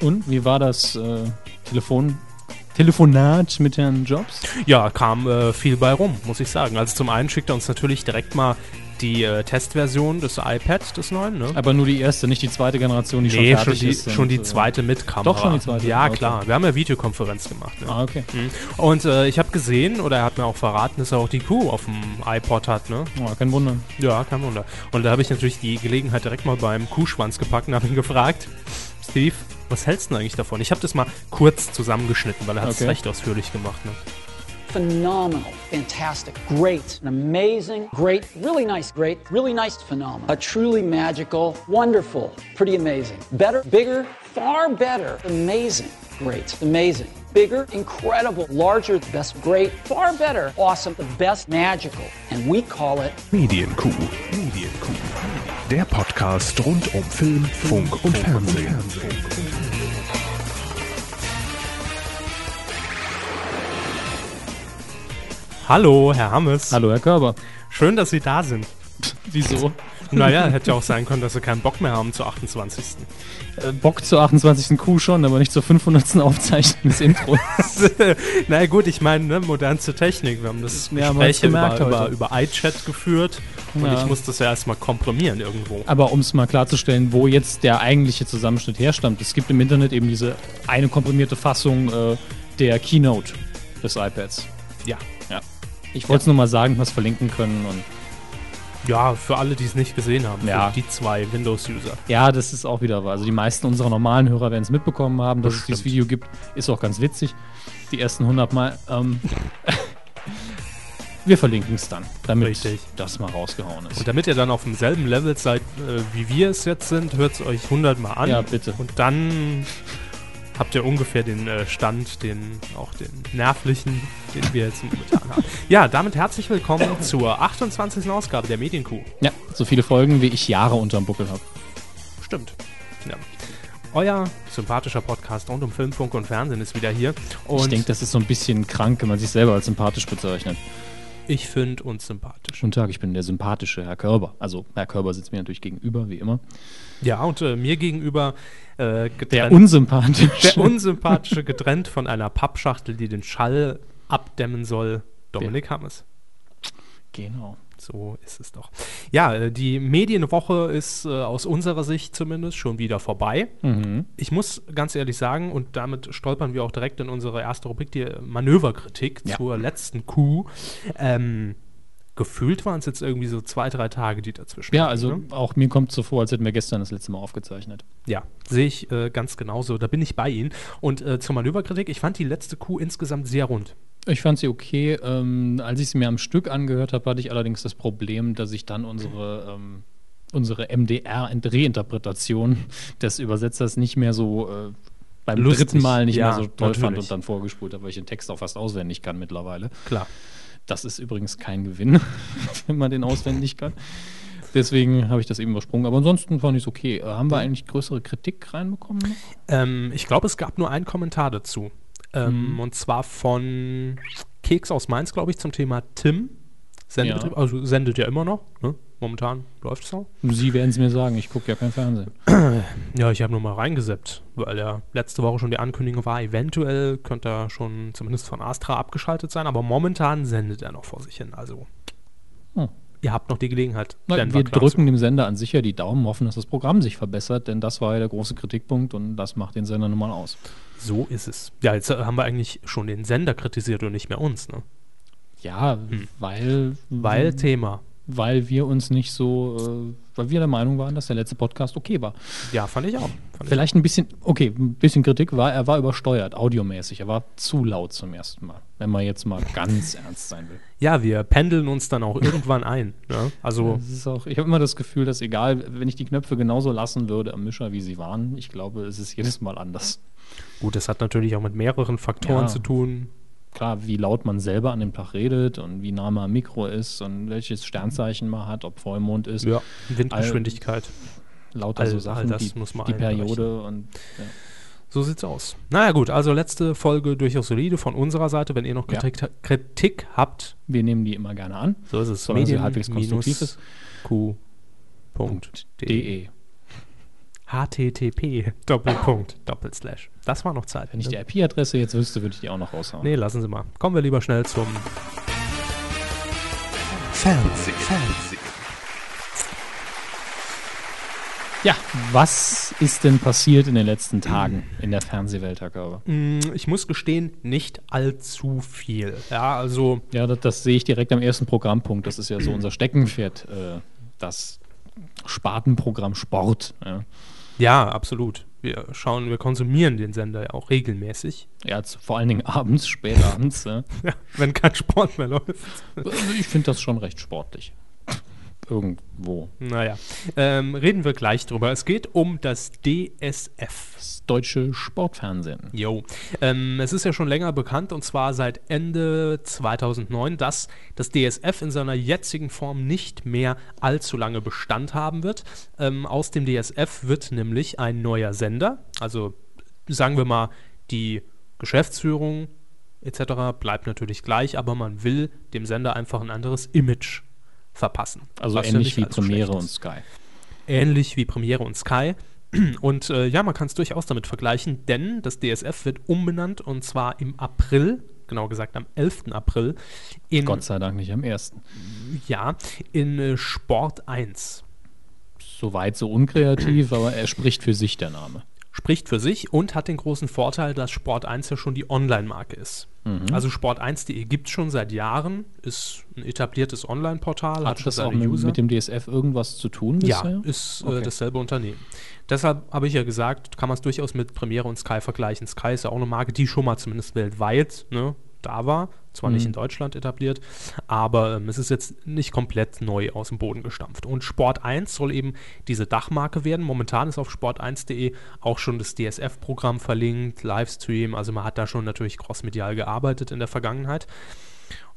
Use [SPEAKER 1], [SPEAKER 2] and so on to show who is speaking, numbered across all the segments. [SPEAKER 1] Und wie war das äh, Telefon? Telefonat mit Herrn Jobs?
[SPEAKER 2] Ja, kam äh, viel bei rum, muss ich sagen. Also zum einen schickt er uns natürlich direkt mal die äh, Testversion des iPads des neuen, ne?
[SPEAKER 1] Aber nur die erste, nicht die zweite Generation, die
[SPEAKER 2] nee,
[SPEAKER 1] Äh, schon
[SPEAKER 2] schon,
[SPEAKER 1] fertig
[SPEAKER 2] die,
[SPEAKER 1] ist. und,
[SPEAKER 2] schon die
[SPEAKER 1] äh,
[SPEAKER 2] zweite mit Kamera.
[SPEAKER 1] Doch, schon die zweite?
[SPEAKER 2] Ja,
[SPEAKER 1] Okay.
[SPEAKER 2] klar. Wir haben ja Videokonferenz gemacht. Ne?
[SPEAKER 1] Ah, okay.
[SPEAKER 2] Und äh, ich habe gesehen, oder er hat mir auch verraten, dass er auch die Crew auf dem iPod hat, ne?
[SPEAKER 1] Oh, kein Wunder.
[SPEAKER 2] Ja, kein Wunder. Und da habe ich natürlich die Gelegenheit direkt mal beim Kuhschwanz gepackt und habe ihn gefragt, Steve, was hältst du denn eigentlich davon? Ich habe das mal kurz zusammengeschnitten, weil er hat es
[SPEAKER 1] Okay.
[SPEAKER 2] recht ausführlich gemacht, ne?
[SPEAKER 3] phenomenal, fantastic, great, an amazing, great, really nice, great, really nice, phenomenal, a truly magical, wonderful, pretty amazing, better, bigger, far better, amazing, great, amazing, bigger, incredible, larger, best, great, far better, awesome, the best, magical, and we call it
[SPEAKER 4] Medienkuh. Medienkuh. Der Podcast rund um Film, Funk und Fernsehen.
[SPEAKER 2] Hallo, Herr Hammes.
[SPEAKER 1] Hallo, Herr Körber.
[SPEAKER 2] Schön, dass Sie da sind.
[SPEAKER 1] Wieso?
[SPEAKER 2] Naja, hätte ja auch sein können, dass Sie keinen Bock mehr haben zur 28.
[SPEAKER 1] Äh, Bock zur 28. Kuh schon, aber nicht zur 500. Aufzeichnung des Intros.
[SPEAKER 2] Na ja, gut, ich meine, ne, modernste Technik. Wir haben das
[SPEAKER 1] Ja, haben wir
[SPEAKER 2] Gespräch
[SPEAKER 1] uns gemerkt
[SPEAKER 2] über, über,
[SPEAKER 1] heute.
[SPEAKER 2] über iChat geführt und
[SPEAKER 1] Ja.
[SPEAKER 2] ich muss das ja erstmal komprimieren irgendwo.
[SPEAKER 1] Aber um es mal klarzustellen, wo jetzt der eigentliche Zusammenschnitt herstammt. Es gibt im Internet eben diese eine komprimierte Fassung äh, der Keynote des iPads.
[SPEAKER 2] Ja.
[SPEAKER 1] Ja. Ich wollte es nur mal sagen, was verlinken können. Und
[SPEAKER 2] Ja, für alle, die es nicht gesehen haben, für
[SPEAKER 1] Ja.
[SPEAKER 2] die zwei Windows-User.
[SPEAKER 1] ja, das ist auch wieder wahr. Also die meisten unserer normalen Hörer werden es mitbekommen haben, dass es
[SPEAKER 2] Bestimmt.
[SPEAKER 1] dieses Video gibt. Ist auch ganz witzig. Die ersten 100 Mal. Ähm, wir verlinken es dann, damit
[SPEAKER 2] Richtig.
[SPEAKER 1] das mal rausgehauen ist.
[SPEAKER 2] Und damit ihr dann auf demselben Level seid, äh, wie wir es jetzt sind, hört es euch 100 Mal an.
[SPEAKER 1] Ja, bitte.
[SPEAKER 2] Und dann habt ihr ungefähr den äh, Stand, den auch den nervlichen, den wir jetzt momentan haben. Ja, damit herzlich willkommen zur 28. Ausgabe der Medienkuh.
[SPEAKER 1] ja, so viele Folgen, wie ich Jahre unterm Buckel habe.
[SPEAKER 2] Stimmt. Ja. Euer sympathischer Podcast rund um Filmfunk und Fernsehen ist wieder hier. Und
[SPEAKER 1] Ich denke, das ist so ein bisschen krank, wenn man sich selber als sympathisch bezeichnet.
[SPEAKER 2] ich finde uns sympathisch.
[SPEAKER 1] Guten Tag, ich bin der sympathische Herr Körber. Also, Herr Körber sitzt mir natürlich gegenüber, wie immer.
[SPEAKER 2] Ja, und äh, mir gegenüber äh,
[SPEAKER 1] Der
[SPEAKER 2] getrennt-
[SPEAKER 1] unsympathische.
[SPEAKER 2] Der unsympathische, getrennt von einer Pappschachtel, die den Schall abdämmen soll, Dominik Hammes.
[SPEAKER 1] genau.
[SPEAKER 2] So ist es doch. Ja, äh, die Medienwoche ist äh, aus unserer Sicht zumindest schon wieder vorbei.
[SPEAKER 1] Mhm.
[SPEAKER 2] Ich muss ganz ehrlich sagen, und damit stolpern wir auch direkt in unsere erste Rubrik, die Manöverkritik
[SPEAKER 1] Ja.
[SPEAKER 2] zur letzten Kuh. Ähm, gefühlt waren es jetzt irgendwie so zwei, drei Tage, die dazwischen
[SPEAKER 1] Ja,
[SPEAKER 2] liegen,
[SPEAKER 1] also
[SPEAKER 2] ne?
[SPEAKER 1] auch mir kommt so vor, als hätten wir gestern das letzte Mal aufgezeichnet.
[SPEAKER 2] Ja, sehe ich äh, ganz genauso. Da bin ich bei Ihnen. Und äh, zur Manöverkritik, ich fand die letzte Kuh insgesamt sehr rund.
[SPEAKER 1] Ich fand sie okay. Ähm, als ich sie mir am Stück angehört habe, hatte ich allerdings das Problem, dass ich dann unsere, ähm, unsere MDR-Reinterpretation des Übersetzers nicht mehr so äh, beim
[SPEAKER 2] Lustig.
[SPEAKER 1] dritten Mal nicht
[SPEAKER 2] Ja,
[SPEAKER 1] mehr so toll fand
[SPEAKER 2] natürlich.
[SPEAKER 1] und dann vorgespult habe, weil ich den Text auch fast auswendig kann mittlerweile.
[SPEAKER 2] Klar.
[SPEAKER 1] Das ist übrigens kein Gewinn, wenn man den auswendig kann. Deswegen habe ich das eben übersprungen. Aber ansonsten fand ich es okay. Äh, haben wir eigentlich größere Kritik reinbekommen? noch?
[SPEAKER 2] Ähm, ich glaube, es gab nur einen Kommentar dazu. Ähm, Und zwar von Keks aus Mainz, glaube ich, zum Thema Tim. Sendebetrieb,
[SPEAKER 1] Ja.
[SPEAKER 2] also sendet ja immer noch. Ne? Momentan läuft es noch.
[SPEAKER 1] Sie werden es mir sagen. Ich gucke ja kein Fernsehen.
[SPEAKER 2] Ja, ich habe nur mal reingeseppt, weil ja letzte Woche schon die Ankündigung war, eventuell könnte er schon zumindest von Astra abgeschaltet sein, aber momentan sendet er noch vor sich hin. Also,
[SPEAKER 1] Hm.
[SPEAKER 2] ihr habt noch die Gelegenheit.
[SPEAKER 1] Na,
[SPEAKER 2] Denver
[SPEAKER 1] wir
[SPEAKER 2] klar zu
[SPEAKER 1] drücken dem Sender an sich ja die Daumen, hoffen, dass das Programm sich verbessert, denn das war ja der große Kritikpunkt und das macht den Sender nun mal aus.
[SPEAKER 2] So ist es. Ja, jetzt äh, haben wir eigentlich schon den Sender kritisiert und nicht mehr uns, ne?
[SPEAKER 1] Ja,
[SPEAKER 2] Hm.
[SPEAKER 1] weil,
[SPEAKER 2] Weil
[SPEAKER 1] Mhm.
[SPEAKER 2] Thema.
[SPEAKER 1] weil wir uns nicht so, äh, weil wir der Meinung waren, dass der letzte Podcast okay war.
[SPEAKER 2] Ja, fand ich auch. Fand ich.
[SPEAKER 1] Vielleicht ein bisschen, okay, ein bisschen Kritik war, er war übersteuert, audiomäßig, er war zu laut zum ersten Mal, wenn man jetzt mal ganz ernst sein will.
[SPEAKER 2] Ja, wir pendeln uns dann auch irgendwann ein. Ne? Also,
[SPEAKER 1] Das ist auch, ich habe immer das Gefühl, dass egal, wenn ich die Knöpfe genauso lassen würde am Mischer, wie sie waren, ich glaube, es ist jedes Mal anders.
[SPEAKER 2] gut, das hat natürlich auch mit mehreren Faktoren
[SPEAKER 1] Ja.
[SPEAKER 2] zu tun.
[SPEAKER 1] Klar, wie laut man selber an dem Tag redet und wie nah man am Mikro ist und welches Sternzeichen man hat, ob Vollmond ist,
[SPEAKER 2] Ja, Also Windgeschwindigkeit.
[SPEAKER 1] lauter
[SPEAKER 2] all-
[SPEAKER 1] so
[SPEAKER 2] all
[SPEAKER 1] Sachen,
[SPEAKER 2] das
[SPEAKER 1] die,
[SPEAKER 2] muss man
[SPEAKER 1] die
[SPEAKER 2] einberechnen.
[SPEAKER 1] Periode und ja.
[SPEAKER 2] So sieht's aus. Naja, gut, also letzte Folge durchaus solide von unserer Seite. Wenn ihr noch
[SPEAKER 1] Ja.
[SPEAKER 2] Kritik, Kritik habt,
[SPEAKER 1] wir nehmen die immer gerne an.
[SPEAKER 2] so also ist es.
[SPEAKER 1] Solange sie halbwegs konstruktiv ist.
[SPEAKER 2] Q.de.
[SPEAKER 1] .de
[SPEAKER 2] http Doppelpunkt Doppelslash. Das war noch Zeit.
[SPEAKER 1] Wenn ich die
[SPEAKER 2] ne?
[SPEAKER 1] IP-Adresse jetzt wüsste, würde ich die auch noch raushauen.
[SPEAKER 2] Nee, lassen Sie mal. Kommen wir lieber schnell zum
[SPEAKER 4] Fernsehen. Fernsehen.
[SPEAKER 1] Ja, was ist denn passiert in den letzten Tagen in der Fernsehwelt, Herr Körber?
[SPEAKER 2] hm, ich muss gestehen, nicht allzu viel. Ja, also
[SPEAKER 1] Ja, das, das sehe ich direkt am ersten Programmpunkt. Das ist ja so unser Steckenpferd, äh, das Spartenprogramm Sport. Ja,
[SPEAKER 2] ja, absolut. Wir schauen, wir konsumieren den Sender ja auch regelmäßig.
[SPEAKER 1] ja z- vor allen Dingen abends, spät abends. ja.
[SPEAKER 2] Ja, wenn kein Sport mehr läuft.
[SPEAKER 1] Also ich finde das schon recht sportlich. Irgendwo.
[SPEAKER 2] Naja, ähm, reden wir gleich drüber. Es geht um das DSF.
[SPEAKER 1] Das deutsche Sportfernsehen.
[SPEAKER 2] Jo, ähm, es ist ja schon länger bekannt und zwar seit Ende 2009, dass das DSF in seiner jetzigen Form nicht mehr allzu lange Bestand haben wird. Ähm, aus dem DSF wird nämlich ein neuer Sender, also sagen wir mal die Geschäftsführung etc. bleibt natürlich gleich, aber man will dem Sender einfach ein anderes Image verpassen.
[SPEAKER 1] Also
[SPEAKER 2] Was ja
[SPEAKER 1] ähnlich
[SPEAKER 2] nicht
[SPEAKER 1] wie
[SPEAKER 2] allzu
[SPEAKER 1] Premiere
[SPEAKER 2] schlecht
[SPEAKER 1] und
[SPEAKER 2] ist
[SPEAKER 1] Sky.
[SPEAKER 2] ähnlich wie Premiere und Sky. Und äh, ja, man kann es durchaus damit vergleichen, denn das DSF wird umbenannt und zwar im April, genau gesagt am 11. April, in,
[SPEAKER 1] Gott sei Dank nicht am ersten.
[SPEAKER 2] ja, in äh, Sport 1.
[SPEAKER 1] Soweit so unkreativ, aber er spricht für sich, der Name.
[SPEAKER 2] Spricht für sich und hat den großen Vorteil, dass Sport 1 ja schon die Online-Marke ist.
[SPEAKER 1] Mhm.
[SPEAKER 2] Also sport1.de gibt es schon seit Jahren, ist ein etabliertes Online-Portal,
[SPEAKER 1] Hat
[SPEAKER 2] schon
[SPEAKER 1] das auch
[SPEAKER 2] seine
[SPEAKER 1] mit, mit dem DSF irgendwas zu tun bisher?
[SPEAKER 2] Ja, ist äh,
[SPEAKER 1] Okay.
[SPEAKER 2] dasselbe Unternehmen. Deshalb habe ich ja gesagt, kann man es durchaus mit Premiere und Sky vergleichen. Sky ist ja auch eine Marke, die schon mal zumindest weltweit ne, da war. Zwar
[SPEAKER 1] Mhm.
[SPEAKER 2] nicht in Deutschland etabliert, aber ähm, es ist jetzt nicht komplett neu aus dem Boden gestampft. Und Sport 1 soll eben diese Dachmarke werden. Momentan ist auf sport1.de auch schon das DSF-Programm verlinkt, Livestream. Also man hat da schon natürlich crossmedial gearbeitet in der Vergangenheit.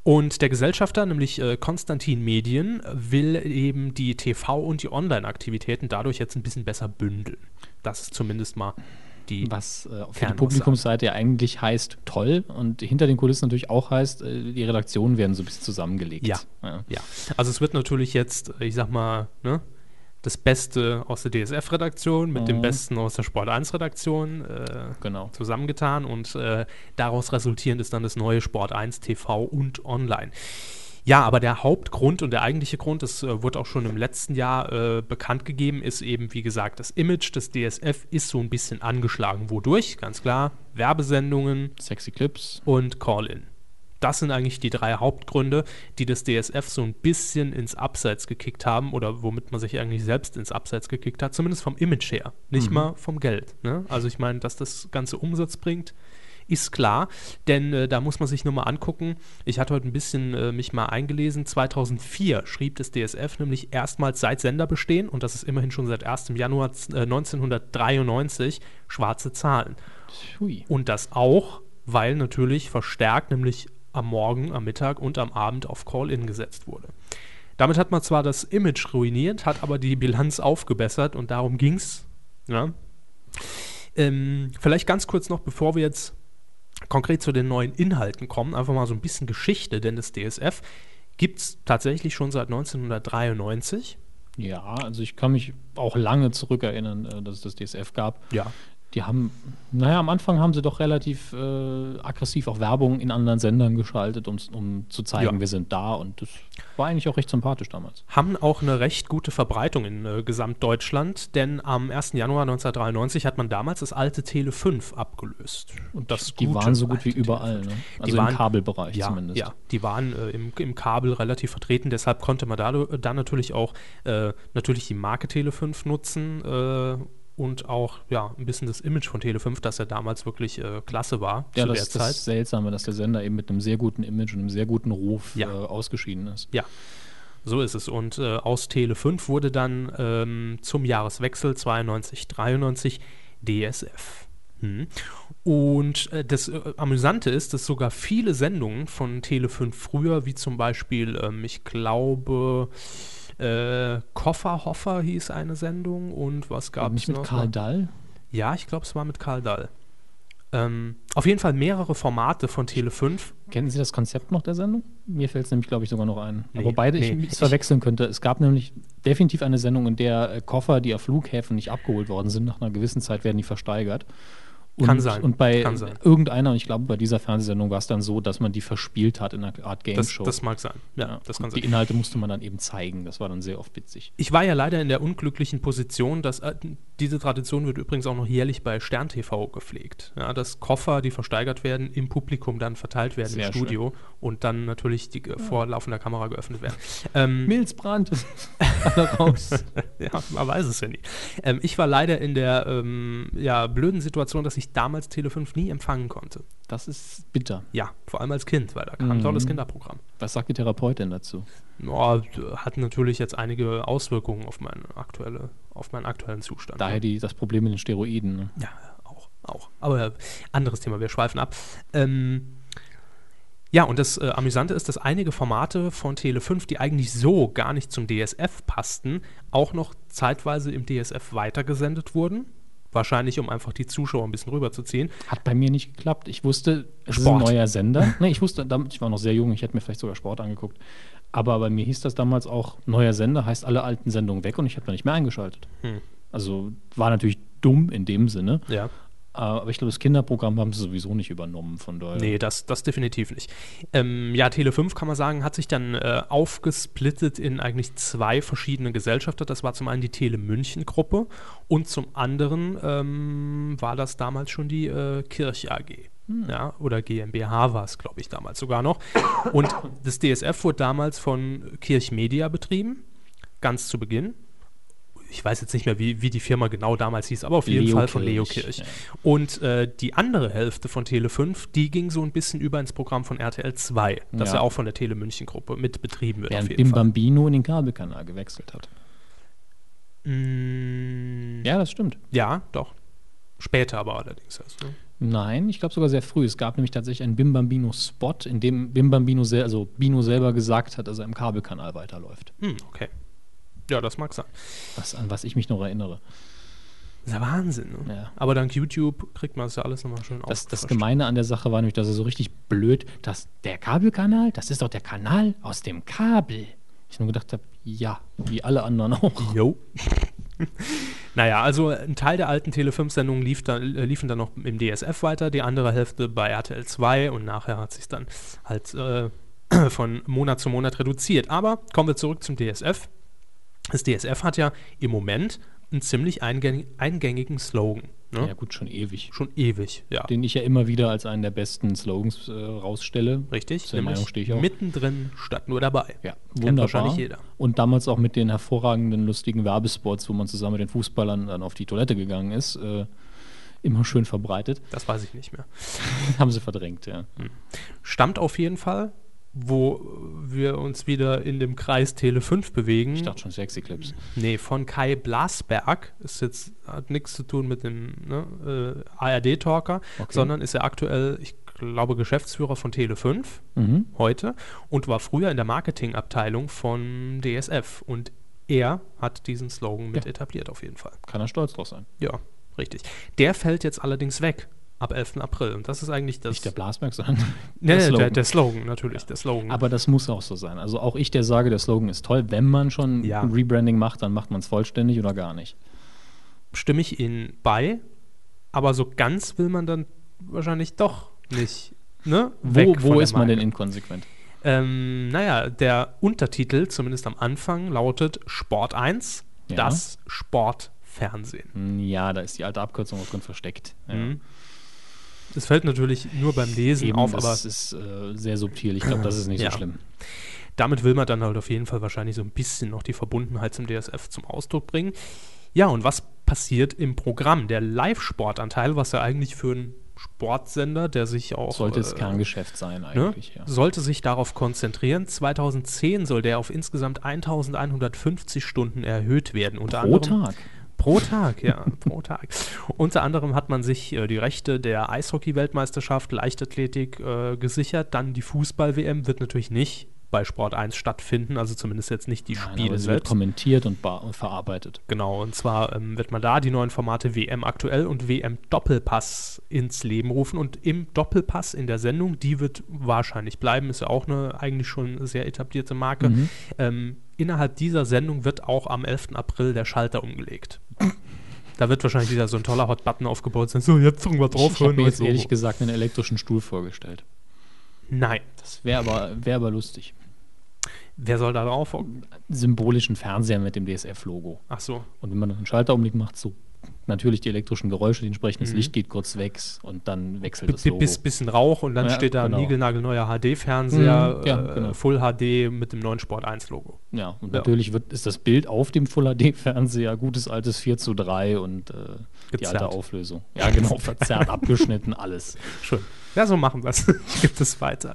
[SPEAKER 2] Und der Gesellschafter, nämlich äh, Konstantin Medien, will eben die TV- und die Online-Aktivitäten dadurch jetzt ein bisschen besser bündeln. Das ist zumindest mal die.
[SPEAKER 1] was äh, für die
[SPEAKER 2] Kernaussage.
[SPEAKER 1] Publikumsseite ja eigentlich heißt toll und hinter den Kulissen natürlich auch heißt, äh, die Redaktionen werden so ein bisschen zusammengelegt.
[SPEAKER 2] Ja.
[SPEAKER 1] ja.
[SPEAKER 2] Ja, also es wird natürlich jetzt, äh, ich sag mal, ne, das Beste aus der DSF-Redaktion mit dem Besten aus der Sport 1-Redaktion äh,
[SPEAKER 1] Genau.
[SPEAKER 2] zusammengetan und äh, daraus resultierend ist dann das neue Sport 1 TV und online. Ja, aber der Hauptgrund und der eigentliche Grund, das äh, wurde auch schon im letzten Jahr äh, bekannt gegeben, ist eben, wie gesagt, das Image des DSF ist so ein bisschen angeschlagen. Wodurch? Ganz klar, Werbesendungen,
[SPEAKER 1] Sexy Clips.
[SPEAKER 2] und Call-In. Das sind eigentlich die drei Hauptgründe, die das DSF so ein bisschen ins Abseits gekickt haben oder womit man sich eigentlich selbst ins Abseits gekickt hat, zumindest vom Image her, nicht mal vom Geld. Ne? Also ich meine, dass das Ganze Umsatz bringt, ist klar, denn äh, da muss man sich nur mal angucken. Ich hatte heute ein bisschen äh, mich mal eingelesen. 2004 schrieb das DSF nämlich erstmals seit Senderbestehen und das ist immerhin schon seit 1. Januar z- äh, 1993 schwarze Zahlen.
[SPEAKER 1] Hui.
[SPEAKER 2] Und das auch, weil natürlich verstärkt, nämlich am Morgen, am Mittag und am Abend auf Call-In gesetzt wurde. Damit hat man zwar das Image ruiniert, hat aber die Bilanz aufgebessert und darum ging's. Ja. Ähm, vielleicht ganz kurz noch, bevor wir jetzt konkret zu den neuen Inhalten kommen, einfach mal so ein bisschen Geschichte, denn das DSF gibt es tatsächlich schon seit 1993.
[SPEAKER 1] Ja, also ich kann mich auch lange zurückerinnern, äh, dass es das DSF gab.
[SPEAKER 2] Ja.
[SPEAKER 1] Die haben, naja, am Anfang haben sie doch relativ äh, aggressiv auch Werbung in anderen Sendern geschaltet, um's- um zu zeigen,
[SPEAKER 2] Ja.
[SPEAKER 1] wir sind da. Und das war eigentlich auch recht sympathisch damals.
[SPEAKER 2] haben auch eine recht gute Verbreitung in äh, Gesamtdeutschland, denn am 1. Januar 1993 hat man damals das alte Tele 5 abgelöst. Und das
[SPEAKER 1] Die
[SPEAKER 2] gute
[SPEAKER 1] waren so gut wie
[SPEAKER 2] alte
[SPEAKER 1] überall,
[SPEAKER 2] Tele
[SPEAKER 1] ne?
[SPEAKER 2] 5.
[SPEAKER 1] also
[SPEAKER 2] waren-
[SPEAKER 1] im Kabelbereich
[SPEAKER 2] ja,
[SPEAKER 1] zumindest.
[SPEAKER 2] Ja, die waren äh, im, im Kabel relativ vertreten, deshalb konnte man da, da natürlich auch äh, natürlich die Marke Tele5 nutzen äh, und auch ja, ein bisschen das Image von Tele5, das ja damals wirklich äh, klasse war
[SPEAKER 1] Ja,
[SPEAKER 2] zu
[SPEAKER 1] das ist
[SPEAKER 2] der Zeit.
[SPEAKER 1] das Seltsame, dass der Sender eben mit einem sehr guten Image und einem sehr guten Ruf
[SPEAKER 2] Ja.
[SPEAKER 1] äh, ausgeschieden ist.
[SPEAKER 2] Ja, so ist es. Und äh, aus Tele 5 wurde dann ähm, zum Jahreswechsel 92, 93 DSF. Hm. Und äh, das äh, Amüsante ist, dass sogar viele Sendungen von Tele 5 früher, wie zum Beispiel, ähm, ich glaube, äh, Kofferhoffer hieß eine Sendung und was gab
[SPEAKER 1] Nicht
[SPEAKER 2] es
[SPEAKER 1] mit
[SPEAKER 2] noch?
[SPEAKER 1] Karl Dall?
[SPEAKER 2] Ja, ich glaube, es war mit Karl Dahl. Ähm, auf jeden Fall mehrere Formate von Tele5.
[SPEAKER 1] Kennen Sie das Konzept noch der Sendung? Mir fällt es nämlich, glaube ich, sogar noch ein.
[SPEAKER 2] Nee,
[SPEAKER 1] Wobei
[SPEAKER 2] nee.
[SPEAKER 1] ich es verwechseln könnte. Es gab nämlich definitiv eine Sendung, in der äh, Koffer, die auf Flughäfen nicht abgeholt worden sind, nach einer gewissen Zeit werden die versteigert. Und,
[SPEAKER 2] Kann sein,
[SPEAKER 1] Und bei
[SPEAKER 2] kann sein.
[SPEAKER 1] irgendeiner, und ich glaube, bei dieser Fernsehsendung war es dann so, dass man die verspielt hat in einer Art Game
[SPEAKER 2] Das,
[SPEAKER 1] Show.
[SPEAKER 2] das mag sein. Ja, das kann
[SPEAKER 1] Die
[SPEAKER 2] sein.
[SPEAKER 1] Inhalte musste man dann eben zeigen. Das war dann sehr oft witzig.
[SPEAKER 2] Ich war ja leider in der unglücklichen Position, dass äh, diese Tradition wird übrigens auch noch jährlich bei Stern TV gepflegt. Ja, dass Koffer, die versteigert werden, im Publikum dann verteilt werden
[SPEAKER 1] Sehr
[SPEAKER 2] im Studio und dann natürlich die, äh, vor laufender Kamera geöffnet werden. Ähm,
[SPEAKER 1] Mills Brandt. Alle raus.
[SPEAKER 2] Ja, man weiß es ja nie. Ähm, ich war leider in der ähm, ja, blöden Situation, dass ich damals Tele5 nie empfangen konnte.
[SPEAKER 1] Das ist bitter.
[SPEAKER 2] Ja, vor allem als Kind, weil da kam ein
[SPEAKER 1] Mhm.
[SPEAKER 2] tolles Kinderprogramm.
[SPEAKER 1] Was sagt die Therapeutin dazu?
[SPEAKER 2] Ja, hat natürlich jetzt einige Auswirkungen auf, meine aktuelle, auf meinen aktuellen Zustand.
[SPEAKER 1] Daher die, das Problem mit den Steroiden. Ne?
[SPEAKER 2] Ja, auch, auch. Aber anderes Thema, wir schweifen ab. Ähm, ja, und das äh, Amüsante ist, dass einige Formate von Tele5, die eigentlich so gar nicht zum DSF passten, auch noch zeitweise im DSF weitergesendet wurden. Wahrscheinlich, um einfach die Zuschauer ein bisschen rüberzuziehen.
[SPEAKER 1] Hat bei mir nicht geklappt. Ich wusste, es
[SPEAKER 2] Sport.
[SPEAKER 1] ist ein neuer Sender. Nee, ich wusste, damals- ich war noch sehr jung, ich hätte mir vielleicht sogar Sport angeguckt. Aber bei mir hieß das damals auch, neuer Sender heißt alle alten Sendungen weg und ich habe da nicht mehr eingeschaltet. Also war natürlich dumm in dem Sinne.
[SPEAKER 2] Hm. Ja.
[SPEAKER 1] Äh, Aber ich glaube, das Kinderprogramm haben sie sowieso nicht übernommen von daher.
[SPEAKER 2] Nee, das, das definitiv nicht. Ähm, ja, Tele5 kann man sagen, hat sich dann äh, aufgesplittet in eigentlich zwei verschiedene Gesellschafter. Das war zum einen die Tele München Gruppe und zum anderen ähm, war das damals schon die äh, Kirch AG.
[SPEAKER 1] Hm.
[SPEAKER 2] Ja, oder GmbH war es, glaube ich, damals sogar noch. Und das DSF wurde damals von Kirch Media betrieben, ganz zu Beginn. Ich weiß jetzt nicht mehr, wie, wie die Firma genau damals hieß, aber auf jeden
[SPEAKER 1] Leo
[SPEAKER 2] Fall von Leo
[SPEAKER 1] Kirch,
[SPEAKER 2] Kirch.
[SPEAKER 1] ja.
[SPEAKER 2] Und äh, die andere Hälfte von Tele 5, die ging so ein bisschen über ins Programm von RTL 2, das ja,
[SPEAKER 1] Ja.
[SPEAKER 2] auch von der Tele München Gruppe mit betrieben wird.
[SPEAKER 1] Während
[SPEAKER 2] auf
[SPEAKER 1] Bim
[SPEAKER 2] jeden Fall.
[SPEAKER 1] Bambino in den Kabelkanal gewechselt hat.
[SPEAKER 2] Mm,
[SPEAKER 1] Ja, das stimmt.
[SPEAKER 2] ja, doch. Später aber allerdings erst. Ne?
[SPEAKER 1] Nein, ich glaube sogar sehr früh. Es gab nämlich tatsächlich einen Bim Bambino-Spot, in dem Bim Bambino, sel also Bino selber gesagt hat, dass er im Kabelkanal weiterläuft.
[SPEAKER 2] Hm, okay. Ja, das mag sein.
[SPEAKER 1] Was, an was ich mich noch erinnere.
[SPEAKER 2] Das ist ja Wahnsinn. Ne?
[SPEAKER 1] Ja.
[SPEAKER 2] Aber dank YouTube kriegt man das ja alles nochmal schön
[SPEAKER 1] Das, das
[SPEAKER 2] aufgefrischt.
[SPEAKER 1] Gemeine an der Sache war nämlich, dass er so richtig blöd, dass der Kabelkanal, das ist doch der Kanal aus dem Kabel. Ich nur gedacht habe, ja, wie alle anderen auch.
[SPEAKER 2] Jo. naja, also ein Teil der alten Tele5-Sendungen lief dann, äh, liefen dann noch im DSF weiter, die andere Hälfte bei RTL 2 und nachher hat sich dann halt äh, von Monat zu Monat reduziert. Aber kommen wir zurück zum DSF. Das DSF hat ja im Moment einen ziemlich eingäng eingängigen Slogan. Ne?
[SPEAKER 1] Ja, gut, schon ewig.
[SPEAKER 2] Schon ewig, ja.
[SPEAKER 1] Den ich ja immer wieder als einen der besten Slogans äh, rausstelle.
[SPEAKER 2] Richtig,
[SPEAKER 1] Zur Meinung stehe ich auch.
[SPEAKER 2] mittendrin statt nur dabei.
[SPEAKER 1] Ja,
[SPEAKER 2] Kennt
[SPEAKER 1] wunderbar.
[SPEAKER 2] wahrscheinlich jeder.
[SPEAKER 1] Und damals auch mit den hervorragenden, lustigen Werbespots, wo man zusammen mit den Fußballern dann auf die Toilette gegangen ist. Äh, immer schön verbreitet.
[SPEAKER 2] Das weiß ich nicht mehr.
[SPEAKER 1] Haben sie verdrängt, ja.
[SPEAKER 2] stammt auf jeden Fall, wo wir uns wieder in dem Kreis Tele 5 bewegen.
[SPEAKER 1] Ich dachte schon Sexy Clips.
[SPEAKER 2] Nee, von Kai Blasberg. Ist jetzt, hat nichts zu tun mit dem ne, äh, ARD-Talker, sondern ist er aktuell, ich glaube, Geschäftsführer von Tele 5
[SPEAKER 1] Mhm.
[SPEAKER 2] heute und war früher in der Marketingabteilung von DSF. Und er hat diesen Slogan mit
[SPEAKER 1] Ja.
[SPEAKER 2] etabliert, auf jeden Fall.
[SPEAKER 1] Kann er stolz drauf sein.
[SPEAKER 2] Ja, richtig. Der fällt jetzt allerdings weg. Ab 11. April. Und das ist eigentlich das.
[SPEAKER 1] Nicht der Blasberg, sondern
[SPEAKER 2] Nee,
[SPEAKER 1] der Slogan.
[SPEAKER 2] Der, der Slogan, natürlich. Der Slogan.
[SPEAKER 1] Aber das muss auch so sein. Also auch ich, der sage, der Slogan ist toll. Wenn man schon
[SPEAKER 2] Ja.
[SPEAKER 1] ein Rebranding macht, dann macht man es vollständig oder gar nicht.
[SPEAKER 2] stimme ich Ihnen bei, aber so ganz will man dann wahrscheinlich doch nicht. Ne?
[SPEAKER 1] Wo,
[SPEAKER 2] Weg von
[SPEAKER 1] wo
[SPEAKER 2] der
[SPEAKER 1] ist man denn
[SPEAKER 2] Marke.
[SPEAKER 1] inkonsequent?
[SPEAKER 2] Ähm, naja, der Untertitel, zumindest am Anfang, lautet Sport 1,
[SPEAKER 1] Ja.
[SPEAKER 2] das Sportfernsehen.
[SPEAKER 1] Hm, Ja, da ist die alte Abkürzung auch drin versteckt. Ja.
[SPEAKER 2] Mhm. Das fällt natürlich nur beim Lesen
[SPEAKER 1] Eben,
[SPEAKER 2] auf, aber
[SPEAKER 1] das ist äh, sehr subtil. Ich glaube, das ist nicht
[SPEAKER 2] Ja.
[SPEAKER 1] so schlimm.
[SPEAKER 2] damit will man dann halt auf jeden Fall wahrscheinlich so ein bisschen noch die Verbundenheit zum DSF zum Ausdruck bringen. Ja, und was passiert im Programm? Der Live-Sportanteil, was ja eigentlich für einen Sportsender, der sich auch
[SPEAKER 1] Sollte es
[SPEAKER 2] äh,
[SPEAKER 1] Kerngeschäft sein
[SPEAKER 2] ne,
[SPEAKER 1] eigentlich. Ja.
[SPEAKER 2] sollte sich darauf konzentrieren. 2010 soll der auf insgesamt 1150 Stunden erhöht werden. Unter
[SPEAKER 1] Pro
[SPEAKER 2] anderem,
[SPEAKER 1] Tag.
[SPEAKER 2] Pro Tag, ja, pro Tag. Unter anderem hat man sich äh, die Rechte der Eishockey-Weltmeisterschaft, Leichtathletik äh, gesichert. Dann die Fußball-WM wird natürlich nicht bei Sport 1 stattfinden, also zumindest jetzt nicht die
[SPEAKER 1] Nein,
[SPEAKER 2] Spiele
[SPEAKER 1] aber sie wird
[SPEAKER 2] selbst.
[SPEAKER 1] kommentiert und, bar- und verarbeitet.
[SPEAKER 2] Genau, und zwar ähm, wird man da die neuen Formate WM aktuell und WM Doppelpass ins Leben rufen. Und im Doppelpass in der Sendung, die wird wahrscheinlich bleiben, ist ja auch eine eigentlich schon sehr etablierte Marke.
[SPEAKER 1] Mhm.
[SPEAKER 2] Ähm, innerhalb dieser Sendung wird auch am 11. April der Schalter umgelegt. Da wird wahrscheinlich wieder so ein toller Hot-Button aufgebaut sein. So, jetzt irgendwas drauf.
[SPEAKER 1] ich habe
[SPEAKER 2] hören
[SPEAKER 1] mir
[SPEAKER 2] wir
[SPEAKER 1] jetzt
[SPEAKER 2] so.
[SPEAKER 1] ehrlich gesagt einen elektrischen Stuhl vorgestellt.
[SPEAKER 2] Nein,
[SPEAKER 1] Das wäre aber, wär aber lustig.
[SPEAKER 2] wer soll da drauf?
[SPEAKER 1] Symbolischen Fernseher mit dem DSF-Logo.
[SPEAKER 2] Ach so,
[SPEAKER 1] Und wenn man dann einen Schalter umlegt, macht so natürlich die elektrischen Geräusche, die entsprechendes Licht geht kurz weg und dann wechselt das
[SPEAKER 2] Mhm. Bi-
[SPEAKER 1] Logo.
[SPEAKER 2] bis, bisschen Rauch und dann
[SPEAKER 1] Ja,
[SPEAKER 2] steht da
[SPEAKER 1] genau.
[SPEAKER 2] niegelnagelneuer HD-Fernseher,
[SPEAKER 1] Mhm, ja,
[SPEAKER 2] äh,
[SPEAKER 1] genau.
[SPEAKER 2] Full HD mit dem neuen Sport 1 Logo.
[SPEAKER 1] Ja, und
[SPEAKER 2] Ja.
[SPEAKER 1] natürlich wird, ist das Bild auf dem Full HD-Fernseher gutes altes 4 zu 3 und äh, die
[SPEAKER 2] Gezerrt.
[SPEAKER 1] alte Auflösung. Ja, genau, verzerrt, abgeschnitten, alles.
[SPEAKER 2] Schön. Ja, so machen wir es. Gibt es weiter.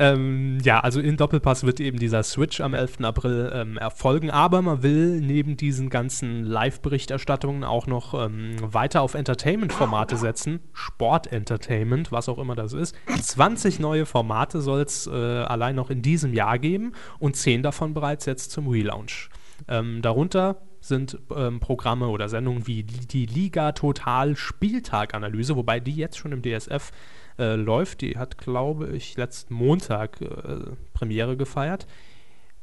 [SPEAKER 2] Ähm, ja, also in Doppelpass wird eben dieser Switch am 11. April ähm, erfolgen, aber man will neben diesen ganzen Live-Berichterstattungen auch noch ähm, weiter auf Entertainment-Formate setzen. Sport-Entertainment, was auch immer das ist. 20 neue Formate soll es äh, allein noch in diesem Jahr geben und 10 davon bereits jetzt zum Relaunch. Ähm, darunter sind ähm, Programme oder Sendungen wie Li- die Liga Total Spieltaganalyse, wobei die jetzt schon im DSF äh, läuft. Die hat, glaube ich, letzten Montag äh, Premiere gefeiert.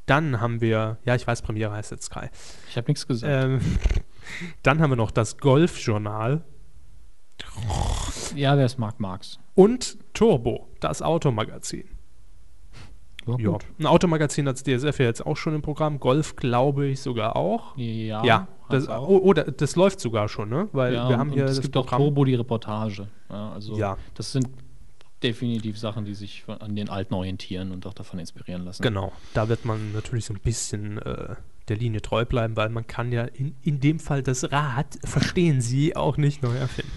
[SPEAKER 2] Dann haben wir, ja, ich weiß, Premiere heißt jetzt Sky.
[SPEAKER 1] Ich habe nichts gesagt.
[SPEAKER 2] Ähm, dann haben wir noch das Golfjournal
[SPEAKER 1] Äh, ja, wer es mag, mag's.
[SPEAKER 2] und Turbo, das Automagazin. Ja,
[SPEAKER 1] Oh, gut.
[SPEAKER 2] ein Automagazin hat DSF ja jetzt auch schon im Programm. Golf, glaube ich, sogar auch.
[SPEAKER 1] Ja,
[SPEAKER 2] Ja,
[SPEAKER 1] hat's
[SPEAKER 2] das,
[SPEAKER 1] auch.
[SPEAKER 2] oh, oh, da- das läuft sogar schon, ne? Weil
[SPEAKER 1] ja,
[SPEAKER 2] wir haben
[SPEAKER 1] und
[SPEAKER 2] hier
[SPEAKER 1] es
[SPEAKER 2] das
[SPEAKER 1] gibt
[SPEAKER 2] Programm.
[SPEAKER 1] auch Turbo die Reportage. Ja, also
[SPEAKER 2] Ja.
[SPEAKER 1] das sind definitiv Sachen, die sich von- an den Alten orientieren und auch davon inspirieren lassen.
[SPEAKER 2] Genau, da wird man natürlich so ein bisschen äh, der Linie treu bleiben, weil man kann ja in, in dem Fall das Rad, verstehen Sie, auch nicht neu erfinden.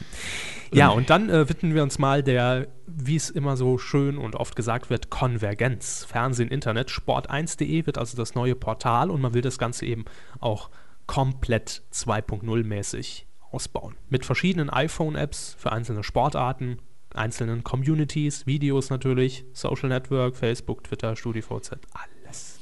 [SPEAKER 2] Ja, und dann äh, widmen wir uns mal der, wie es immer so schön und oft gesagt wird, Konvergenz. Fernsehen, Internet, Sport1.de wird also das neue Portal und man will das Ganze eben auch komplett 2.0 mäßig ausbauen. Mit verschiedenen iPhone-Apps für einzelne Sportarten, einzelnen Communities, Videos natürlich, Social Network, Facebook, Twitter, StudiVZ, alles.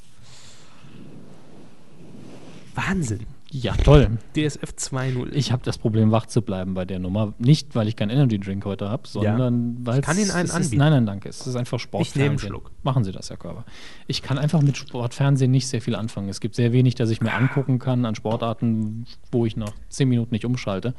[SPEAKER 2] Wahnsinn.
[SPEAKER 1] Ja, toll.
[SPEAKER 2] DSF 2.0.
[SPEAKER 1] Ich habe das Problem, wach zu bleiben bei der Nummer. Nicht, weil ich keinen Energy Drink heute habe, sondern weil
[SPEAKER 2] kann Ihnen einen
[SPEAKER 1] es ist,
[SPEAKER 2] anbieten.
[SPEAKER 1] Nein, nein, danke. Es ist einfach Sport.
[SPEAKER 2] Ich nehme einen Schluck.
[SPEAKER 1] Machen Sie das, Herr Körber. Ich kann einfach mit Sportfernsehen nicht sehr viel anfangen. Es gibt sehr wenig, das ich mir angucken kann an Sportarten, wo ich nach zehn Minuten nicht umschalte.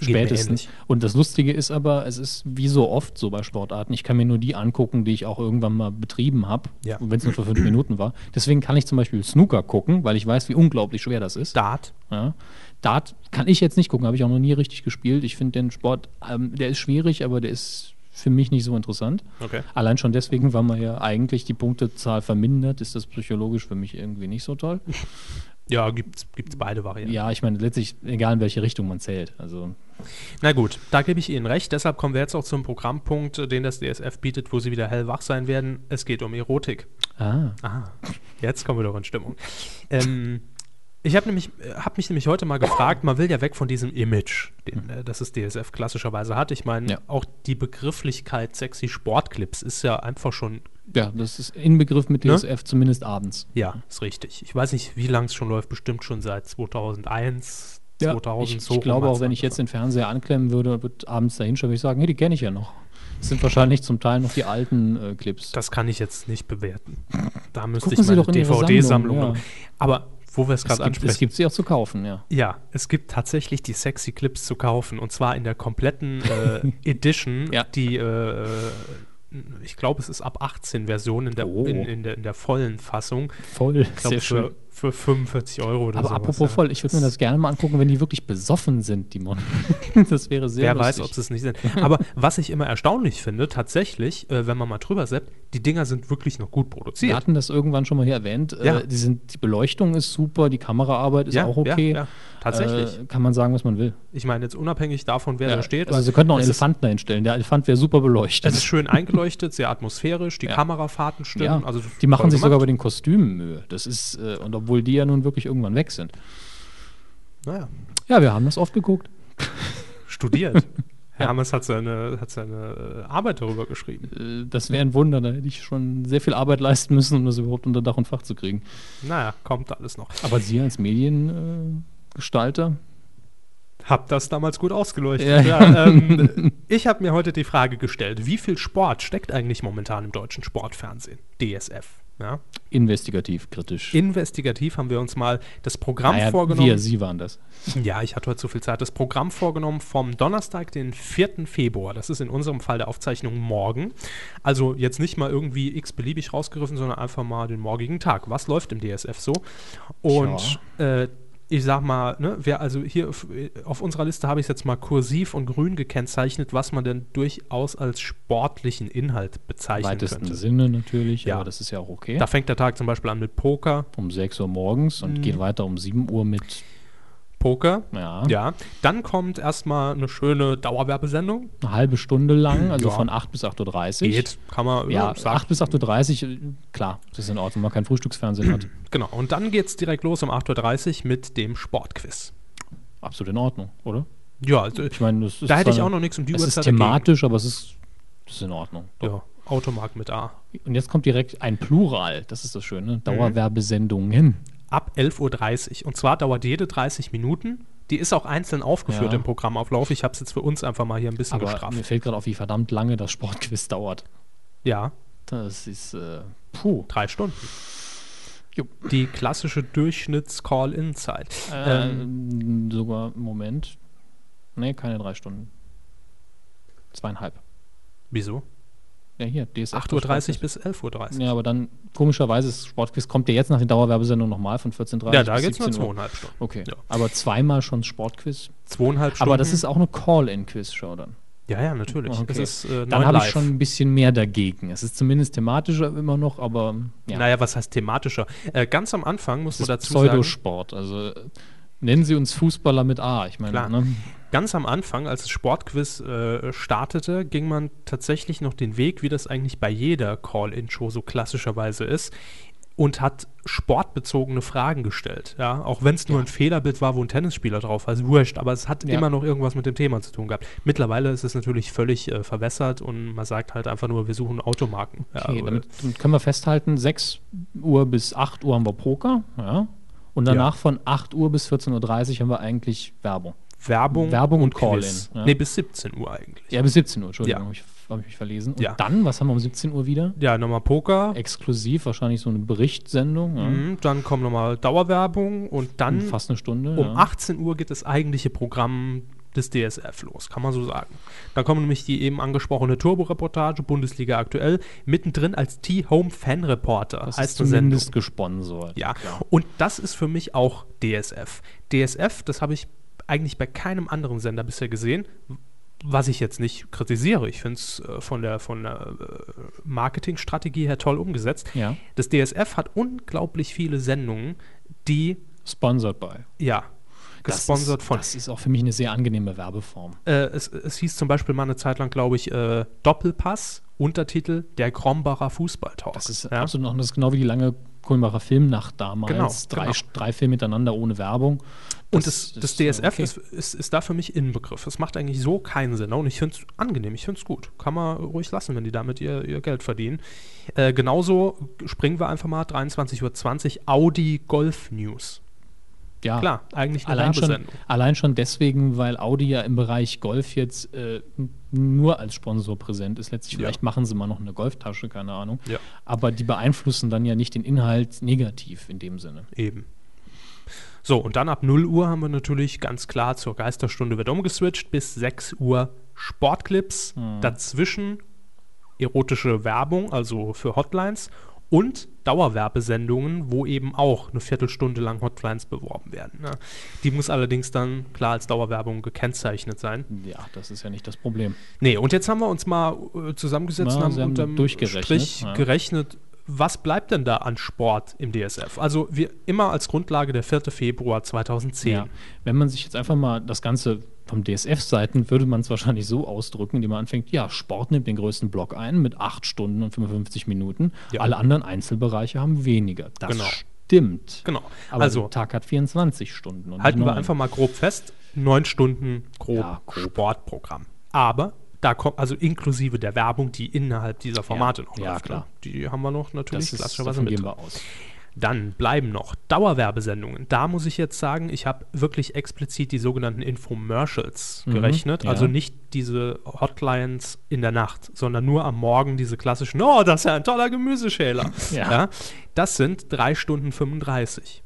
[SPEAKER 2] Geht mir
[SPEAKER 1] Spätestens.
[SPEAKER 2] ähnlich.
[SPEAKER 1] Und das Lustige ist aber, es ist wie so oft so bei Sportarten, ich kann mir nur die angucken, die ich auch irgendwann mal betrieben habe,
[SPEAKER 2] Ja.
[SPEAKER 1] wenn es nur für fünf Minuten war. Deswegen kann ich zum Beispiel Snooker gucken, weil ich weiß, wie unglaublich schwer das ist.
[SPEAKER 2] Start.
[SPEAKER 1] Ja. Dart kann ich jetzt nicht gucken, habe ich auch noch nie richtig gespielt. Ich finde den Sport, ähm, der ist schwierig, aber der ist für mich nicht so interessant.
[SPEAKER 2] Okay.
[SPEAKER 1] Allein schon deswegen, weil man ja eigentlich die Punktezahl vermindert, ist das psychologisch für mich irgendwie nicht so toll.
[SPEAKER 2] Ja, gibt's, gibt's beide Varianten.
[SPEAKER 1] Ja, ich meine, letztlich, egal in welche Richtung man zählt. Also,
[SPEAKER 2] Na gut, da gebe ich Ihnen recht. Deshalb kommen wir jetzt auch zum Programmpunkt, äh, den das DSF bietet, wo Sie wieder hellwach sein werden. Es geht um Erotik.
[SPEAKER 1] ah,
[SPEAKER 2] Ah, jetzt kommen wir doch in Stimmung. Ähm, ich habe nämlich, äh, hab mich nämlich heute mal gefragt, man will ja weg von diesem Image, den, äh, das es DSF klassischerweise hat. Ich meine,
[SPEAKER 1] Ja.
[SPEAKER 2] auch die Begrifflichkeit sexy Sportclips ist ja einfach schon,
[SPEAKER 1] ja, das ist Inbegriff mit
[SPEAKER 2] Ne?
[SPEAKER 1] DSF, zumindest abends.
[SPEAKER 2] ja, ist richtig. Ich weiß nicht, wie lange es schon läuft, bestimmt schon seit 2001, 2000.
[SPEAKER 1] ich,
[SPEAKER 2] so
[SPEAKER 1] ich
[SPEAKER 2] rum
[SPEAKER 1] glaube
[SPEAKER 2] hat's
[SPEAKER 1] auch, wenn ich jetzt
[SPEAKER 2] angefangen.
[SPEAKER 1] den Fernseher anklemmen würde und würde abends dahin schauen, würde ich sagen, hey, die kenne ich ja noch. Das sind wahrscheinlich zum Teil noch die alten äh, Clips.
[SPEAKER 2] Das kann ich jetzt nicht bewerten. Da müsste
[SPEAKER 1] Gucken
[SPEAKER 2] ich
[SPEAKER 1] Sie
[SPEAKER 2] meine
[SPEAKER 1] doch in Ihre Sammlung,
[SPEAKER 2] DVD-Sammlung.
[SPEAKER 1] ja.
[SPEAKER 2] noch- Aber wo wir es
[SPEAKER 1] es,
[SPEAKER 2] gerade
[SPEAKER 1] gibt,
[SPEAKER 2] ansprechen.
[SPEAKER 1] es gibt sie auch zu kaufen, ja.
[SPEAKER 2] ja, es gibt tatsächlich die sexy Clips zu kaufen. Und zwar in der kompletten äh, Edition,
[SPEAKER 1] Ja.
[SPEAKER 2] die äh, ich glaube, es ist ab 18 Version in der,
[SPEAKER 1] Oh.
[SPEAKER 2] in, in der, in der vollen Fassung.
[SPEAKER 1] Voll,
[SPEAKER 2] Ich glaube, für, für 45 Euro oder
[SPEAKER 1] Aber
[SPEAKER 2] sowas,
[SPEAKER 1] apropos
[SPEAKER 2] ja.
[SPEAKER 1] voll, ich würde mir das gerne mal angucken, wenn die wirklich besoffen sind, die Mon. das wäre sehr
[SPEAKER 2] Wer weiß,
[SPEAKER 1] lustig.
[SPEAKER 2] ob sie es nicht sind. Aber was ich immer erstaunlich finde, tatsächlich, äh, wenn man mal drüber seppt, die Dinger sind wirklich noch gut produziert.
[SPEAKER 1] wir hatten das irgendwann schon mal hier erwähnt. äh,
[SPEAKER 2] Ja.
[SPEAKER 1] Die, sind, die Beleuchtung ist super, die Kameraarbeit ist
[SPEAKER 2] Ja,
[SPEAKER 1] auch okay.
[SPEAKER 2] ja, ja. Tatsächlich.
[SPEAKER 1] Äh, kann man sagen, was man will.
[SPEAKER 2] Ich meine, jetzt unabhängig davon, wer da steht.
[SPEAKER 1] also
[SPEAKER 2] weil
[SPEAKER 1] sie könnten auch einen
[SPEAKER 2] es ist-
[SPEAKER 1] Elefanten dahin stellen. Der Elefant wäre super
[SPEAKER 2] Es
[SPEAKER 1] beleuchtet.
[SPEAKER 2] ist schön eingeleuchtet, sehr atmosphärisch, die
[SPEAKER 1] Ja.
[SPEAKER 2] Kamerafahrten stimmen.
[SPEAKER 1] Ja,
[SPEAKER 2] also
[SPEAKER 1] die machen
[SPEAKER 2] voll
[SPEAKER 1] sich
[SPEAKER 2] gemacht.
[SPEAKER 1] sogar bei den Kostümen Mühe. Das ist, äh, und obwohl die ja nun wirklich irgendwann weg sind.
[SPEAKER 2] Naja,
[SPEAKER 1] Ja, wir haben das oft geguckt.
[SPEAKER 2] studiert. Hermes hat seine, hat seine äh, Arbeit darüber geschrieben.
[SPEAKER 1] Äh, Das wäre ein Wunder, da hätte ich schon sehr viel Arbeit leisten müssen, um das überhaupt unter Dach und Fach zu kriegen.
[SPEAKER 2] Naja, kommt alles noch.
[SPEAKER 1] Aber Sie als Mediengestalter,
[SPEAKER 2] Hab das damals gut ausgeleuchtet.
[SPEAKER 1] Ja.
[SPEAKER 2] Ja. ähm, ich habe mir heute die Frage gestellt, wie viel Sport steckt eigentlich momentan im deutschen Sportfernsehen? DSF. Ja?
[SPEAKER 1] investigativ, kritisch.
[SPEAKER 2] Investigativ haben wir uns mal das Programm
[SPEAKER 1] Naja,
[SPEAKER 2] vorgenommen.
[SPEAKER 1] Wir, Sie waren das.
[SPEAKER 2] Ja, ich hatte heute zu viel Zeit. Das Programm vorgenommen vom Donnerstag, den 4. Februar. Das ist in unserem Fall der Aufzeichnung morgen. Also jetzt nicht mal irgendwie x-beliebig rausgegriffen, sondern einfach mal den morgigen Tag. Was läuft im DSF so? Und äh, ich sag mal, ne, wer also hier auf, auf unserer Liste habe ich es jetzt mal kursiv und grün gekennzeichnet, was man denn durchaus als sportlichen Inhalt
[SPEAKER 1] Im
[SPEAKER 2] bezeichnen
[SPEAKER 1] weitesten
[SPEAKER 2] könnte.
[SPEAKER 1] Sinne natürlich,
[SPEAKER 2] Ja.
[SPEAKER 1] aber das ist ja auch okay.
[SPEAKER 2] Da Mhm. fängt der Tag zum Beispiel an mit Poker.
[SPEAKER 1] um 6 Uhr morgens und geht weiter um 7 Uhr mit,
[SPEAKER 2] Poker.
[SPEAKER 1] ja,
[SPEAKER 2] Ja, dann kommt erstmal eine schöne Dauerwerbesendung.
[SPEAKER 1] eine halbe Stunde lang, also
[SPEAKER 2] Ja.
[SPEAKER 1] von 8 bis 8.30 Uhr.
[SPEAKER 2] Geht, kann man
[SPEAKER 1] Ja,
[SPEAKER 2] ja, sagen.
[SPEAKER 1] 8 bis 8.30 Uhr, äh, klar, das ist in Ordnung, wenn man kein Frühstücksfernsehen hat.
[SPEAKER 2] Genau, und dann geht's direkt los um 8.30 Uhr mit dem Sportquiz.
[SPEAKER 1] Absolut in Ordnung, oder?
[SPEAKER 2] Ja, also
[SPEAKER 1] Ich meine, das ist
[SPEAKER 2] da hätte ich
[SPEAKER 1] zwar-
[SPEAKER 2] auch noch nichts um die
[SPEAKER 1] Es ist
[SPEAKER 2] Uhrzeit
[SPEAKER 1] thematisch, aber es ist, das ist in Ordnung.
[SPEAKER 2] dagegen. Ja, Automarkt mit A.
[SPEAKER 1] Und jetzt kommt direkt ein Plural, das ist das Schöne,
[SPEAKER 2] Mhm.
[SPEAKER 1] Dauerwerbesendungen.
[SPEAKER 2] Ab 11.30 Uhr. Und zwar dauert jede 30 Minuten. Die ist auch einzeln aufgeführt
[SPEAKER 1] Ja.
[SPEAKER 2] im Programmauflauf. Ich habe es jetzt für uns einfach mal hier ein bisschen
[SPEAKER 1] Aber mir
[SPEAKER 2] gestraft.
[SPEAKER 1] fällt gerade auf, wie verdammt lange das Sportquiz dauert.
[SPEAKER 2] Ja,
[SPEAKER 1] Das ist, äh, puh.
[SPEAKER 2] drei Stunden.
[SPEAKER 1] Jo.
[SPEAKER 2] Die klassische Durchschnitts-Call-In-Zeit.
[SPEAKER 1] Ähm, sogar, Moment. Nee, keine drei Stunden. Zweieinhalb.
[SPEAKER 2] Wieso?
[SPEAKER 1] Ja, hier, DSF.
[SPEAKER 2] 8.30 Uhr bis 11.30 Uhr.
[SPEAKER 1] Ja, aber dann, komischerweise, das Sportquiz kommt ja jetzt nach den Dauerwerbesendungen nochmal von 14.30 Uhr.
[SPEAKER 2] Ja, da
[SPEAKER 1] bis
[SPEAKER 2] geht's nur
[SPEAKER 1] 17 Uhr.
[SPEAKER 2] zweieinhalb Stunden.
[SPEAKER 1] Okay,
[SPEAKER 2] Ja.
[SPEAKER 1] aber zweimal schon Sportquiz.
[SPEAKER 2] Zweieinhalb Stunden.
[SPEAKER 1] Aber das ist auch eine Call-In-Quiz-Show dann.
[SPEAKER 2] Ja, ja, natürlich.
[SPEAKER 1] Okay.
[SPEAKER 2] Das ist äh,
[SPEAKER 1] Dann
[SPEAKER 2] neun
[SPEAKER 1] habe ich
[SPEAKER 2] live.
[SPEAKER 1] schon ein bisschen mehr dagegen. Es ist zumindest thematischer immer noch, aber ja,
[SPEAKER 2] Naja, was heißt thematischer? Äh, ganz am Anfang muss
[SPEAKER 1] es ist
[SPEAKER 2] man dazu sagen,
[SPEAKER 1] Pseudosport. Also äh, nennen Sie uns Fußballer mit A. Ich meine,
[SPEAKER 2] Klar.
[SPEAKER 1] ne?
[SPEAKER 2] ganz am Anfang, als das Sportquiz äh, startete, ging man tatsächlich noch den Weg, wie das eigentlich bei jeder Call-In-Show so klassischerweise ist, und hat sportbezogene Fragen gestellt. Ja? Auch wenn es nur ein Fehlerbild war, wo ein Tennisspieler drauf war, ist wurscht, aber es hat
[SPEAKER 1] Ja.
[SPEAKER 2] immer noch irgendwas mit dem Thema zu tun gehabt. Mittlerweile ist es natürlich völlig äh, verwässert und man sagt halt einfach nur, wir suchen Automarken. Ja, äh,
[SPEAKER 1] Okay,
[SPEAKER 2] oder-
[SPEAKER 1] damit, damit können wir festhalten, 6 Uhr bis 8 Uhr haben wir Poker, ja. Und danach von 8 Uhr bis 14.30 Uhr haben wir eigentlich Werbung.
[SPEAKER 2] Werbung,
[SPEAKER 1] Werbung und
[SPEAKER 2] Quiz.
[SPEAKER 1] Call-In, ja.
[SPEAKER 2] Nee, bis 17 Uhr eigentlich.
[SPEAKER 1] Ja, bis 17 Uhr, Entschuldigung,
[SPEAKER 2] Ja.
[SPEAKER 1] hab ich habe mich verlesen. Und
[SPEAKER 2] Ja.
[SPEAKER 1] dann, was haben wir um 17 Uhr wieder?
[SPEAKER 2] Ja, nochmal Poker.
[SPEAKER 1] Exklusiv, wahrscheinlich so eine Berichtsendung, ja.
[SPEAKER 2] Mhm, dann kommt nochmal Dauerwerbung und dann
[SPEAKER 1] Mhm. fast eine Stunde.
[SPEAKER 2] um
[SPEAKER 1] ja.
[SPEAKER 2] 18 Uhr geht das eigentliche Programm des DSF los, kann man so sagen. Dann kommt nämlich die eben angesprochene Turbo-Reportage, Bundesliga aktuell, mittendrin als T-Home-Fan-Reporter.
[SPEAKER 1] das ist
[SPEAKER 2] eine Sendung.
[SPEAKER 1] zumindest gesponsert.
[SPEAKER 2] Ja, und das ist für mich auch DSF. DSF, das habe ich eigentlich bei keinem anderen Sender bisher gesehen, was ich jetzt nicht kritisiere. Ich finde es äh, von der, von der äh, Marketingstrategie her toll umgesetzt.
[SPEAKER 1] Ja.
[SPEAKER 2] Das DSF hat unglaublich viele Sendungen, die,
[SPEAKER 1] Sponsored by.
[SPEAKER 2] ja,
[SPEAKER 1] Das
[SPEAKER 2] gesponsert
[SPEAKER 1] ist,
[SPEAKER 2] von.
[SPEAKER 1] Das ist auch für mich eine sehr angenehme Werbeform.
[SPEAKER 2] Äh, es, es hieß zum Beispiel mal eine Zeit lang, glaube ich, äh, Doppelpass, Untertitel Der Krombacher Fußballtalk.
[SPEAKER 1] Das ist
[SPEAKER 2] ja?
[SPEAKER 1] absolut noch, das ist genau wie die lange Kulmbacher Filmnacht damals.
[SPEAKER 2] Genau,
[SPEAKER 1] drei,
[SPEAKER 2] genau.
[SPEAKER 1] drei Filme miteinander ohne Werbung.
[SPEAKER 2] Und das, das,
[SPEAKER 1] äh,
[SPEAKER 2] DSF
[SPEAKER 1] okay.
[SPEAKER 2] ist, ist, ist da für mich Inbegriff. Das macht eigentlich so keinen Sinn. Und ich finde es angenehm, ich finde es gut. Kann man ruhig lassen, wenn die damit ihr, ihr Geld verdienen. Äh, genauso springen wir einfach mal 23.20 Uhr Audi Golf News.
[SPEAKER 1] ja.
[SPEAKER 2] Klar, eigentlich eine
[SPEAKER 1] Ah. Allein schon,
[SPEAKER 2] Werbesendung.
[SPEAKER 1] allein schon deswegen, weil Audi ja im Bereich Golf jetzt äh, n- nur als Sponsor präsent ist. Letztlich,
[SPEAKER 2] Ja.
[SPEAKER 1] vielleicht machen sie mal noch eine Golftasche, keine Ahnung.
[SPEAKER 2] Ja.
[SPEAKER 1] Aber die beeinflussen dann ja nicht den Inhalt negativ in dem Sinne.
[SPEAKER 2] Eben. So, und dann ab 0 Uhr haben wir natürlich ganz klar zur Geisterstunde wird umgeswitcht bis 6 Uhr Sportclips. Dazwischen erotische Werbung, also für Hotlines und Dauerwerbesendungen, wo eben auch eine Viertelstunde lang Hotlines beworben werden. Ne? Die muss allerdings dann klar als Dauerwerbung gekennzeichnet sein.
[SPEAKER 1] Ja, das ist ja nicht das Problem.
[SPEAKER 2] Nee, und jetzt haben wir uns mal äh, zusammengesetzt
[SPEAKER 1] Na,
[SPEAKER 2] und haben
[SPEAKER 1] Sie haben
[SPEAKER 2] unterm
[SPEAKER 1] durchgerechnet,
[SPEAKER 2] Strich
[SPEAKER 1] ja.
[SPEAKER 2] gerechnet, was bleibt denn da an Sport im DSF? Also wir immer als Grundlage der 4. Februar 2010.
[SPEAKER 1] Ja. Wenn man sich jetzt einfach mal das Ganze vom DSF-Seiten würde man es wahrscheinlich so ausdrücken, indem man anfängt, ja, Sport nimmt den größten Block ein mit 8 Stunden und 55 Minuten.
[SPEAKER 2] Ja.
[SPEAKER 1] Alle anderen Einzelbereiche haben weniger. Das
[SPEAKER 2] Genau.
[SPEAKER 1] stimmt.
[SPEAKER 2] Genau.
[SPEAKER 1] Aber
[SPEAKER 2] also
[SPEAKER 1] der Tag hat 24 Stunden. Und
[SPEAKER 2] halten
[SPEAKER 1] nicht
[SPEAKER 2] wir
[SPEAKER 1] neun.
[SPEAKER 2] einfach mal grob fest, neun Stunden grob,
[SPEAKER 1] Ja, grob.
[SPEAKER 2] Sportprogramm. aber da kommt also inklusive der Werbung, die innerhalb dieser Formate noch
[SPEAKER 1] ja,
[SPEAKER 2] läuft.
[SPEAKER 1] klar.
[SPEAKER 2] Ne? Die haben wir noch natürlich
[SPEAKER 1] Das ist,
[SPEAKER 2] klassischerweise
[SPEAKER 1] davon
[SPEAKER 2] mit.
[SPEAKER 1] gehen wir aus.
[SPEAKER 2] Dann bleiben noch Dauerwerbesendungen. Da muss ich jetzt sagen, ich habe wirklich explizit die sogenannten Infomercials gerechnet.
[SPEAKER 1] Mhm, ja.
[SPEAKER 2] Also nicht diese Hotlines in der Nacht, sondern nur am Morgen diese klassischen, oh, das ist ja ein toller Gemüseschäler.
[SPEAKER 1] Ja.
[SPEAKER 2] das sind 3 Stunden 35.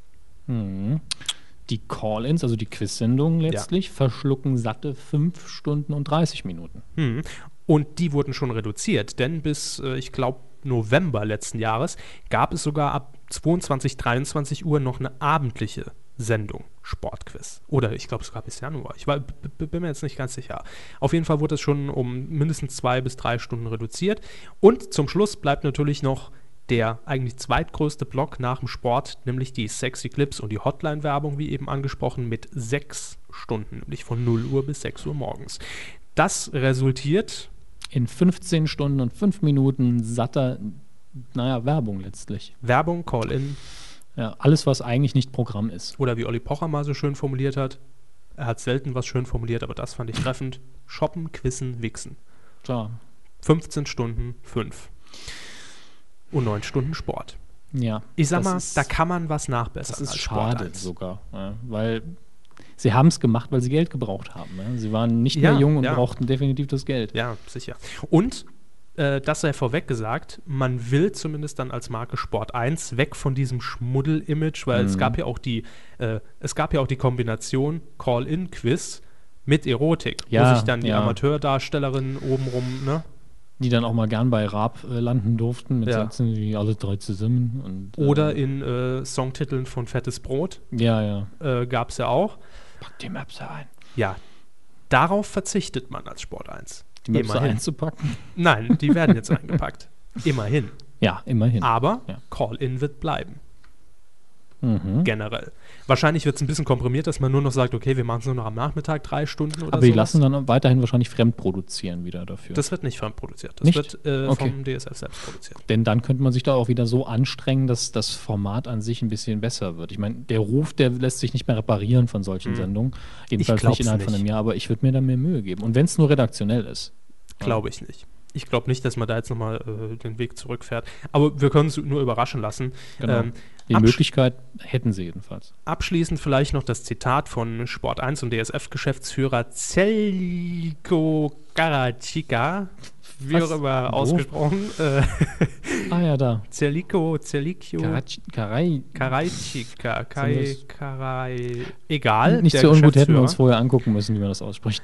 [SPEAKER 1] Die Call-ins, also die Quiz-Sendungen letztlich, verschlucken satte 5 Stunden und 30 Minuten.
[SPEAKER 2] Hm. Und die wurden schon reduziert, denn bis, äh, ich glaube, November letzten Jahres gab es sogar ab 22, 23 Uhr noch eine abendliche Sendung, Sportquiz. Oder ich glaube sogar bis Januar. Ich war, b- b- bin mir jetzt nicht ganz sicher. Auf jeden Fall wurde es schon um mindestens zwei bis drei Stunden reduziert. Und zum Schluss bleibt natürlich noch der eigentlich zweitgrößte Block nach dem Sport, nämlich die Sexy Clips und die Hotline-Werbung, wie eben angesprochen, mit sechs Stunden, nämlich von 0 Uhr bis 6 Uhr morgens. Das resultiert,
[SPEAKER 1] In 15 Stunden und 5 Minuten satter, naja, Werbung letztlich.
[SPEAKER 2] Werbung, Call-In
[SPEAKER 1] Ja, alles, was eigentlich nicht Programm ist.
[SPEAKER 2] oder wie Olli Pocher mal so schön formuliert hat, er hat selten was schön formuliert, aber das fand ich treffend, shoppen, quissen, wichsen.
[SPEAKER 1] Klar.
[SPEAKER 2] 15 Stunden, 5. Und 9 Stunden Sport.
[SPEAKER 1] Ja.
[SPEAKER 2] Ich sag
[SPEAKER 1] das
[SPEAKER 2] mal,
[SPEAKER 1] ist-
[SPEAKER 2] da kann man was nachbessern.
[SPEAKER 1] Das ist
[SPEAKER 2] als
[SPEAKER 1] schade
[SPEAKER 2] Sport eins.
[SPEAKER 1] sogar, ja, weil sie haben es gemacht, weil sie Geld gebraucht haben. Ja. Sie waren nicht
[SPEAKER 2] Ja,
[SPEAKER 1] mehr jung und
[SPEAKER 2] ja.
[SPEAKER 1] brauchten definitiv das Geld.
[SPEAKER 2] Ja, sicher. Und äh, das sei vorweg gesagt, man will zumindest dann als Marke Sport 1 weg von diesem Schmuddel-Image, weil
[SPEAKER 1] Mhm.
[SPEAKER 2] es gab ja auch die, äh, es gab ja auch die Kombination Call-In-Quiz mit Erotik,
[SPEAKER 1] Ja,
[SPEAKER 2] wo sich dann die
[SPEAKER 1] ja.
[SPEAKER 2] Amateurdarstellerinnen obenrum, ne?
[SPEAKER 1] Die dann auch mal gern bei Raab äh, landen durften, mit
[SPEAKER 2] Ja.
[SPEAKER 1] Sätzen wie alle drei zusammen. Und, äh,
[SPEAKER 2] Oder in äh, Songtiteln von Fettes Brot
[SPEAKER 1] Ja, ja.
[SPEAKER 2] äh, gab es ja auch.
[SPEAKER 1] Pack die Maps ein.
[SPEAKER 2] Ja. Darauf verzichtet man als Sport 1.
[SPEAKER 1] Die Maps einzupacken.
[SPEAKER 2] Nein, die werden jetzt eingepackt. Immerhin.
[SPEAKER 1] Ja, immerhin.
[SPEAKER 2] Aber
[SPEAKER 1] Ja.
[SPEAKER 2] Call-In wird bleiben.
[SPEAKER 1] Mhm.
[SPEAKER 2] generell. Wahrscheinlich wird es ein bisschen komprimiert, dass man nur noch sagt, okay, wir machen es nur noch am Nachmittag drei Stunden oder
[SPEAKER 1] Aber die
[SPEAKER 2] sowas.
[SPEAKER 1] lassen dann weiterhin wahrscheinlich fremd produzieren wieder dafür.
[SPEAKER 2] Das wird nicht produziert. Das
[SPEAKER 1] Nicht?
[SPEAKER 2] wird äh,
[SPEAKER 1] Okay.
[SPEAKER 2] vom DSF selbst produziert.
[SPEAKER 1] Denn dann könnte man sich da auch wieder so anstrengen, dass das Format an sich ein bisschen besser wird. Ich meine, der Ruf, der lässt sich nicht mehr reparieren von solchen Sendungen. Jedenfalls
[SPEAKER 2] Hm. glaub's
[SPEAKER 1] nicht innerhalb von einem Jahr, aber ich würde mir da mehr Mühe geben. Und wenn es nur redaktionell ist.
[SPEAKER 2] Glaube ich nicht. Ich glaube nicht, dass man da jetzt nochmal äh, den Weg zurückfährt. Aber wir können es nur überraschen lassen.
[SPEAKER 1] Genau.
[SPEAKER 2] Ähm,
[SPEAKER 1] Die
[SPEAKER 2] absch-
[SPEAKER 1] Möglichkeit hätten sie jedenfalls.
[SPEAKER 2] abschließend vielleicht noch das Zitat von Sport 1 und DSF-Geschäftsführer Celko Karachika. Wie
[SPEAKER 1] Was?
[SPEAKER 2] auch immer
[SPEAKER 1] Wo?
[SPEAKER 2] ausgesprochen. Äh,
[SPEAKER 1] Ah ja, da.
[SPEAKER 2] Celiko, Celikio.
[SPEAKER 1] Karaj- Karai.
[SPEAKER 2] Karajchika, Kai,
[SPEAKER 1] Zumindest-
[SPEAKER 2] Karai, egal.
[SPEAKER 1] Nicht
[SPEAKER 2] der
[SPEAKER 1] so ungut hätten wir
[SPEAKER 2] Geschäftsführer.
[SPEAKER 1] uns vorher angucken müssen, wie man das ausspricht.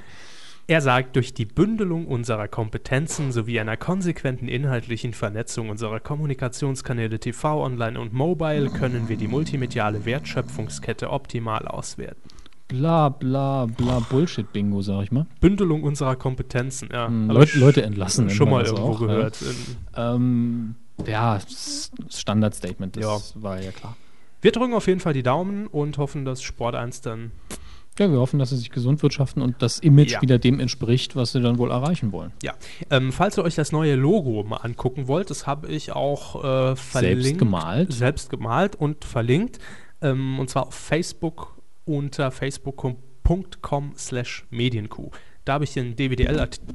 [SPEAKER 2] Er sagt, durch die Bündelung unserer Kompetenzen sowie einer konsequenten inhaltlichen Vernetzung unserer Kommunikationskanäle TV, Online und Mobile können wir die multimediale Wertschöpfungskette optimal auswerten.
[SPEAKER 1] Bla bla bla Bullshit-Bingo, sag ich mal.
[SPEAKER 2] Bündelung unserer Kompetenzen, ja.
[SPEAKER 1] Hm,
[SPEAKER 2] Aber
[SPEAKER 1] Leut-
[SPEAKER 2] sch-
[SPEAKER 1] Leute entlassen, nennt
[SPEAKER 2] Schon
[SPEAKER 1] man
[SPEAKER 2] mal
[SPEAKER 1] das
[SPEAKER 2] irgendwo
[SPEAKER 1] auch, ne?
[SPEAKER 2] gehört. In-
[SPEAKER 1] Ähm, ja, S- Standardstatement, das
[SPEAKER 2] Ja.
[SPEAKER 1] war ja klar.
[SPEAKER 2] Wir drücken auf jeden Fall die Daumen und hoffen, dass Sport 1 dann
[SPEAKER 1] Ja, wir hoffen, dass sie sich gesund wirtschaften und das Image
[SPEAKER 2] Ja.
[SPEAKER 1] wieder dem entspricht, was sie dann wohl erreichen wollen.
[SPEAKER 2] Ja, ähm, falls ihr euch das neue Logo mal angucken wollt, das habe ich auch äh, verlinkt.
[SPEAKER 1] gemalt?
[SPEAKER 2] Selbst gemalt und verlinkt. Ähm, und zwar auf Facebook unter facebook.com slash medienkuh. Da habe ich den DWDL-Artikel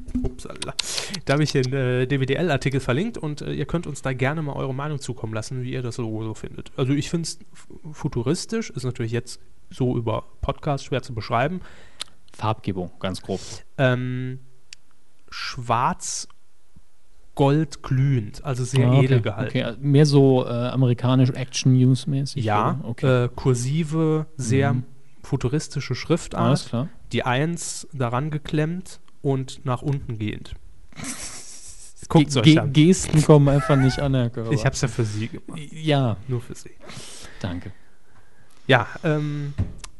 [SPEAKER 2] da habe ich den äh, DWDL-Artikel verlinkt und äh, ihr könnt uns da gerne mal eure Meinung zukommen lassen, wie ihr das Logo so findet. Also ich finde es futuristisch, ist natürlich jetzt so über Podcast schwer zu beschreiben,
[SPEAKER 1] Farbgebung, ganz grob.
[SPEAKER 2] ähm, schwarz gold glühend, also sehr
[SPEAKER 1] Ah, okay.
[SPEAKER 2] edel gehalten.
[SPEAKER 1] Okay, mehr so äh, amerikanisch Action-News-mäßig.
[SPEAKER 2] Ja,
[SPEAKER 1] oder? okay. Mhm.
[SPEAKER 2] äh, kursive, sehr futuristische
[SPEAKER 1] Alles
[SPEAKER 2] Schriftart,
[SPEAKER 1] klar.
[SPEAKER 2] die Eins daran geklemmt und nach unten gehend.
[SPEAKER 1] Ge Ge Gesten kommen einfach nicht an, Herr Körber.
[SPEAKER 2] Ich habe es ja für Sie gemacht,
[SPEAKER 1] ja,
[SPEAKER 2] nur für Sie.
[SPEAKER 1] danke.
[SPEAKER 2] Ja, ähm,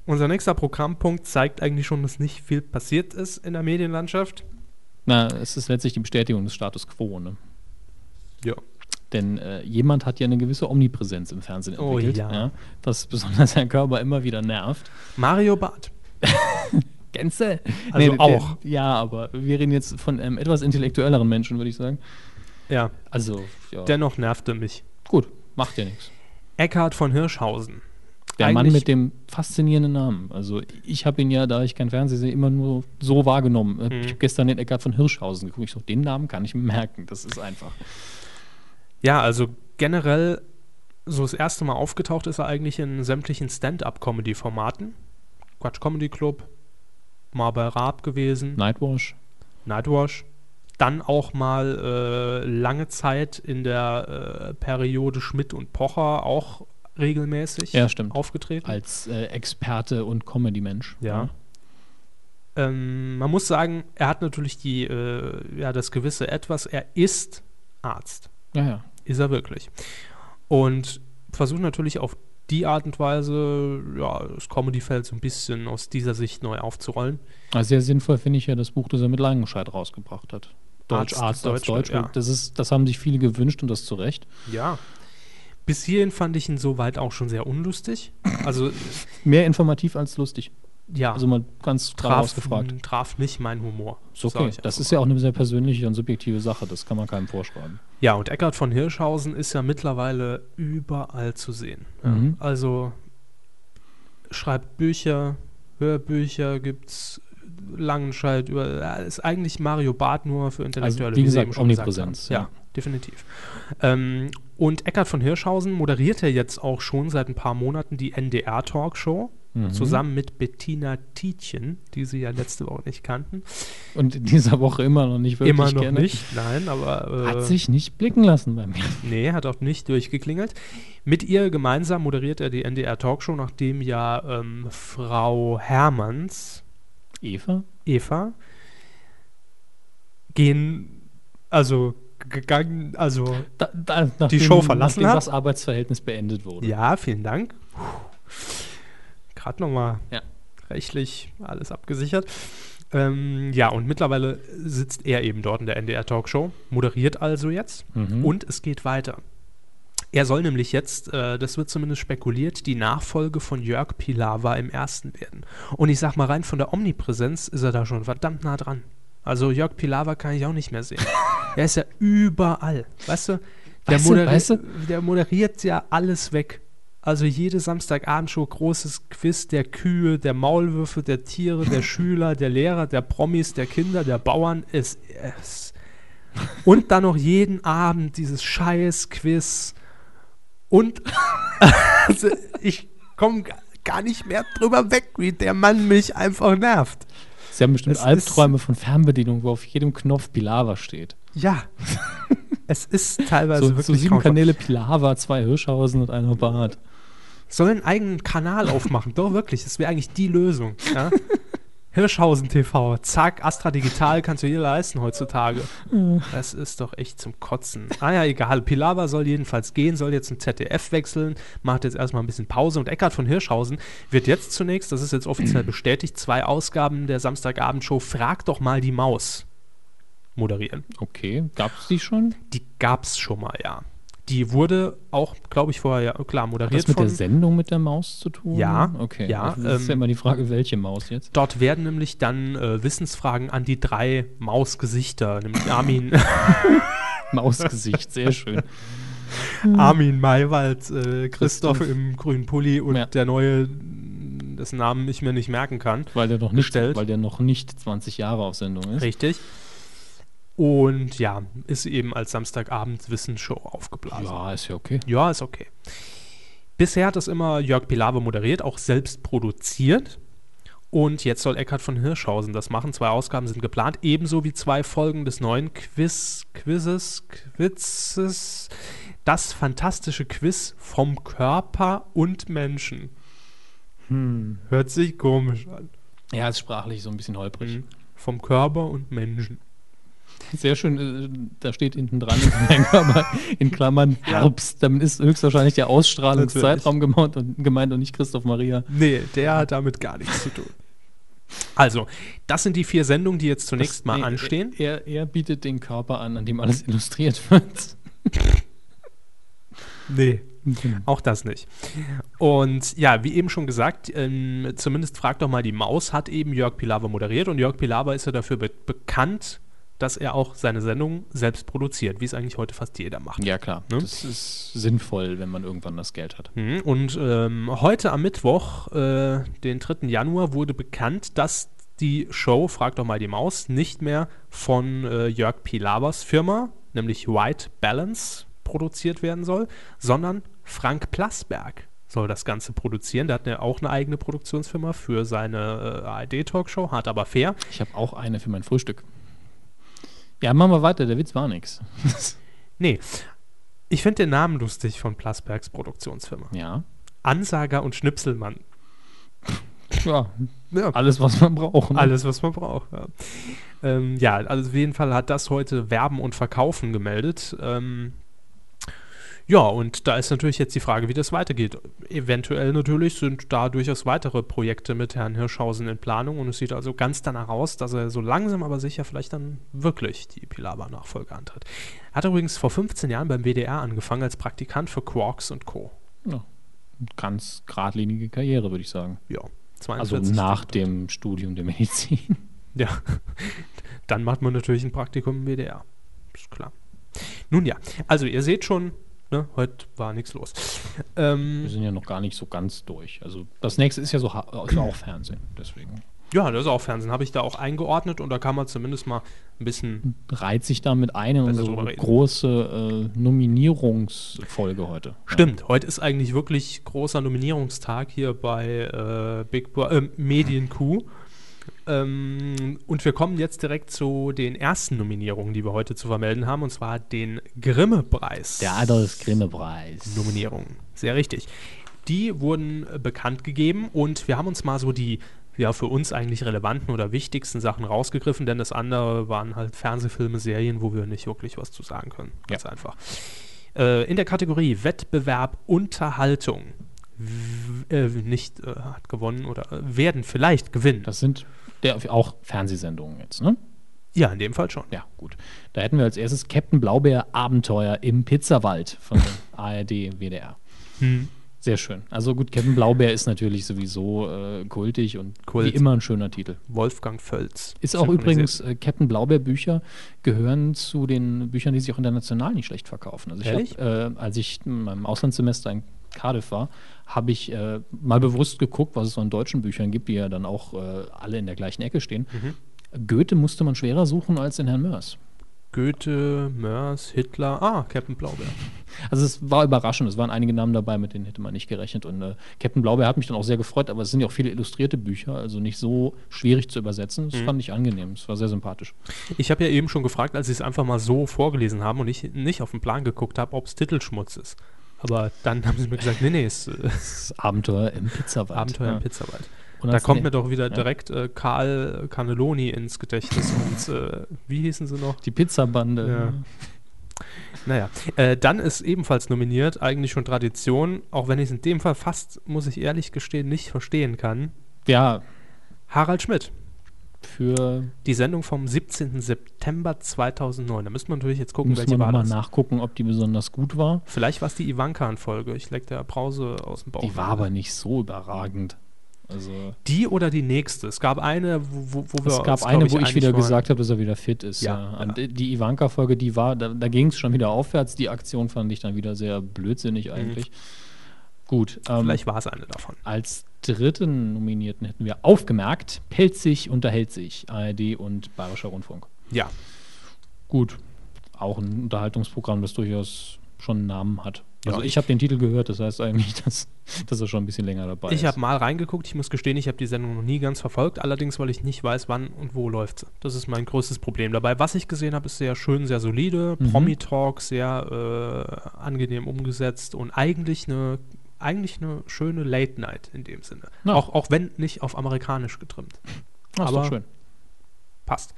[SPEAKER 2] unser nächster Programmpunkt zeigt eigentlich schon, dass nicht viel passiert ist in der Medienlandschaft.
[SPEAKER 1] Na, es ist letztlich die Bestätigung des Status Quo, ne?
[SPEAKER 2] Ja.
[SPEAKER 1] Denn äh, jemand hat ja eine gewisse Omnipräsenz im Fernsehen
[SPEAKER 2] Oh
[SPEAKER 1] entwickelt,
[SPEAKER 2] ja.
[SPEAKER 1] was besonders Herrn Körber immer wieder nervt.
[SPEAKER 2] Mario Barth.
[SPEAKER 1] Gänse?
[SPEAKER 2] Also auch.
[SPEAKER 1] Der, ja, aber wir reden jetzt von einem etwas intellektuelleren Menschen, würde ich sagen.
[SPEAKER 2] Ja,
[SPEAKER 1] Also, ja.
[SPEAKER 2] dennoch nervte mich.
[SPEAKER 1] gut, macht ja nichts.
[SPEAKER 2] Eckhard von Hirschhausen.
[SPEAKER 1] Der Mann
[SPEAKER 2] eigentlich-
[SPEAKER 1] mit dem faszinierenden Namen. Also ich habe ihn ja, da ich kein Fernsehen sehe, immer nur so wahrgenommen. Äh,
[SPEAKER 2] Mhm.
[SPEAKER 1] Ich habe gestern den Eckart von Hirschhausen geguckt. Ich so, den Namen kann ich mir merken. Das ist einfach.
[SPEAKER 2] Ja, also generell, so das erste Mal aufgetaucht ist er eigentlich in sämtlichen Stand-up-Comedy-Formaten. Quatsch Comedy Club, mal bei Raab gewesen,
[SPEAKER 1] Nightwash.
[SPEAKER 2] Nightwash. Dann auch mal äh, lange Zeit in der äh, Periode Schmidt und Pocher auch regelmäßig
[SPEAKER 1] Ja, stimmt.
[SPEAKER 2] aufgetreten.
[SPEAKER 1] Als äh, Experte und Comedy-Mensch.
[SPEAKER 2] Ja. Ähm, man muss sagen, er hat natürlich die, äh, ja, das gewisse Etwas. Er ist Arzt.
[SPEAKER 1] Ja, ja.
[SPEAKER 2] Ist er wirklich. Und versucht natürlich auf die Art und Weise, ja, das Comedy-Feld so ein bisschen aus dieser Sicht neu aufzurollen.
[SPEAKER 1] Also sehr sinnvoll finde ich ja das Buch, das er mit Langenscheid rausgebracht hat. Deutsch,
[SPEAKER 2] Arzt,
[SPEAKER 1] Arzt, als
[SPEAKER 2] Deutsch,
[SPEAKER 1] Deutsch.
[SPEAKER 2] ja.
[SPEAKER 1] Das, ist, das haben sich viele gewünscht und das zu Recht.
[SPEAKER 2] Ja. Bis hierhin fand ich ihn soweit auch schon sehr unlustig. Also,
[SPEAKER 1] Mehr informativ als lustig.
[SPEAKER 2] ja,
[SPEAKER 1] Also mal ganz klar
[SPEAKER 2] traf,
[SPEAKER 1] ausgefragt.
[SPEAKER 2] traf nicht meinen Humor.
[SPEAKER 1] Ist okay.
[SPEAKER 2] sag ich
[SPEAKER 1] Das
[SPEAKER 2] einfach
[SPEAKER 1] ist ja auch eine sehr persönliche und subjektive Sache. Das kann man keinem vorschreiben.
[SPEAKER 2] Ja, und Eckart von Hirschhausen ist ja mittlerweile überall zu sehen. Ja.
[SPEAKER 1] Mhm.
[SPEAKER 2] Also schreibt Bücher, Hörbücher gibt's Langenscheid über ja, ist eigentlich Mario Barth nur für Intellektuelle.
[SPEAKER 1] Also, wie
[SPEAKER 2] wir
[SPEAKER 1] gesagt,
[SPEAKER 2] eben schon gesagt
[SPEAKER 1] Omnipräsenz,
[SPEAKER 2] haben. Ja,
[SPEAKER 1] ja.
[SPEAKER 2] definitiv. Ähm, und Eckart von Hirschhausen moderiert ja jetzt auch schon seit ein paar Monaten die NDR Talkshow Mhm.
[SPEAKER 1] Mhm.
[SPEAKER 2] zusammen mit Bettina Tietjen, die sie ja letzte Woche nicht kannten.
[SPEAKER 1] Und in dieser Woche immer noch nicht wirklich
[SPEAKER 2] Immer noch
[SPEAKER 1] gerne.
[SPEAKER 2] nicht, nein, aber äh,
[SPEAKER 1] Hat sich nicht blicken lassen bei mir.
[SPEAKER 2] Nee, hat auch nicht durchgeklingelt. Mit ihr gemeinsam moderiert er die NDR Talkshow, nachdem ja ähm, Frau Hermanns,
[SPEAKER 1] Eva?
[SPEAKER 2] Eva, gehen, also gegangen, also
[SPEAKER 1] Da, da, nachdem,
[SPEAKER 2] Show verlassen
[SPEAKER 1] nachdem
[SPEAKER 2] hat?
[SPEAKER 1] das Arbeitsverhältnis beendet wurde.
[SPEAKER 2] ja, vielen Dank. Gerade nochmal
[SPEAKER 1] Ja.
[SPEAKER 2] rechtlich alles abgesichert. Ähm, ja, und mittlerweile sitzt er eben dort in der NDR Talkshow, moderiert also jetzt.
[SPEAKER 1] Mhm.
[SPEAKER 2] Und es geht weiter. Er soll nämlich jetzt, äh, das wird zumindest spekuliert, die Nachfolge von Jörg Pilawa im Ersten werden. Und ich sag mal rein von der Omnipräsenz ist er da schon verdammt nah dran. Also Jörg Pilawa kann ich auch nicht mehr sehen. er ist ja überall. Weißt du, der,
[SPEAKER 1] Weißt du,
[SPEAKER 2] moderi
[SPEAKER 1] weißt du?
[SPEAKER 2] der moderiert ja alles weg. Also jede Samstagabendshow, großes Quiz der Kühe, der Maulwürfe, der Tiere, der Schüler, der Lehrer, der Promis, der Kinder, der Bauern. Es, es, und dann noch jeden Abend dieses scheiß Quiz. Und also ich komme gar nicht mehr drüber weg, wie der Mann mich einfach nervt.
[SPEAKER 1] Sie haben bestimmt
[SPEAKER 2] Es ist-
[SPEAKER 1] Albträume von Fernbedienung, wo auf jedem Knopf Pilava steht.
[SPEAKER 2] Ja. es ist teilweise
[SPEAKER 1] So,
[SPEAKER 2] Also wirklich
[SPEAKER 1] so sieben
[SPEAKER 2] kaum-
[SPEAKER 1] Kanäle Pilava, zwei Hirschhausen und einer Bart.
[SPEAKER 2] Soll einen eigenen Kanal aufmachen. Doch, wirklich. Das wäre eigentlich die Lösung. Ja? Hirschhausen TV. Zack, Astra Digital kannst du dir leisten heutzutage.
[SPEAKER 1] Mhm.
[SPEAKER 2] Das ist doch echt zum Kotzen. Ah ja, egal. Pilawa soll jedenfalls gehen, soll jetzt ein ZDF wechseln, macht jetzt erstmal ein bisschen Pause. Und Eckhard von Hirschhausen wird jetzt zunächst, das ist jetzt offiziell bestätigt, zwei Ausgaben der Samstagabendshow Frag doch mal die Maus moderieren.
[SPEAKER 1] Okay, gab's die schon?
[SPEAKER 2] Die gab's schon mal, ja. Die wurde auch, glaube ich, vorher, ja, klar,
[SPEAKER 1] Hat
[SPEAKER 2] moderiert
[SPEAKER 1] das mit der
[SPEAKER 2] von
[SPEAKER 1] Sendung mit der Maus zu tun?
[SPEAKER 2] Ja,
[SPEAKER 1] Okay.
[SPEAKER 2] ja,
[SPEAKER 1] das ist ja
[SPEAKER 2] ähm,
[SPEAKER 1] immer die Frage, welche Maus jetzt?
[SPEAKER 2] Dort werden nämlich dann äh, Wissensfragen an die drei Mausgesichter, nämlich Armin,
[SPEAKER 1] Mausgesicht, sehr schön.
[SPEAKER 2] Armin Maywald, äh, Christoph,
[SPEAKER 1] Christoph.
[SPEAKER 2] im grünen Pulli und
[SPEAKER 1] Ja.
[SPEAKER 2] der neue, mh, dessen Namen ich mir nicht merken kann.
[SPEAKER 1] Weil der noch nicht,
[SPEAKER 2] Gestellt.
[SPEAKER 1] weil der noch nicht 20 Jahre auf Sendung ist.
[SPEAKER 2] Richtig. Und ja, ist eben als Samstagabend Wissensshow aufgeblasen.
[SPEAKER 1] Ja, ist ja okay.
[SPEAKER 2] Ja, ist okay. Bisher hat es immer Jörg Pilawa moderiert, auch selbst produziert. Und jetzt soll Eckhard von Hirschhausen das machen. Zwei Ausgaben sind geplant, ebenso wie zwei Folgen des neuen Quiz, Quizzes, Quizzes, das fantastische Quiz vom Körper und Menschen. Hört sich komisch an.
[SPEAKER 1] Ja, ist sprachlich so ein bisschen holprig.
[SPEAKER 2] Vom Körper und Menschen.
[SPEAKER 1] Mhm. Sehr schön, äh, da steht hinten dran in Klammern, in Klammern Herbst. Damit ist höchstwahrscheinlich der Ausstrahlungszeitraum gemeint und, gemeint und nicht Christoph Maria.
[SPEAKER 2] Nee, der hat damit gar nichts zu tun. Also, das sind die vier Sendungen, die jetzt zunächst mal
[SPEAKER 1] Nee,
[SPEAKER 2] anstehen.
[SPEAKER 1] Er, er bietet den Körper an, an dem alles illustriert wird.
[SPEAKER 2] Nee. Auch das nicht. Und ja, wie eben schon gesagt, ähm, zumindest fragt doch mal die Maus, hat eben Jörg Pilawa moderiert und Jörg Pilawa ist ja dafür be bekannt, dass er auch seine Sendungen selbst produziert, wie es eigentlich heute fast jeder macht.
[SPEAKER 1] Ja, klar.
[SPEAKER 2] Ne?
[SPEAKER 1] Das ist sinnvoll, wenn man irgendwann das Geld hat.
[SPEAKER 2] Mhm, Und ähm, heute am Mittwoch, äh, den 3. Januar, wurde bekannt, dass die Show Frag doch mal die Maus nicht mehr von äh, Jörg Pilabers Firma, nämlich White Balance, produziert werden soll, sondern Frank Plasberg soll das Ganze produzieren. Der hat eine, auch eine eigene Produktionsfirma für seine äh, ARD-Talkshow, hart aber fair.
[SPEAKER 1] Ich habe auch eine für mein Frühstück. Ja, machen wir weiter, der Witz war nix.
[SPEAKER 2] Nee, ich finde den Namen lustig von Plasbergs Produktionsfirma.
[SPEAKER 1] ja.
[SPEAKER 2] Ansager und Schnipselmann.
[SPEAKER 1] ja.
[SPEAKER 2] Ja,
[SPEAKER 1] Alles, was man braucht. ne?
[SPEAKER 2] Alles, was man braucht. Ja. Ähm, ja, also auf jeden Fall hat das heute Werben und Verkaufen gemeldet. Ähm, ja, und da ist natürlich jetzt die Frage, wie das weitergeht. Eventuell natürlich sind da durchaus weitere Projekte mit Herrn Hirschhausen in Planung und es sieht also ganz danach aus, dass er so langsam aber sicher vielleicht dann wirklich die Pilaber-Nachfolge antritt. Hat übrigens vor 15 Jahren beim WDR angefangen als Praktikant für Quarks und Co.
[SPEAKER 1] Ganz geradlinige Karriere, würde ich sagen.
[SPEAKER 2] Ja,
[SPEAKER 1] Also
[SPEAKER 2] 42
[SPEAKER 1] nach
[SPEAKER 2] Stunden.
[SPEAKER 1] dem Studium der Medizin.
[SPEAKER 2] Ja, dann macht man natürlich ein Praktikum im WDR. Ist klar. Nun ja, also ihr seht schon, ne, heute war nichts los.
[SPEAKER 1] Wir
[SPEAKER 2] Ähm,
[SPEAKER 1] sind ja noch gar nicht so ganz durch. Also das nächste ist ja so ha- ist auch Fernsehen. Deswegen
[SPEAKER 2] ja, das ist auch Fernsehen, habe ich da auch eingeordnet und da kann man zumindest mal ein bisschen.
[SPEAKER 1] reiht sich damit ein in
[SPEAKER 2] Besser drüber
[SPEAKER 1] unsere
[SPEAKER 2] reden.
[SPEAKER 1] große äh, Nominierungsfolge heute.
[SPEAKER 2] Stimmt, heute ist eigentlich wirklich großer Nominierungstag hier bei äh, Big Bo äh, Medienkuh. Ähm, und wir kommen jetzt direkt zu den ersten Nominierungen, die wir heute zu vermelden haben, und zwar den Grimme-Preis.
[SPEAKER 1] Ja. Der Adolf Grimme Preis.
[SPEAKER 2] Nominierungen. Sehr richtig. Die wurden äh, bekannt gegeben und wir haben uns mal so die ja, für uns eigentlich relevanten oder wichtigsten Sachen rausgegriffen, denn das andere waren halt Fernsehfilme, Serien, wo wir nicht wirklich was zu sagen können. Ganz einfach. Äh, in der Kategorie Wettbewerb Unterhaltung w- äh, nicht äh, hat gewonnen oder äh, werden vielleicht gewinnen.
[SPEAKER 1] Das sind der, auch Fernsehsendungen jetzt, ne?
[SPEAKER 2] ja, in dem Fall schon.
[SPEAKER 1] Ja, gut. Da hätten wir als erstes Captain Blaubeer Abenteuer im Pizzawald von der ARD WDR.
[SPEAKER 2] Hm.
[SPEAKER 1] Sehr schön. Also gut, Captain Blaubeer ist natürlich sowieso äh, kultig und
[SPEAKER 2] Kult.
[SPEAKER 1] wie immer ein schöner Titel.
[SPEAKER 2] Wolfgang Völz.
[SPEAKER 1] Ist auch
[SPEAKER 2] synchronisiert.
[SPEAKER 1] übrigens, äh, Captain Blaubeer Bücher gehören zu den Büchern, die sich auch international nicht schlecht verkaufen. Also ich
[SPEAKER 2] Ehrlich?
[SPEAKER 1] hab, äh, als ich in meinem Auslandssemester in Cardiff war, habe ich äh, mal bewusst geguckt, was es so an deutschen Büchern gibt, die ja dann auch äh, alle in der gleichen Ecke stehen.
[SPEAKER 2] Mhm.
[SPEAKER 1] Goethe musste man schwerer suchen als den Herrn Mörs.
[SPEAKER 2] Goethe, Mörs, Hitler, ah, Captain Blaubeer.
[SPEAKER 1] Also es war überraschend, es waren einige Namen dabei, mit denen hätte man nicht gerechnet. Und äh, Captain Blaubeer hat mich dann auch sehr gefreut, aber es sind ja auch viele illustrierte Bücher, also nicht so schwierig zu übersetzen.
[SPEAKER 2] Mhm.
[SPEAKER 1] Das fand ich angenehm, es war sehr sympathisch.
[SPEAKER 2] Ich habe ja eben schon gefragt, als sie es einfach mal so vorgelesen haben und ich nicht auf den Plan geguckt habe, ob es Titelschmutz ist. Aber dann haben sie mir gesagt, nee, nee, es ist äh,
[SPEAKER 1] Das Abenteuer im Pizzawald.
[SPEAKER 2] Abenteuer
[SPEAKER 1] ja.
[SPEAKER 2] im Pizzawald.
[SPEAKER 1] Und
[SPEAKER 2] Da
[SPEAKER 1] als-
[SPEAKER 2] kommt
[SPEAKER 1] nee,
[SPEAKER 2] mir doch wieder direkt äh, Karl Cannelloni ins Gedächtnis und äh, wie hießen sie noch?
[SPEAKER 1] Die Pizzabande.
[SPEAKER 2] Ja. Naja, äh, dann ist ebenfalls nominiert, eigentlich schon Tradition, auch wenn ich es in dem Fall fast, muss ich ehrlich gestehen, nicht verstehen kann.
[SPEAKER 1] Ja,
[SPEAKER 2] Harald Schmidt,
[SPEAKER 1] für
[SPEAKER 2] die Sendung vom 17. September 2009. Da müsste man natürlich jetzt gucken,
[SPEAKER 1] muss
[SPEAKER 2] welche
[SPEAKER 1] man
[SPEAKER 2] war
[SPEAKER 1] nochmal
[SPEAKER 2] das.
[SPEAKER 1] nachgucken, ob die besonders gut war.
[SPEAKER 2] Vielleicht war es die Ivankan-Folge. Ich leck der Brause aus dem Bauch.
[SPEAKER 1] Die war aber nicht so überragend. Also
[SPEAKER 2] Die oder die nächste? Es gab eine, wo, wo- wo wir
[SPEAKER 1] es gab
[SPEAKER 2] uns, glaub
[SPEAKER 1] eine, wo ich
[SPEAKER 2] einig
[SPEAKER 1] wieder
[SPEAKER 2] waren.
[SPEAKER 1] gesagt habe, dass er wieder fit ist.
[SPEAKER 2] Ja,
[SPEAKER 1] Und die Ivanka-Folge, die war, da, da ging es schon wieder aufwärts. Die Aktion fand ich dann wieder sehr blödsinnig eigentlich. Gut, ähm,
[SPEAKER 2] Mhm. Vielleicht war es eine davon.
[SPEAKER 1] als dritten Nominierten hätten wir aufgemerkt, Pelzig unterhält sich, ARD und Bayerischer Rundfunk.
[SPEAKER 2] Ja.
[SPEAKER 1] Gut, auch ein Unterhaltungsprogramm, das durchaus schon einen Namen hat.
[SPEAKER 2] Ja,
[SPEAKER 1] Also
[SPEAKER 2] ich-
[SPEAKER 1] ich habe den Titel gehört, das heißt eigentlich, dass, dass er schon ein bisschen länger dabei
[SPEAKER 2] Ich
[SPEAKER 1] ist.
[SPEAKER 2] habe mal reingeguckt. Ich muss gestehen, ich habe die Sendung noch nie ganz verfolgt. Allerdings, weil ich nicht weiß, wann und wo läuft sie. Das ist mein größtes Problem dabei. Was ich gesehen habe, ist sehr schön, sehr solide.
[SPEAKER 1] Mhm.
[SPEAKER 2] Promi-Talk, sehr äh, angenehm umgesetzt und eigentlich eine eigentlich eine schöne Late Night in dem Sinne.
[SPEAKER 1] Ja.
[SPEAKER 2] Auch, auch wenn nicht auf amerikanisch getrimmt.
[SPEAKER 1] Ah, ist
[SPEAKER 2] aber-
[SPEAKER 1] doch schön.
[SPEAKER 2] Passt.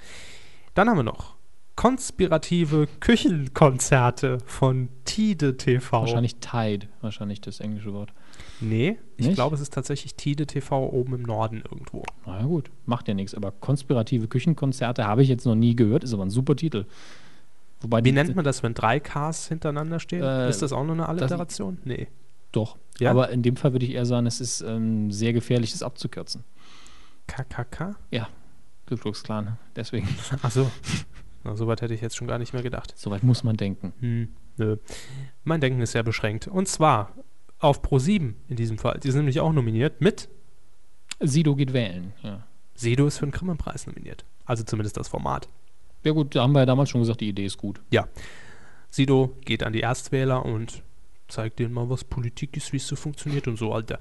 [SPEAKER 2] Dann haben wir noch konspirative Küchenkonzerte von Tide TV.
[SPEAKER 1] Wahrscheinlich Tide, wahrscheinlich das englische Wort.
[SPEAKER 2] Nee, ich
[SPEAKER 1] Nicht?
[SPEAKER 2] glaube, es ist tatsächlich Tide TV oben im Norden irgendwo.
[SPEAKER 1] Na ja, gut, macht ja nichts. Aber konspirative Küchenkonzerte habe ich jetzt noch nie gehört, ist aber ein super Titel. Wobei
[SPEAKER 2] Wie nennt man das, wenn drei Ks hintereinander stehen?
[SPEAKER 1] Äh,
[SPEAKER 2] ist das auch nur eine Alliteration? Nee.
[SPEAKER 1] Doch.
[SPEAKER 2] Ja?
[SPEAKER 1] Aber in dem Fall würde ich eher sagen, es ist ähm, sehr gefährlich, das abzukürzen.
[SPEAKER 2] KKK?
[SPEAKER 1] Ja, Ku Klux Klan, deswegen.
[SPEAKER 2] Achso. Na, soweit hätte ich jetzt schon gar nicht mehr gedacht.
[SPEAKER 1] Soweit muss man denken.
[SPEAKER 2] Hm, nö. Mein Denken ist sehr beschränkt. Und zwar auf Pro7 in diesem Fall. Die sind nämlich auch nominiert mit
[SPEAKER 1] Sido geht wählen. Ja.
[SPEAKER 2] Sedo ist für den Grimme-Preis nominiert. Also zumindest das Format.
[SPEAKER 1] ja, gut, da haben wir ja damals schon gesagt, die Idee ist gut.
[SPEAKER 2] Sido geht an die Erstwähler und zeigt denen mal, was Politik ist, wie es so funktioniert und so, Alter.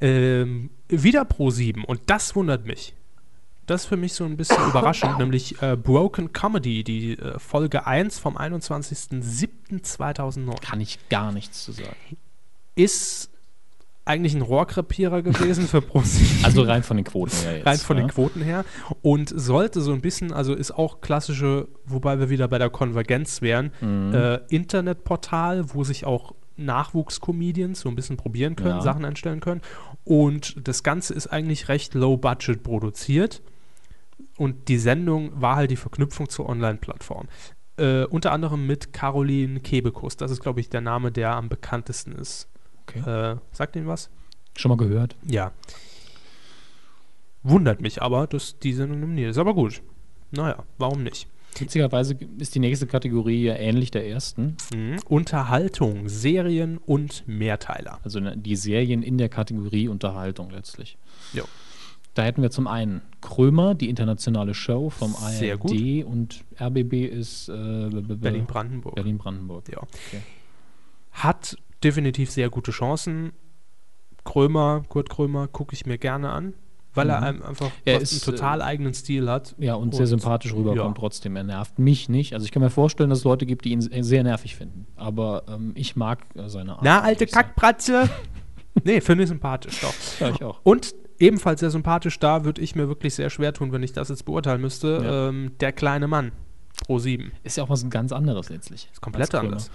[SPEAKER 2] Ähm, wieder Pro7 und das wundert mich. Das ist für mich so ein bisschen überraschend, nämlich äh, Broken Comedy, die äh, Folge 1 vom 21.07.2009.
[SPEAKER 1] Kann ich gar nichts zu sagen.
[SPEAKER 2] Ist eigentlich ein Rohrkrepierer gewesen für Pro7.
[SPEAKER 1] Also rein von den Quoten her jetzt.
[SPEAKER 2] rein von
[SPEAKER 1] ja?
[SPEAKER 2] den Quoten her und sollte so ein bisschen, also ist auch klassische, wobei wir wieder bei der Konvergenz wären,
[SPEAKER 1] Mhm.
[SPEAKER 2] äh, Internetportal, wo sich auch Nachwuchscomedians so ein bisschen probieren können,
[SPEAKER 1] Ja.
[SPEAKER 2] Sachen einstellen können. Und das Ganze ist eigentlich recht low budget produziert. Und die Sendung war halt die Verknüpfung zur Online-Plattform. Äh, unter anderem mit Caroline Kebekus. Das ist, glaube ich, der Name, der am bekanntesten ist. Äh, sagt Ihnen was?
[SPEAKER 1] Schon mal gehört.
[SPEAKER 2] Ja. Wundert mich aber, dass die Sendung nominiert ist. Aber gut. Naja, warum nicht?
[SPEAKER 1] Witzigerweise ist die nächste Kategorie ja ähnlich der ersten.
[SPEAKER 2] Mhm. Unterhaltung, Serien und Mehrteiler.
[SPEAKER 1] Also ne, die Serien in der Kategorie Unterhaltung letztlich.
[SPEAKER 2] Jo.
[SPEAKER 1] Da hätten wir zum einen Krömer, die internationale Show vom ARD
[SPEAKER 2] Sehr gut.
[SPEAKER 1] und RBB ist äh,
[SPEAKER 2] Berlin-Brandenburg.
[SPEAKER 1] Berlin-Brandenburg.
[SPEAKER 2] Ja.
[SPEAKER 1] Okay.
[SPEAKER 2] Hat definitiv sehr gute Chancen. Krömer, Kurt Krömer, gucke ich mir gerne an, weil er einem einfach
[SPEAKER 1] Mhm. Er
[SPEAKER 2] was-
[SPEAKER 1] ist, äh,
[SPEAKER 2] einen total eigenen Stil hat.
[SPEAKER 1] Ja, und, sehr
[SPEAKER 2] Und-
[SPEAKER 1] sympathisch rüberkommt
[SPEAKER 2] ja.
[SPEAKER 1] trotzdem. Er nervt mich nicht. Also ich kann mir vorstellen, dass es Leute gibt, die ihn se- sehr nervig finden. Aber ähm, ich mag äh, seine Art.
[SPEAKER 2] Na, alte
[SPEAKER 1] muss ich sagen.
[SPEAKER 2] Kackbratze! nee, finde ich sympathisch, doch.
[SPEAKER 1] Ja, ich auch.
[SPEAKER 2] Und ebenfalls sehr sympathisch, da würde ich mir wirklich sehr schwer tun, wenn ich das jetzt beurteilen müsste.
[SPEAKER 1] Ja.
[SPEAKER 2] Ähm, der kleine Mann. Pro 7.
[SPEAKER 1] Ist ja auch was ganz anderes letztlich.
[SPEAKER 2] Ist komplett
[SPEAKER 1] als Krömer.
[SPEAKER 2] anders.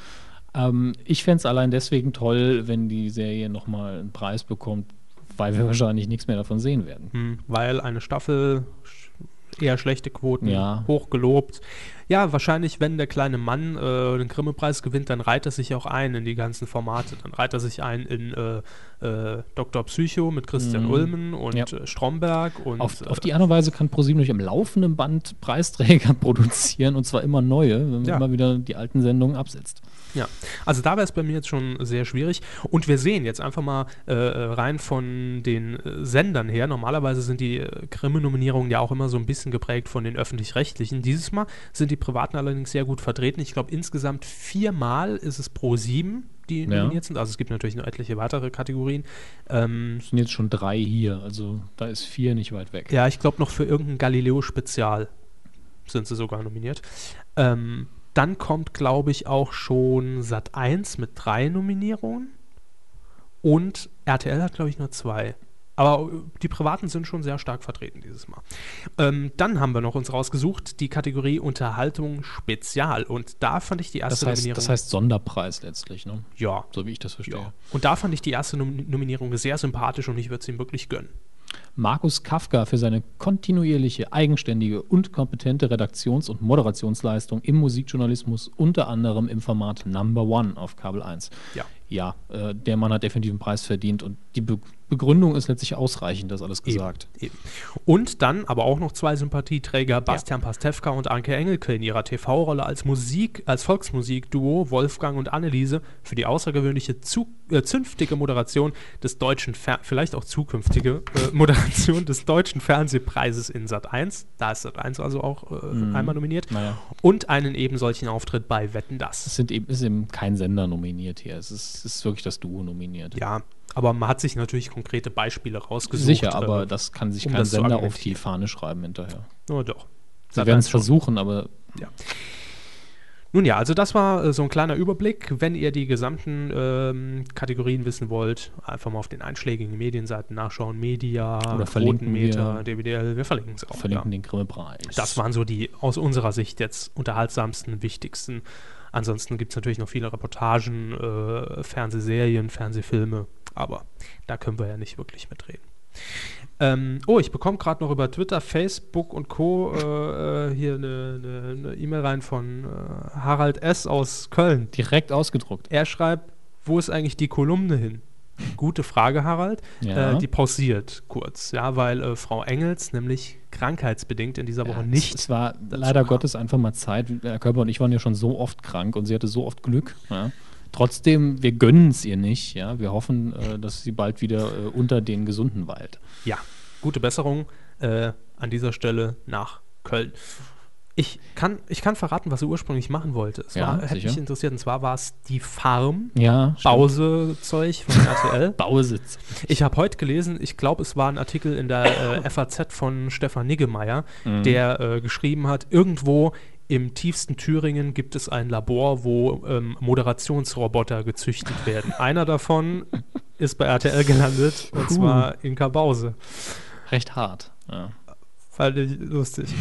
[SPEAKER 1] Ähm, ich fände es allein deswegen toll, wenn die Serie nochmal einen Preis bekommt, weil wir wahrscheinlich nichts mehr davon sehen werden.
[SPEAKER 2] Hm, weil eine Staffel sch eher schlechte Quoten,
[SPEAKER 1] Ja.
[SPEAKER 2] hochgelobt. Ja, wahrscheinlich, wenn der kleine Mann äh, den Grimme-Preis gewinnt, dann reiht er sich auch ein in die ganzen Formate. Dann reiht er sich ein in äh, äh, Dr. Psycho mit Christian Ulmen und
[SPEAKER 1] Mhm. Ja.
[SPEAKER 2] äh, Stromberg und
[SPEAKER 1] Auf,
[SPEAKER 2] äh,
[SPEAKER 1] auf die Art und Weise kann ProSieben durch im laufenden Band Preisträger produzieren und zwar immer neue, wenn man
[SPEAKER 2] Ja.
[SPEAKER 1] immer wieder die alten Sendungen absetzt.
[SPEAKER 2] Ja, also da wäre es bei mir jetzt schon sehr schwierig. Und wir sehen jetzt einfach mal äh, rein von den äh, Sendern her. Normalerweise sind die äh, Grimme-Nominierungen ja auch immer so ein bisschen geprägt von den öffentlich-rechtlichen. Dieses Mal sind die Privaten allerdings sehr gut vertreten. Ich glaube, insgesamt viermal ist es pro sieben, die
[SPEAKER 1] Ja.
[SPEAKER 2] nominiert sind. Also es gibt natürlich noch etliche weitere Kategorien. Ähm,
[SPEAKER 1] Es sind jetzt schon drei hier, also da ist vier nicht weit weg.
[SPEAKER 2] ja, ich glaube noch für irgendein Galileo-Spezial sind sie sogar nominiert. Ähm, dann kommt, glaube ich, auch schon Sat 1 mit drei Nominierungen. Und RTL hat, glaube ich, nur zwei. Aber äh, die Privaten sind schon sehr stark vertreten dieses Mal. Ähm, dann haben wir noch uns rausgesucht die Kategorie Unterhaltung Spezial. Und da fand ich die erste
[SPEAKER 1] Das heißt,
[SPEAKER 2] Nominierung.
[SPEAKER 1] das heißt Sonderpreis letztlich, ne?
[SPEAKER 2] ja,
[SPEAKER 1] so wie ich das verstehe.
[SPEAKER 2] ja. Und da fand ich die erste Nom Nominierung sehr sympathisch und ich würde es ihm wirklich gönnen.
[SPEAKER 1] Markus Kafka für seine kontinuierliche, eigenständige und kompetente Redaktions- und Moderationsleistung im Musikjournalismus, unter anderem im Format Number One auf Kabel 1.
[SPEAKER 2] Ja.
[SPEAKER 1] Ja, äh, der Mann hat definitiv einen Preis verdient und die Be Begründung ist letztlich ausreichend, das alles gesagt.
[SPEAKER 2] Eben. Und dann aber auch noch zwei Sympathieträger, Bastian Pastewka und Anke Engelke in ihrer TV-Rolle als Musik, als Volksmusikduo Wolfgang und Anneliese für die außergewöhnliche zu, äh, zünftige Moderation des deutschen, Fer vielleicht auch zukünftige äh, Moderation des deutschen Fernsehpreises in Sat 1. Da ist Sat 1 also auch äh,
[SPEAKER 1] Mhm.
[SPEAKER 2] einmal nominiert.
[SPEAKER 1] Naja.
[SPEAKER 2] Und einen eben solchen Auftritt bei Wetten das.
[SPEAKER 1] Es sind eben, ist eben kein Sender nominiert hier. Es ist, es ist wirklich das Duo nominiert.
[SPEAKER 2] Ja, aber man hat sich natürlich konkrete Beispiele rausgesucht.
[SPEAKER 1] Sicher, aber
[SPEAKER 2] äh,
[SPEAKER 1] das kann sich
[SPEAKER 2] um
[SPEAKER 1] kein
[SPEAKER 2] das zu
[SPEAKER 1] Sender auf die
[SPEAKER 2] argumentieren.
[SPEAKER 1] Fahne schreiben hinterher.
[SPEAKER 2] na doch.
[SPEAKER 1] Sie
[SPEAKER 2] Sat.1
[SPEAKER 1] werden es versuchen, aber
[SPEAKER 2] Nun ja, also das war äh, so ein kleiner Überblick. Wenn ihr die gesamten ähm, Kategorien wissen wollt, einfach mal auf den einschlägigen Medienseiten nachschauen. Media,
[SPEAKER 1] Oder verlinken
[SPEAKER 2] Quotenmeter,
[SPEAKER 1] wir-
[SPEAKER 2] DWDL, wir verlinken es auch.
[SPEAKER 1] verlinken
[SPEAKER 2] ja.
[SPEAKER 1] den Grimme-Preis.
[SPEAKER 2] Das waren so die aus unserer Sicht jetzt unterhaltsamsten, wichtigsten. Ansonsten gibt es natürlich noch viele Reportagen, äh, Fernsehserien, Fernsehfilme, aber da können wir ja nicht wirklich mitreden. Ähm, oh, ich bekomme gerade noch über Twitter, Facebook und Co. Äh, äh, hier eine ne, ne, E-Mail rein von äh, Harald S. aus Köln.
[SPEAKER 1] direkt ausgedruckt.
[SPEAKER 2] Er schreibt, wo ist eigentlich die Kolumne hin? Gute Frage, Harald.
[SPEAKER 1] Ja.
[SPEAKER 2] Äh, die pausiert kurz, ja, weil äh, Frau Engels nämlich krankheitsbedingt in dieser Woche nicht.
[SPEAKER 1] Es war leider Gottes einfach mal Zeit. Herr Körper und ich waren ja schon so oft krank und sie hatte so oft Glück. Ja. Trotzdem, wir gönnen es ihr nicht. Ja. Wir hoffen, äh, dass sie bald wieder äh, unter den Gesunden weilt.
[SPEAKER 2] Ja, gute Besserung äh, an dieser Stelle nach Köln. Ich kann, ich kann verraten, was er ursprünglich machen wollte. Es
[SPEAKER 1] Ja,
[SPEAKER 2] war, hätte
[SPEAKER 1] sicher.
[SPEAKER 2] mich interessiert, und zwar war es die Farm,
[SPEAKER 1] Ja,
[SPEAKER 2] Bause-Zeug von RTL.
[SPEAKER 1] Bausitz.
[SPEAKER 2] Ich habe heute gelesen, ich glaube, es war ein Artikel in der äh, FAZ von Stefan Niggemeier,
[SPEAKER 1] Mhm.
[SPEAKER 2] der äh, geschrieben hat, irgendwo im tiefsten Thüringen gibt es ein Labor, wo ähm, Moderationsroboter gezüchtet werden. Einer davon ist bei RTL gelandet, und zwar in Kabause.
[SPEAKER 1] Recht hart. Ja.
[SPEAKER 2] Fand ich lustig.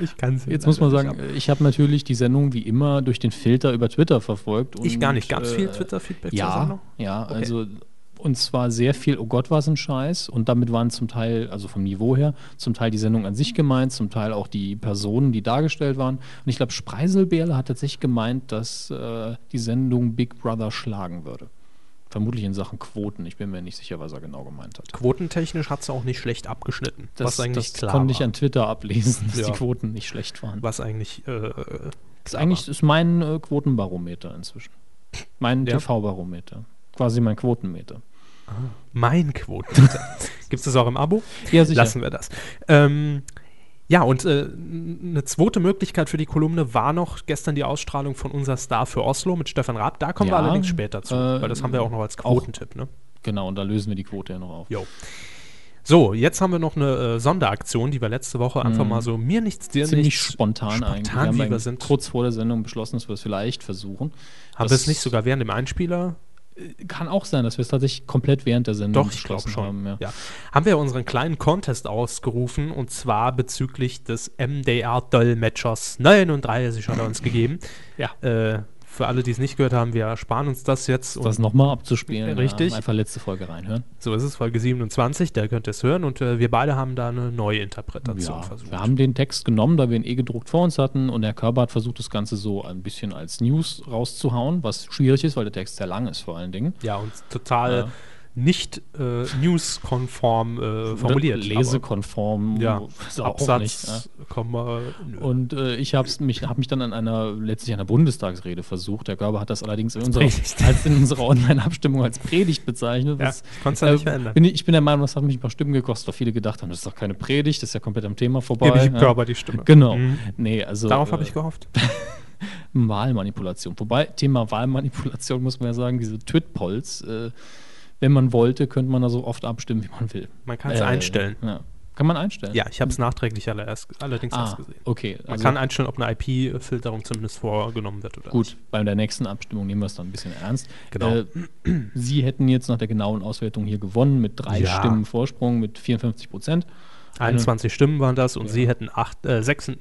[SPEAKER 2] ich kann es
[SPEAKER 1] Jetzt muss man sagen, äh, ich habe natürlich die Sendung wie immer durch den Filter über Twitter verfolgt. Und,
[SPEAKER 2] ich gar nicht. Gab es viel
[SPEAKER 1] äh,
[SPEAKER 2] Twitter-Feedback zur
[SPEAKER 1] Ja,
[SPEAKER 2] Sendung?
[SPEAKER 1] ja,
[SPEAKER 2] Okay.
[SPEAKER 1] also und zwar sehr viel, oh Gott, was ein Scheiß. Und damit waren zum Teil, also vom Niveau her, zum Teil die Sendung an sich gemeint, zum Teil auch die Personen, die dargestellt waren. Und ich glaube, Spreiselbeerle hat tatsächlich gemeint, dass äh, die Sendung Big Brother schlagen würde. Vermutlich in Sachen Quoten. Ich bin mir nicht sicher, was er genau gemeint hat.
[SPEAKER 2] Quotentechnisch hat es auch nicht schlecht abgeschnitten. was eigentlich
[SPEAKER 1] das
[SPEAKER 2] klar
[SPEAKER 1] konnte ich
[SPEAKER 2] war.
[SPEAKER 1] an Twitter ablesen, dass
[SPEAKER 2] Ja.
[SPEAKER 1] die Quoten nicht schlecht waren.
[SPEAKER 2] was eigentlich äh,
[SPEAKER 1] Das ist eigentlich ist mein äh, Quotenbarometer inzwischen. Mein
[SPEAKER 2] Ja.
[SPEAKER 1] TV-Barometer. Quasi mein Quotenmeter.
[SPEAKER 2] mein Quoten. Gibt es das auch im Abo?
[SPEAKER 1] Ja, sicher.
[SPEAKER 2] Lassen wir das. Ähm, ja, und äh, n- eine zweite Möglichkeit für die Kolumne war noch gestern die Ausstrahlung von unser Star für Oslo mit Stefan Raab. Da kommen
[SPEAKER 1] Ja,
[SPEAKER 2] wir allerdings später zu,
[SPEAKER 1] äh,
[SPEAKER 2] weil das haben wir auch noch als Quotentipp. Ne?
[SPEAKER 1] Genau, und da lösen wir die Quote ja noch auf.
[SPEAKER 2] Jo. So, jetzt haben wir noch eine äh, Sonderaktion, die wir letzte Woche einfach mal so mir nichts, dir
[SPEAKER 1] Mhm. Ziemlich
[SPEAKER 2] nichts,
[SPEAKER 1] spontan, eigentlich.
[SPEAKER 2] spontan
[SPEAKER 1] haben
[SPEAKER 2] wie wir
[SPEAKER 1] eigentlich
[SPEAKER 2] sind.
[SPEAKER 1] kurz vor der Sendung beschlossen, dass wir es vielleicht versuchen.
[SPEAKER 2] Haben wir
[SPEAKER 1] Das
[SPEAKER 2] es nicht sogar während dem Einspieler?
[SPEAKER 1] Kann auch sein, dass wir es tatsächlich komplett während der Sendung
[SPEAKER 2] Doch, ich glaube
[SPEAKER 1] beschlossen
[SPEAKER 2] schon.
[SPEAKER 1] haben.
[SPEAKER 2] ja.
[SPEAKER 1] Ja.
[SPEAKER 2] Haben wir unseren kleinen Contest ausgerufen und zwar bezüglich des MDR-Dolmetschers 39 hat er uns gegeben.
[SPEAKER 1] Ja.
[SPEAKER 2] Äh, für alle, die es nicht gehört haben, wir ersparen uns das jetzt. Und
[SPEAKER 1] Das nochmal abzuspielen.
[SPEAKER 2] Richtig.
[SPEAKER 1] Ja, einfach letzte Folge reinhören.
[SPEAKER 2] so ist es, Folge 27, da könnt ihr es hören. Und äh, wir beide haben da eine neue Interpretation
[SPEAKER 1] Ja,
[SPEAKER 2] versucht.
[SPEAKER 1] wir haben den Text genommen, da wir ihn eh gedruckt vor uns hatten und Herr Körber hat versucht, das Ganze so ein bisschen als News rauszuhauen, was schwierig ist, weil der Text sehr lang ist vor allen Dingen.
[SPEAKER 2] ja, und total
[SPEAKER 1] Ja.
[SPEAKER 2] nicht äh, newskonform äh, formuliert. aber-
[SPEAKER 1] Lesekonform.
[SPEAKER 2] ja,
[SPEAKER 1] weiß Oh, auch
[SPEAKER 2] Absatz,
[SPEAKER 1] nicht, ja.
[SPEAKER 2] Komma, nö.
[SPEAKER 1] Und äh, ich habe mich, hab mich dann an einer, letztlich einer Bundestagsrede versucht. Der Körper hat das allerdings in unserer,
[SPEAKER 2] Predigt.
[SPEAKER 1] als in unserer Online-Abstimmung als Predigt bezeichnet.
[SPEAKER 2] Ja,
[SPEAKER 1] was,
[SPEAKER 2] ich konnte es ja nicht verändern.
[SPEAKER 1] Bin ich, ich bin der Meinung, das hat mich ein paar Stimmen gekostet, weil viele gedacht haben, das ist doch keine Predigt, das ist ja komplett am Thema vorbei.
[SPEAKER 2] Gebe ich dem
[SPEAKER 1] ja.
[SPEAKER 2] Körper die Stimme.
[SPEAKER 1] Genau.
[SPEAKER 2] Mhm.
[SPEAKER 1] Nee, also
[SPEAKER 2] Darauf habe
[SPEAKER 1] äh,
[SPEAKER 2] ich gehofft.
[SPEAKER 1] Wahlmanipulation. Wobei, Thema Wahlmanipulation muss man ja sagen, diese Twit-Polls, äh, wenn man wollte, könnte man da so oft abstimmen, wie man will. Äh,
[SPEAKER 2] Man kann es einstellen.
[SPEAKER 1] Ja. Kann man einstellen?
[SPEAKER 2] Ja, ich habe es nachträglich alle erst, allerdings
[SPEAKER 1] Ah,
[SPEAKER 2] erst gesehen.
[SPEAKER 1] okay.
[SPEAKER 2] Man
[SPEAKER 1] also-
[SPEAKER 2] kann einstellen, ob eine IP-Filterung zumindest vorgenommen wird oder
[SPEAKER 1] Gut, bei der nächsten Abstimmung nehmen wir es dann ein bisschen ernst.
[SPEAKER 2] Genau.
[SPEAKER 1] Äh, Sie hätten jetzt nach der genauen Auswertung hier gewonnen mit drei
[SPEAKER 2] Ja.
[SPEAKER 1] Stimmen Vorsprung mit 54 Prozent.
[SPEAKER 2] nicht. 21 Stimmen waren das und sie hätten acht, äh, sechs-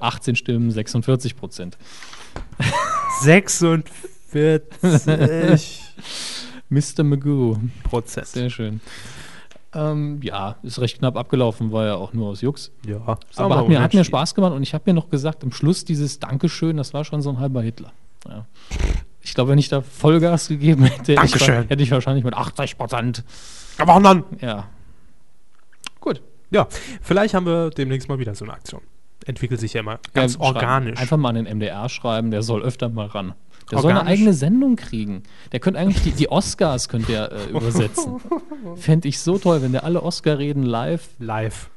[SPEAKER 1] 18 Stimmen 46 Prozent.
[SPEAKER 2] 46
[SPEAKER 1] Mr. Magoo,
[SPEAKER 2] Prozent.
[SPEAKER 1] sehr schön. Ähm, ja, ist recht knapp abgelaufen, war ja auch nur aus Jux.
[SPEAKER 2] Ja,
[SPEAKER 1] Aber hat mir, hat mir Spaß gemacht und ich habe mir noch gesagt, am Schluss dieses Dankeschön, das war schon so ein halber Hitler. Ja. Ich glaube, wenn ich da Vollgas gegeben hätte, hätte ich,
[SPEAKER 2] Dankeschön.
[SPEAKER 1] hätte ich wahrscheinlich mit 80 Prozent.
[SPEAKER 2] gewonnen.
[SPEAKER 1] Ja. Gut.
[SPEAKER 2] Ja, vielleicht haben wir demnächst mal wieder so eine Aktion. Entwickelt sich ja immer ganz
[SPEAKER 1] Ja,
[SPEAKER 2] organisch.
[SPEAKER 1] Schreiben. Einfach mal an den MDR schreiben, der soll öfter mal ran. Der soll eine
[SPEAKER 2] Organisch?
[SPEAKER 1] eigene Sendung kriegen. Der könnte eigentlich die, die Oscars könnte er äh, übersetzen. Fände ich so toll, wenn der alle Oscar-Reden live.
[SPEAKER 2] live.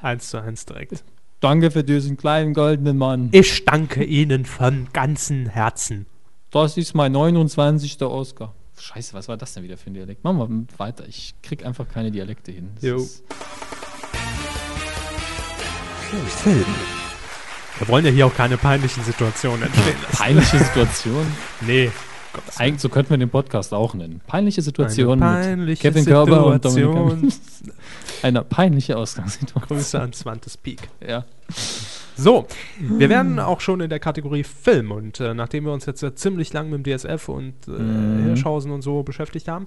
[SPEAKER 2] Eins zu eins direkt.
[SPEAKER 1] Danke für diesen kleinen goldenen Mann.
[SPEAKER 2] Ich danke Ihnen von ganzem Herzen.
[SPEAKER 1] Das ist mein 29. Oscar. Scheiße, was war das denn wieder für ein Dialekt? Machen wir weiter. Ich krieg einfach keine Dialekte hin. Das
[SPEAKER 2] Jo.
[SPEAKER 1] ist-
[SPEAKER 4] Film.
[SPEAKER 2] Wir wollen ja hier auch keine peinlichen Situationen entstehen lassen.
[SPEAKER 1] Peinliche Situation.
[SPEAKER 2] Nee.
[SPEAKER 1] Eigentlich, so könnten wir den Podcast auch nennen. Peinliche Situation mit
[SPEAKER 2] peinliche
[SPEAKER 1] Kevin Körber und
[SPEAKER 2] Situation.
[SPEAKER 1] Dominik. Einer peinliche Ausgangssituation.
[SPEAKER 2] Grüße an Svantes Peak.
[SPEAKER 1] Ja.
[SPEAKER 2] So, wir wären auch schon in der Kategorie Film und äh, nachdem wir uns jetzt äh, ziemlich lang mit dem DSF und äh, Hirschhausen und so beschäftigt haben,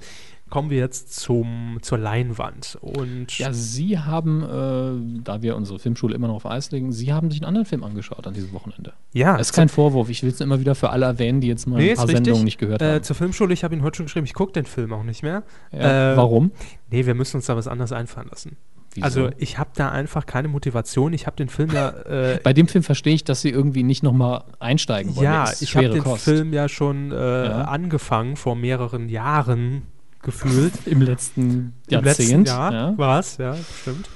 [SPEAKER 2] kommen wir jetzt zum, zur Leinwand. Und
[SPEAKER 1] Ja, Sie haben, äh, da wir unsere Filmschule immer noch auf Eis legen, Sie haben sich einen anderen Film angeschaut an diesem Wochenende.
[SPEAKER 2] ja, äh,
[SPEAKER 1] Das ist kein Vorwurf. Ich will es immer wieder für alle erwähnen, die jetzt mal
[SPEAKER 2] Nee,
[SPEAKER 1] ein
[SPEAKER 2] ist
[SPEAKER 1] paar
[SPEAKER 2] richtig.
[SPEAKER 1] Sendungen nicht gehört
[SPEAKER 2] äh,
[SPEAKER 1] haben.
[SPEAKER 2] zur Filmschule, ich habe ihn heute schon geschrieben, ich gucke den Film auch nicht mehr.
[SPEAKER 1] Ja,
[SPEAKER 2] äh,
[SPEAKER 1] Warum?
[SPEAKER 2] Nee, wir müssen uns da was anderes einfallen lassen.
[SPEAKER 1] Wieso?
[SPEAKER 2] Also ich habe da einfach keine Motivation. Ich habe den Film ja, äh,
[SPEAKER 1] bei dem Film verstehe ich, dass Sie irgendwie nicht nochmal einsteigen wollen.
[SPEAKER 2] ja,
[SPEAKER 1] Das ist
[SPEAKER 2] ich habe
[SPEAKER 1] schwere
[SPEAKER 2] den
[SPEAKER 1] Kost.
[SPEAKER 2] Film ja schon äh,
[SPEAKER 1] Ja.
[SPEAKER 2] angefangen vor mehreren Jahren gefühlt.
[SPEAKER 1] im letzten
[SPEAKER 2] Im
[SPEAKER 1] Jahrzehnt.
[SPEAKER 2] letzten Jahr
[SPEAKER 1] ja.
[SPEAKER 2] war es, ja, stimmt.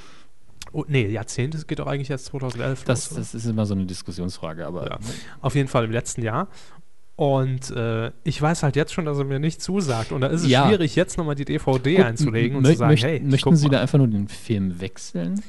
[SPEAKER 2] Oh, nee, Jahrzehnt, das geht doch eigentlich erst 2011
[SPEAKER 1] Das,
[SPEAKER 2] los, oder?
[SPEAKER 1] das ist äh, immer so eine Diskussionsfrage, aber
[SPEAKER 2] Ja. Auf jeden Fall im letzten Jahr. Und äh, ich weiß halt jetzt schon, dass er mir nicht zusagt. Und da ist es
[SPEAKER 1] Ja.
[SPEAKER 2] schwierig, jetzt nochmal die DVD
[SPEAKER 1] Gut,
[SPEAKER 2] einzulegen und
[SPEAKER 1] mö-
[SPEAKER 2] zu sagen,
[SPEAKER 1] möcht-
[SPEAKER 2] hey, ich
[SPEAKER 1] möchten
[SPEAKER 2] guck
[SPEAKER 1] Sie
[SPEAKER 2] mal.
[SPEAKER 1] da einfach nur den Film wechseln?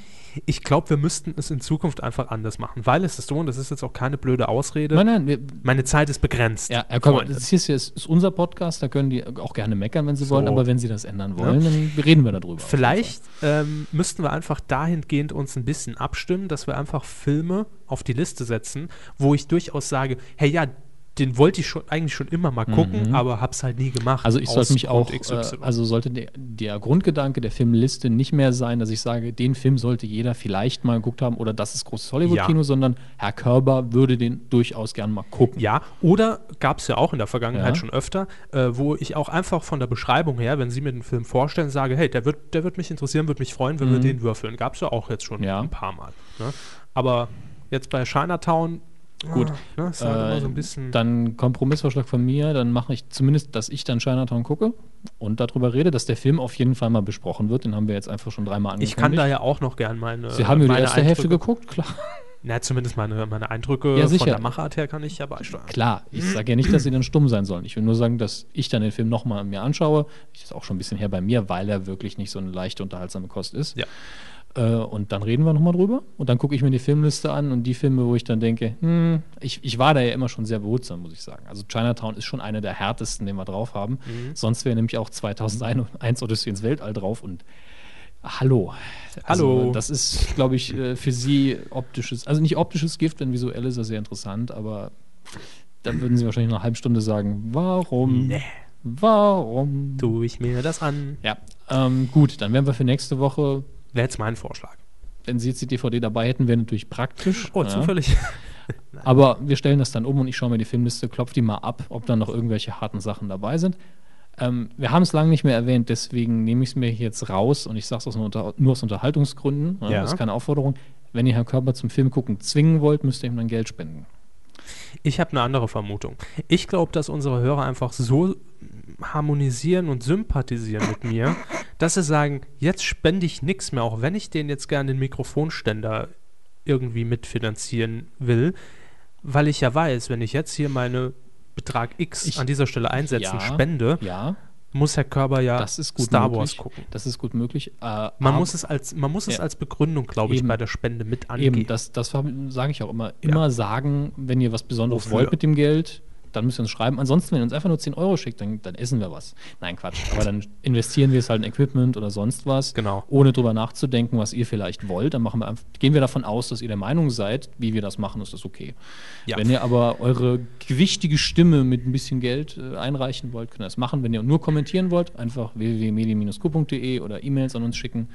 [SPEAKER 2] Ich glaube, wir müssten es in Zukunft einfach anders machen, weil es ist so, und das ist jetzt auch keine blöde Ausrede,
[SPEAKER 1] Nein, nein, wir,
[SPEAKER 2] meine Zeit ist begrenzt.
[SPEAKER 1] ja, Herr Körber,
[SPEAKER 2] Freunde.
[SPEAKER 1] das hier ist, hier ist unser Podcast, da können die auch gerne meckern, wenn sie wollen, aber wenn sie das ändern
[SPEAKER 2] Ja.
[SPEAKER 1] wollen, dann reden wir darüber.
[SPEAKER 2] Vielleicht ähm, müssten wir einfach dahingehend uns ein bisschen abstimmen, dass wir einfach Filme auf die Liste setzen, wo ich durchaus sage, hey ja, den wollte ich schon, eigentlich schon immer mal gucken, aber hab's halt nie gemacht.
[SPEAKER 1] Mhm. Also ich
[SPEAKER 2] Aus
[SPEAKER 1] sollte mich
[SPEAKER 2] Grund
[SPEAKER 1] auch,
[SPEAKER 2] XY.
[SPEAKER 1] äh, also sollte der, der Grundgedanke der Filmliste nicht mehr sein, dass ich sage, den Film sollte jeder vielleicht mal geguckt haben oder das ist großes Hollywood-Kino,
[SPEAKER 2] Ja.
[SPEAKER 1] sondern Herr Körber würde den durchaus gern mal gucken.
[SPEAKER 2] ja, oder gab es ja auch in der
[SPEAKER 1] Ja.
[SPEAKER 2] Vergangenheit schon öfter, äh, wo ich auch einfach von der Beschreibung her, wenn Sie mir den Film vorstellen, sage, hey, der wird, der wird mich interessieren, würde mich freuen, wenn wir den würfeln. Gab es ja auch jetzt schon
[SPEAKER 1] Mhm. Ja.
[SPEAKER 2] ein paar Mal. Ne? Aber jetzt bei Chinatown,
[SPEAKER 1] Gut.
[SPEAKER 2] ne, ist halt immer so ein
[SPEAKER 1] Ah, Äh,
[SPEAKER 2] bisschen.
[SPEAKER 1] Dann Kompromissvorschlag von mir, dann mache ich zumindest, dass ich dann Chinatown gucke und darüber rede, dass der Film auf jeden Fall mal besprochen wird. Den haben wir jetzt einfach schon dreimal angekündigt.
[SPEAKER 2] Ich kann da ja auch noch gern meine.
[SPEAKER 1] Sie haben ja die
[SPEAKER 2] meine
[SPEAKER 1] erste Hälfte
[SPEAKER 2] Eindrücke-
[SPEAKER 1] geguckt, klar.
[SPEAKER 2] Na, zumindest meine, meine Eindrücke
[SPEAKER 1] Ja,
[SPEAKER 2] von
[SPEAKER 1] sicher.
[SPEAKER 2] der Machart her kann ich ja beisteuern.
[SPEAKER 1] Klar, ich sage ja nicht, dass sie dann stumm sein sollen. Ich will nur sagen, dass ich dann den Film nochmal mir anschaue. Ich ist auch schon ein bisschen her bei mir, weil er wirklich nicht so eine leichte, unterhaltsame Kost ist.
[SPEAKER 2] Ja.
[SPEAKER 1] Äh, und dann reden wir nochmal drüber. Und dann gucke ich mir die Filmliste an und die Filme, wo ich dann denke, hm, ich, ich war da ja immer schon sehr behutsam, muss ich sagen. Also Chinatown ist schon einer der härtesten, den wir drauf haben.
[SPEAKER 2] Mhm.
[SPEAKER 1] Sonst wäre nämlich auch 2001 Odyssey ins Weltall drauf und Hallo.
[SPEAKER 2] Hallo.
[SPEAKER 1] Also, das ist, glaube ich, äh, für Sie optisches, also nicht optisches Gift, denn visuell ist das sehr interessant, aber dann würden Sie wahrscheinlich nach einer halben Stunde sagen, warum?
[SPEAKER 2] Nee.
[SPEAKER 1] Warum?
[SPEAKER 2] Tue ich mir das an.
[SPEAKER 1] Ja, ähm, gut, dann wären wir für nächste Woche,
[SPEAKER 2] Wäre jetzt mein Vorschlag.
[SPEAKER 1] wenn Sie jetzt die DVD dabei hätten, wäre natürlich praktisch.
[SPEAKER 2] Oh,
[SPEAKER 1] ja.
[SPEAKER 2] zufällig.
[SPEAKER 1] Aber wir stellen das dann um und ich schaue mir die Filmliste, klopfe die mal ab, ob da noch irgendwelche harten Sachen dabei sind. Ähm, wir haben es lange nicht mehr erwähnt, deswegen nehme ich es mir jetzt raus und ich sage es aus, nur unter, nur aus Unterhaltungsgründen. Ja,
[SPEAKER 2] Ja.
[SPEAKER 1] Das ist keine Aufforderung. Wenn ihr Herrn Körper zum Film gucken zwingen wollt, müsst ihr ihm dann Geld spenden.
[SPEAKER 2] Ich habe eine andere Vermutung. Ich glaube, dass unsere Hörer einfach so harmonisieren und sympathisieren mit mir, dass sie sagen, jetzt spende ich nichts mehr, auch wenn ich den jetzt gerne den Mikrofonständer irgendwie mitfinanzieren will, weil ich ja weiß, wenn ich jetzt hier meine Betrag X
[SPEAKER 1] Ich-
[SPEAKER 2] an dieser Stelle einsetzen
[SPEAKER 1] Ja.
[SPEAKER 2] spende,
[SPEAKER 1] Ja,
[SPEAKER 2] muss Herr Körber ja
[SPEAKER 1] das ist gut
[SPEAKER 2] Star
[SPEAKER 1] möglich.
[SPEAKER 2] Wars gucken.
[SPEAKER 1] Das ist gut möglich. Äh,
[SPEAKER 2] Man
[SPEAKER 1] aber-
[SPEAKER 2] muss es als, man muss es
[SPEAKER 1] Ja.
[SPEAKER 2] als Begründung, glaube ich,
[SPEAKER 1] Eben.
[SPEAKER 2] bei der Spende mit angeben.
[SPEAKER 1] Eben, das, das sage ich auch immer. Immer sagen, wenn ihr was Besonderes
[SPEAKER 2] Wofür?
[SPEAKER 1] wollt mit dem Geld, dann müsst ihr uns schreiben. Ansonsten, wenn ihr uns einfach nur 10 Euro schickt, dann, dann essen wir was. Nein, Quatsch. Aber dann investieren wir es halt in Equipment oder sonst was.
[SPEAKER 2] Genau.
[SPEAKER 1] Ohne drüber nachzudenken, was ihr vielleicht wollt. Dann machen wir einfach, gehen wir davon aus, dass ihr der Meinung seid, wie wir das machen, ist das okay.
[SPEAKER 2] Ja.
[SPEAKER 1] Wenn ihr aber eure gewichtige Stimme mit ein bisschen Geld äh, einreichen wollt, könnt ihr das machen. Wenn ihr nur kommentieren wollt, einfach www.medien-q.de oder E-Mails an uns schicken.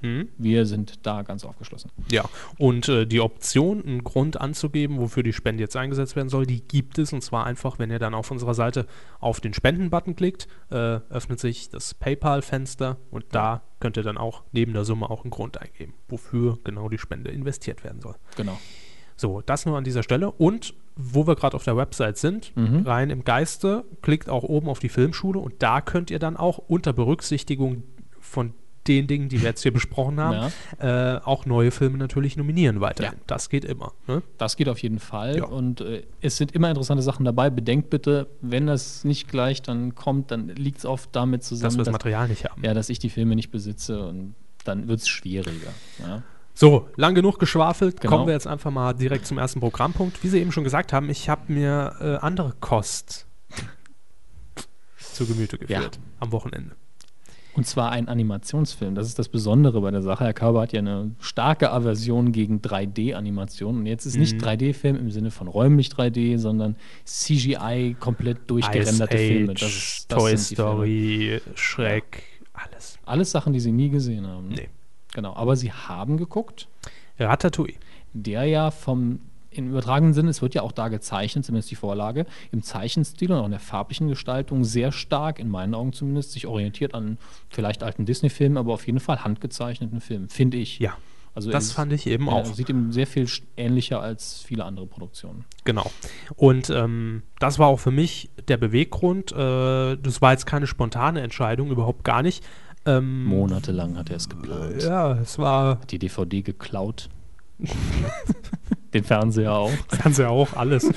[SPEAKER 2] Hm?
[SPEAKER 1] Wir sind da ganz aufgeschlossen.
[SPEAKER 2] Ja, und äh, die Option, einen Grund anzugeben, wofür die Spende jetzt eingesetzt werden soll, die gibt es. Und zwar einfach, wenn ihr dann auf unserer Seite auf den Spenden-Button klickt, äh, öffnet sich das PayPal-Fenster und da könnt ihr dann auch neben der Summe auch einen Grund eingeben, wofür genau die Spende investiert werden soll.
[SPEAKER 1] Genau.
[SPEAKER 2] So, das nur an dieser Stelle. Und wo wir gerade auf der Website sind,
[SPEAKER 1] Mhm.
[SPEAKER 2] rein im Geiste, klickt auch oben auf die Filmschule und da könnt ihr dann auch unter Berücksichtigung von den Dingen, die wir jetzt hier besprochen haben, äh, auch neue Filme natürlich nominieren weiterhin.
[SPEAKER 1] Ja.
[SPEAKER 2] Das geht immer. Ne?
[SPEAKER 1] Das geht auf jeden Fall.
[SPEAKER 2] Ja.
[SPEAKER 1] Und äh, es sind immer interessante Sachen dabei. Bedenkt bitte, wenn das nicht gleich dann kommt, dann liegt es oft damit
[SPEAKER 2] Dass
[SPEAKER 1] zusammen,
[SPEAKER 2] wir das Material nicht haben.
[SPEAKER 1] ja, dass ich die Filme nicht besitze und dann wird es schwieriger. Ja.
[SPEAKER 2] So, lang genug geschwafelt,
[SPEAKER 1] Genau.
[SPEAKER 2] kommen wir jetzt einfach mal direkt zum ersten Programmpunkt. Wie Sie eben schon gesagt haben, ich habe mir äh, andere Kost zu Gemüte geführt am Wochenende.
[SPEAKER 1] Und zwar ein Animationsfilm. Das ist das Besondere bei der Sache. Herr Körber hat ja eine starke Aversion gegen 3D-Animationen. Und jetzt ist
[SPEAKER 2] Mhm.
[SPEAKER 1] nicht 3D-Film im Sinne von räumlich 3D, sondern CGI komplett durchgerenderte Filme. Das ist, das
[SPEAKER 2] Toy
[SPEAKER 1] sind die Filme.
[SPEAKER 2] Story, Shrek, alles.
[SPEAKER 1] Alles Sachen, die sie nie gesehen haben. ne?
[SPEAKER 2] Nee.
[SPEAKER 1] Genau. Aber sie haben geguckt.
[SPEAKER 2] Ratatouille.
[SPEAKER 1] der ja vom im übertragenen Sinne, es wird ja auch da gezeichnet, zumindest die Vorlage, im Zeichenstil und auch in der farblichen Gestaltung sehr stark, in meinen Augen zumindest, sich orientiert an vielleicht alten Disney-Filmen, aber auf jeden Fall handgezeichneten Filmen, finde ich.
[SPEAKER 2] Ja.
[SPEAKER 1] Also
[SPEAKER 2] das
[SPEAKER 1] es-
[SPEAKER 2] fand ich eben
[SPEAKER 1] ja,
[SPEAKER 2] auch.
[SPEAKER 1] Sieht ihm sehr viel sch- ähnlicher als viele andere Produktionen.
[SPEAKER 2] Genau. Und ähm, das war auch für mich der Beweggrund. Äh, das war jetzt keine spontane Entscheidung, überhaupt gar nicht. Ähm,
[SPEAKER 1] Monatelang hat er es geplant.
[SPEAKER 2] Ja, es war
[SPEAKER 1] Die DVD geklaut. Den Fernseher auch.
[SPEAKER 2] Fernseher auch, alles.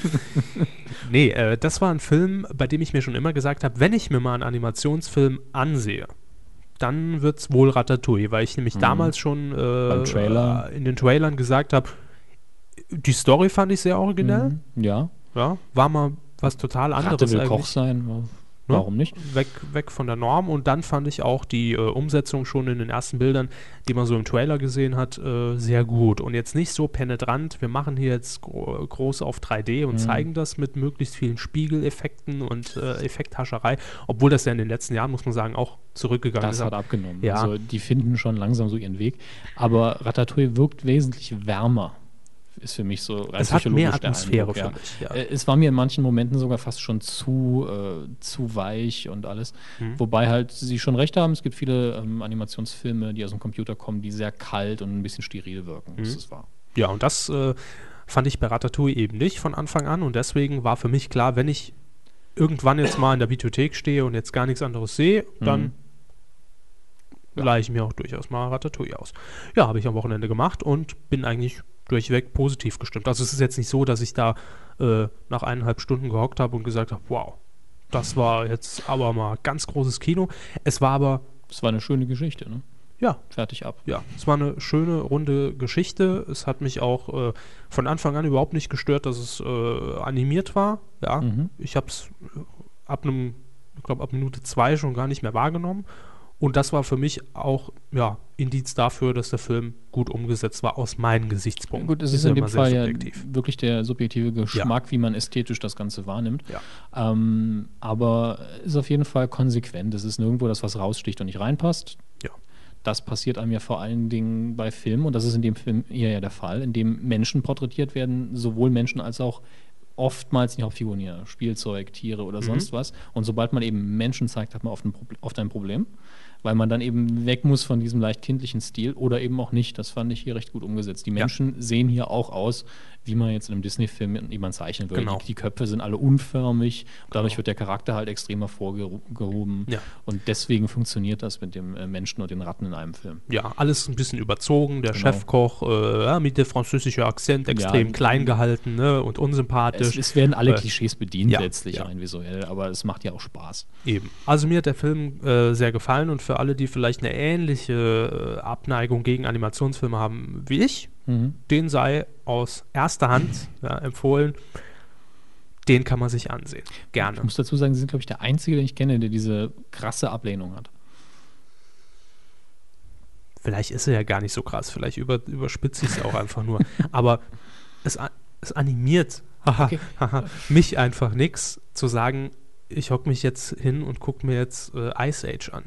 [SPEAKER 2] nee, äh, das war ein Film, bei dem ich mir schon immer gesagt habe, wenn ich mir mal einen Animationsfilm ansehe, dann wird es wohl Ratatouille, weil ich nämlich damals schon äh,
[SPEAKER 1] Beim Trailer.
[SPEAKER 2] äh, in den Trailern gesagt habe, die Story fand ich sehr originell.
[SPEAKER 1] Mhm. Ja.
[SPEAKER 2] Ja, war mal was total anderes.
[SPEAKER 1] Ratte will
[SPEAKER 2] eigentlich. Ne?
[SPEAKER 1] Koch sein. Warum nicht?
[SPEAKER 2] weg, weg von der Norm. Und dann fand ich auch die äh, Umsetzung schon in den ersten Bildern, die man so im Trailer gesehen hat, äh, sehr gut. Und jetzt nicht so penetrant, wir machen hier jetzt gro groß auf 3D
[SPEAKER 1] Mhm.
[SPEAKER 2] und zeigen das mit möglichst vielen Spiegeleffekten und äh, Effekthascherei, obwohl das ja in den letzten Jahren, muss man sagen, auch zurückgegangen
[SPEAKER 1] Das
[SPEAKER 2] ist.
[SPEAKER 1] hat abgenommen.
[SPEAKER 2] Ja.
[SPEAKER 1] Also die finden schon langsam so ihren Weg. Aber Ratatouille wirkt wesentlich wärmer. Ist für mich so rein
[SPEAKER 2] Es hat mehr
[SPEAKER 1] psychologisch der
[SPEAKER 2] Atmosphäre
[SPEAKER 1] Eindruck,
[SPEAKER 2] für
[SPEAKER 1] ja.
[SPEAKER 2] mich, ja.
[SPEAKER 1] Äh, Es war mir in manchen Momenten sogar fast schon zu, äh, zu weich und alles.
[SPEAKER 2] Mhm.
[SPEAKER 1] Wobei halt sie schon recht haben, es gibt viele ähm, Animationsfilme, die aus dem Computer kommen, die sehr kalt und ein bisschen steril wirken.
[SPEAKER 2] Mhm.
[SPEAKER 1] Das ist wahr.
[SPEAKER 2] Ja, und das äh, fand ich bei Ratatouille eben nicht von Anfang an. Und deswegen war für mich klar, wenn ich irgendwann jetzt mal in der Bibliothek stehe und jetzt gar nichts anderes sehe, dann leihe ich mir auch durchaus mal Ratatouille aus. Ja, habe ich am Wochenende gemacht und bin eigentlich durchweg positiv gestimmt. Also es ist jetzt nicht so, dass ich da äh, nach eineinhalb Stunden gehockt habe und gesagt habe, wow, das war jetzt aber mal ganz großes Kino. Es war aber,
[SPEAKER 1] Das war eine schöne Geschichte, ne?
[SPEAKER 2] ja,
[SPEAKER 1] Fertig ab.
[SPEAKER 2] ja, es war eine schöne, runde Geschichte. Es hat mich auch äh, von Anfang an überhaupt nicht gestört, dass es äh, animiert war. Ja,
[SPEAKER 1] Mhm.
[SPEAKER 2] ich habe es ab einem, ich glaube ab Minute zwei schon gar nicht mehr wahrgenommen. Und das war für mich auch ja, Indiz dafür, dass der Film gut umgesetzt war, aus meinen Gesichtspunkten.
[SPEAKER 1] Gut, es ist, in dem
[SPEAKER 2] immer sehr
[SPEAKER 1] Fall ja
[SPEAKER 2] subjektiv.
[SPEAKER 1] wirklich der subjektive Geschmack, wie man ästhetisch das Ganze wahrnimmt.
[SPEAKER 2] Ja.
[SPEAKER 1] Ähm, aber ist auf jeden Fall konsequent. Es ist nirgendwo das, was raussticht und nicht reinpasst.
[SPEAKER 2] Ja.
[SPEAKER 1] Das passiert einem ja vor allen Dingen bei Filmen, und das ist in dem Film hier ja der Fall, in dem Menschen porträtiert werden, sowohl Menschen als auch oftmals die Hauptfiguren hier, Spielzeug, Tiere oder sonst was. Und sobald man eben Menschen zeigt, hat man oft ein, Probl- oft ein Problem, weil man dann eben weg muss von diesem leicht kindlichen Stil oder eben auch nicht. Das fand ich hier recht gut umgesetzt. Die Menschen sehen hier auch aus, wie man jetzt in einem Disney-Film jemanden zeichnen würde.
[SPEAKER 2] Genau.
[SPEAKER 1] Die, die Köpfe sind alle unförmig, dadurch wird der Charakter halt extrem hervorgehoben.
[SPEAKER 2] Oh. Ja.
[SPEAKER 1] Und deswegen funktioniert das mit dem äh, Menschen und den Ratten in einem Film.
[SPEAKER 2] ja, alles ein bisschen überzogen. Der
[SPEAKER 1] Genau.
[SPEAKER 2] Chefkoch äh, ja, mit dem französischen Akzent extrem
[SPEAKER 1] Ja.
[SPEAKER 2] klein gehalten ne, und unsympathisch.
[SPEAKER 1] Es, es werden alle
[SPEAKER 2] Äh,
[SPEAKER 1] Klischees bedient
[SPEAKER 2] ja,
[SPEAKER 1] letztlich
[SPEAKER 2] ja.
[SPEAKER 1] rein visuell, aber es macht ja auch Spaß.
[SPEAKER 2] Eben. Also mir hat der Film äh, sehr gefallen und für alle, die vielleicht eine ähnliche äh, Abneigung gegen Animationsfilme haben wie ich, den sei aus erster Hand ja, empfohlen. Den kann man sich ansehen. Gerne.
[SPEAKER 1] Ich muss dazu sagen, sie sind, glaube ich, der Einzige, den ich kenne, der diese krasse Ablehnung hat.
[SPEAKER 2] Vielleicht ist er ja gar nicht so krass, vielleicht über, überspitze ich es auch einfach nur. Aber es, a- es animiert haha, haha, mich einfach nix zu sagen, ich hock mich jetzt hin und guck mir jetzt äh, Ice Age an.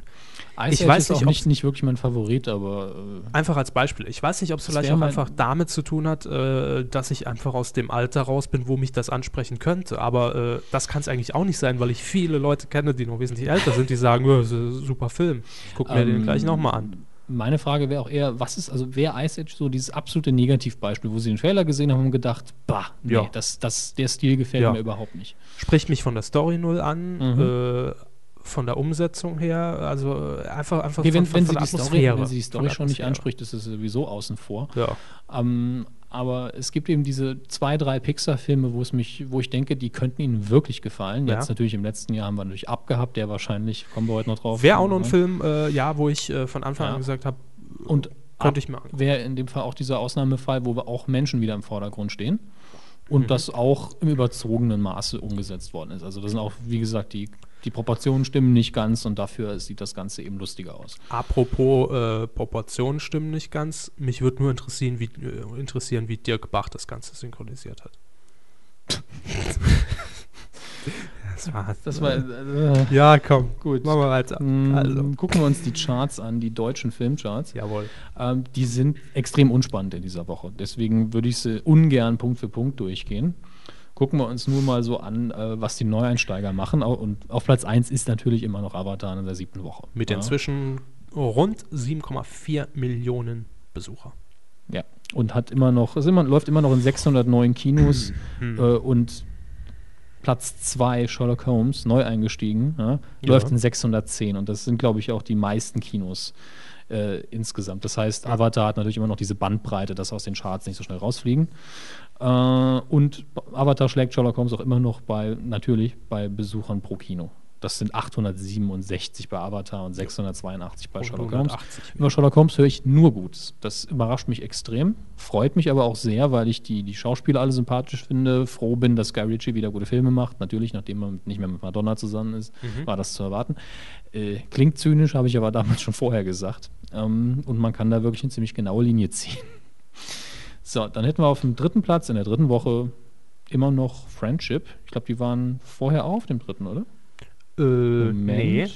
[SPEAKER 1] Ice
[SPEAKER 2] Ich weiß
[SPEAKER 1] ist auch
[SPEAKER 2] nicht,
[SPEAKER 1] nicht, nicht wirklich mein Favorit, aber äh,
[SPEAKER 2] Einfach als Beispiel. Ich weiß nicht, ob es
[SPEAKER 1] Das
[SPEAKER 2] vielleicht
[SPEAKER 1] wär
[SPEAKER 2] auch
[SPEAKER 1] mein-
[SPEAKER 2] einfach damit zu tun hat, äh, dass ich einfach aus dem Alter raus bin, wo mich das ansprechen könnte. Aber äh, das kann es eigentlich auch nicht sein, weil ich viele Leute kenne, die noch wesentlich älter sind, die sagen, "Oh, das ist ein super Film. Ich guck mir den
[SPEAKER 1] Ähm,
[SPEAKER 2] gleich nochmal an.
[SPEAKER 1] äh, meine Frage wäre auch eher, was ist, also wäre Ice Age so dieses absolute Negativbeispiel, wo sie den Trailer gesehen haben und gedacht, bah, nee,
[SPEAKER 2] Ja.
[SPEAKER 1] das, das, der Stil gefällt
[SPEAKER 2] Ja.
[SPEAKER 1] mir überhaupt nicht.
[SPEAKER 2] Spricht mich von der Story null an,
[SPEAKER 1] Mhm.
[SPEAKER 2] äh, von der Umsetzung her, also äh, einfach, einfach
[SPEAKER 1] Nee,
[SPEAKER 2] von,
[SPEAKER 1] wenn, wenn,
[SPEAKER 2] von, von
[SPEAKER 1] sie
[SPEAKER 2] der
[SPEAKER 1] die Story,
[SPEAKER 2] Atmosphäre.
[SPEAKER 1] wenn sie die
[SPEAKER 2] Von
[SPEAKER 1] Story
[SPEAKER 2] der
[SPEAKER 1] schon nicht
[SPEAKER 2] Atmosphäre.
[SPEAKER 1] anspricht, ist es sowieso außen vor.
[SPEAKER 2] Ja.
[SPEAKER 1] Ähm, aber es gibt eben diese zwei, drei Pixar-Filme, wo es mich, wo ich denke, die könnten ihnen wirklich gefallen.
[SPEAKER 2] Ja.
[SPEAKER 1] Jetzt natürlich im letzten Jahr haben wir natürlich abgehabt, der wahrscheinlich, kommen wir heute noch drauf.
[SPEAKER 2] Wäre auch noch ein
[SPEAKER 1] Ja.
[SPEAKER 2] Film, äh, ja, wo ich äh, von Anfang
[SPEAKER 1] Mhm. Ja.
[SPEAKER 2] an gesagt habe,
[SPEAKER 1] Und
[SPEAKER 2] Könnte ich mir angucken.
[SPEAKER 1] Wäre in dem Fall auch dieser Ausnahmefall, wo wir auch Menschen wieder im Vordergrund stehen.
[SPEAKER 2] Mhm.
[SPEAKER 1] Und das auch im überzogenen Maße umgesetzt worden ist. Also, das sind auch, wie gesagt, die die Proportionen stimmen nicht ganz und dafür sieht das Ganze eben lustiger aus.
[SPEAKER 2] Apropos äh, Proportionen stimmen nicht ganz. Mich würde nur interessieren wie, äh, interessieren, wie Dirk Bach das Ganze synchronisiert hat.
[SPEAKER 1] das war. Das war äh,
[SPEAKER 2] ja, komm,
[SPEAKER 1] gut.
[SPEAKER 2] Machen wir weiter.
[SPEAKER 1] Also. Gucken wir uns die Charts an, die deutschen Filmcharts.
[SPEAKER 2] Jawohl.
[SPEAKER 1] Ähm, die sind extrem unspannend in dieser Woche. Deswegen würde ich sie ungern Punkt für Punkt durchgehen. Gucken wir uns nur mal so an, äh, was die Neueinsteiger machen. Au- Und auf Platz 1 ist natürlich immer noch Avatar in der siebten Woche.
[SPEAKER 2] Mit inzwischen rund 7,4 Millionen Besucher.
[SPEAKER 1] Ja. Und hat immer noch, ist immer, läuft immer noch in 609 Kinos äh, und Platz 2 Sherlock Holmes, neu eingestiegen, ja,
[SPEAKER 2] Ja.
[SPEAKER 1] läuft in 610 und das sind, glaube ich, auch die meisten Kinos äh, insgesamt. Das heißt, Avatar hat natürlich immer noch diese Bandbreite, dass aus den Charts nicht so schnell rausfliegen. Äh, und Avatar schlägt Sherlock Holmes auch immer noch bei, natürlich, bei Besuchern pro Kino. Das sind 867 bei Avatar und 682 bei
[SPEAKER 2] Und
[SPEAKER 1] Sherlock Holmes.
[SPEAKER 2] 180.
[SPEAKER 1] Über Sherlock Holmes höre ich nur Gutes. Das überrascht mich extrem, freut mich aber auch sehr, weil ich die, die Schauspieler alle sympathisch finde, froh bin, dass Guy Ritchie wieder gute Filme macht. Natürlich, nachdem er mit- nicht mehr mit Madonna zusammen ist, war das zu erwarten. Äh, klingt zynisch, habe ich aber damals schon vorher gesagt. Ähm, und man kann da wirklich eine ziemlich genaue Linie ziehen. So, dann hätten wir auf dem dritten Platz in der dritten Woche immer noch Friendship. Ich glaube, die waren vorher auch auf dem dritten, oder?
[SPEAKER 2] Äh, nee.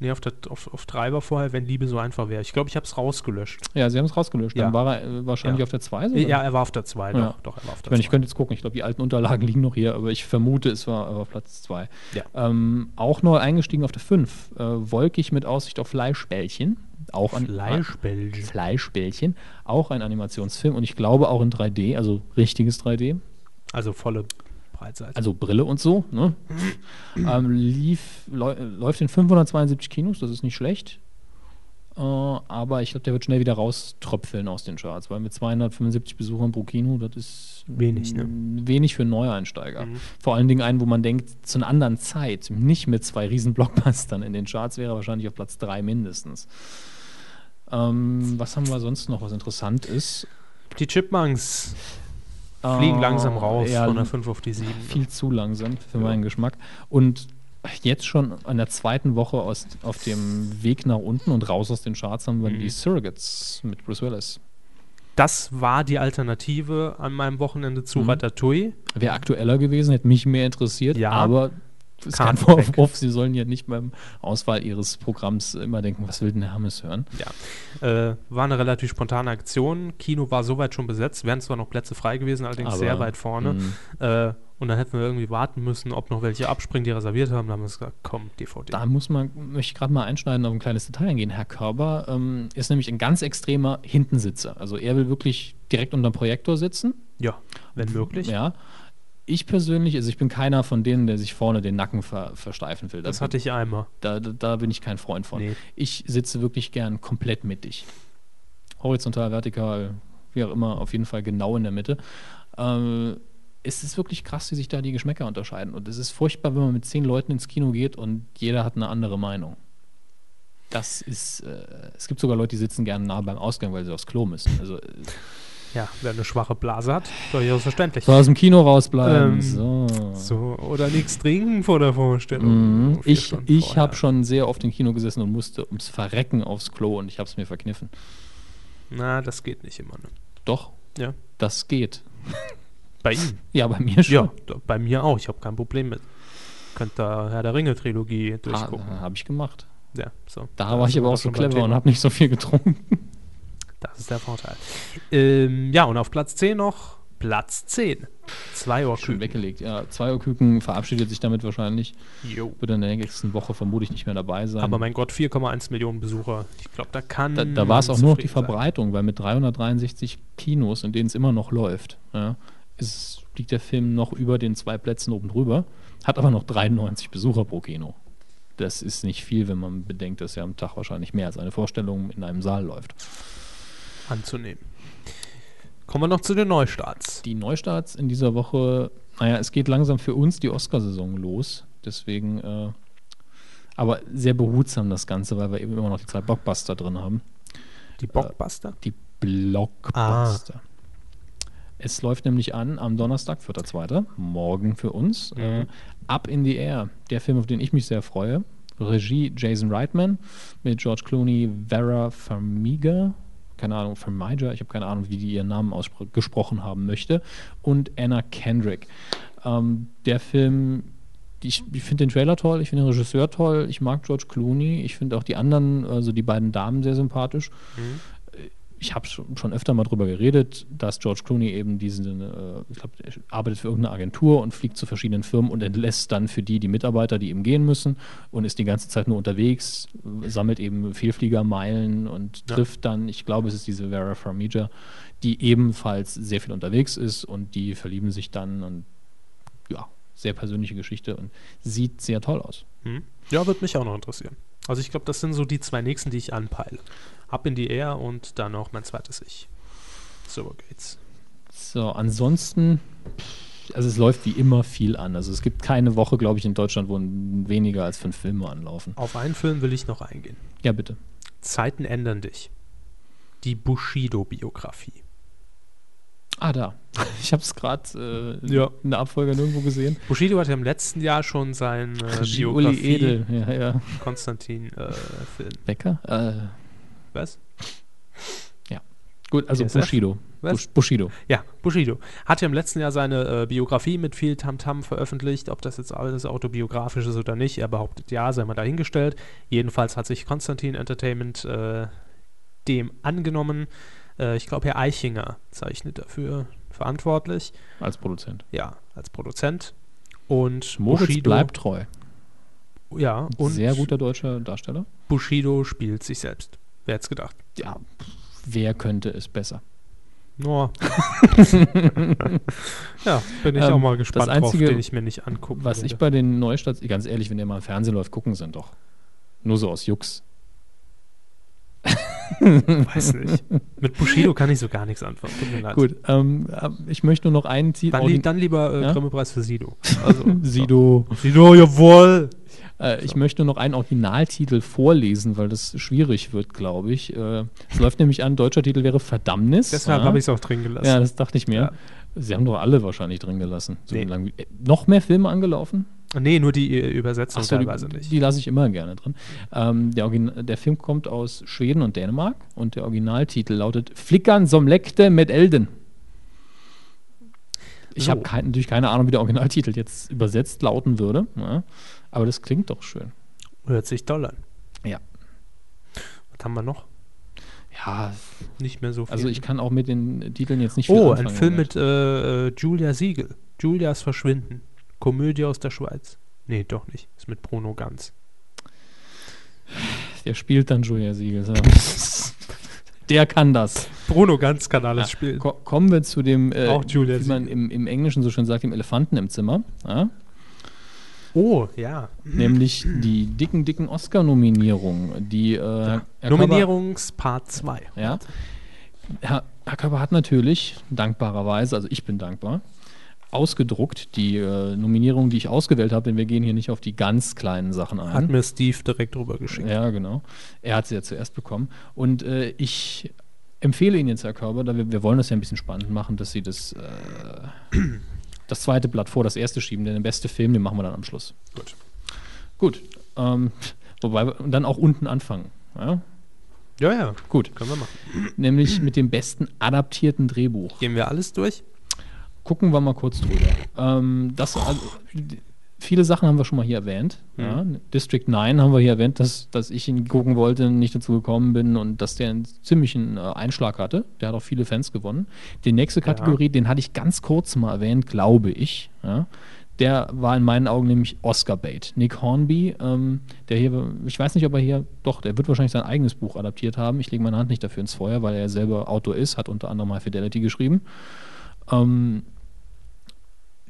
[SPEAKER 2] Nee, auf, der, auf, auf drei war vorher, wenn Liebe so einfach wäre. Ich glaube, ich habe es rausgelöscht.
[SPEAKER 1] Ja, sie haben es rausgelöscht.
[SPEAKER 2] Ja.
[SPEAKER 1] Dann war er äh, wahrscheinlich
[SPEAKER 2] Ja.
[SPEAKER 1] auf der 2.
[SPEAKER 2] Ja, er war auf der 2, doch,
[SPEAKER 1] Ja.
[SPEAKER 2] doch, er war auf
[SPEAKER 1] Ich
[SPEAKER 2] der
[SPEAKER 1] meine, ich
[SPEAKER 2] 2.
[SPEAKER 1] könnte jetzt gucken, ich glaube, die alten Unterlagen liegen noch hier, aber ich vermute, es war auf Platz 2.
[SPEAKER 2] Ja.
[SPEAKER 1] Ähm, auch neu eingestiegen auf der 5. Äh, wolkig mit Aussicht auf Fleischbällchen. Auch an
[SPEAKER 2] Fleischbällchen.
[SPEAKER 1] Fleischbällchen. Auch ein Animationsfilm und ich glaube auch in 3D, also richtiges 3D.
[SPEAKER 2] Also volle Breitseite.
[SPEAKER 1] Also Brille und so. Ne?
[SPEAKER 2] Mhm.
[SPEAKER 1] ähm, lief, läu- äh, läuft in 572 Kinos, das ist nicht schlecht. Äh, aber ich glaube, der wird schnell wieder rauströpfeln aus den Charts, weil mit 275 Besuchern pro Kino, das ist
[SPEAKER 2] Wenig, ne? Mhm.
[SPEAKER 1] m, wenig für Neueinsteiger. Vor allen Dingen einen, wo man denkt, zu einer anderen Zeit, nicht mit zwei riesen Blockbustern in den Charts, wäre er wahrscheinlich auf Platz 3 mindestens. Ähm, was haben wir sonst noch, was interessant ist?
[SPEAKER 2] die Chipmunks fliegen
[SPEAKER 1] Äh,
[SPEAKER 2] langsam raus
[SPEAKER 1] ja,
[SPEAKER 2] von der 5 auf die 7.
[SPEAKER 1] viel zu langsam für meinen Geschmack. Und jetzt schon in der zweiten Woche aus, auf dem Weg nach unten und raus aus den Charts haben wir die Surrogates mit Bruce Willis.
[SPEAKER 2] Das war die Alternative an meinem Wochenende zu
[SPEAKER 1] Mhm.
[SPEAKER 2] Ratatouille.
[SPEAKER 1] Wäre aktueller gewesen, hätte mich mehr interessiert,
[SPEAKER 2] Ja.
[SPEAKER 1] aber ist
[SPEAKER 2] Kam
[SPEAKER 1] kein
[SPEAKER 2] weg.
[SPEAKER 1] Vorwurf, sie sollen ja nicht beim Auswahl ihres Programms immer denken, was will denn der Hammes hören?
[SPEAKER 2] Ja. Äh, war eine relativ spontane Aktion. Kino war soweit schon besetzt, wären zwar noch Plätze frei gewesen, allerdings
[SPEAKER 1] Aber, mhm.
[SPEAKER 2] sehr weit vorne. Äh, und dann hätten wir irgendwie warten müssen, ob noch welche abspringen, die reserviert haben. Dann haben wir gesagt, komm, DVD.
[SPEAKER 1] Da muss man, möchte ich gerade mal einschneiden, auf ein kleines Detail eingehen. Herr Körber ähm, ist nämlich ein ganz extremer Hintensitzer. Also er will wirklich direkt unterm Projektor sitzen
[SPEAKER 2] Ja, wenn möglich.
[SPEAKER 1] Mhm. Ja. Ich persönlich, also ich bin keiner von denen, der sich vorne den Nacken ver versteifen will.
[SPEAKER 2] Das hatte ich einmal.
[SPEAKER 1] da, da, da bin ich kein Freund von.
[SPEAKER 2] Nee.
[SPEAKER 1] Ich sitze wirklich gern komplett mittig. Horizontal, vertikal, wie auch immer, auf jeden Fall genau in der Mitte. Ähm, es ist wirklich krass, wie sich da die Geschmäcker unterscheiden. Und es ist furchtbar, wenn man mit zehn Leuten ins Kino geht und jeder hat eine andere Meinung. Das ist, äh, es gibt sogar Leute, die sitzen gerne nah beim Ausgang, weil sie aufs Klo müssen. Also äh,
[SPEAKER 2] Ja, wer eine schwache Blase hat, durchaus verständlich.
[SPEAKER 1] soll aus dem Kino rausbleiben.
[SPEAKER 2] Ähm,
[SPEAKER 1] so.
[SPEAKER 2] So, oder nichts trinken vor der Vorstellung.
[SPEAKER 1] Mhm.
[SPEAKER 2] Vier
[SPEAKER 1] Ich,
[SPEAKER 2] Stunden
[SPEAKER 1] ich
[SPEAKER 2] vorher.
[SPEAKER 1] habe schon sehr oft im Kino gesessen und musste ums Verrecken aufs Klo und ich habe es mir verkniffen.
[SPEAKER 2] Na, das geht nicht immer. Ne?
[SPEAKER 1] Doch,
[SPEAKER 2] Ja.
[SPEAKER 1] das geht.
[SPEAKER 2] Bei ihm?
[SPEAKER 1] Ja, bei mir schon.
[SPEAKER 2] Ja, da- bei mir auch. Ich habe kein Problem mit. Könnt da Herr der Ringe-Trilogie durchgucken.
[SPEAKER 1] Ah, habe ich gemacht.
[SPEAKER 2] Ja, so.
[SPEAKER 1] Da
[SPEAKER 2] Ja,
[SPEAKER 1] war ich
[SPEAKER 2] sind
[SPEAKER 1] aber
[SPEAKER 2] wir
[SPEAKER 1] auch
[SPEAKER 2] doch
[SPEAKER 1] so
[SPEAKER 2] schon beim
[SPEAKER 1] clever und
[SPEAKER 2] Thema.
[SPEAKER 1] habe nicht so viel getrunken.
[SPEAKER 2] Das ist der Vorteil. Ähm, ja, und auf Platz 10 noch. Platz 10. Zwei Uhr
[SPEAKER 1] Schön weggelegt. Ja, zwei Uhr Küken verabschiedet sich damit wahrscheinlich.
[SPEAKER 2] Jo.
[SPEAKER 1] Wird in der nächsten Woche vermutlich nicht mehr dabei sein.
[SPEAKER 2] Aber mein Gott, 4,1 Millionen Besucher. Ich glaube, da kann.
[SPEAKER 1] da, da war es auch Mhm. nur noch die
[SPEAKER 2] zufrieden sein.
[SPEAKER 1] Verbreitung, weil mit 363 Kinos, in denen es immer noch läuft, ja, ist, liegt der Film noch über den zwei Plätzen oben drüber, hat aber noch 93 Besucher pro Kino. Das ist nicht viel, wenn man bedenkt, dass ja am Tag wahrscheinlich mehr als eine Vorstellung in einem Saal läuft.
[SPEAKER 2] Anzunehmen. Kommen wir noch zu den Neustarts.
[SPEAKER 1] Die Neustarts in dieser Woche, naja, es geht langsam für uns die Oscarsaison los. Deswegen, äh, aber sehr behutsam das Ganze, weil wir eben immer noch die zwei Blockbuster drin haben.
[SPEAKER 2] Die Blockbuster.
[SPEAKER 1] die Blockbuster. Es läuft nämlich an am Donnerstag, 4.2., morgen für uns. Äh, Up in the Air, der Film, auf den ich mich sehr freue. Regie Jason Reitman mit George Clooney, Vera Farmiga, keine Ahnung, Farmiga, ich habe keine Ahnung, wie die ihren Namen ausgesprochen haben möchte, und Anna Kendrick. Ähm, der Film ich, ich finde den Trailer toll, ich finde den Regisseur toll, ich mag George Clooney, ich finde auch die anderen, also die beiden Damen sehr sympathisch. Ich habe schon öfter mal drüber geredet, dass George Clooney eben diesen, äh, ich glaube, er arbeitet für irgendeine Agentur und fliegt zu verschiedenen Firmen und entlässt dann für die die Mitarbeiter, die ihm gehen müssen und ist die ganze Zeit nur unterwegs, äh, sammelt eben Fehlfliegermeilen und
[SPEAKER 2] Ja.
[SPEAKER 1] trifft dann, ich glaube, es ist diese Vera Farmiga, die ebenfalls sehr viel unterwegs ist und die verlieben sich dann und ja, sehr persönliche Geschichte und sieht sehr toll aus.
[SPEAKER 2] Hm. Ja, wird mich auch noch interessieren. Also ich glaube, das sind so die zwei nächsten, die ich anpeile. Ab in die Air und dann noch mein zweites Ich. So geht's.
[SPEAKER 1] So, ansonsten, pff, also es läuft wie immer viel an. Also es gibt keine Woche, glaube ich, in Deutschland, wo n- weniger als fünf Filme anlaufen.
[SPEAKER 2] Auf einen Film will ich noch eingehen.
[SPEAKER 1] Ja, bitte.
[SPEAKER 2] Zeiten ändern dich. Die Bushido-Biografie.
[SPEAKER 1] Ah, da. Ich habe es gerade äh,
[SPEAKER 2] Ja.
[SPEAKER 1] in der Abfolge nirgendwo gesehen.
[SPEAKER 2] Bushido hatte im letzten Jahr schon sein äh,
[SPEAKER 1] Regie Uli
[SPEAKER 2] Biografie
[SPEAKER 1] Edel, ja, ja.
[SPEAKER 2] Konstantin äh, Film.
[SPEAKER 1] Becker? Äh,
[SPEAKER 2] Was?
[SPEAKER 1] gut, also
[SPEAKER 2] DSF?
[SPEAKER 1] Bushido.
[SPEAKER 2] Was?
[SPEAKER 1] Bush, Bushido.
[SPEAKER 2] Ja, Bushido. Hat ja im letzten Jahr seine äh, Biografie mit viel Tamtam veröffentlicht. Ob das jetzt alles autobiografisch ist oder nicht, er behauptet ja, sei mal dahingestellt. Jedenfalls hat sich Konstantin Entertainment äh, dem angenommen. Äh, ich glaube, Herr Eichinger zeichnet dafür verantwortlich.
[SPEAKER 1] Als Produzent.
[SPEAKER 2] Ja, als Produzent. Und
[SPEAKER 1] Moritz
[SPEAKER 2] Bushido,
[SPEAKER 1] bleibt treu.
[SPEAKER 2] ja, und
[SPEAKER 1] Sehr guter deutscher Darsteller.
[SPEAKER 2] Bushido spielt sich selbst. Wer hätte es gedacht?
[SPEAKER 1] Ja, pff, wer könnte es besser?
[SPEAKER 2] No. ja, bin ich
[SPEAKER 1] Ähm,
[SPEAKER 2] auch mal
[SPEAKER 1] das
[SPEAKER 2] gespannt
[SPEAKER 1] Einzige,
[SPEAKER 2] drauf, den ich mir nicht angucken
[SPEAKER 1] Was ich
[SPEAKER 2] werde.
[SPEAKER 1] bei den Neustarts, ganz ehrlich, wenn der mal im Fernsehen läuft, gucken sie ihn doch. Nur so aus Jux.
[SPEAKER 2] Weiß nicht. Mit Bushido kann ich so gar nichts anfangen. Tut mir leid.
[SPEAKER 1] Gut, ähm, ich möchte nur noch einen Titel.
[SPEAKER 2] Also Dann, li dann lieber äh,
[SPEAKER 1] Ja?
[SPEAKER 2] Grimme-Preis für Sido.
[SPEAKER 1] Sido.
[SPEAKER 2] Sido, jawohl!
[SPEAKER 1] Äh, ich möchte nur noch einen Originaltitel vorlesen, weil das schwierig wird, glaube ich. Äh, es läuft nämlich an, deutscher Titel wäre Verdammnis.
[SPEAKER 2] Deshalb
[SPEAKER 1] ja.
[SPEAKER 2] habe ich es auch drin gelassen.
[SPEAKER 1] Ja, das dachte ich mir.
[SPEAKER 2] Ja.
[SPEAKER 1] Sie haben doch alle wahrscheinlich drin gelassen. So
[SPEAKER 2] Nee.
[SPEAKER 1] lang, äh, noch mehr Filme angelaufen?
[SPEAKER 2] nee, nur die äh, Übersetzung
[SPEAKER 1] Achso,
[SPEAKER 2] teilweise
[SPEAKER 1] die,
[SPEAKER 2] nicht.
[SPEAKER 1] die lasse ich immer gerne drin. Ähm, der, Origina- der Film kommt aus Schweden und Dänemark und der Originaltitel lautet Flickern som Lekte mit Elden. Ich
[SPEAKER 2] So.
[SPEAKER 1] habe kein, natürlich keine Ahnung, wie der Originaltitel jetzt übersetzt lauten würde, ja. aber das klingt doch schön.
[SPEAKER 2] Hört sich toll an.
[SPEAKER 1] Ja.
[SPEAKER 2] Was haben wir noch?
[SPEAKER 1] Ja,
[SPEAKER 2] Nicht mehr so viel.
[SPEAKER 1] also ich kann auch mit den Titeln jetzt nicht viel
[SPEAKER 2] oh,
[SPEAKER 1] anfangen
[SPEAKER 2] ein
[SPEAKER 1] ne?
[SPEAKER 2] Film
[SPEAKER 1] damit.
[SPEAKER 2] mit äh, äh, Julia Siegel. Julias Verschwinden. Komödie aus der Schweiz. Nee, doch nicht. Ist mit Bruno Ganz.
[SPEAKER 1] Der spielt dann Julia Siegel. So. der kann das.
[SPEAKER 2] Bruno Ganz kann alles
[SPEAKER 1] Ja,
[SPEAKER 2] spielen.
[SPEAKER 1] ko kommen wir zu dem, äh,
[SPEAKER 2] Äh. Auch Julia
[SPEAKER 1] wie man im, im Englischen so schön sagt, dem Elefanten im Zimmer. Ja?
[SPEAKER 2] Oh, ja.
[SPEAKER 1] nämlich die dicken, dicken Oscar-Nominierungen, die äh, Herr
[SPEAKER 2] Nominierungspart 2.
[SPEAKER 1] Körber, ja, Herr, Herr Körber hat natürlich dankbarerweise, also ich bin dankbar, ausgedruckt die äh, Nominierung, die ich ausgewählt habe, denn wir gehen hier nicht auf die ganz kleinen Sachen ein.
[SPEAKER 2] Hat mir Steve direkt rüber geschickt.
[SPEAKER 1] Mhm. Ja, genau. Er hat sie ja zuerst bekommen. Und äh, ich empfehle Ihnen jetzt, Herr Körber, da wir, wir wollen das ja ein bisschen spannend machen, dass Sie das, äh, das zweite Blatt vor das erste schieben, denn den beste Film, den machen wir dann am Schluss.
[SPEAKER 2] Gut.
[SPEAKER 1] Gut. Ähm, wobei wir und dann auch unten anfangen. Ja?
[SPEAKER 2] Ja, ja.
[SPEAKER 1] Gut.
[SPEAKER 2] Können wir machen.
[SPEAKER 1] Nämlich mit dem besten adaptierten Drehbuch.
[SPEAKER 2] Gehen wir alles durch?
[SPEAKER 1] gucken wir mal kurz drüber. Ähm, das, also, d- viele Sachen haben wir schon mal hier erwähnt. Ja. District 9 haben wir hier erwähnt, dass, dass ich ihn gucken wollte, nicht dazu gekommen bin und dass der einen ziemlichen äh, Einschlag hatte. Der hat auch viele Fans gewonnen. Die nächste Kategorie, den hatte ich ganz kurz mal erwähnt, glaube ich. Ja. Der war in meinen Augen nämlich Oscar-Bait. Nick Hornby, ähm, der hier, ich weiß nicht, ob er hier, doch, der wird wahrscheinlich sein eigenes Buch adaptiert haben. Ich lege meine Hand nicht dafür ins Feuer, weil er selber Autor ist, hat unter anderem High Fidelity geschrieben. Ähm,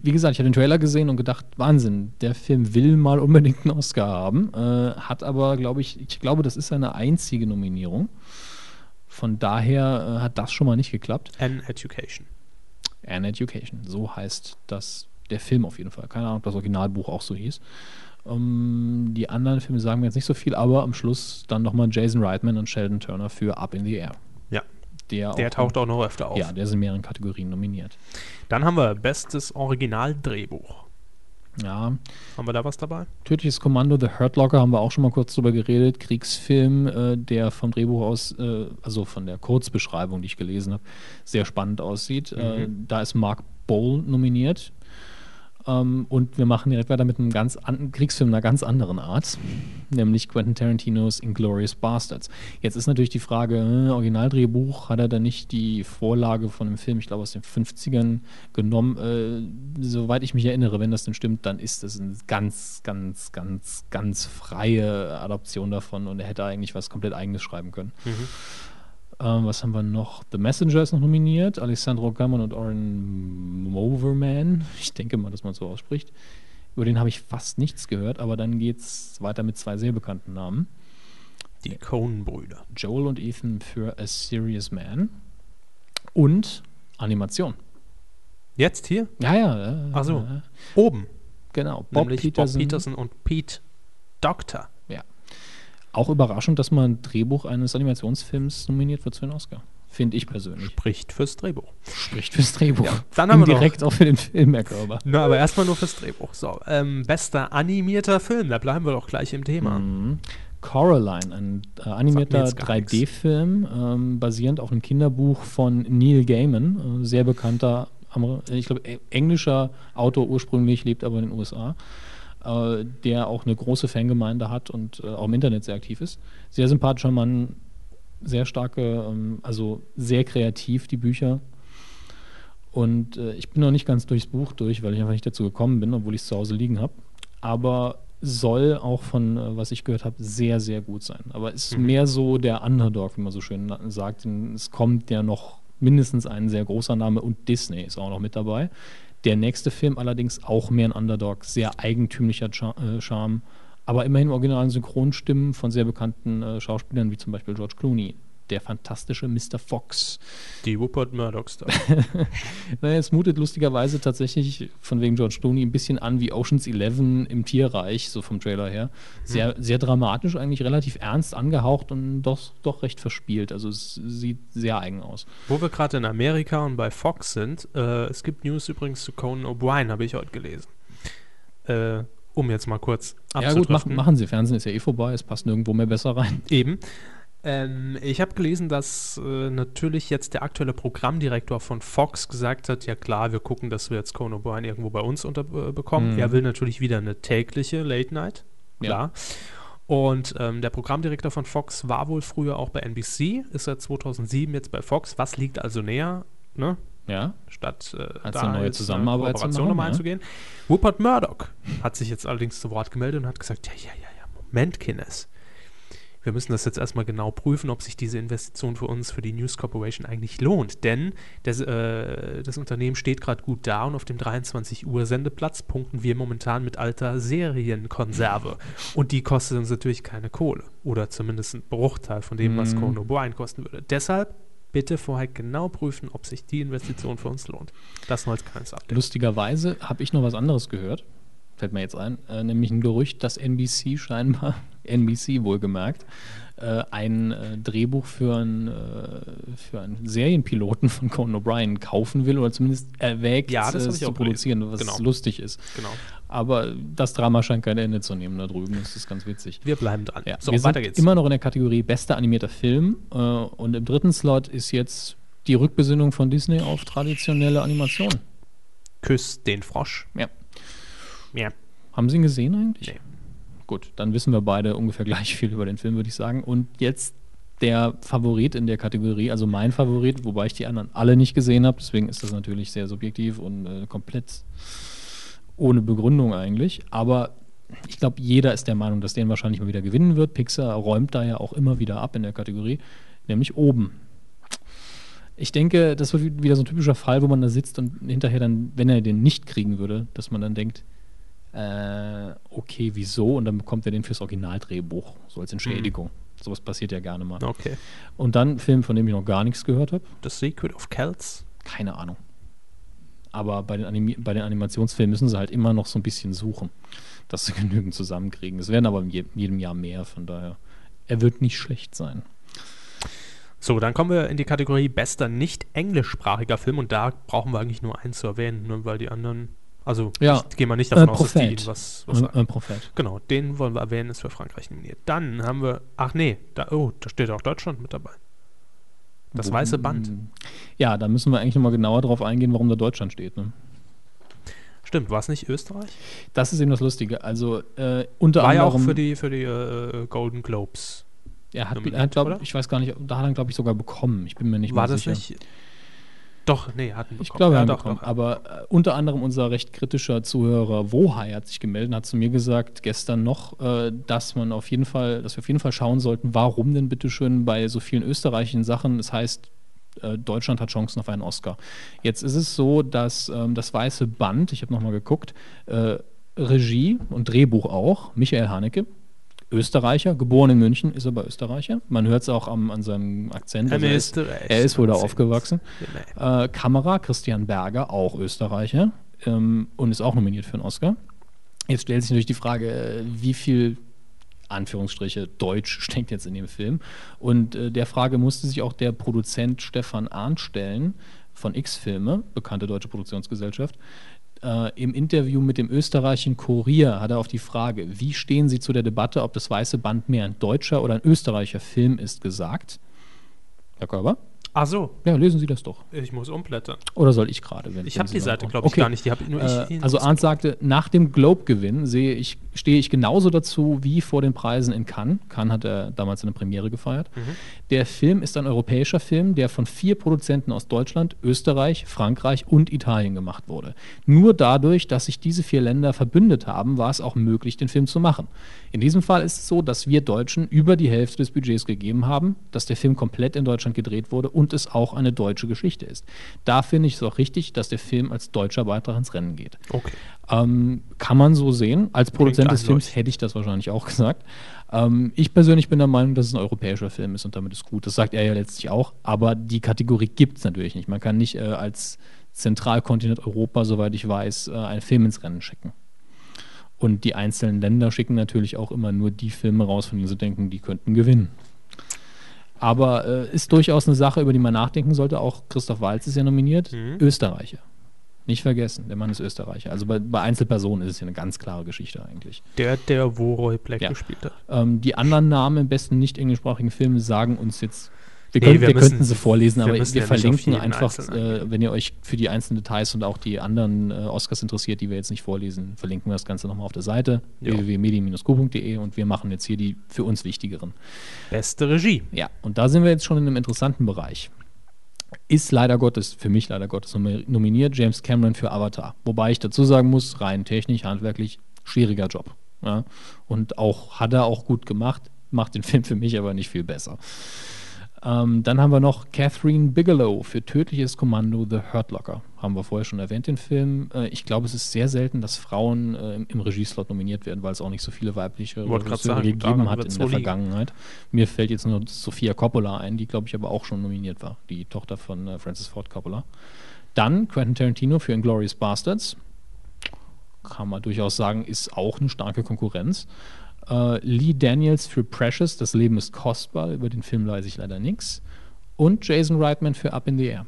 [SPEAKER 1] wie gesagt, ich habe den Trailer gesehen und gedacht, Wahnsinn, der Film will mal unbedingt einen Oscar haben, äh, hat aber, glaube ich, ich glaube, das ist seine einzige Nominierung. Von daher äh, hat das schon mal nicht geklappt.
[SPEAKER 2] An Education.
[SPEAKER 1] An Education, so heißt das der Film auf jeden Fall. Keine Ahnung, ob das Originalbuch auch so hieß. Ähm, die anderen Filme sagen mir jetzt nicht so viel, aber am Schluss dann nochmal Jason Reitman und Sheldon Turner für Up in the Air.
[SPEAKER 2] Ja.
[SPEAKER 1] der,
[SPEAKER 2] Der
[SPEAKER 1] auch,
[SPEAKER 2] taucht auch noch öfter auf.
[SPEAKER 1] Ja, der ist in mehreren Kategorien nominiert.
[SPEAKER 2] Dann haben wir Bestes Originaldrehbuch.
[SPEAKER 1] Ja,
[SPEAKER 2] Haben wir da was dabei?
[SPEAKER 1] Tödliches Kommando, The Hurt Locker, haben wir auch schon mal kurz drüber geredet. Kriegsfilm, äh, der vom Drehbuch aus, äh, also von der Kurzbeschreibung, die ich gelesen habe, sehr spannend aussieht. Äh, da ist Mark Bowl nominiert. Ähm, und wir machen direkt weiter mit einem ganz an Kriegsfilm einer ganz anderen Art, nämlich Quentin Tarantinos Inglourious Bastards. Jetzt ist natürlich die Frage: äh, Originaldrehbuch, hat er da nicht die Vorlage von einem Film, ich glaube aus den 50ern, genommen? Äh, soweit ich mich erinnere, wenn das denn stimmt, dann ist das eine ganz, ganz, ganz, ganz freie Adaption davon und er hätte eigentlich was komplett Eigenes schreiben können. Ähm, was haben wir noch? The Messenger ist noch nominiert. Alessandro Gammon und Oren Moverman. Ich denke mal, dass man so ausspricht. Über den habe ich fast nichts gehört, aber dann geht's weiter mit zwei sehr bekannten Namen.
[SPEAKER 2] Die Coen-Brüder.
[SPEAKER 1] Joel und Ethan für A Serious Man. Und Animation.
[SPEAKER 2] Jetzt hier?
[SPEAKER 1] Ja, ja. Äh,
[SPEAKER 2] Ach so.
[SPEAKER 1] Äh,
[SPEAKER 2] Oben.
[SPEAKER 1] genau.
[SPEAKER 2] nämlich Bob Peterson und Pete Doctor.
[SPEAKER 1] Auch überraschend, dass man ein Drehbuch eines Animationsfilms nominiert wird für den Oscar. Finde ich persönlich.
[SPEAKER 2] Spricht fürs Drehbuch.
[SPEAKER 1] Spricht fürs Drehbuch.
[SPEAKER 2] dann haben wir noch-
[SPEAKER 1] Indirekt auch für den Film, Herr Körber.
[SPEAKER 2] Na, aber erstmal nur fürs Drehbuch. So, ähm, bester animierter Film. Da bleiben wir doch gleich im Thema.
[SPEAKER 1] Mhm. Coraline, ein äh, animierter
[SPEAKER 2] jetzt gar nix.
[SPEAKER 1] 3D-Film, ähm, basierend auf einem Kinderbuch von Neil Gaiman, äh, sehr bekannter, Amer ich glaube, e- englischer Autor ursprünglich, lebt aber in den USA, äh, der auch eine große Fangemeinde hat und äh, auch im Internet sehr aktiv ist. Sehr sympathischer Mann, sehr starke, ähm, also sehr kreativ die Bücher. Und äh, ich bin noch nicht ganz durchs Buch durch, weil ich einfach nicht dazu gekommen bin, obwohl ich es zu Hause liegen habe. Aber soll auch von, äh, was ich gehört habe, sehr, sehr gut sein. Aber ist mehr so der Underdog, wie man so schön na- sagt. Denn es kommt ja noch mindestens ein sehr großer Name und Disney ist auch noch mit dabei. Der nächste Film allerdings auch mehr ein Underdog, sehr eigentümlicher Char äh, Charme, aber immerhin originalen Synchronstimmen von sehr bekannten äh, Schauspielern wie zum Beispiel George Clooney, der fantastische Mr. Fox,
[SPEAKER 2] Die Rupert Murdoch Story.
[SPEAKER 1] naja, es mutet lustigerweise tatsächlich von wegen George Clooney ein bisschen an wie Oceans 11 im Tierreich, so vom Trailer her. Sehr, sehr dramatisch, eigentlich relativ ernst angehaucht und doch, doch recht verspielt. Also es sieht sehr eigen aus.
[SPEAKER 2] Wo wir gerade in Amerika und bei Fox sind, äh, es gibt News übrigens zu Conan O'Brien, habe ich heute gelesen. Äh, um jetzt mal kurz
[SPEAKER 1] Ja gut, machen,
[SPEAKER 2] abzudriften.
[SPEAKER 1] machen Sie. Fernsehen ist ja eh vorbei, es passt nirgendwo mehr besser rein.
[SPEAKER 2] Eben. Ähm, ich habe gelesen, dass äh, natürlich jetzt der aktuelle Programmdirektor von Fox gesagt hat, ja klar, wir gucken, dass wir jetzt Conan O'Brien irgendwo bei uns unterbekommen. Äh, bekommen.
[SPEAKER 1] Mhm.
[SPEAKER 2] Er will natürlich wieder eine tägliche Late Night, klar. Und ähm, der Programmdirektor von Fox war wohl früher auch bei NBC, ist seit 2007 jetzt bei Fox. Was liegt also näher, ne?
[SPEAKER 1] Ja,
[SPEAKER 2] statt äh,
[SPEAKER 1] Als eine neue
[SPEAKER 2] jetzt
[SPEAKER 1] Zusammenarbeit zu
[SPEAKER 2] Kooperation
[SPEAKER 1] machen,
[SPEAKER 2] nochmal
[SPEAKER 1] ja.
[SPEAKER 2] einzugehen. Rupert Murdoch hat sich jetzt allerdings zu Wort gemeldet und hat gesagt, ja, ja, ja, ja, Moment, Kinnes. Wir müssen das jetzt erstmal genau prüfen, ob sich diese Investition für uns, für die News Corporation eigentlich lohnt. Denn das, äh, das Unternehmen steht gerade gut da und auf dem 23 Uhr Sendeplatz punkten wir momentan mit alter Serienkonserve. Und die kostet uns natürlich keine Kohle. Oder zumindest ein Bruchteil von dem,
[SPEAKER 1] Mhm.
[SPEAKER 2] was Conan O'Brien kosten würde. Deshalb bitte vorher genau prüfen, ob sich die Investition für uns lohnt. Das nur als kleines Update.
[SPEAKER 1] lustigerweise habe ich noch was anderes gehört. Fällt mir jetzt ein, äh, nämlich ein Gerücht, dass NBC scheinbar, NBC wohlgemerkt, äh, ein äh, Drehbuch für, ein, äh, für einen Serienpiloten von Conan O'Brien kaufen will oder zumindest erwägt,
[SPEAKER 2] Ja, das
[SPEAKER 1] äh,
[SPEAKER 2] hab
[SPEAKER 1] es
[SPEAKER 2] ich
[SPEAKER 1] zu
[SPEAKER 2] auch
[SPEAKER 1] produzieren,
[SPEAKER 2] gelesen.
[SPEAKER 1] was
[SPEAKER 2] Genau.
[SPEAKER 1] lustig ist.
[SPEAKER 2] Genau.
[SPEAKER 1] Aber das Drama scheint kein Ende zu nehmen da drüben, das ist ganz witzig.
[SPEAKER 2] Wir bleiben dran.
[SPEAKER 1] Ja,
[SPEAKER 2] so,
[SPEAKER 1] wir
[SPEAKER 2] weiter
[SPEAKER 1] sind
[SPEAKER 2] geht's.
[SPEAKER 1] immer noch in der Kategorie bester animierter Film äh, und im dritten Slot ist jetzt die Rückbesinnung von Disney auf traditionelle Animation.
[SPEAKER 2] Küss den Frosch.
[SPEAKER 1] Ja.
[SPEAKER 2] Ja.
[SPEAKER 1] Haben Sie ihn gesehen eigentlich?
[SPEAKER 2] Nee.
[SPEAKER 1] Gut, dann wissen wir beide ungefähr gleich viel über den Film, würde ich sagen. Und jetzt der Favorit in der Kategorie, also mein Favorit, wobei ich die anderen alle nicht gesehen habe. Deswegen ist das natürlich sehr subjektiv und äh, komplett ohne Begründung eigentlich. Aber ich glaube, jeder ist der Meinung, dass den wahrscheinlich mal wieder gewinnen wird. Pixar räumt da ja auch immer wieder ab in der Kategorie, nämlich oben. Ich denke, das wird wieder so ein typischer Fall, wo man da sitzt und hinterher dann, wenn er den nicht kriegen würde, dass man dann denkt, äh, okay, wieso? Und dann bekommt er den fürs Originaldrehbuch, so als Entschädigung. Sowas passiert ja gerne mal.
[SPEAKER 2] Okay.
[SPEAKER 1] Und dann ein Film, von dem ich noch gar nichts gehört habe.
[SPEAKER 2] The Secret of Kells.
[SPEAKER 1] Keine Ahnung. Aber bei den, Animi bei den Animationsfilmen müssen sie halt immer noch so ein bisschen suchen, dass sie genügend zusammenkriegen. Es werden aber in je jedem Jahr mehr, von daher. Er wird nicht schlecht sein.
[SPEAKER 2] So, dann kommen wir in die Kategorie bester nicht englischsprachiger Film und da brauchen wir eigentlich nur eins zu erwähnen, ne, weil die anderen, also
[SPEAKER 1] Ja.
[SPEAKER 2] ich gehe mal nicht davon
[SPEAKER 1] Äh,
[SPEAKER 2] aus, dass die
[SPEAKER 1] Prophet. Äh,
[SPEAKER 2] was, was
[SPEAKER 1] Ein,
[SPEAKER 2] sagen.
[SPEAKER 1] ein Prophet.
[SPEAKER 2] Genau, den wollen wir erwähnen, ist für Frankreich nominiert. Dann haben wir, ach nee, da, oh, da steht auch Deutschland mit dabei. Das weiße Band.
[SPEAKER 1] Ja, da müssen wir eigentlich nochmal genauer drauf eingehen, warum da Deutschland steht. Ne?
[SPEAKER 2] Stimmt, war es nicht Österreich?
[SPEAKER 1] Das ist eben das Lustige. Also äh, unter
[SPEAKER 2] War ja
[SPEAKER 1] anderem.
[SPEAKER 2] auch für die, für die äh, Golden Globes.
[SPEAKER 1] er hat, er
[SPEAKER 2] nominiert,
[SPEAKER 1] hat glaub,
[SPEAKER 2] oder?
[SPEAKER 1] ich weiß gar nicht, da hat er, glaube ich, sogar bekommen. Ich bin mir nicht
[SPEAKER 2] war
[SPEAKER 1] mehr
[SPEAKER 2] das
[SPEAKER 1] sicher.
[SPEAKER 2] nicht? Doch, nee, hatten bekommen.
[SPEAKER 1] Ich glaube, er
[SPEAKER 2] ja,
[SPEAKER 1] hat
[SPEAKER 2] doch,
[SPEAKER 1] bekommen.
[SPEAKER 2] doch.
[SPEAKER 1] Aber äh, unter anderem unser recht kritischer Zuhörer Wohai hat sich gemeldet und hat zu mir gesagt, gestern noch, äh, dass man auf jeden Fall, dass wir auf jeden Fall schauen sollten, warum denn bitteschön bei so vielen österreichischen Sachen, es heißt, äh, Deutschland hat Chancen auf einen Oscar. Jetzt ist es so, dass ähm, das weiße Band, ich habe nochmal geguckt, äh, Regie und Drehbuch auch, Michael Haneke, Österreicher, geboren in München, ist aber Österreicher. Man hört es auch am, an seinem Akzent.
[SPEAKER 2] Ähm,
[SPEAKER 1] also er, ist,
[SPEAKER 2] ist Österreicher.
[SPEAKER 1] er ist wohl da aufgewachsen.
[SPEAKER 2] Nee.
[SPEAKER 1] Äh, Kamera Christian Berger, auch Österreicher, ähm, und ist auch nominiert für einen Oscar. Jetzt stellt sich natürlich die Frage, äh, wie viel Anführungsstriche Deutsch steckt jetzt in dem Film. Und äh, der Frage musste sich auch der Produzent Stefan Arndt stellen von X-Filme, bekannte deutsche Produktionsgesellschaft. Äh, Im Interview mit dem österreichischen Kurier hat er auf die Frage, wie stehen Sie zu der Debatte, ob das Weiße Band mehr ein deutscher oder ein österreichischer Film ist, gesagt. Herr Körber?
[SPEAKER 2] Ach so,
[SPEAKER 1] Ja, lesen Sie das doch.
[SPEAKER 2] ich muss umblättern.
[SPEAKER 1] Oder soll ich gerade? wenn-
[SPEAKER 2] Ich
[SPEAKER 1] wenn
[SPEAKER 2] habe
[SPEAKER 1] Sie
[SPEAKER 2] die
[SPEAKER 1] noch
[SPEAKER 2] Seite,
[SPEAKER 1] brauchen?
[SPEAKER 2] glaube ich,
[SPEAKER 1] Okay.
[SPEAKER 2] gar nicht. Die hab nur ich.
[SPEAKER 1] Äh, also Arndt sagte, nach dem Globe-Gewinn sehe ich, stehe ich genauso dazu wie vor den Preisen in Cannes. Cannes hat er damals eine Premiere gefeiert. Der Film ist ein europäischer Film, der von vier Produzenten aus Deutschland, Österreich, Frankreich und Italien gemacht wurde. Nur dadurch, dass sich diese vier Länder verbündet haben, war es auch möglich, den Film zu machen. In diesem Fall ist es so, dass wir Deutschen über die Hälfte des Budgets gegeben haben, dass der Film komplett in Deutschland gedreht wurde und es auch eine deutsche Geschichte ist. Da finde ich es auch richtig, dass der Film als deutscher Beitrag ins Rennen geht.
[SPEAKER 2] okay.
[SPEAKER 1] Ähm, kann man so sehen. Als Produzent des
[SPEAKER 2] einleuchtend.
[SPEAKER 1] Films hätte ich das wahrscheinlich auch gesagt. Ähm, ich persönlich bin der Meinung, dass es ein europäischer Film ist und damit ist gut. Das sagt er ja letztlich auch. Aber die Kategorie gibt es natürlich nicht. Man kann nicht äh, als Zentralkontinent Europa, soweit ich weiß, äh, einen Film ins Rennen schicken. Und die einzelnen Länder schicken natürlich auch immer nur die Filme raus, von denen sie denken, die könnten gewinnen. Aber äh, ist durchaus eine Sache, über die man nachdenken sollte. Auch Christoph Walz ist ja nominiert. Österreicher. Nicht vergessen, der Mann ist Österreicher. Also bei, bei Einzelpersonen ist es ja eine ganz klare Geschichte eigentlich.
[SPEAKER 2] Der, der Woroy Black
[SPEAKER 1] Ja.
[SPEAKER 2] gespielt hat.
[SPEAKER 1] Ähm, die anderen Namen im besten nicht englischsprachigen Filmen sagen uns jetzt. Wir,
[SPEAKER 2] Nee,
[SPEAKER 1] können,
[SPEAKER 2] wir
[SPEAKER 1] wir,
[SPEAKER 2] müssen-
[SPEAKER 1] könnten sie vorlesen,
[SPEAKER 2] wir
[SPEAKER 1] aber
[SPEAKER 2] müssen
[SPEAKER 1] wir
[SPEAKER 2] ja nicht auf
[SPEAKER 1] verlinken
[SPEAKER 2] jeden
[SPEAKER 1] einfach,
[SPEAKER 2] Einzelnen
[SPEAKER 1] äh, wenn ihr euch für die einzelnen Details und auch die anderen äh, Oscars interessiert, die wir jetzt nicht vorlesen, verlinken wir das Ganze nochmal auf der Seite
[SPEAKER 2] Jo.
[SPEAKER 1] www.medien-q.de und wir machen jetzt hier die für uns wichtigeren.
[SPEAKER 2] Beste Regie.
[SPEAKER 1] Ja, und da sind wir jetzt schon in einem interessanten Bereich. Ist leider Gottes, für mich leider Gottes, nomi- nominiert James Cameron für Avatar. Wobei ich dazu sagen muss, rein technisch, handwerklich, schwieriger Job. Ja? Und auch hat er auch gut gemacht, macht den Film für mich aber nicht viel besser. Ähm, dann haben wir noch Catherine Bigelow für Tödliches Kommando The Hurt Locker. Haben wir vorher schon erwähnt, den Film. Äh, ich glaube, es ist sehr selten, dass Frauen äh, im, im Regieslot nominiert werden, weil es auch nicht so viele weibliche
[SPEAKER 2] Wollte grad
[SPEAKER 1] Regisseure
[SPEAKER 2] sagen, daran
[SPEAKER 1] gegeben hat in
[SPEAKER 2] wird's
[SPEAKER 1] der
[SPEAKER 2] wohl liegen.
[SPEAKER 1] Vergangenheit. Mir fällt jetzt nur Sofia Coppola ein, die, glaube ich, aber auch schon nominiert war. Die Tochter von äh, Francis Ford Coppola. Dann Quentin Tarantino für Inglourious Bastards. Kann man durchaus sagen, ist auch eine starke Konkurrenz. Äh, Lee Daniels für Precious, Das Leben ist kostbar, über den Film weiß ich leider nichts. Und Jason Reitman für Up in the Air.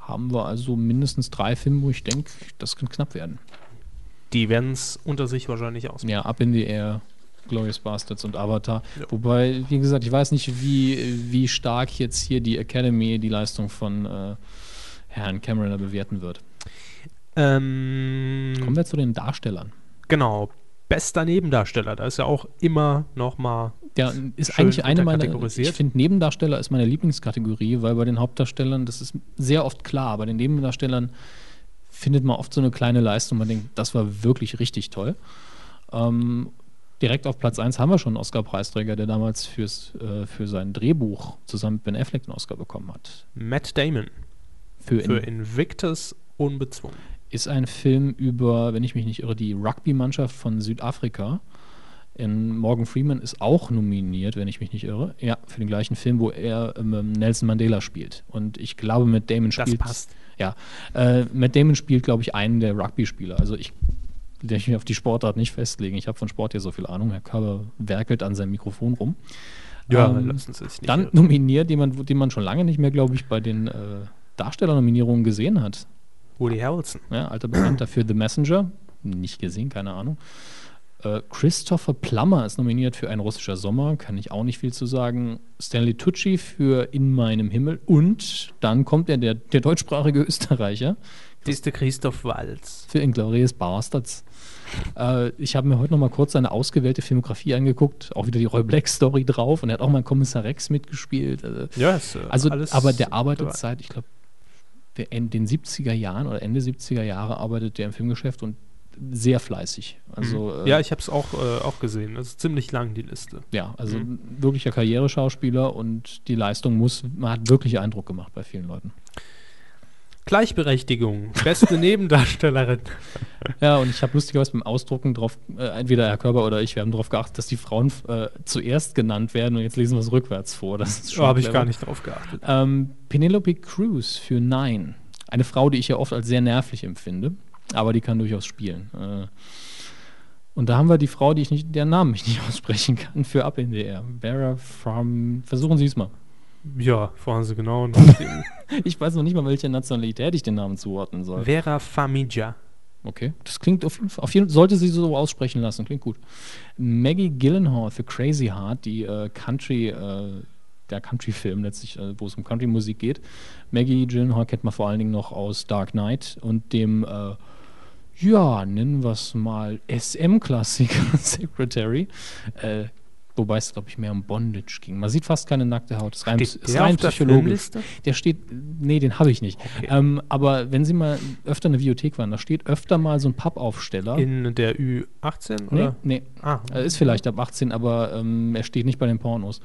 [SPEAKER 1] Haben wir also mindestens drei Filme, wo ich denke, das kann knapp werden.
[SPEAKER 2] Die werden es unter sich wahrscheinlich aus.
[SPEAKER 1] Ja, Up in the Air, Glorious Bastards und Avatar.
[SPEAKER 2] Ja.
[SPEAKER 1] Wobei, wie gesagt, ich weiß nicht, wie, wie stark jetzt hier die Academy die Leistung von äh, Herrn Cameron da bewerten wird.
[SPEAKER 2] Ähm,
[SPEAKER 1] Kommen wir zu den Darstellern.
[SPEAKER 2] Genau. Bester Nebendarsteller. Da ist ja auch immer nochmal.
[SPEAKER 1] Der ist
[SPEAKER 2] Schön
[SPEAKER 1] eigentlich eine meiner.
[SPEAKER 2] unterkategorisiert.
[SPEAKER 1] Ich finde, Nebendarsteller ist meine Lieblingskategorie, weil bei den Hauptdarstellern, das ist sehr oft klar, bei den Nebendarstellern findet man oft so eine kleine Leistung, man denkt, das war wirklich richtig toll. Ähm, direkt auf Platz 1 haben wir schon einen Oscar-Preisträger, der damals fürs, äh, für sein Drehbuch zusammen mit Ben Affleck einen Oscar bekommen hat.
[SPEAKER 2] Matt Damon
[SPEAKER 1] Für,
[SPEAKER 2] für
[SPEAKER 1] in,
[SPEAKER 2] Invictus Unbezwungen.
[SPEAKER 1] ist ein Film über, wenn ich mich nicht irre, die Rugby-Mannschaft von Südafrika. In Morgan Freeman ist auch nominiert, wenn ich mich nicht irre. Ja, für den gleichen Film, wo er ähm, Nelson Mandela spielt. Und ich glaube, Matt Damon
[SPEAKER 2] Das
[SPEAKER 1] spielt.
[SPEAKER 2] passt.
[SPEAKER 1] Ja. Äh, Matt Damon spielt, glaube ich, einen der Rugby-Spieler. Also ich will mich auf die Sportart nicht festlegen. Ich habe von Sport hier so viel Ahnung. Herr Körber werkelt an seinem Mikrofon rum.
[SPEAKER 2] Ja,
[SPEAKER 1] Ähm,
[SPEAKER 2] Ah, lassen Sie sich nicht.
[SPEAKER 1] Dann nominiert jemand, den man schon lange nicht mehr, glaube ich, bei den äh, Darstellernominierungen gesehen hat.
[SPEAKER 2] Woody Harrelson.
[SPEAKER 1] Ja, alter Bekannter für The Messenger. Nicht gesehen, keine Ahnung. Äh, Christopher Plummer ist nominiert für Ein russischer Sommer, kann ich auch nicht viel zu sagen. Stanley Tucci für In meinem Himmel. Und dann kommt ja der, der deutschsprachige Österreicher
[SPEAKER 2] Das ist der Christoph Walz.
[SPEAKER 1] für Inglourious Bastards. Äh, ich habe mir heute noch mal kurz seine ausgewählte Filmografie angeguckt. Auch wieder die Roy Black Story drauf. Und er hat auch mal in Kommissar Rex mitgespielt. Also,
[SPEAKER 2] Ja, ist, äh,
[SPEAKER 1] also,
[SPEAKER 2] alles
[SPEAKER 1] aber der
[SPEAKER 2] dabei.
[SPEAKER 1] arbeitet seit, ich glaube, in den 70er Jahren oder Ende 70er Jahre arbeitet der im Filmgeschäft und sehr fleißig. Also, äh,
[SPEAKER 2] ja, ich habe es auch, äh, auch gesehen. Das ist ziemlich lang, die Liste.
[SPEAKER 1] ja, also
[SPEAKER 2] Mhm.
[SPEAKER 1] wirklicher Karriereschauspieler und die Leistung muss, man hat wirklich Eindruck gemacht bei vielen Leuten.
[SPEAKER 2] Gleichberechtigung. Beste Nebendarstellerin.
[SPEAKER 1] Ja, und ich habe lustigerweise beim Ausdrucken drauf, äh, entweder Herr Körber oder ich, wir haben darauf geachtet, dass die Frauen f- äh, zuerst genannt werden und jetzt lesen wir es rückwärts vor. Das ist schon
[SPEAKER 2] Oh, habe ich
[SPEAKER 1] clever.
[SPEAKER 2] gar nicht drauf geachtet.
[SPEAKER 1] Ähm, Penelope Cruz für Nein. Eine Frau, die ich ja oft als sehr nervlich empfinde, aber die kann durchaus spielen. Äh, und da haben wir die Frau, die ich nicht, deren Namen ich nicht aussprechen kann, für Ab in the Air. Vera from. Versuchen Sie es mal.
[SPEAKER 2] Ja, fahren Sie genau.
[SPEAKER 1] Ich weiß noch nicht mal, welcher Nationalität ich den Namen zuordnen soll.
[SPEAKER 2] Vera Famiglia.
[SPEAKER 1] Okay. Das klingt auf jeden Fall. Auf jeden, sollte sie so aussprechen lassen. Klingt gut. Maggie Gyllenhaal für Crazy Heart, die äh, Country, äh, der Country-Film letztlich, äh, wo es um Country-Musik geht. Maggie Gyllenhaal kennt man vor allen Dingen noch aus Dark Knight und dem, äh, ja, nennen wir es mal SM-Klassiker Secretary. Äh, wobei es, glaube ich, mehr um Bondage ging. Man sieht fast keine nackte Haut. Es rein,
[SPEAKER 2] Steht
[SPEAKER 1] Ähm, ist
[SPEAKER 2] der
[SPEAKER 1] rein
[SPEAKER 2] auf der
[SPEAKER 1] psychologisch.
[SPEAKER 2] Filmliste?
[SPEAKER 1] Der steht, nee, den habe ich nicht. Ähm, aber wenn Sie mal öfter in der Bibliothek waren, da steht öfter mal so ein Pappaufsteller.
[SPEAKER 2] In der Ü18,
[SPEAKER 1] Oh. nee,
[SPEAKER 2] oder?
[SPEAKER 1] nee.
[SPEAKER 2] Ah.
[SPEAKER 1] Äh, Ist vielleicht ab 18, aber ähm, er steht nicht bei den Pornos.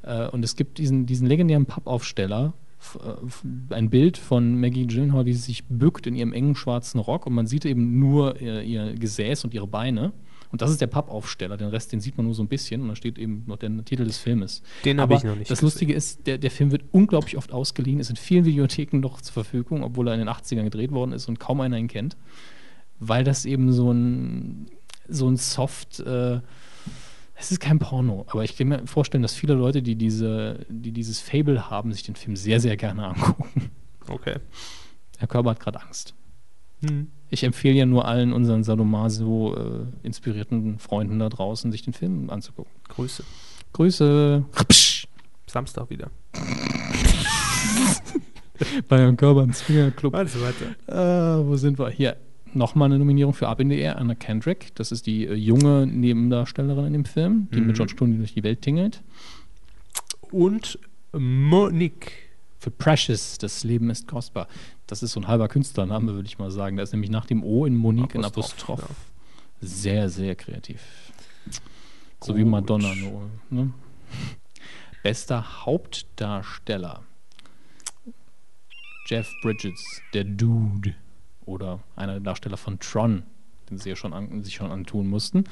[SPEAKER 1] Äh, und es gibt diesen, diesen legendären Pappaufsteller, f- äh, f- ein Bild von Maggie Gyllenhaal, die sich bückt in ihrem engen schwarzen Rock und man sieht eben nur ihr, ihr Gesäß und ihre Beine. Und das ist der Pappaufsteller, den Rest, den sieht man nur so ein bisschen und da steht eben noch der Titel des Filmes.
[SPEAKER 2] Den hab
[SPEAKER 1] Aber
[SPEAKER 2] ich noch nicht
[SPEAKER 1] Das
[SPEAKER 2] gesehen.
[SPEAKER 1] Lustige ist, der, der Film wird unglaublich oft ausgeliehen, ist in vielen Videotheken noch zur Verfügung, obwohl er in den 80ern gedreht worden ist und kaum einer ihn kennt, weil das eben so ein, so ein Soft, äh, es ist kein Porno, aber ich kann mir vorstellen, dass viele Leute, die, diese, die dieses Fable haben, sich den Film sehr, sehr gerne angucken.
[SPEAKER 2] Okay.
[SPEAKER 1] Herr Körber hat gerade Angst.
[SPEAKER 2] Hm.
[SPEAKER 1] Ich empfehle ja nur allen unseren Sadomaso-inspirierten Freunden da draußen, sich den Film anzugucken.
[SPEAKER 2] Grüße.
[SPEAKER 1] Grüße. Psch.
[SPEAKER 2] Samstag wieder.
[SPEAKER 1] Bei Herrn Körber im Zwingerclub.
[SPEAKER 2] Also weiter.
[SPEAKER 1] Äh, wo sind wir? Hier. Nochmal eine Nominierung für Up in the Air, Anna Kendrick. Das ist die äh, junge Nebendarstellerin in dem Film, die mit George Clooney durch die Welt tingelt.
[SPEAKER 2] Und Monique.
[SPEAKER 1] Für Precious, das Leben ist kostbar. Das ist so ein halber Künstlername, würde ich mal sagen. Da ist nämlich nach dem O in Monique ein
[SPEAKER 2] Apostroph,
[SPEAKER 1] Apostroph. Sehr, sehr kreativ. So wie Madonna. Nur, ne? Bester Hauptdarsteller. Jeff Bridges, der Dude. Oder einer der Darsteller von Tron, den sie ja schon an, sich schon antun mussten.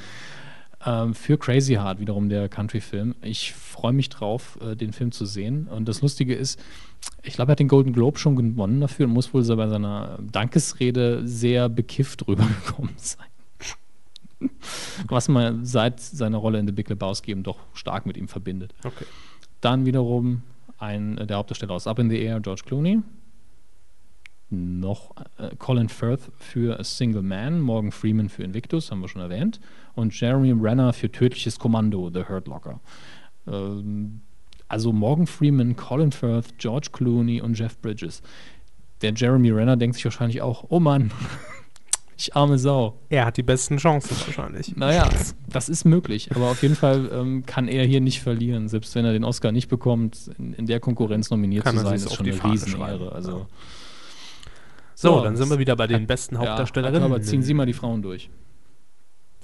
[SPEAKER 1] Ähm, für Crazy Heart, wiederum der Country-Film. Ich freue mich drauf, äh, den Film zu sehen. Und das Lustige ist, ich glaube, er hat den Golden Globe schon gewonnen dafür und muss wohl so bei seiner Dankesrede sehr bekifft rübergekommen sein. Was man seit seiner Rolle in The Big Lebowski eben doch stark mit ihm verbindet.
[SPEAKER 2] Okay.
[SPEAKER 1] Dann wiederum ein, äh, der Hauptdarsteller aus Up in the Air, George Clooney. Noch äh, Colin Firth für A Single Man, Morgan Freeman für Invictus, haben wir schon erwähnt. Und Jeremy Renner für Tödliches Kommando, The Hurt Locker. Ähm, also Morgan Freeman, Colin Firth, George Clooney und Jeff Bridges. Der Jeremy Renner denkt sich wahrscheinlich auch, oh Mann, ich arme Sau.
[SPEAKER 2] Er hat die besten Chancen wahrscheinlich.
[SPEAKER 1] Naja, das ist möglich, aber auf jeden Fall ähm, kann er hier nicht verlieren. Selbst wenn er den Oscar nicht bekommt, in, in der Konkurrenz nominiert
[SPEAKER 2] Kann
[SPEAKER 1] zu
[SPEAKER 2] er
[SPEAKER 1] sein,
[SPEAKER 2] sich's
[SPEAKER 1] ist
[SPEAKER 2] auf
[SPEAKER 1] schon
[SPEAKER 2] die
[SPEAKER 1] eine
[SPEAKER 2] Fahne
[SPEAKER 1] Riesenehre.
[SPEAKER 2] schreiben.
[SPEAKER 1] Also,
[SPEAKER 2] So,
[SPEAKER 1] So,
[SPEAKER 2] dann sind wir wieder bei den besten Hauptdarstellerinnen.
[SPEAKER 1] Ja, aber ziehen Sie mal die Frauen durch.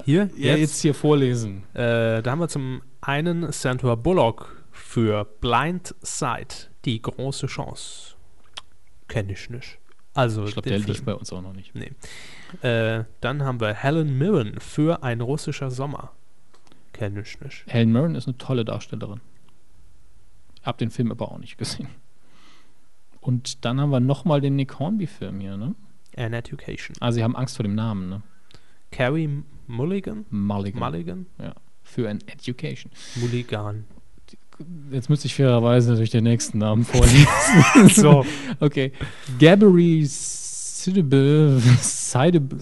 [SPEAKER 2] Hier?
[SPEAKER 1] hier vorlesen.
[SPEAKER 2] Äh, da haben wir zum einen Sandra Bullock für Blind Side, die große Chance. Kenne ich nicht. Also,
[SPEAKER 1] Ich glaube, der
[SPEAKER 2] den
[SPEAKER 1] lief
[SPEAKER 2] Film.
[SPEAKER 1] bei uns auch noch nicht.
[SPEAKER 2] Äh, dann haben wir Helen Mirren für Ein russischer Sommer. Kenne ich nicht.
[SPEAKER 1] Helen Mirren ist eine tolle Darstellerin. Hab den Film aber auch nicht gesehen. Und dann haben wir nochmal den Nick Hornby-Film hier, ne?
[SPEAKER 2] An Education.
[SPEAKER 1] Ah, sie haben Angst vor dem Namen, ne?
[SPEAKER 2] Carrie Mulligan?
[SPEAKER 1] Mulligan.
[SPEAKER 2] Mulligan?
[SPEAKER 1] Für an Education.
[SPEAKER 2] Mulligan.
[SPEAKER 1] jetzt müsste ich fairerweise natürlich den nächsten Namen vorlesen.
[SPEAKER 2] So.
[SPEAKER 1] Okay. Gabbery Sidibe, Sidib-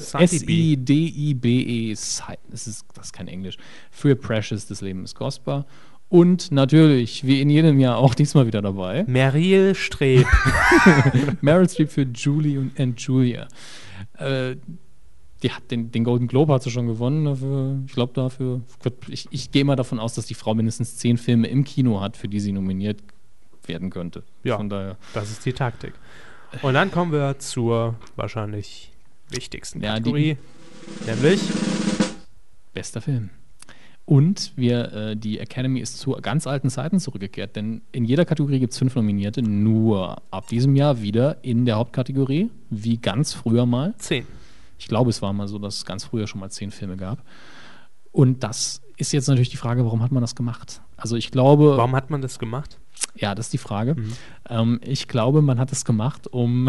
[SPEAKER 1] S-I-D-I-B-E, Si- E, das ist, das ist kein Englisch. Für Precious, das Leben ist kostbar. Und natürlich, wie in jedem Jahr, auch diesmal wieder dabei,
[SPEAKER 2] Meryl Streep.
[SPEAKER 1] Meryl Streep für Julie und and Julia. Äh, die hat den, den Golden Globe hat sie schon gewonnen dafür. Ich glaube dafür. Ich, ich gehe mal davon aus, dass die Frau mindestens zehn Filme im Kino hat, für die sie nominiert werden könnte.
[SPEAKER 2] Ja.
[SPEAKER 1] Von daher.
[SPEAKER 2] Das ist die Taktik. Und dann kommen wir zur wahrscheinlich wichtigsten
[SPEAKER 1] Ja,
[SPEAKER 2] Kategorie, nämlich
[SPEAKER 1] Bester Film. Und wir, äh, die Academy ist zu ganz alten Zeiten zurückgekehrt, denn in jeder Kategorie gibt es fünf Nominierte, nur ab diesem Jahr wieder in der Hauptkategorie, wie ganz früher mal.
[SPEAKER 2] 10.
[SPEAKER 1] Ich glaube, es war mal so, dass es ganz früher schon mal zehn Filme gab. Und das ist jetzt natürlich die Frage, warum hat man das gemacht? Also ich glaube,
[SPEAKER 2] Warum hat man das gemacht?
[SPEAKER 1] ja, das ist die Frage.
[SPEAKER 2] Mhm.
[SPEAKER 1] Ähm, ich glaube, man hat es gemacht, um,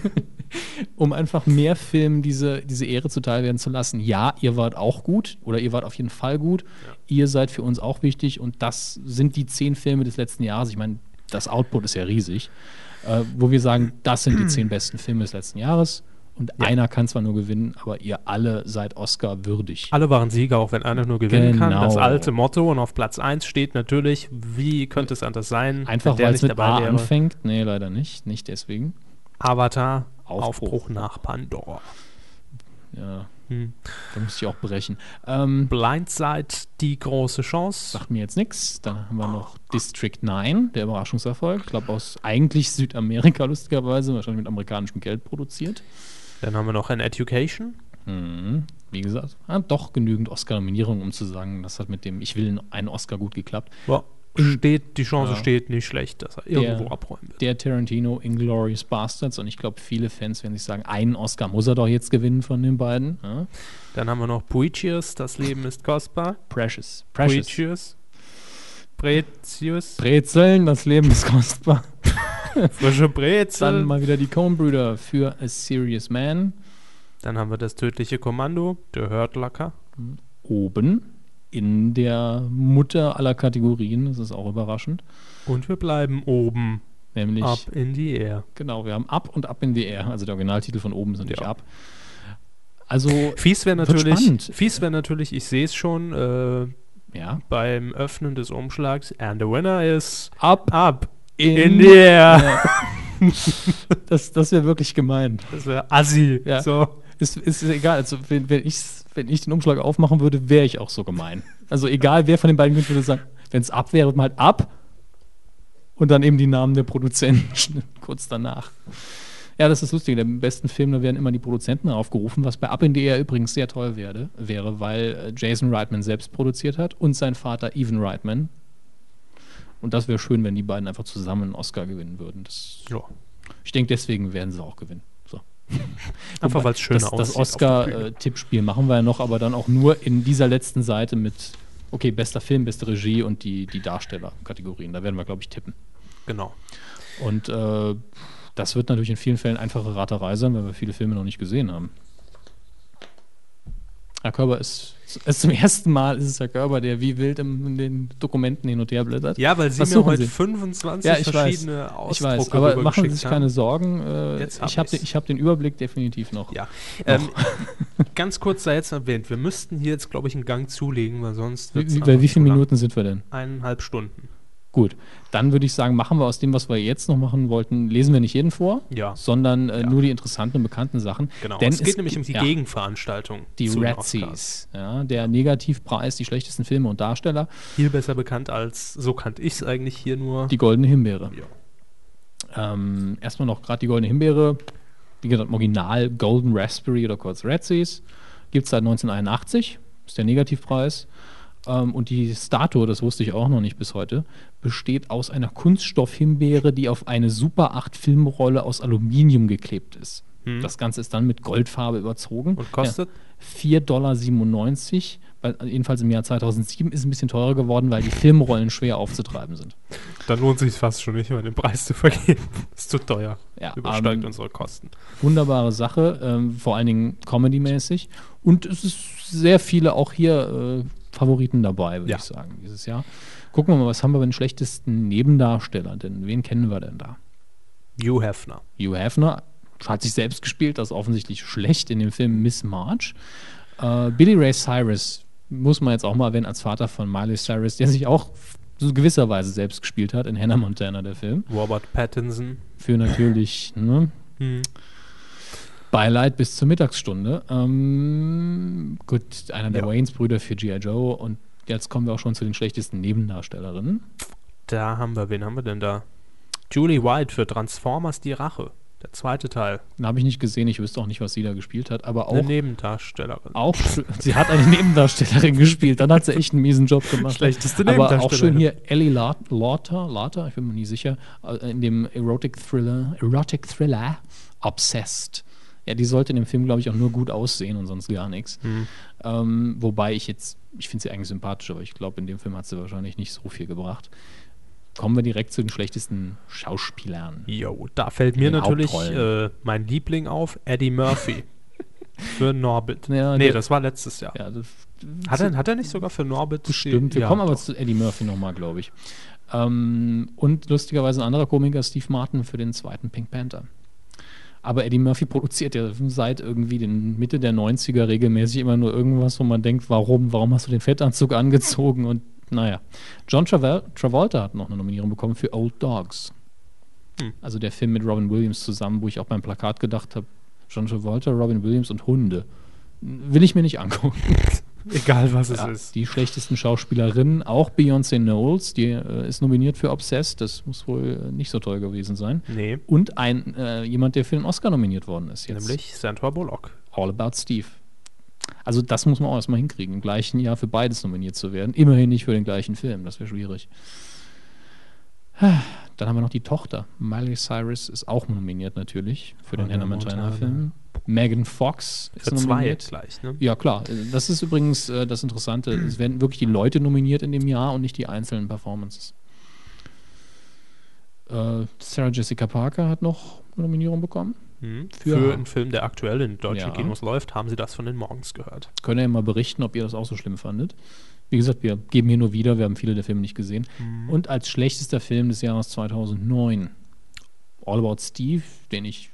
[SPEAKER 1] um einfach mehr Filmen diese, diese Ehre zuteil werden zu lassen. Ja, ihr wart auch gut oder ihr wart auf jeden Fall gut. Ihr seid für uns auch wichtig und das sind die zehn Filme des letzten Jahres. Ich meine, das Output ist ja riesig, äh, wo wir sagen, das sind die zehn besten Filme des letzten Jahres. Und einer kann zwar nur gewinnen, aber ihr alle seid Oscar würdig.
[SPEAKER 2] Alle waren Sieger, auch wenn einer nur gewinnen kann.
[SPEAKER 1] Genau.
[SPEAKER 2] Das alte Motto. Und auf Platz 1 steht natürlich, wie könnte es anders sein,
[SPEAKER 1] Einfach
[SPEAKER 2] wenn der
[SPEAKER 1] weil es
[SPEAKER 2] nicht
[SPEAKER 1] mit A
[SPEAKER 2] dabei wäre.
[SPEAKER 1] anfängt? Nee, leider nicht. Nicht deswegen.
[SPEAKER 2] Avatar, Aufbruch.
[SPEAKER 1] Aufbruch
[SPEAKER 2] nach Pandora.
[SPEAKER 1] Ja,
[SPEAKER 2] Hm.
[SPEAKER 1] da muss ich auch brechen. Ähm,
[SPEAKER 2] Blindside, die große Chance.
[SPEAKER 1] sagt mir jetzt nichts. Dann haben wir noch District 9, der Überraschungserfolg. Ich glaube, aus eigentlich Südamerika, lustigerweise, wahrscheinlich mit amerikanischem Geld produziert.
[SPEAKER 2] Dann haben wir noch ein Education.
[SPEAKER 1] Mhm. Wie gesagt, hat doch genügend Oscar-Nominierungen, um zu sagen, das hat mit dem Ich will einen Oscar gut geklappt.
[SPEAKER 2] Ja. Steht, die Chance
[SPEAKER 1] Mhm. Ja.
[SPEAKER 2] steht nicht schlecht, dass er irgendwo abräumen wird.
[SPEAKER 1] Der Tarantino Inglourious Bastards und ich glaube, viele Fans werden sich sagen, einen Oscar muss er doch jetzt gewinnen von den beiden. Ja?
[SPEAKER 2] Dann haben wir noch Poetius, das Leben ist kostbar.
[SPEAKER 1] Precious. Precious.
[SPEAKER 2] Precious. Precious.
[SPEAKER 1] Brezeln, das Leben ist kostbar.
[SPEAKER 2] Frische Brezel.
[SPEAKER 1] Dann mal wieder die Coen-Brüder für A Serious Man.
[SPEAKER 2] Dann haben wir das tödliche Kommando, der Hörtlacker.
[SPEAKER 1] Oben in der Mutter aller Kategorien. Das ist auch überraschend.
[SPEAKER 2] Und wir bleiben oben.
[SPEAKER 1] Nämlich,
[SPEAKER 2] Up in the air.
[SPEAKER 1] genau, wir haben Up und Up in the Air. Also der Originaltitel von oben ist natürlich
[SPEAKER 2] Ja.
[SPEAKER 1] Up. Also,
[SPEAKER 2] Fies wäre
[SPEAKER 1] Wird
[SPEAKER 2] natürlich,
[SPEAKER 1] spannend.
[SPEAKER 2] fies wäre natürlich, ich sehe es schon, äh,
[SPEAKER 1] ja.
[SPEAKER 2] beim Öffnen des Umschlags. And the winner is
[SPEAKER 1] Up
[SPEAKER 2] up
[SPEAKER 1] in,
[SPEAKER 2] in the air.
[SPEAKER 1] Das, das wäre wirklich gemein.
[SPEAKER 2] Das wäre assi.
[SPEAKER 1] Ja.
[SPEAKER 2] So.
[SPEAKER 1] Ist, ist egal. Also, wenn, wenn, ich's, wenn ich den Umschlag aufmachen würde, wäre ich auch so gemein. Also, egal wer von den beiden gewinnt, würde sagen, wenn es Up wäre, mal Up. Und dann eben die Namen der Produzenten kurz danach. Ja, das ist lustig. In den besten Filmen da werden immer die Produzenten aufgerufen, was bei Up in the Air übrigens sehr toll werde, wäre, weil äh, Jason Reitman selbst produziert hat und sein Vater Evan Reitman. Und das wäre schön, wenn die beiden einfach zusammen einen Oscar gewinnen würden. Das,
[SPEAKER 2] Ja.
[SPEAKER 1] ich denke, deswegen werden sie auch gewinnen. So.
[SPEAKER 2] Einfach
[SPEAKER 1] Wobei,
[SPEAKER 2] weil es schöner
[SPEAKER 1] das, Das
[SPEAKER 2] aussieht.
[SPEAKER 1] äh,
[SPEAKER 2] auf der Bühne.
[SPEAKER 1] Oscar-Tippspiel machen wir ja noch, aber dann auch nur in dieser letzten Seite mit, okay, bester Film, beste Regie und die, die Darsteller-Kategorien. Da werden wir, glaube ich, tippen.
[SPEAKER 2] genau.
[SPEAKER 1] Und äh, das wird natürlich in vielen Fällen einfache Raterei sein, weil wir viele Filme noch nicht gesehen haben. Herr Körber ist, ist zum ersten Mal ist es Herr Körber, der wie wild im, in den Dokumenten hin und her blättert.
[SPEAKER 2] Ja, weil sie
[SPEAKER 1] Was
[SPEAKER 2] mir
[SPEAKER 1] suchen
[SPEAKER 2] heute
[SPEAKER 1] Sie?
[SPEAKER 2] 25
[SPEAKER 1] Ja, ich
[SPEAKER 2] verschiedene
[SPEAKER 1] ich
[SPEAKER 2] Ausdrucke
[SPEAKER 1] weiß, aber machen Sie
[SPEAKER 2] rübergeschickt
[SPEAKER 1] sich
[SPEAKER 2] haben.
[SPEAKER 1] keine Sorgen. Äh,
[SPEAKER 2] Jetzt hab
[SPEAKER 1] ich habe den,
[SPEAKER 2] ich's.
[SPEAKER 1] ich hab den Überblick definitiv noch.
[SPEAKER 2] Ja. Ähm, ganz kurz sei jetzt erwähnt, wir müssten hier jetzt, glaube ich, einen Gang zulegen, weil sonst
[SPEAKER 1] Wie,
[SPEAKER 2] wird's
[SPEAKER 1] wie, bei
[SPEAKER 2] einfach
[SPEAKER 1] wie
[SPEAKER 2] zu
[SPEAKER 1] vielen
[SPEAKER 2] lang.
[SPEAKER 1] Minuten sind wir denn?
[SPEAKER 2] Eineinhalb Stunden.
[SPEAKER 1] Gut, dann würde ich sagen, machen wir aus dem, was wir jetzt noch machen wollten, lesen wir nicht jeden vor,
[SPEAKER 2] Ja.
[SPEAKER 1] sondern äh,
[SPEAKER 2] Ja.
[SPEAKER 1] nur die interessanten und bekannten Sachen.
[SPEAKER 2] Genau.
[SPEAKER 1] Denn
[SPEAKER 2] es geht nämlich um die
[SPEAKER 1] ja,
[SPEAKER 2] Gegenveranstaltung.
[SPEAKER 1] Die
[SPEAKER 2] zu den Oscars.
[SPEAKER 1] Razzies, ja, der Negativpreis, die schlechtesten Filme und Darsteller,
[SPEAKER 2] Viel besser bekannt als, so kannte ich es eigentlich hier nur.
[SPEAKER 1] die Goldene Himbeere.
[SPEAKER 2] Ja.
[SPEAKER 1] Ähm, erstmal noch gerade die Goldene Himbeere, wie gesagt, im Original Golden Raspberry oder kurz Razzies, gibt es seit 1981, ist der Negativpreis. Ähm, und die Statue, das wusste ich auch noch nicht bis heute, besteht aus einer Kunststoffhimbeere, die auf eine Super 8 Filmrolle aus Aluminium geklebt ist. Das Ganze ist dann mit Goldfarbe überzogen.
[SPEAKER 2] Hm. Und kostet?
[SPEAKER 1] Ja, 4,97 Dollar. Jedenfalls im Jahr 2007 ist ein bisschen teurer geworden, weil die Filmrollen schwer aufzutreiben sind.
[SPEAKER 2] Dann lohnt sich fast schon nicht mehr, den Preis zu vergeben. ist zu teuer.
[SPEAKER 1] Ja,
[SPEAKER 2] Übersteigt
[SPEAKER 1] ähm,
[SPEAKER 2] unsere Kosten.
[SPEAKER 1] wunderbare Sache, ähm, vor allen Dingen comedy-mäßig. Und es ist sehr viele auch hier äh, Favoriten dabei, würde
[SPEAKER 2] Ja.
[SPEAKER 1] ich sagen, dieses Jahr. Gucken wir mal, was haben wir bei den schlechtesten Nebendarsteller denn? Wen kennen wir denn da?
[SPEAKER 2] Hugh Hefner.
[SPEAKER 1] Hugh Hefner hat sich selbst gespielt, das ist offensichtlich schlecht in dem Film Miss March. Äh, Billy Ray Cyrus muss man jetzt auch mal erwähnen als Vater von Miley Cyrus, der sich auch so gewisserweise selbst gespielt hat in Hannah Montana, der Film.
[SPEAKER 2] Robert Pattinson.
[SPEAKER 1] Für natürlich ne,
[SPEAKER 2] Hm.
[SPEAKER 1] Beileid bis zur Mittagsstunde. Ähm, gut, einer der
[SPEAKER 2] Ja.
[SPEAKER 1] Waynes-Brüder für G.I. Joe und jetzt kommen wir auch schon zu den schlechtesten Nebendarstellerinnen.
[SPEAKER 2] Da haben wir, wen haben wir denn da? Julie White für Transformers Die Rache. Der zweite Teil.
[SPEAKER 1] Den habe ich nicht gesehen, ich wüsste auch nicht, was sie da gespielt hat, aber auch
[SPEAKER 2] Eine Nebendarstellerin.
[SPEAKER 1] auch schön- sie hat eine Nebendarstellerin gespielt, dann hat sie echt einen miesen Job gemacht.
[SPEAKER 2] Schlechteste
[SPEAKER 1] Aber auch schön
[SPEAKER 2] Nebendarstellerin.
[SPEAKER 1] hier Ellie La- Lauter, Lauter, ich bin mir nie sicher, äh, in dem Erotic Thriller, Erotic Thriller Obsessed. Ja, die sollte in dem Film, glaube ich, auch nur gut aussehen und sonst gar nichts.
[SPEAKER 2] Mhm.
[SPEAKER 1] Ähm, wobei ich jetzt, ich finde sie eigentlich sympathisch, aber ich glaube, in dem Film hat sie wahrscheinlich nicht so viel gebracht. Kommen wir direkt zu den schlechtesten Schauspielern.
[SPEAKER 2] Jo, da fällt mir
[SPEAKER 1] In den
[SPEAKER 2] natürlich
[SPEAKER 1] Hauptrollen.
[SPEAKER 2] äh, mein Liebling auf, Eddie Murphy. für Norbit.
[SPEAKER 1] Ja,
[SPEAKER 2] nee,
[SPEAKER 1] der-
[SPEAKER 2] das war letztes Jahr.
[SPEAKER 1] Ja, das,
[SPEAKER 2] Hat, er, hat er nicht sogar für Norbit?
[SPEAKER 1] Bestimmt.
[SPEAKER 2] die-
[SPEAKER 1] Wir
[SPEAKER 2] ja,
[SPEAKER 1] kommen aber
[SPEAKER 2] doch.
[SPEAKER 1] zu Eddie Murphy nochmal, glaube ich. Ähm, und lustigerweise ein anderer Komiker, Steve Martin, für den zweiten Pink Panther. Aber Eddie Murphy produziert ja seit irgendwie den Mitte der 90er regelmäßig immer nur irgendwas, wo man denkt, warum, warum hast du den Fettanzug angezogen? Und naja. John Travel Travolta hat noch eine Nominierung bekommen für Old Dogs.
[SPEAKER 2] Hm.
[SPEAKER 1] Also der Film mit Robin Williams zusammen, wo ich auch beim Plakat gedacht habe, John Travolta, Robin Williams und Hunde. Will ich mir nicht angucken.
[SPEAKER 2] Egal was es
[SPEAKER 1] Ja,
[SPEAKER 2] ist.
[SPEAKER 1] die schlechtesten Schauspielerinnen, auch Beyoncé Knowles, die äh, ist nominiert für Obsessed, das muss wohl äh, nicht so toll gewesen sein.
[SPEAKER 2] Nee,
[SPEAKER 1] Und ein äh, jemand, der für den Oscar nominiert worden ist jetzt.
[SPEAKER 2] nämlich Sandra Bullock.
[SPEAKER 1] All About Steve. Also das muss man auch erstmal hinkriegen, im gleichen Jahr für beides nominiert zu werden. Immerhin nicht für den gleichen Film, das wäre schwierig. Dann haben wir noch die Tochter. Miley Cyrus ist auch nominiert natürlich für den
[SPEAKER 2] Hannah
[SPEAKER 1] Hannah
[SPEAKER 2] Montana.
[SPEAKER 1] Montana-Film. Megan Fox ist
[SPEAKER 2] Für zwei
[SPEAKER 1] nominiert.
[SPEAKER 2] gleich, ne?
[SPEAKER 1] Ja, klar. Das ist übrigens äh, das Interessante. Es werden wirklich die Leute nominiert in dem Jahr und nicht die einzelnen Performances. Äh, Sarah Jessica Parker hat noch eine Nominierung bekommen.
[SPEAKER 2] Hm? Für
[SPEAKER 1] Für-
[SPEAKER 2] einen Film, der aktuell in deutschen
[SPEAKER 1] Ja.
[SPEAKER 2] Kinos läuft, haben sie das von den Morgens gehört.
[SPEAKER 1] Könnt ihr ja mal berichten, ob ihr das auch so schlimm fandet. Wie gesagt, wir geben hier nur wieder, wir haben viele der Filme nicht gesehen. Und als schlechtester Film des Jahres 2009, All About Steve, den ich,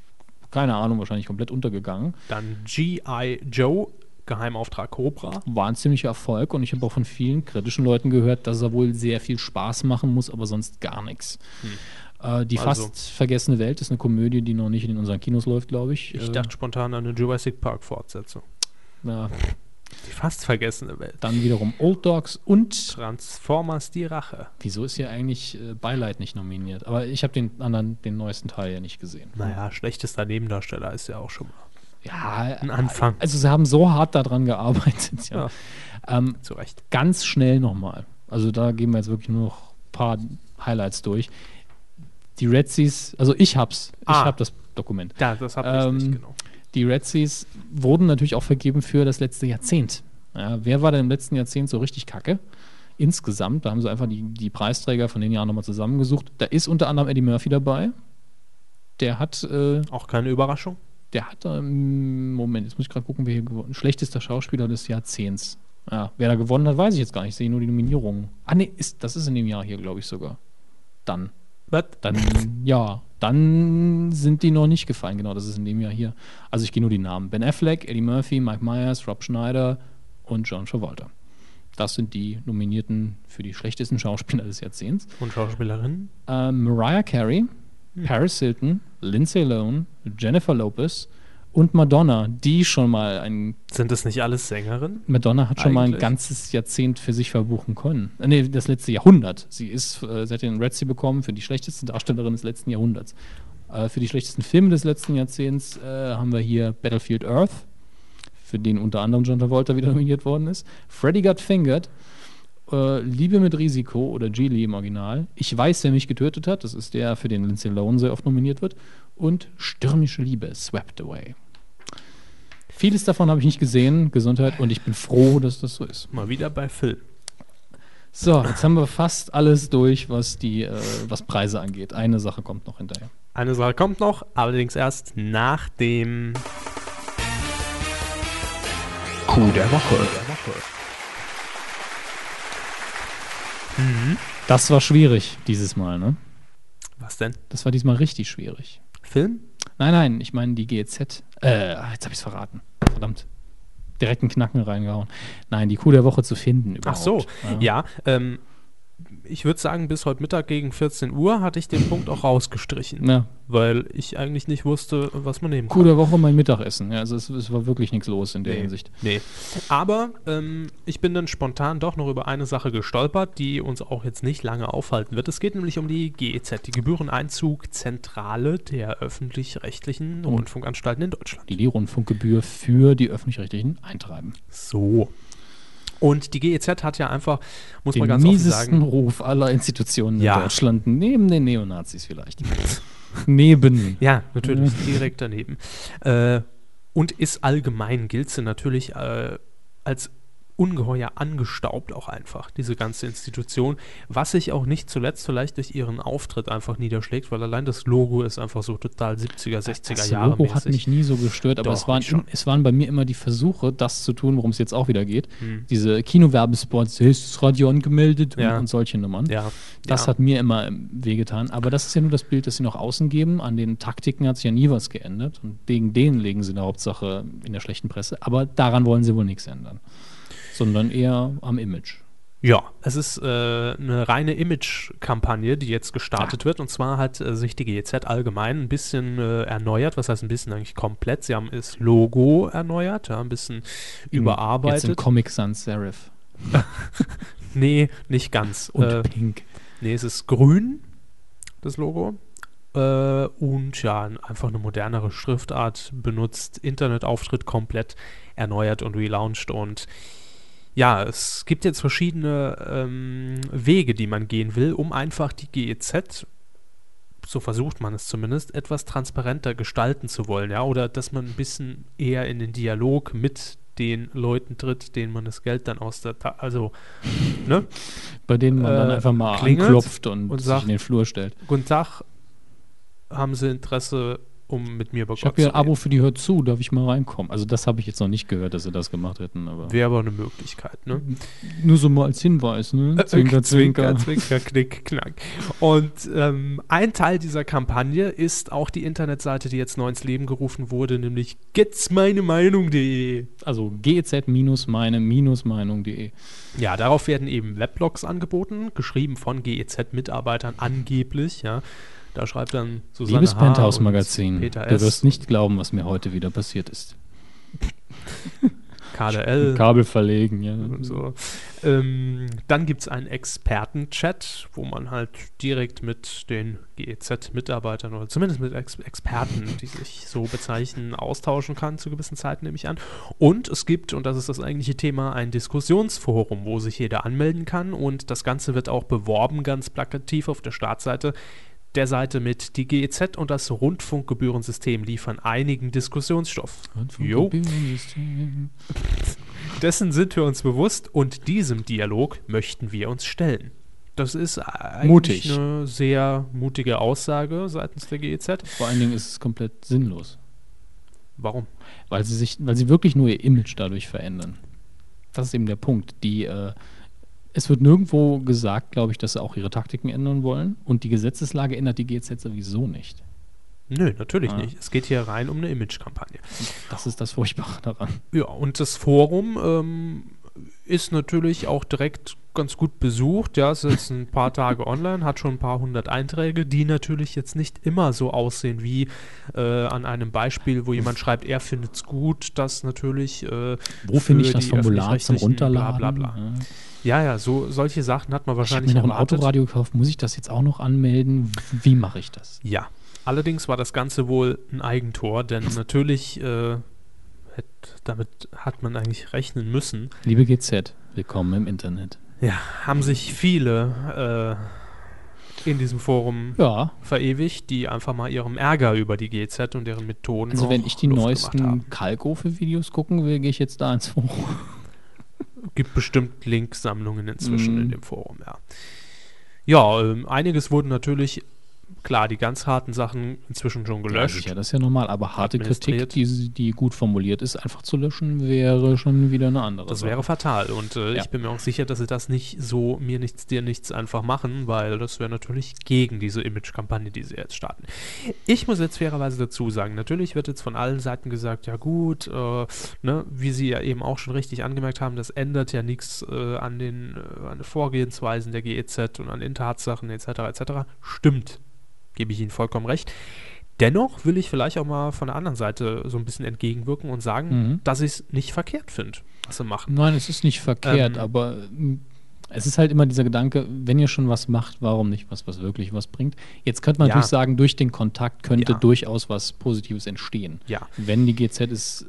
[SPEAKER 1] keine Ahnung, wahrscheinlich komplett untergegangen,
[SPEAKER 2] Dann G.I. Joe, Geheimauftrag Cobra.
[SPEAKER 1] war ein ziemlicher Erfolg und ich habe auch von vielen kritischen Leuten gehört, dass er wohl sehr viel Spaß machen muss, aber sonst gar nichts. Äh, die
[SPEAKER 2] Hm. Also-
[SPEAKER 1] fast vergessene Welt ist eine Komödie, die noch nicht in unseren Kinos läuft, glaube ich.
[SPEAKER 2] Ich
[SPEAKER 1] Äh,
[SPEAKER 2] dachte spontan an eine Jurassic Park-Fortsetzung.
[SPEAKER 1] ja,
[SPEAKER 2] Die fast vergessene Welt.
[SPEAKER 1] Äh, dann wiederum Old Dogs und
[SPEAKER 2] Transformers Die Rache.
[SPEAKER 1] wieso ist hier eigentlich äh, Beileid nicht nominiert? Aber ich habe den anderen, den neuesten Teil ja nicht gesehen.
[SPEAKER 2] Naja, schlechtester Nebendarsteller ist ja auch schon mal
[SPEAKER 1] Ja,
[SPEAKER 2] ein Anfang.
[SPEAKER 1] also sie haben so hart daran gearbeitet. Ja.
[SPEAKER 2] Ja.
[SPEAKER 1] Ähm,
[SPEAKER 2] Zu Recht.
[SPEAKER 1] ganz schnell nochmal. Also da gehen wir jetzt wirklich nur noch ein paar Highlights durch. Die Red Seas, also ich hab's, ich
[SPEAKER 2] Ah.
[SPEAKER 1] hab das Dokument.
[SPEAKER 2] Ja, das habe
[SPEAKER 1] Ähm,
[SPEAKER 2] ich nicht, genau.
[SPEAKER 1] Die Red Seas wurden natürlich auch vergeben für das letzte Jahrzehnt. Ja, wer war denn im letzten Jahrzehnt so richtig kacke? Insgesamt, da haben sie einfach die, die Preisträger von den Jahren nochmal zusammengesucht. Da ist unter anderem Eddie Murphy dabei. Der hat, äh,
[SPEAKER 2] Auch keine Überraschung.
[SPEAKER 1] der hat, ähm, Moment, jetzt muss ich gerade gucken, wer hier gewonnen Schlechtester Schauspieler des Jahrzehnts. Ja, wer da gewonnen hat, weiß ich jetzt gar nicht. Ich sehe nur die Nominierungen. Ah, nee, ist, das ist in dem Jahr hier, glaube ich sogar. Dann.
[SPEAKER 2] Was?
[SPEAKER 1] Dann, ja, dann sind die noch nicht gefallen. Genau, das ist in dem Jahr hier. Also ich gehe nur die Namen. Ben Affleck, Eddie Murphy, Mike Myers, Rob Schneider und John Travolta. Das sind die Nominierten für die schlechtesten Schauspieler des Jahrzehnts.
[SPEAKER 2] Und Schauspielerinnen?
[SPEAKER 1] Äh, Mariah Carey, Paris Hilton, Lindsay Lohan, Jennifer Lopez und Madonna, die schon mal ein
[SPEAKER 2] Sind das nicht alles Sängerinnen?
[SPEAKER 1] Madonna hat schon mal ein
[SPEAKER 2] Eigentlich.
[SPEAKER 1] ganzes Jahrzehnt für sich verbuchen können. Äh, Nee, das letzte Jahrhundert. Sie ist, äh, sie hat den Red Sea bekommen für die schlechteste Darstellerin des letzten Jahrhunderts. Äh, für die schlechtesten Filme des letzten Jahrzehnts äh, haben wir hier Battlefield Earth, für den unter anderem John Travolta wieder nominiert worden ist. Freddy Got Fingered, äh, Liebe mit Risiko oder Geely im Original. Ich weiß, wer mich getötet hat. Das ist der, für den Lindsay Lohan sehr oft nominiert wird. Und Stürmische Liebe, Swept Away. Vieles davon habe ich nicht gesehen, Gesundheit, und ich bin froh, dass das so ist.
[SPEAKER 2] Mal wieder bei Phil.
[SPEAKER 1] So, jetzt haben wir fast alles durch, was die, äh, was Preise angeht. Eine Sache kommt noch hinterher.
[SPEAKER 2] Eine Sache kommt noch, allerdings erst nach dem.
[SPEAKER 4] Coup der Woche.
[SPEAKER 1] Das war schwierig dieses Mal, ne?
[SPEAKER 2] Was denn?
[SPEAKER 1] Das war diesmal richtig schwierig.
[SPEAKER 2] Film?
[SPEAKER 1] Nein, nein, ich meine die GEZ. Äh, ah, jetzt habe ich es verraten. Verdammt. Direkt einen Knacken reingehauen. Nein, die Kuh der Woche zu finden
[SPEAKER 2] Ach
[SPEAKER 1] überhaupt.
[SPEAKER 2] so, ja. ähm, ich würde sagen, bis heute Mittag gegen 14 Uhr hatte ich den Punkt auch rausgestrichen,
[SPEAKER 1] Ja.
[SPEAKER 2] weil ich eigentlich nicht wusste, was man nehmen
[SPEAKER 1] Kuh
[SPEAKER 2] kann.
[SPEAKER 1] der Woche mein Mittagessen. Ja, also es, es war wirklich nichts los in der Hinsicht.
[SPEAKER 2] Nee. Aber ähm, ich bin dann spontan doch noch über eine Sache gestolpert, die uns auch jetzt nicht lange aufhalten wird. Es geht nämlich um die GEZ, die Gebühreneinzugzentrale der öffentlich-rechtlichen Rundfunkanstalten in Deutschland.
[SPEAKER 1] Die die Rundfunkgebühr für die öffentlich-rechtlichen eintreiben.
[SPEAKER 2] So. Und die GEZ hat ja einfach, muss man
[SPEAKER 1] Den
[SPEAKER 2] ganz offen
[SPEAKER 1] miesesten
[SPEAKER 2] sagen,
[SPEAKER 1] Ruf aller Institutionen
[SPEAKER 2] Ja.
[SPEAKER 1] in Deutschland, neben den Neonazis vielleicht. neben.
[SPEAKER 2] ja, natürlich, direkt daneben. Äh, und ist allgemein, gilt sie natürlich äh, als ungeheuer angestaubt auch einfach, diese ganze Institution, was sich auch nicht zuletzt vielleicht durch ihren Auftritt einfach niederschlägt, weil allein das Logo ist einfach so total 70er, 60er
[SPEAKER 1] Das
[SPEAKER 2] Jahre
[SPEAKER 1] Logo
[SPEAKER 2] mäßig.
[SPEAKER 1] hat mich nie so gestört, aber
[SPEAKER 2] Doch,
[SPEAKER 1] es waren,
[SPEAKER 2] mich schon.
[SPEAKER 1] es waren bei mir immer die Versuche, das zu tun, worum es jetzt auch wieder geht. Diese Kinowerbespots, hey, ist das Radio angemeldet
[SPEAKER 2] Hm. Ja.
[SPEAKER 1] und, und solche Nummern.
[SPEAKER 2] ja,
[SPEAKER 1] Das
[SPEAKER 2] ja.
[SPEAKER 1] hat mir immer ähm, wehgetan. Aber das ist ja nur das Bild, das sie nach außen geben. An den Taktiken hat sich ja nie was geändert. Und wegen denen legen sie in der Hauptsache in der schlechten Presse. Aber daran wollen sie wohl nichts ändern. Sondern eher am Image.
[SPEAKER 2] Ja, es ist äh, eine reine Image-Kampagne, die jetzt gestartet wird. Und zwar hat äh, sich die GEZ allgemein ein bisschen äh, erneuert. Was heißt ein bisschen eigentlich komplett? Sie haben das Logo erneuert, ja, ein bisschen
[SPEAKER 1] Jetzt im
[SPEAKER 2] überarbeitet.
[SPEAKER 1] Comic Sans Serif.
[SPEAKER 2] Nee, nicht ganz.
[SPEAKER 1] Und
[SPEAKER 2] äh,
[SPEAKER 1] Pink.
[SPEAKER 2] nee, es ist grün, das Logo. Äh, und ja, n- einfach eine modernere Schriftart benutzt, Internetauftritt komplett erneuert und relaunched und ja, es gibt jetzt verschiedene ähm, Wege, die man gehen will, um einfach die GEZ, so versucht man es zumindest, etwas transparenter gestalten zu wollen, ja, oder dass man ein bisschen eher in den Dialog mit den Leuten tritt, denen man das Geld dann aus der, Ta also, ne,
[SPEAKER 1] Bei denen man dann
[SPEAKER 2] äh,
[SPEAKER 1] einfach mal
[SPEAKER 2] klingelt
[SPEAKER 1] anklopft und,
[SPEAKER 2] und
[SPEAKER 1] sich
[SPEAKER 2] sagt,
[SPEAKER 1] in den Flur stellt.
[SPEAKER 2] Guten Tag, haben Sie Interesse, um mit mir über
[SPEAKER 1] Ich habe
[SPEAKER 2] zu
[SPEAKER 1] hier ein Abo
[SPEAKER 2] reden?
[SPEAKER 1] für die Hört zu, darf ich mal reinkommen? Also das habe ich jetzt noch nicht gehört, dass sie das gemacht hätten, aber
[SPEAKER 2] Wäre aber eine Möglichkeit, ne?
[SPEAKER 1] nur so mal als Hinweis, ne?
[SPEAKER 2] Äh, zwinker, knick, knack. Und ähm, ein Teil dieser Kampagne ist auch die Internetseite, die jetzt neu ins Leben gerufen wurde, nämlich getsmeinemeinung.de.
[SPEAKER 1] Also gz-meine-meinung.de.
[SPEAKER 2] Ja, darauf werden eben Weblogs angeboten, geschrieben von GEZ-Mitarbeitern angeblich, ja. Da schreibt dann Susanne
[SPEAKER 1] Liebes
[SPEAKER 2] H.
[SPEAKER 1] Penthouse
[SPEAKER 2] und
[SPEAKER 1] Magazin,
[SPEAKER 2] Peter
[SPEAKER 1] du
[SPEAKER 2] S.
[SPEAKER 1] wirst nicht glauben, was mir heute wieder passiert ist.
[SPEAKER 2] KDL.
[SPEAKER 1] Kabel verlegen, ja.
[SPEAKER 2] und Äh. so. Ähm, dann gibt es einen Experten-Chat, wo man halt direkt mit den GEZ-Mitarbeitern oder zumindest mit Ex Experten, die sich so bezeichnen, austauschen kann zu gewissen Zeiten, nehme ich an. Und es gibt, und das ist das eigentliche Thema, ein Diskussionsforum, wo sich jeder anmelden kann und das Ganze wird auch beworben, ganz plakativ auf der Startseite der Seite mit die GEZ und das Rundfunkgebührensystem liefern einigen Diskussionsstoff. Jo.
[SPEAKER 1] Rundfunkgebührensystem.
[SPEAKER 2] Dessen sind wir uns bewusst und diesem Dialog möchten wir uns stellen. Das ist eigentlich
[SPEAKER 1] Mutig.
[SPEAKER 2] eine sehr mutige Aussage seitens der E GEZ.
[SPEAKER 1] Vor allen Dingen ist es komplett sinnlos,
[SPEAKER 2] Warum?
[SPEAKER 1] weil sie sich, weil sie wirklich nur ihr Image dadurch verändern. Das ist eben der Punkt. Die, äh, es wird nirgendwo gesagt, glaube ich, dass sie auch ihre Taktiken ändern wollen und die Gesetzeslage ändert die GZ sowieso nicht.
[SPEAKER 2] Nö, natürlich
[SPEAKER 1] Ah.
[SPEAKER 2] nicht. Es geht hier rein um eine Imagekampagne.
[SPEAKER 1] Das ist das Furchtbare daran.
[SPEAKER 2] Ja, und das Forum ähm, ist natürlich auch direkt ganz gut besucht. Ja, es ist jetzt ein paar Tage online, hat schon ein paar hundert Einträge, die natürlich jetzt nicht immer so aussehen wie äh, an einem Beispiel, wo jemand schreibt, er findet es gut, dass natürlich. Äh,
[SPEAKER 1] Wo finde ich
[SPEAKER 2] für
[SPEAKER 1] das
[SPEAKER 2] die
[SPEAKER 1] Formular zum
[SPEAKER 2] öffentlich-rechtlichen
[SPEAKER 1] Runterladen?
[SPEAKER 2] Bla, bla, bla.
[SPEAKER 1] Ja.
[SPEAKER 2] Ja, ja, so, solche Sachen hat
[SPEAKER 1] Ich
[SPEAKER 2] man
[SPEAKER 1] habe
[SPEAKER 2] wahrscheinlich
[SPEAKER 1] mir noch ein
[SPEAKER 2] erwartet.
[SPEAKER 1] Autoradio gekauft. Muss ich das jetzt auch noch anmelden? Wie mache ich das?
[SPEAKER 2] Ja. Allerdings war das Ganze wohl ein Eigentor, denn natürlich äh, hätt- damit hat man eigentlich rechnen müssen.
[SPEAKER 1] Liebe GZ, willkommen im Internet.
[SPEAKER 2] Ja, haben sich viele äh, in diesem Forum
[SPEAKER 1] Ja,
[SPEAKER 2] verewigt, die einfach mal ihrem Ärger über die GZ und deren Methoden
[SPEAKER 1] also wenn
[SPEAKER 2] auch
[SPEAKER 1] ich die
[SPEAKER 2] Luft gemacht
[SPEAKER 1] neuesten Kalkofe-Videos gucken will, gehe ich jetzt da ins Forum.
[SPEAKER 2] habe. gibt bestimmt Linksammlungen inzwischen
[SPEAKER 1] Mm.
[SPEAKER 2] in dem Forum, ja. Ja, ähm, einiges wurde natürlich klar, die ganz harten Sachen inzwischen schon gelöscht.
[SPEAKER 1] Ja, das ist ja normal, aber harte Kritik,
[SPEAKER 2] Administriert.
[SPEAKER 1] die, die gut formuliert ist, einfach zu löschen, wäre schon wieder eine andere.
[SPEAKER 2] Das
[SPEAKER 1] Sache.
[SPEAKER 2] wäre fatal und äh,
[SPEAKER 1] Ja.
[SPEAKER 2] ich bin mir auch sicher, dass sie das nicht so mir nichts, dir nichts einfach machen, weil das wäre natürlich gegen diese Image-Kampagne, die sie jetzt starten. Ich muss jetzt fairerweise dazu sagen, natürlich wird jetzt von allen Seiten gesagt, ja gut, äh, ne, wie sie ja eben auch schon richtig angemerkt haben, das ändert ja nichts äh, an den äh, an den Vorgehensweisen der GEZ und an den Tatsachen etc. etc. Stimmt, gebe ich Ihnen vollkommen recht. Dennoch will ich vielleicht auch mal von der anderen Seite so ein bisschen entgegenwirken und sagen,
[SPEAKER 1] Mhm.
[SPEAKER 2] dass ich es nicht verkehrt finde, was sie machen.
[SPEAKER 1] Nein, es ist nicht verkehrt,
[SPEAKER 2] Ähm,
[SPEAKER 1] aber ähm, es ist halt immer dieser Gedanke, wenn ihr schon was macht, warum nicht was, was wirklich was bringt. Jetzt könnte man
[SPEAKER 2] Ja.
[SPEAKER 1] natürlich sagen, durch den Kontakt könnte
[SPEAKER 2] Ja.
[SPEAKER 1] durchaus was Positives entstehen.
[SPEAKER 2] Ja.
[SPEAKER 1] Wenn die GZ es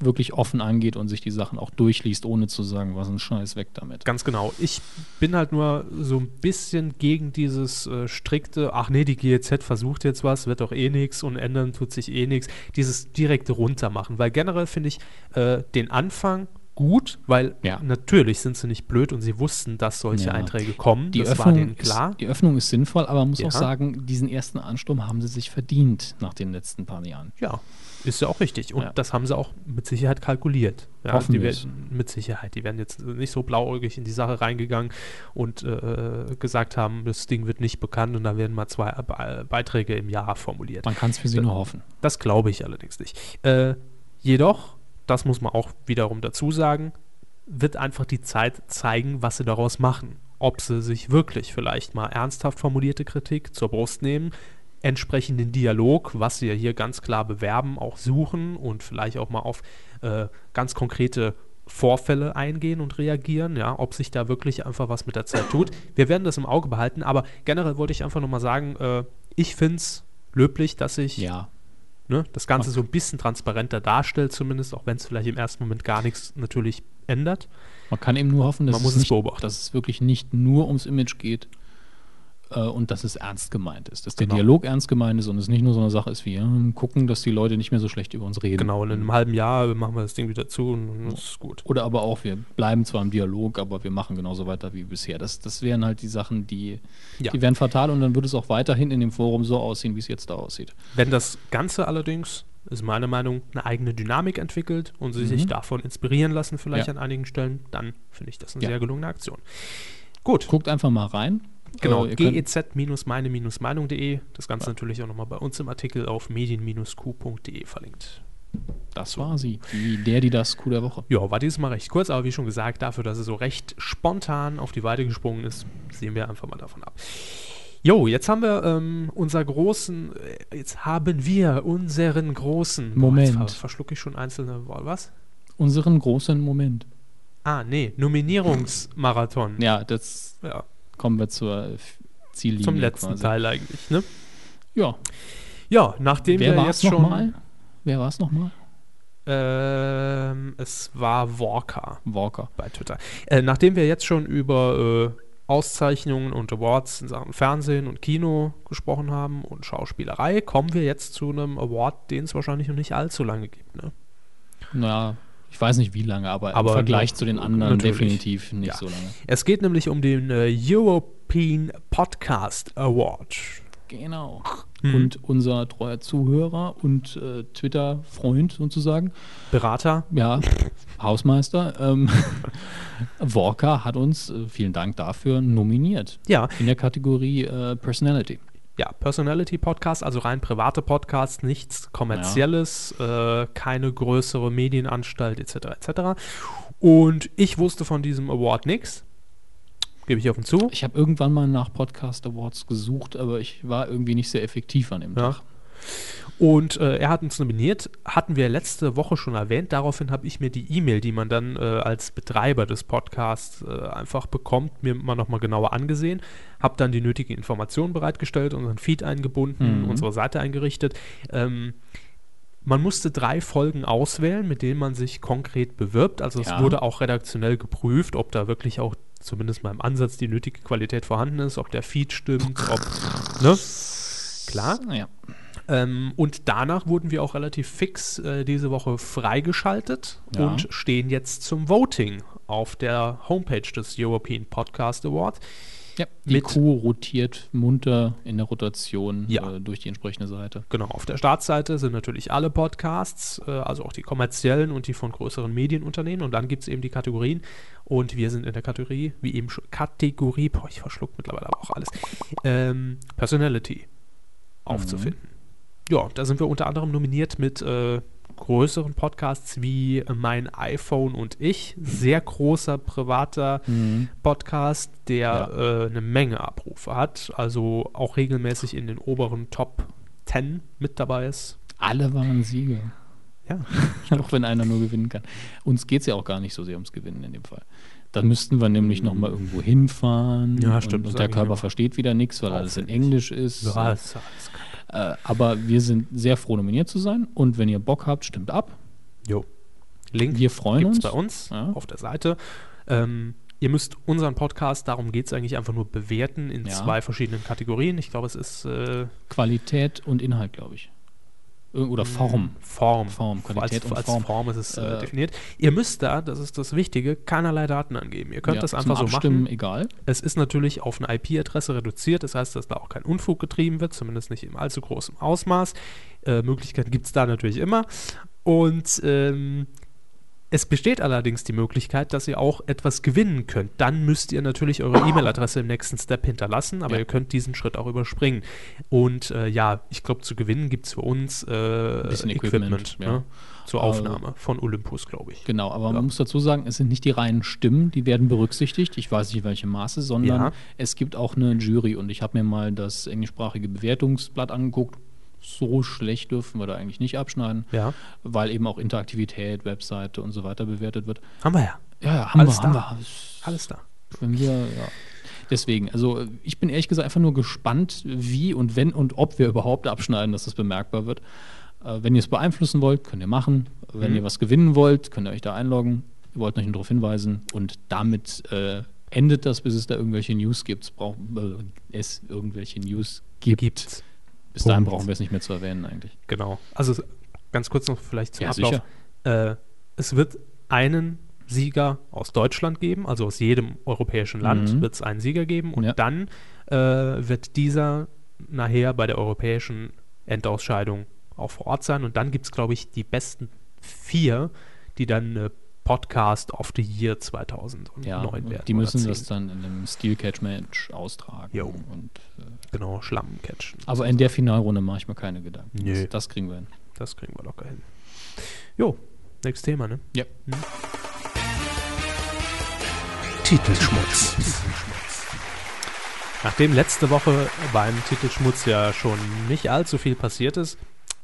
[SPEAKER 1] wirklich offen angeht und sich die Sachen auch durchliest, ohne zu sagen, was ein Scheiß weg damit.
[SPEAKER 2] Ganz genau. Ich bin halt nur so ein bisschen gegen dieses äh, strikte, ach nee, die GEZ versucht jetzt was, wird doch eh nichts und ändern tut sich eh nichts, dieses direkte Runtermachen. Weil generell finde ich äh, den Anfang gut, weil
[SPEAKER 1] Ja.
[SPEAKER 2] natürlich sind sie nicht blöd und sie wussten, dass solche
[SPEAKER 1] Ja.
[SPEAKER 2] Einträge kommen.
[SPEAKER 1] Die
[SPEAKER 2] das
[SPEAKER 1] Öffnung,
[SPEAKER 2] war denen klar.
[SPEAKER 1] Ist, die Öffnung ist sinnvoll, aber man muss
[SPEAKER 2] Ja.
[SPEAKER 1] auch sagen, diesen ersten Ansturm haben sie sich verdient nach den letzten paar Jahren.
[SPEAKER 2] Ja, ist ja auch richtig. Und
[SPEAKER 1] Ja.
[SPEAKER 2] das haben sie auch mit Sicherheit kalkuliert. Ja,
[SPEAKER 1] Hoffen
[SPEAKER 2] die
[SPEAKER 1] wir
[SPEAKER 2] werden, Mit Sicherheit. Die werden jetzt nicht so blauäugig in die Sache reingegangen und äh, gesagt haben, das Ding wird nicht bekannt und da werden mal zwei äh, Beiträge im Jahr formuliert.
[SPEAKER 1] Man kann es für sie
[SPEAKER 2] Da-
[SPEAKER 1] nur hoffen.
[SPEAKER 2] Das glaube ich allerdings nicht. Äh, jedoch, das muss man auch wiederum dazu sagen, wird einfach die Zeit zeigen, was sie daraus machen. Ob sie sich wirklich vielleicht mal ernsthaft formulierte Kritik zur Brust nehmen, entsprechend den Dialog, was sie ja hier ganz klar bewerben, auch suchen und vielleicht auch mal auf äh, ganz konkrete Vorfälle eingehen und reagieren, ja, ob sich da wirklich einfach was mit der Zeit tut. Wir werden das im Auge behalten, aber generell wollte ich einfach nochmal sagen, äh, ich finde es löblich, dass sich
[SPEAKER 1] Ja,
[SPEAKER 2] ne, das Ganze so ein bisschen transparenter darstellt, zumindest, auch wenn es vielleicht im ersten Moment gar nichts natürlich ändert.
[SPEAKER 1] Man kann eben nur hoffen, dass,
[SPEAKER 2] Man muss
[SPEAKER 1] es,
[SPEAKER 2] es
[SPEAKER 1] nicht,
[SPEAKER 2] beobachten.
[SPEAKER 1] dass es wirklich nicht nur ums Image geht äh, und dass es ernst gemeint ist. Dass
[SPEAKER 2] Genau.
[SPEAKER 1] der Dialog ernst gemeint ist und es nicht nur so eine Sache ist wie ähm, gucken, dass die Leute nicht mehr so schlecht über uns reden.
[SPEAKER 2] Genau, in einem halben Jahr machen wir das Ding wieder zu und dann ist es gut.
[SPEAKER 1] Oder aber auch, wir bleiben zwar im Dialog, aber wir machen genauso weiter wie bisher. Das, das wären halt die Sachen, die,
[SPEAKER 2] Ja.
[SPEAKER 1] die wären fatal und dann würde es auch weiterhin in dem Forum so aussehen, wie es jetzt da aussieht.
[SPEAKER 2] Wenn das Ganze allerdings, ist meine Meinung, eine eigene Dynamik entwickelt und sie sich davon inspirieren lassen, vielleicht
[SPEAKER 1] Mhm. Ja.
[SPEAKER 2] an einigen Stellen, dann finde ich das eine
[SPEAKER 1] Ja.
[SPEAKER 2] sehr gelungene Aktion. Gut,
[SPEAKER 1] Guckt einfach mal rein.
[SPEAKER 2] genau.
[SPEAKER 1] Äh, ihr könnt-
[SPEAKER 2] gez-meine-meinung.de. E, Das Ganze natürlich auch nochmal bei uns im Artikel auf medien-q.de E verlinkt.
[SPEAKER 1] das war sie. Die, der, die das Coup der Woche.
[SPEAKER 2] Ja, war dieses Mal recht kurz, aber wie schon gesagt, dafür, dass es so recht spontan auf die Weide gesprungen ist, sehen wir einfach mal davon ab. Jo, jetzt haben wir ähm, unser großen, äh, jetzt haben wir unseren großen.
[SPEAKER 1] Moment.
[SPEAKER 2] Boah, jetzt ver verschlucke ich schon einzelne, was?
[SPEAKER 1] Unseren großen Moment.
[SPEAKER 2] Ah, nee, Nominierungsmarathon.
[SPEAKER 1] Ja, das
[SPEAKER 2] Ja,
[SPEAKER 1] kommen wir zur äh, Ziellinie.
[SPEAKER 2] zum letzten
[SPEAKER 1] quasi.
[SPEAKER 2] Teil eigentlich, ne?
[SPEAKER 1] Ja,
[SPEAKER 2] Ja, nachdem
[SPEAKER 1] Wer
[SPEAKER 2] wir
[SPEAKER 1] war es
[SPEAKER 2] jetzt schon.
[SPEAKER 1] nochmal? Wer war es nochmal?
[SPEAKER 2] Ähm, es war Walker.
[SPEAKER 1] Walker.
[SPEAKER 2] bei Twitter. Äh, nachdem wir jetzt schon über äh, Auszeichnungen und Awards in Sachen Fernsehen und Kino gesprochen haben und Schauspielerei, kommen wir jetzt zu einem Award, den es wahrscheinlich noch nicht allzu lange gibt. Ne?
[SPEAKER 1] Naja, ich weiß nicht wie lange, aber,
[SPEAKER 2] Aber
[SPEAKER 1] im Vergleich
[SPEAKER 2] nur-
[SPEAKER 1] zu den anderen
[SPEAKER 2] natürlich.
[SPEAKER 1] definitiv nicht
[SPEAKER 2] Ja.
[SPEAKER 1] so lange.
[SPEAKER 2] Es geht nämlich um den äh, European Podcast Award.
[SPEAKER 1] Genau.
[SPEAKER 2] Hm.
[SPEAKER 1] Und unser treuer Zuhörer und äh, Twitter-Freund sozusagen,
[SPEAKER 2] Berater,
[SPEAKER 1] ja, Hausmeister, ähm, Walker hat uns, äh, vielen Dank dafür, nominiert.
[SPEAKER 2] ja,
[SPEAKER 1] In der Kategorie äh, Personality.
[SPEAKER 2] ja, Personality Podcast, also rein private Podcasts, nichts kommerzielles, äh, keine größere Medienanstalt etc. etc. Und ich wusste von diesem Award nichts. Gebe ich offen zu.
[SPEAKER 1] Ich habe irgendwann mal nach Podcast Awards gesucht, aber ich war irgendwie nicht sehr effektiv an dem
[SPEAKER 2] Ja.
[SPEAKER 1] Tag.
[SPEAKER 2] Und äh, er hat uns nominiert, hatten wir letzte Woche schon erwähnt. Daraufhin habe ich mir die E-Mail, die man dann äh, als Betreiber des Podcasts äh, einfach bekommt, mir mal nochmal genauer angesehen, habe dann die nötigen Informationen bereitgestellt, unseren Feed eingebunden,
[SPEAKER 1] Mhm.
[SPEAKER 2] unsere Seite eingerichtet. Ähm, man musste drei Folgen auswählen, mit denen man sich konkret bewirbt. Also es
[SPEAKER 1] Ja.
[SPEAKER 2] wurde auch redaktionell geprüft, ob da wirklich auch zumindest mal im Ansatz die nötige Qualität vorhanden ist, ob der Feed stimmt, ob ne? klar.
[SPEAKER 1] Ja.
[SPEAKER 2] Ähm, und danach wurden wir auch relativ fix äh, diese Woche freigeschaltet
[SPEAKER 1] Ja.
[SPEAKER 2] und stehen jetzt zum Voting auf der Homepage des European Podcast Award.
[SPEAKER 1] Ja, die
[SPEAKER 2] Mit-
[SPEAKER 1] Kuh rotiert munter in der Rotation
[SPEAKER 2] Ja.
[SPEAKER 1] äh, durch die entsprechende Seite.
[SPEAKER 2] Genau, auf der Startseite sind natürlich alle Podcasts, äh, also auch die kommerziellen und die von größeren Medienunternehmen. Und dann gibt es eben die Kategorien. Und wir sind in der Kategorie, wie eben schon, Kategorie, boah, ich verschluck mittlerweile aber auch alles, ähm, Personality aufzufinden. Ja, da sind wir unter anderem nominiert mit äh, größeren Podcasts wie äh, Mein iPhone und ich. Sehr großer privater Podcast, der äh, eine Menge Abrufe hat, also auch regelmäßig in den oberen Top 10 mit dabei ist.
[SPEAKER 1] Alle waren Sieger.
[SPEAKER 2] Ja.
[SPEAKER 1] auch wenn einer nur gewinnen kann. Uns geht es ja auch gar nicht so sehr ums Gewinnen in dem Fall. Dann müssten wir nämlich nochmal irgendwo hinfahren.
[SPEAKER 2] Ja, stimmt,
[SPEAKER 1] Und,
[SPEAKER 2] das
[SPEAKER 1] und der
[SPEAKER 2] sag ich
[SPEAKER 1] Körper
[SPEAKER 2] immer.
[SPEAKER 1] versteht wieder nichts, weil alles in Englisch ist.
[SPEAKER 2] ist alles
[SPEAKER 1] Äh, aber wir sind sehr froh, nominiert zu sein. Und wenn ihr Bock habt, stimmt ab.
[SPEAKER 2] Jo. Link
[SPEAKER 1] Wir freuen
[SPEAKER 2] gibt's
[SPEAKER 1] uns.
[SPEAKER 2] bei uns
[SPEAKER 1] Ja.
[SPEAKER 2] auf der Seite. Ähm, ihr müsst unseren Podcast, darum geht es eigentlich, einfach nur bewerten in
[SPEAKER 1] Ja.
[SPEAKER 2] zwei verschiedenen Kategorien. Ich glaube, es ist äh,
[SPEAKER 1] Qualität und Inhalt, glaube ich. Ir- Oder Form.
[SPEAKER 2] Form.
[SPEAKER 1] Form, Qualität
[SPEAKER 2] Mhm. als,
[SPEAKER 1] und
[SPEAKER 2] als
[SPEAKER 1] Form.
[SPEAKER 2] ist es äh,
[SPEAKER 1] Äh,
[SPEAKER 2] definiert. Ihr müsst da, das ist das Wichtige, keinerlei Daten angeben. Ihr könnt
[SPEAKER 1] Ja,
[SPEAKER 2] das
[SPEAKER 1] zum
[SPEAKER 2] einfach so
[SPEAKER 1] Abstimmen,
[SPEAKER 2] machen.
[SPEAKER 1] egal.
[SPEAKER 2] Es ist natürlich auf eine IP-Adresse reduziert, das heißt, dass da auch kein Unfug getrieben wird, zumindest nicht im allzu großen Ausmaß. Äh, Möglichkeiten gibt es da natürlich immer. Und ähm, es besteht allerdings die Möglichkeit, dass ihr auch etwas gewinnen könnt. Dann müsst ihr natürlich eure E-Mail-Adresse im nächsten Step hinterlassen, aber
[SPEAKER 1] Ja.
[SPEAKER 2] ihr könnt diesen Schritt auch überspringen. Und äh, ja, ich glaube, zu gewinnen gibt es für uns äh,
[SPEAKER 1] bisschen
[SPEAKER 2] Equipment
[SPEAKER 1] Equipment, ja.
[SPEAKER 2] ne? zur
[SPEAKER 1] Also-
[SPEAKER 2] Aufnahme von Olympus, glaube ich.
[SPEAKER 1] Genau, aber
[SPEAKER 2] Ja.
[SPEAKER 1] man muss dazu sagen, es sind nicht die reinen Stimmen, die werden berücksichtigt. Ich weiß nicht, in welchem Maße, sondern
[SPEAKER 2] Ja.
[SPEAKER 1] es gibt auch eine Jury. Und ich habe mir mal das englischsprachige Bewertungsblatt angeguckt. So schlecht dürfen wir da eigentlich nicht abschneiden,
[SPEAKER 2] Ja.
[SPEAKER 1] weil eben auch Interaktivität, Webseite und so weiter bewertet wird.
[SPEAKER 2] Haben wir ja.
[SPEAKER 1] Ja, ja, haben
[SPEAKER 2] Alles
[SPEAKER 1] wir,
[SPEAKER 2] da.
[SPEAKER 1] haben wir. Es-
[SPEAKER 2] Alles da.
[SPEAKER 1] Wenn wir, ja. Deswegen, also äh, ich bin ehrlich gesagt einfach nur gespannt, wie und wenn und ob wir überhaupt abschneiden, dass das bemerkbar wird. Äh, wenn ihr es beeinflussen wollt, könnt ihr machen. Wenn ihr was gewinnen wollt, könnt ihr euch da einloggen. Wir wollten euch nur darauf hinweisen. Und damit äh, endet das, bis es da irgendwelche News gibt. Brauch, äh, es irgendwelche News gibt.
[SPEAKER 2] Gibt's.
[SPEAKER 1] Bis dahin
[SPEAKER 2] Punkt.
[SPEAKER 1] brauchen wir es nicht mehr zu erwähnen eigentlich.
[SPEAKER 2] Genau. Also es- ganz kurz noch vielleicht zum
[SPEAKER 1] Ja,
[SPEAKER 2] Ablauf. Äh, es wird einen Sieger aus Deutschland geben, also aus jedem europäischen Land
[SPEAKER 1] Mhm.
[SPEAKER 2] wird es einen Sieger geben und
[SPEAKER 1] Ja.
[SPEAKER 2] dann äh, wird dieser nachher bei der europäischen Endausscheidung auch vor Ort sein und dann gibt es, glaube ich, die besten vier, die dann äh, Podcast of the Year 2009
[SPEAKER 1] Ja, und
[SPEAKER 2] werden.
[SPEAKER 1] die müssen
[SPEAKER 2] oder
[SPEAKER 1] das
[SPEAKER 2] 10.
[SPEAKER 1] dann in einem Steel Catch Match austragen.
[SPEAKER 2] Jo.
[SPEAKER 1] Und, äh,
[SPEAKER 2] genau Schlamm catchen.
[SPEAKER 1] aber in der Finalrunde mache ich mir keine Gedanken.
[SPEAKER 2] Nö.
[SPEAKER 1] Das, das kriegen wir hin.
[SPEAKER 2] Das kriegen wir locker hin. Jo, nächstes Thema, ne?
[SPEAKER 1] Ja.
[SPEAKER 4] Titelschmutz.
[SPEAKER 2] Nachdem letzte Woche beim Titelschmutz ja schon nicht allzu viel passiert ist,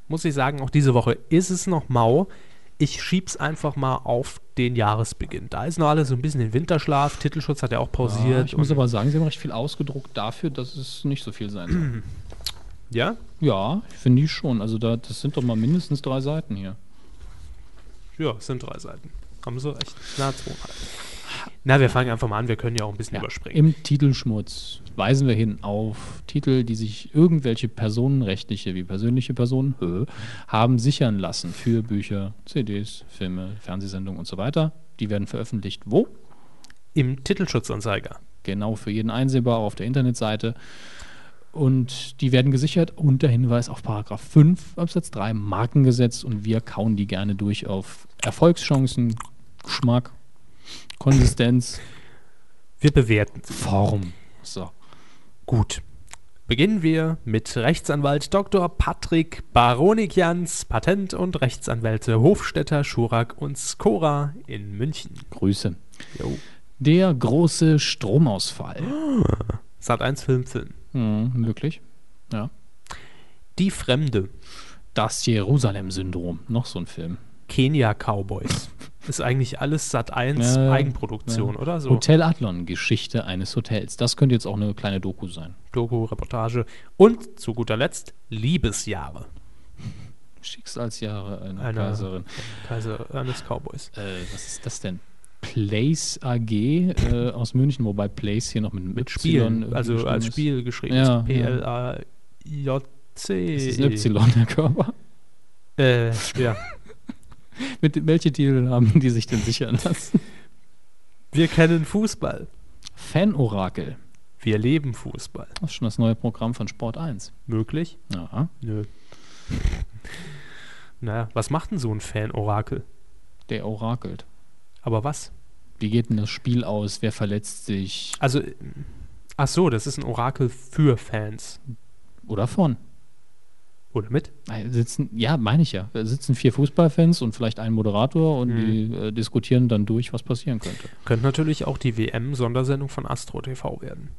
[SPEAKER 2] muss ich sagen, auch diese Woche ist es noch mau. Ich schieb's einfach mal auf den Jahresbeginn. Da ist noch alles so ein bisschen im Winterschlaf. Titelschutz hat ja auch
[SPEAKER 1] Ja,
[SPEAKER 2] pausiert.
[SPEAKER 1] ich muss
[SPEAKER 2] und-
[SPEAKER 1] aber sagen, sie haben recht viel ausgedruckt dafür, dass es nicht so viel sein soll.
[SPEAKER 2] ja?
[SPEAKER 1] ja, ich finde ich schon. Also da, das sind doch mal mindestens drei Seiten hier.
[SPEAKER 2] ja, es sind drei Seiten. Haben sie echt? Na, zweieinhalb. Na, wir fangen einfach mal an. Wir können ja auch ein bisschen überspringen.
[SPEAKER 1] Im Titelschmutz weisen wir hin auf Titel, die sich irgendwelche personenrechtliche wie persönliche Personen hö, haben sichern lassen für Bücher, CDs, Filme, Fernsehsendungen und so weiter. Die werden veröffentlicht wo?
[SPEAKER 2] Im Titelschutzanzeiger.
[SPEAKER 1] Genau für jeden einsehbar auf der Internetseite. Und die werden gesichert unter Hinweis auf Paragraph 5 Absatz 3 Markengesetz und wir kauen die gerne durch auf Erfolgschancen, Geschmack, Konsistenz,
[SPEAKER 2] Wir bewerten.
[SPEAKER 1] Form. So.
[SPEAKER 2] Gut. Beginnen wir mit Rechtsanwalt Dr. Patrick Baronikians, Patent- und Rechtsanwälte Hofstetter, Schurak und Skora in München.
[SPEAKER 1] Grüße. Der große Stromausfall.
[SPEAKER 2] Sat1 Filmfilm.
[SPEAKER 1] Hm, wirklich? Ja.
[SPEAKER 2] Die Fremde.
[SPEAKER 1] Das Jerusalem-Syndrom. Noch so ein Film.
[SPEAKER 2] Kenia Cowboys. Ist eigentlich alles Sat1
[SPEAKER 1] Ja,
[SPEAKER 2] Eigenproduktion,
[SPEAKER 1] ja.
[SPEAKER 2] oder so?
[SPEAKER 1] Hotel Adlon, Geschichte eines Hotels. Das könnte jetzt auch eine kleine Doku sein.
[SPEAKER 2] Doku, Reportage. Und zu guter Letzt Liebesjahre.
[SPEAKER 1] Schicksalsjahre einer
[SPEAKER 2] Einer-
[SPEAKER 1] Kaiserin.
[SPEAKER 2] Kaiser eines Cowboys.
[SPEAKER 1] Äh, was ist das denn? Place AG äh, aus München, wobei Place hier noch mit,
[SPEAKER 2] Mit
[SPEAKER 1] Y
[SPEAKER 2] Spielen,
[SPEAKER 1] irgendwie
[SPEAKER 2] also
[SPEAKER 1] geschrieben
[SPEAKER 2] als
[SPEAKER 1] äh, ist.
[SPEAKER 2] Spiel geschrieben.
[SPEAKER 1] Ja,
[SPEAKER 2] P-L-A-J-C.
[SPEAKER 1] Das ist ein Y, der Körper.
[SPEAKER 2] E. Äh, ja.
[SPEAKER 1] Mit welche Titel haben die sich denn sichern lassen?
[SPEAKER 2] Wir kennen Fußball.
[SPEAKER 1] Fanorakel.
[SPEAKER 2] Wir leben Fußball.
[SPEAKER 1] Das ist schon das neue Programm von Sport 1.
[SPEAKER 2] Möglich?
[SPEAKER 1] Aha.
[SPEAKER 2] Nö. naja, was macht denn so ein Fan-Orakel?
[SPEAKER 1] Der orakelt.
[SPEAKER 2] Aber was?
[SPEAKER 1] Wie geht denn das Spiel aus? Wer verletzt sich?
[SPEAKER 2] Also, ach so, das ist ein Orakel für Fans.
[SPEAKER 1] Oder von? Äh,
[SPEAKER 2] Oder mit?
[SPEAKER 1] Sitzen, ja, meine ich ja. Da sitzen vier Fußballfans und vielleicht ein Moderator
[SPEAKER 2] Hm.
[SPEAKER 1] und die äh, diskutieren dann durch, was passieren könnte.
[SPEAKER 2] Könnte natürlich auch die WM-Sondersendung von Astro TV werden.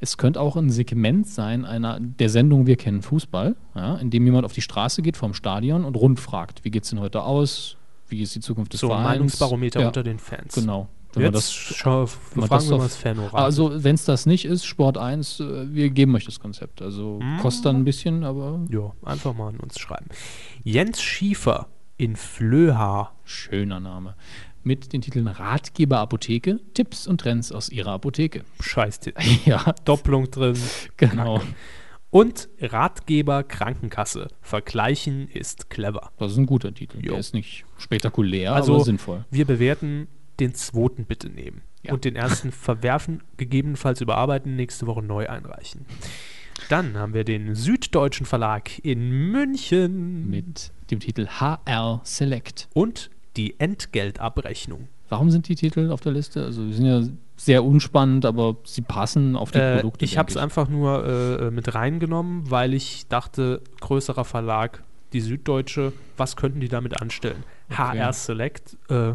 [SPEAKER 1] Es könnte auch ein Segment sein einer der Sendung Wir kennen Fußball, ja, in dem jemand auf die Straße geht vom Stadion und rundfragt, wie geht's denn heute aus? Wie ist die Zukunft des
[SPEAKER 2] So ein
[SPEAKER 1] Vereins?
[SPEAKER 2] Meinungsbarometer
[SPEAKER 1] Ja,
[SPEAKER 2] unter den Fans.
[SPEAKER 1] Genau. Wenn man
[SPEAKER 2] Jetzt
[SPEAKER 1] das,
[SPEAKER 2] schau,
[SPEAKER 1] wenn man
[SPEAKER 2] fragen
[SPEAKER 1] das
[SPEAKER 2] wir
[SPEAKER 1] auf-
[SPEAKER 2] mal das Fan-Orakel.
[SPEAKER 1] also, wenn es das nicht ist, Sport 1, äh, wir geben euch das Konzept. Also,
[SPEAKER 2] Mhm.
[SPEAKER 1] kostet dann ein bisschen, aber
[SPEAKER 2] ja, einfach mal an uns schreiben. Jens Schiefer in Flöha.
[SPEAKER 1] schöner Name. Mit den Titeln Ratgeber Apotheke, Tipps und Trends aus ihrer Apotheke.
[SPEAKER 2] Scheiß Titel.
[SPEAKER 1] ja,
[SPEAKER 2] Doppelung drin.
[SPEAKER 1] genau.
[SPEAKER 2] Und Ratgeber Krankenkasse. Vergleichen ist clever.
[SPEAKER 1] Das ist ein guter Titel.
[SPEAKER 2] Jo.
[SPEAKER 1] Der ist nicht spektakulär,
[SPEAKER 2] Also-
[SPEAKER 1] aber sinnvoll.
[SPEAKER 2] Wir bewerten den zweiten bitte nehmen.
[SPEAKER 1] Ja.
[SPEAKER 2] Und den ersten verwerfen, gegebenenfalls überarbeiten, nächste Woche neu einreichen. Dann haben wir den Süddeutschen Verlag in München
[SPEAKER 1] Mit dem Titel HR Select.
[SPEAKER 2] und die Entgeltabrechnung.
[SPEAKER 1] Warum sind die Titel auf der Liste? Also, die sind ja sehr unspannend, aber sie passen auf die
[SPEAKER 2] Äh,
[SPEAKER 1] Produkte.
[SPEAKER 2] ich
[SPEAKER 1] denk
[SPEAKER 2] habe es einfach nur äh, mit reingenommen, weil ich dachte, größerer Verlag, die Süddeutsche, was könnten die damit anstellen? HR Select, äh,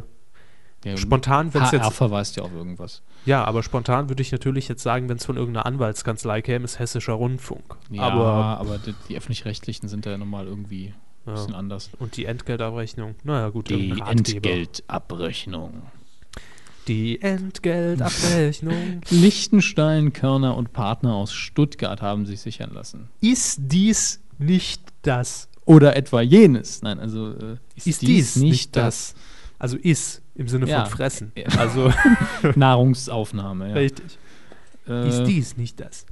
[SPEAKER 1] Ja,
[SPEAKER 2] spontan, wenn es
[SPEAKER 1] HR
[SPEAKER 2] jetzt.
[SPEAKER 1] verweist ja auf irgendwas.
[SPEAKER 2] Ja, aber spontan würde ich natürlich jetzt sagen, wenn es von irgendeiner Anwaltskanzlei käme, ist Hessischer Rundfunk.
[SPEAKER 1] Ja,
[SPEAKER 2] aber
[SPEAKER 1] aber, die, die öffentlich-rechtlichen sind da ja normal irgendwie ein bisschen anders.
[SPEAKER 2] und die Entgeltabrechnung, naja gut,
[SPEAKER 1] Die
[SPEAKER 2] irgendein Ratgeber.
[SPEAKER 1] Entgeltabrechnung.
[SPEAKER 2] Die Entgeltabrechnung.
[SPEAKER 1] Liechtenstein, Körner und Partner aus Stuttgart haben sich sichern lassen.
[SPEAKER 2] ist dies nicht das?
[SPEAKER 1] Oder etwa jenes. Nein, also äh,
[SPEAKER 2] Ist dies, nicht das? Also ist im Sinne
[SPEAKER 1] Ja.
[SPEAKER 2] von fressen.
[SPEAKER 1] Ja.
[SPEAKER 2] Also
[SPEAKER 1] Nahrungsaufnahme. Ja.
[SPEAKER 2] richtig.
[SPEAKER 1] Äh,
[SPEAKER 2] Ist dies nicht das?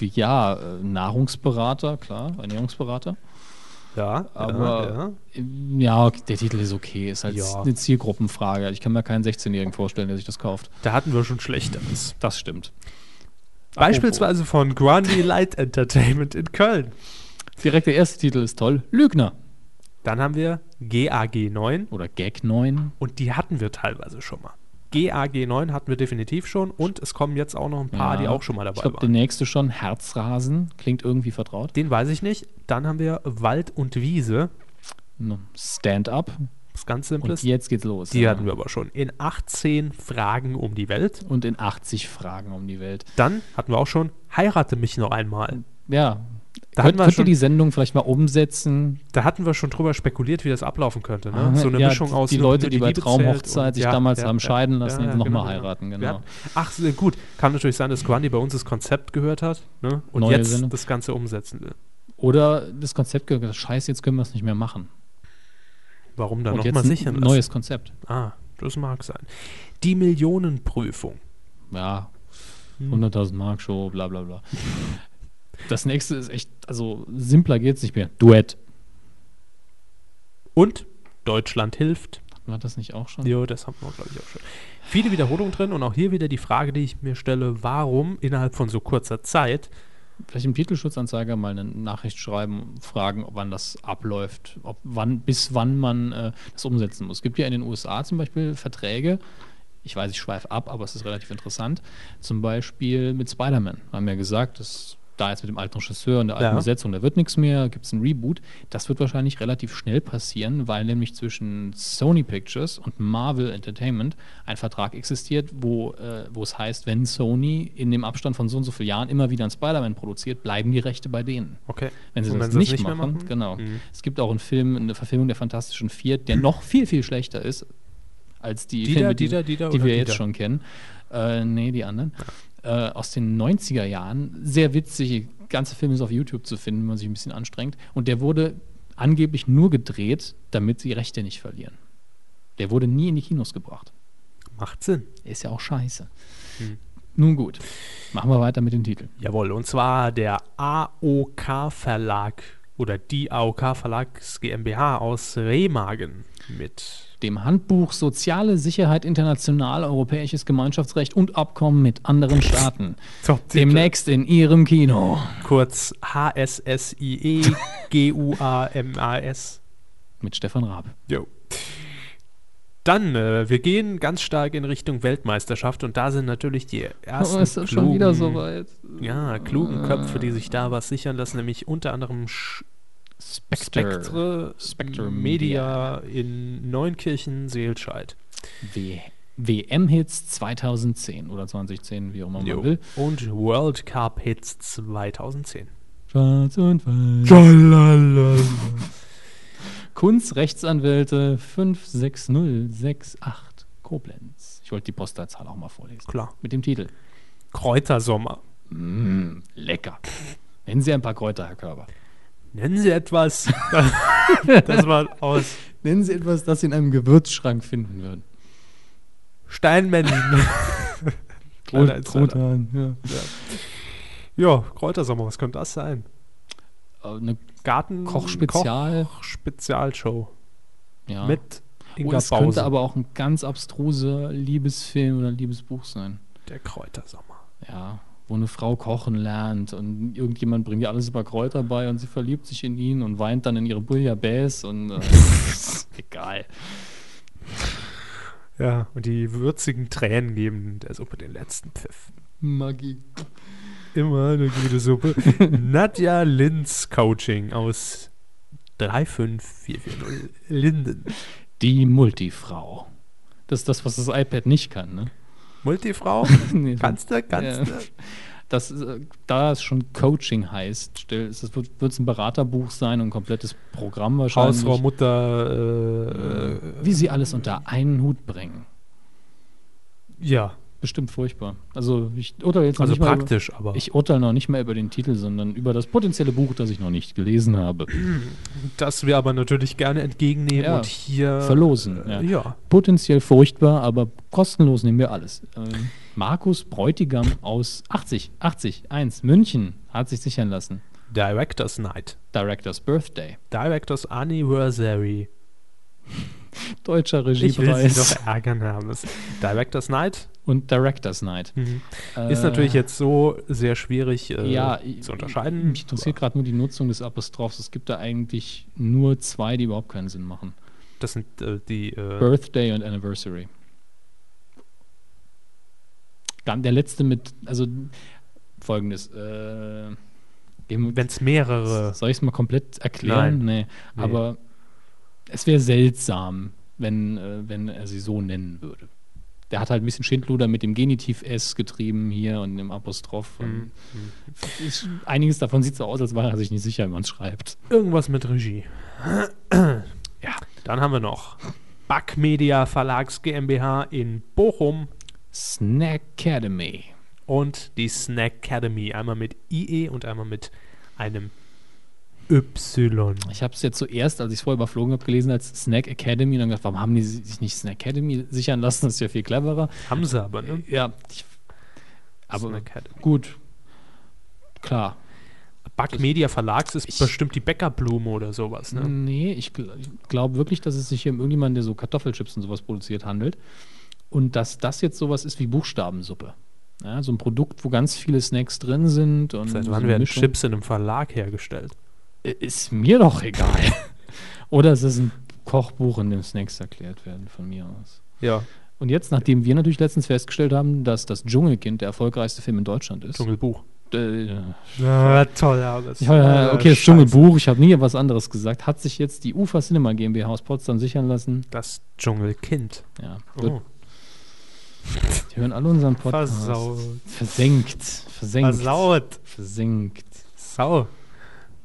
[SPEAKER 1] die- Ja, äh, Nahrungsberater, klar, Ernährungsberater.
[SPEAKER 2] Ja,
[SPEAKER 1] aber-
[SPEAKER 2] ja, ja.
[SPEAKER 1] Ähm, Ja, okay, der Titel ist okay, ist halt
[SPEAKER 2] Ja.
[SPEAKER 1] eine Zielgruppenfrage. Ich kann mir keinen 16-Jährigen vorstellen, der sich das kauft.
[SPEAKER 2] da hatten wir schon Schlechteres.
[SPEAKER 1] Das stimmt.
[SPEAKER 2] Beispielsweise von Grundy Light Entertainment in Köln.
[SPEAKER 1] Direkt der erste Titel ist toll. Lügner.
[SPEAKER 2] Dann haben wir GAG 9
[SPEAKER 1] Oder Gag 9.
[SPEAKER 2] und die hatten wir teilweise schon mal. GAG 9 hatten wir definitiv schon und es kommen jetzt auch noch ein paar,
[SPEAKER 1] Ja.
[SPEAKER 2] Ah, die auch schon mal dabei
[SPEAKER 1] Ich glaube, der
[SPEAKER 2] waren.
[SPEAKER 1] nächste schon, Herzrasen. Klingt irgendwie vertraut.
[SPEAKER 2] Den weiß ich nicht. Dann haben wir Wald und Wiese.
[SPEAKER 1] Ne, Stand-up.
[SPEAKER 2] Das ganz
[SPEAKER 1] Und
[SPEAKER 2] simples.
[SPEAKER 1] jetzt geht's los.
[SPEAKER 2] Die
[SPEAKER 1] Ja.
[SPEAKER 2] hatten wir aber schon. In 18 Fragen um die Welt.
[SPEAKER 1] Und in 80 Fragen um die Welt.
[SPEAKER 2] Dann hatten wir auch schon Heirate mich noch einmal.
[SPEAKER 1] Ja.
[SPEAKER 2] Da hatten
[SPEAKER 1] Könnt, könnt
[SPEAKER 2] wir
[SPEAKER 1] ihr
[SPEAKER 2] schon-
[SPEAKER 1] die Sendung vielleicht mal umsetzen?
[SPEAKER 2] Da hatten wir schon drüber spekuliert, wie das ablaufen könnte. Ne? so eine
[SPEAKER 1] ja,
[SPEAKER 2] Mischung
[SPEAKER 1] die-
[SPEAKER 2] aus.
[SPEAKER 1] Die
[SPEAKER 2] nur-
[SPEAKER 1] Leute,
[SPEAKER 2] nur
[SPEAKER 1] die, bei
[SPEAKER 2] Liebe zählt
[SPEAKER 1] Traumhochzeit
[SPEAKER 2] und-
[SPEAKER 1] sich
[SPEAKER 2] ja,
[SPEAKER 1] damals
[SPEAKER 2] ja,
[SPEAKER 1] haben
[SPEAKER 2] ja,
[SPEAKER 1] scheiden lassen,
[SPEAKER 2] ja,
[SPEAKER 1] jetzt
[SPEAKER 2] ja,
[SPEAKER 1] nochmal
[SPEAKER 2] genau,
[SPEAKER 1] heiraten.
[SPEAKER 2] Wir
[SPEAKER 1] Genau.
[SPEAKER 2] hatten- Ach, so, gut. Kann natürlich sein, dass Grundy bei uns das Konzept gehört hat ne? und
[SPEAKER 1] Neue
[SPEAKER 2] jetzt
[SPEAKER 1] Sendung.
[SPEAKER 2] das Ganze umsetzen will.
[SPEAKER 1] Oder das Konzept gehört, gesagt, scheiße, jetzt können wir es nicht mehr machen.
[SPEAKER 2] Warum dann
[SPEAKER 1] Und jetzt
[SPEAKER 2] nochmal sichern
[SPEAKER 1] ein
[SPEAKER 2] lassen?
[SPEAKER 1] neues Konzept.
[SPEAKER 2] Ah, das mag sein. Die Millionenprüfung.
[SPEAKER 1] Ja, 100.000 Mark Show, bla bla bla. Das nächste ist echt, also simpler geht's nicht mehr. Duett.
[SPEAKER 2] Und Deutschland hilft.
[SPEAKER 1] War das nicht auch schon?
[SPEAKER 2] Jo, das haben wir, glaube ich, auch schon. Viele Wiederholungen drin und auch hier wieder die Frage, die ich mir stelle, warum innerhalb von so kurzer Zeit
[SPEAKER 1] Vielleicht im Titelschutzanzeiger mal eine Nachricht schreiben, fragen, ob wann das abläuft, ob wann, bis wann man äh, das umsetzen muss. Es gibt ja in den USA zum Beispiel Verträge, ich weiß, ich schweife ab, aber es ist relativ interessant. Zum Beispiel mit Spider-Man. Wir haben ja gesagt, dass da jetzt mit dem alten Regisseur und der alten
[SPEAKER 2] Ja.
[SPEAKER 1] Besetzung, da wird nichts mehr, gibt es einen Reboot. Das wird wahrscheinlich relativ schnell passieren, weil nämlich zwischen Sony Pictures und Marvel Entertainment ein Vertrag existiert, wo, äh, wo es heißt, wenn Sony in dem Abstand von so und so vielen Jahren immer wieder einen Spider-Man produziert, bleiben die Rechte bei denen.
[SPEAKER 2] Okay.
[SPEAKER 1] Wenn sie
[SPEAKER 2] Und
[SPEAKER 1] das
[SPEAKER 2] sie
[SPEAKER 1] nicht,
[SPEAKER 2] mehr Mhm.
[SPEAKER 1] machen, genau. Es gibt auch einen Film, eine Verfilmung der Fantastischen Vier, der noch viel, viel schlechter ist als die
[SPEAKER 2] Dieter,
[SPEAKER 1] Filme, die,
[SPEAKER 2] Dieter, Dieter
[SPEAKER 1] die
[SPEAKER 2] oder
[SPEAKER 1] wir jetzt
[SPEAKER 2] Dieter?
[SPEAKER 1] schon kennen. Äh, nee, die anderen. Äh, aus den 90er Jahren. Sehr witzig. Ganze Film ist auf YouTube zu finden, wenn man sich ein bisschen anstrengt. Und der wurde angeblich nur gedreht, damit sie Rechte nicht verlieren. Der wurde nie in die Kinos gebracht.
[SPEAKER 2] Macht Sinn.
[SPEAKER 1] Ist ja auch scheiße.
[SPEAKER 2] Mhm.
[SPEAKER 1] Nun gut, machen wir weiter mit den Titeln.
[SPEAKER 2] Jawohl, und zwar der AOK Verlag oder die AOK Verlags GmbH aus Remagen mit.
[SPEAKER 1] Dem Handbuch Soziale Sicherheit International Europäisches Gemeinschaftsrecht und Abkommen mit anderen Staaten.
[SPEAKER 2] Top Titel.
[SPEAKER 1] Demnächst in Ihrem Kino.
[SPEAKER 2] Kurz E H-S-S-I-E-G-U-A-M-A-S.
[SPEAKER 1] Mit Stefan Raab.
[SPEAKER 2] Jo. Dann, äh, wir gehen ganz stark in Richtung Weltmeisterschaft und da sind natürlich die ersten
[SPEAKER 1] Oh, das
[SPEAKER 2] klugen,
[SPEAKER 1] soweit? Ah.
[SPEAKER 2] ja, klugen Köpfe, die sich da was sichern lassen, nämlich unter anderem Sch Spectre,
[SPEAKER 1] Spectre. Spectre
[SPEAKER 2] Media in Neunkirchen, Seelscheid.
[SPEAKER 1] W WM-Hits 2010 oder 2010, wie auch immer man will.
[SPEAKER 2] Und World Cup Hits 2010.
[SPEAKER 1] Schwarz und Weiß. Kunz Rechtsanwälte 56068 Koblenz. Ich wollte die Postleitzahl auch mal vorlesen.
[SPEAKER 2] Klar.
[SPEAKER 1] Mit dem Titel.
[SPEAKER 2] Kräutersommer.
[SPEAKER 1] Mm, lecker. Nennen Sie ein paar Kräuter, Herr Körber.
[SPEAKER 2] Nennen Sie etwas, das man aus
[SPEAKER 1] Nennen Sie etwas, das Sie in einem Gewürzschrank finden würden.
[SPEAKER 2] Steinmännchen. Kleiner Insider.
[SPEAKER 1] Truthahn,
[SPEAKER 2] Ja, Kräutersommer, was könnte das sein?
[SPEAKER 1] ja. Äh, Eine
[SPEAKER 2] Garten
[SPEAKER 1] Kochspezial.
[SPEAKER 2] Koch Spezialshow
[SPEAKER 1] ja.
[SPEAKER 2] mit
[SPEAKER 1] Oh,
[SPEAKER 2] Inga
[SPEAKER 1] das
[SPEAKER 2] Bause.
[SPEAKER 1] könnte aber auch ein ganz abstruser Liebesfilm oder Liebesbuch sein.
[SPEAKER 2] der Kräutersommer.
[SPEAKER 1] Ja, wo eine Frau kochen lernt und irgendjemand bringt ihr alles über Kräuter bei und sie verliebt sich in ihn und weint dann in ihre Bouillabaisse und äh, egal.
[SPEAKER 2] Ja, und die würzigen Tränen geben der Suppe den letzten Pfiff.
[SPEAKER 1] Magie.
[SPEAKER 2] Immer eine gute Suppe. Nadja Linz Coaching aus 35440 Linden.
[SPEAKER 1] Die Multifrau. Das ist das, was das iPad nicht kann, ne?
[SPEAKER 2] Multifrau?
[SPEAKER 1] Nee, so-
[SPEAKER 2] Kannst du, kannst
[SPEAKER 1] Ja.
[SPEAKER 2] du.
[SPEAKER 1] Das, ist, äh, da es schon Coaching heißt, stell- es ist- wird es ein Beraterbuch sein und ein komplettes Programm wahrscheinlich.
[SPEAKER 2] Hausfrau, Mutter, äh,
[SPEAKER 1] Wie sie alles unter einen Hut bringen.
[SPEAKER 2] ja.
[SPEAKER 1] Bestimmt furchtbar. Also ich urteile jetzt noch
[SPEAKER 2] Also
[SPEAKER 1] nicht mal über-
[SPEAKER 2] praktisch, aber.
[SPEAKER 1] Ich urteile noch nicht mehr über den Titel, sondern über das potenzielle Buch, das ich noch nicht gelesen habe.
[SPEAKER 2] das wir aber natürlich gerne entgegennehmen
[SPEAKER 1] Ja.
[SPEAKER 2] und hier.
[SPEAKER 1] Verlosen.
[SPEAKER 2] Ja.
[SPEAKER 1] Ja. Potenziell furchtbar, aber kostenlos nehmen wir alles. Ähm, Markus Bräutigam aus 80, 80, 1, München hat sich sichern lassen.
[SPEAKER 2] Director's Night.
[SPEAKER 1] Director's Birthday.
[SPEAKER 2] Director's Anniversary.
[SPEAKER 1] Deutscher
[SPEAKER 2] Ich will sie
[SPEAKER 1] Regiepreis
[SPEAKER 2] doch ärgern haben. Das Director's Night
[SPEAKER 1] und Director's Night.
[SPEAKER 2] ist
[SPEAKER 1] Äh,
[SPEAKER 2] natürlich jetzt so sehr schwierig äh,
[SPEAKER 1] ja,
[SPEAKER 2] zu unterscheiden.
[SPEAKER 1] Mich interessiert gerade nur die Nutzung des Apostrophs. Es gibt da eigentlich nur zwei, die überhaupt keinen Sinn machen.
[SPEAKER 2] Das sind äh, die. Äh,
[SPEAKER 1] Birthday und Anniversary. Dann der letzte mit, also folgendes. Äh, gehen wir-
[SPEAKER 2] Wenn es mehrere.
[SPEAKER 1] soll ich es mal komplett erklären? Nee.
[SPEAKER 2] Nee.
[SPEAKER 1] Aber es wäre seltsam, wenn, äh, wenn er sie so nennen würde. Der hat halt ein bisschen Schindluder mit dem Genitiv S getrieben hier und dem Apostroph.
[SPEAKER 2] Mhm.
[SPEAKER 1] Und ist, einiges davon sieht so aus, als war er sich nicht sicher, wie man es schreibt.
[SPEAKER 2] Irgendwas mit Regie. ja, dann haben wir noch. Backmedia Verlags GmbH in Bochum
[SPEAKER 1] Snack Academy.
[SPEAKER 2] und die Snack Academy. Einmal mit IE und einmal mit einem Y.
[SPEAKER 1] Ich habe es jetzt zuerst, als ich es vorher überflogen habe, gelesen als Snack Academy und dann gedacht, warum haben die si- sich nicht Snack Academy sichern lassen? Das ist ja viel cleverer.
[SPEAKER 2] Haben sie aber, ne?
[SPEAKER 1] Ja, ich, aber
[SPEAKER 2] Snack Academy.
[SPEAKER 1] gut. Klar.
[SPEAKER 2] Backmedia Verlags ist
[SPEAKER 1] Ich-
[SPEAKER 2] bestimmt die Bäckerblume oder sowas, ne?
[SPEAKER 1] Nee, ich, gl ich glaube wirklich, dass es sich hier um irgendjemanden, der so Kartoffelchips und sowas produziert, handelt. Und dass das jetzt sowas ist wie Buchstabensuppe. Ja, so ein Produkt, wo ganz viele Snacks drin sind. Und
[SPEAKER 2] Seit
[SPEAKER 1] so
[SPEAKER 2] wann
[SPEAKER 1] eine
[SPEAKER 2] werden
[SPEAKER 1] Mischung.
[SPEAKER 2] Chips in einem Verlag hergestellt?
[SPEAKER 1] Äh, Ist mir doch egal. Oder es ist ein Kochbuch, in dem Snacks erklärt werden, von mir aus.
[SPEAKER 2] Ja.
[SPEAKER 1] Und jetzt, nachdem wir natürlich letztens festgestellt haben, dass das Dschungelkind der erfolgreichste Film in Deutschland ist.
[SPEAKER 2] Dschungelbuch.
[SPEAKER 1] Äh, ja,
[SPEAKER 2] Ja, toll, aber es-
[SPEAKER 1] ja, okay,
[SPEAKER 2] äh,
[SPEAKER 1] das
[SPEAKER 2] Scheiße.
[SPEAKER 1] Dschungelbuch, ich habe nie was anderes gesagt, hat sich jetzt die UFA Cinema GmbH aus Potsdam sichern lassen.
[SPEAKER 2] Das Dschungelkind.
[SPEAKER 1] Ja,
[SPEAKER 2] Oh,
[SPEAKER 1] gut, die hören alle unseren Podcast.
[SPEAKER 2] versaut.
[SPEAKER 1] Versenkt, versenkt,
[SPEAKER 2] Versaut.
[SPEAKER 1] versenkt.
[SPEAKER 2] Sau.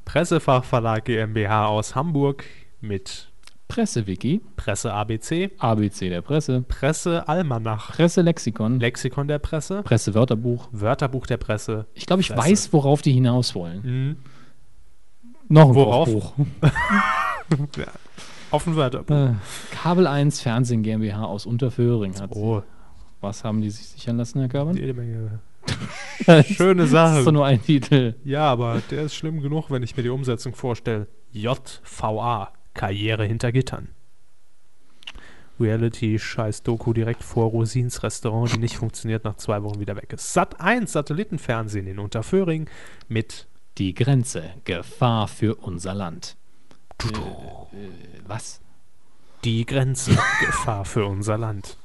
[SPEAKER 2] Pressefachverlag GmbH aus Hamburg mit
[SPEAKER 1] Pressewiki,
[SPEAKER 2] Presse ABC,
[SPEAKER 1] ABC der Presse,
[SPEAKER 2] Presse Almanach,
[SPEAKER 1] Presselexikon,
[SPEAKER 2] Lexikon der Presse,
[SPEAKER 1] Pressewörterbuch.
[SPEAKER 2] Wörterbuch der Presse.
[SPEAKER 1] Ich glaube, ich
[SPEAKER 2] Presse.
[SPEAKER 1] weiß, worauf die hinaus wollen.
[SPEAKER 2] Mhm.
[SPEAKER 1] Noch ein
[SPEAKER 2] Worauf?
[SPEAKER 1] Kochbuch.
[SPEAKER 2] Offen Wörterbuch.
[SPEAKER 1] Äh, Kabel 1 Fernsehen GmbH aus Unterföhring hat
[SPEAKER 2] Oh,
[SPEAKER 1] Was haben die sich sichern lassen, Herr Körben?
[SPEAKER 2] jede Menge Schöne
[SPEAKER 1] Das ist doch
[SPEAKER 2] Sache.
[SPEAKER 1] nur ein Titel.
[SPEAKER 2] Ja, aber der ist schlimm genug, wenn ich mir die Umsetzung vorstelle. JVA, Karriere hinter Gittern. Reality-Scheiß-Doku direkt vor Rosins Restaurant, die nicht funktioniert, nach zwei Wochen wieder weg ist. Sat 1, Satellitenfernsehen in Unterföhring mit
[SPEAKER 1] Die Grenze. Gefahr für unser Land. Äh, äh, was?
[SPEAKER 2] Die Grenze, Gefahr für unser Land.